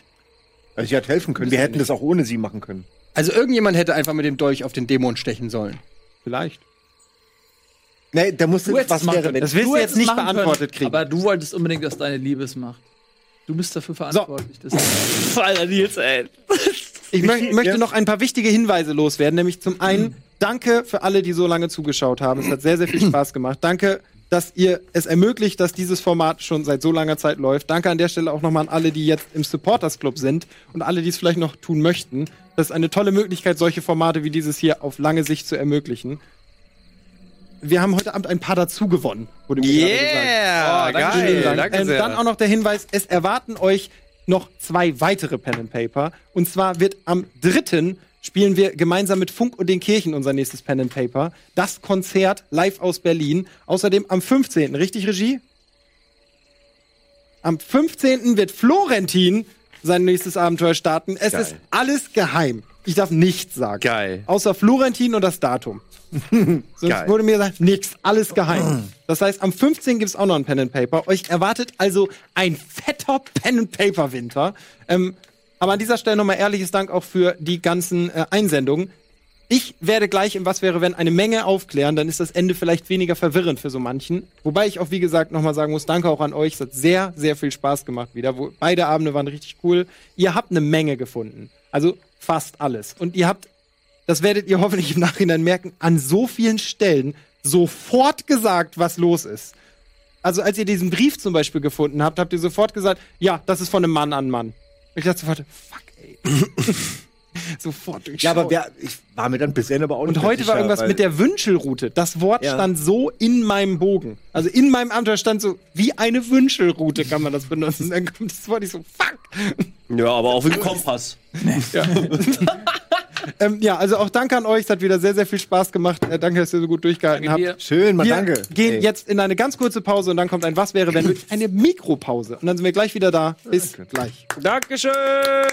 E: Also, ich hätte helfen können. Wir hätten das auch ohne sie machen können.
F: Also irgendjemand hätte einfach mit dem Dolch auf den Dämon stechen sollen.
A: Vielleicht.
E: Nee, da musste
Q: hättest es
E: was
Q: machen
E: wäre,
Q: können.
E: wenn.
A: Das wirst du
Q: hättest
A: jetzt nicht
Q: machen
A: beantwortet
Q: können,
A: kriegen.
Q: Aber du wolltest unbedingt, dass deine Liebe es macht. Du bist dafür verantwortlich. Das
K: Alter, Nils, ey.
A: Ich mö möchte noch ein paar wichtige Hinweise loswerden, nämlich zum einen, danke für alle, die so lange zugeschaut haben. Es hat sehr, sehr viel Spaß gemacht. Danke, dass ihr es ermöglicht, dass dieses Format schon seit so langer Zeit läuft. Danke an der Stelle auch nochmal an alle, die jetzt im Supporters Club sind und alle, die es vielleicht noch tun möchten. Das ist eine tolle Möglichkeit, solche Formate wie dieses hier auf lange Sicht zu ermöglichen. Wir haben heute Abend ein paar dazu gewonnen, wurde mir gerade gesagt.
F: Yeah,
A: Vielen Dank. ähm, Dann auch noch der Hinweis, es erwarten euch noch zwei weitere Pen and Paper. Und zwar wird am 3. spielen wir gemeinsam mit Funk und den Kirchen unser nächstes Pen and Paper. Das Konzert live aus Berlin. Außerdem am 15. richtig Regie? Am 15. wird Florentin sein nächstes Abenteuer starten. Es ist alles geheim. Ich darf nichts sagen.
K: Geil.
A: Außer Florentin und das Datum. Sonst
K: Geil.
A: wurde mir gesagt, nix, alles geheim. Das heißt, am 15. gibt's auch noch ein Pen and Paper. Euch erwartet also ein fetter Pen and Paper Winter. Ähm, aber an dieser Stelle nochmal ehrliches Dank auch für die ganzen äh, Einsendungen. Ich werde gleich im Was wäre wenn eine Menge aufklären, dann ist das Ende vielleicht weniger verwirrend für so manchen. Wobei ich auch, wie gesagt, nochmal sagen muss, danke auch an euch. Es hat sehr, sehr viel Spaß gemacht wieder. Wo, beide Abende waren richtig cool. Ihr habt eine Menge gefunden. Also fast alles. Und ihr habt das werdet ihr hoffentlich im Nachhinein merken, an so vielen Stellen sofort gesagt, was los ist. Also als ihr diesen Brief zum Beispiel gefunden habt, habt ihr sofort gesagt, ja, das ist von einem Mann an Mann. Ich dachte sofort, fuck, ey. sofort
E: Ja,
A: durchschaut.
E: aber wer, ich war mir dann bisher aber auch nicht
A: und heute war irgendwas mit der Wünschelrute. Das Wort
E: Ja.
A: stand so in meinem Bogen. Also in meinem Abenteuer stand so, wie eine Wünschelrute kann man das benutzen. Dann kommt das Wort, ich so, fuck.
K: Ja, aber auch wie ein Kompass.
A: Ähm, ja, also auch danke an euch. Es hat wieder sehr, sehr viel Spaß gemacht. Äh, danke, dass ihr so gut durchgehalten habt.
E: Schön, mal
A: Wir
E: danke.
A: gehen
E: Ey.
A: jetzt in eine ganz kurze Pause und dann kommt ein Was wäre, wenn wirklich eine Mikropause. Und dann sind wir gleich wieder da. Bis gleich.
G: Dankeschön!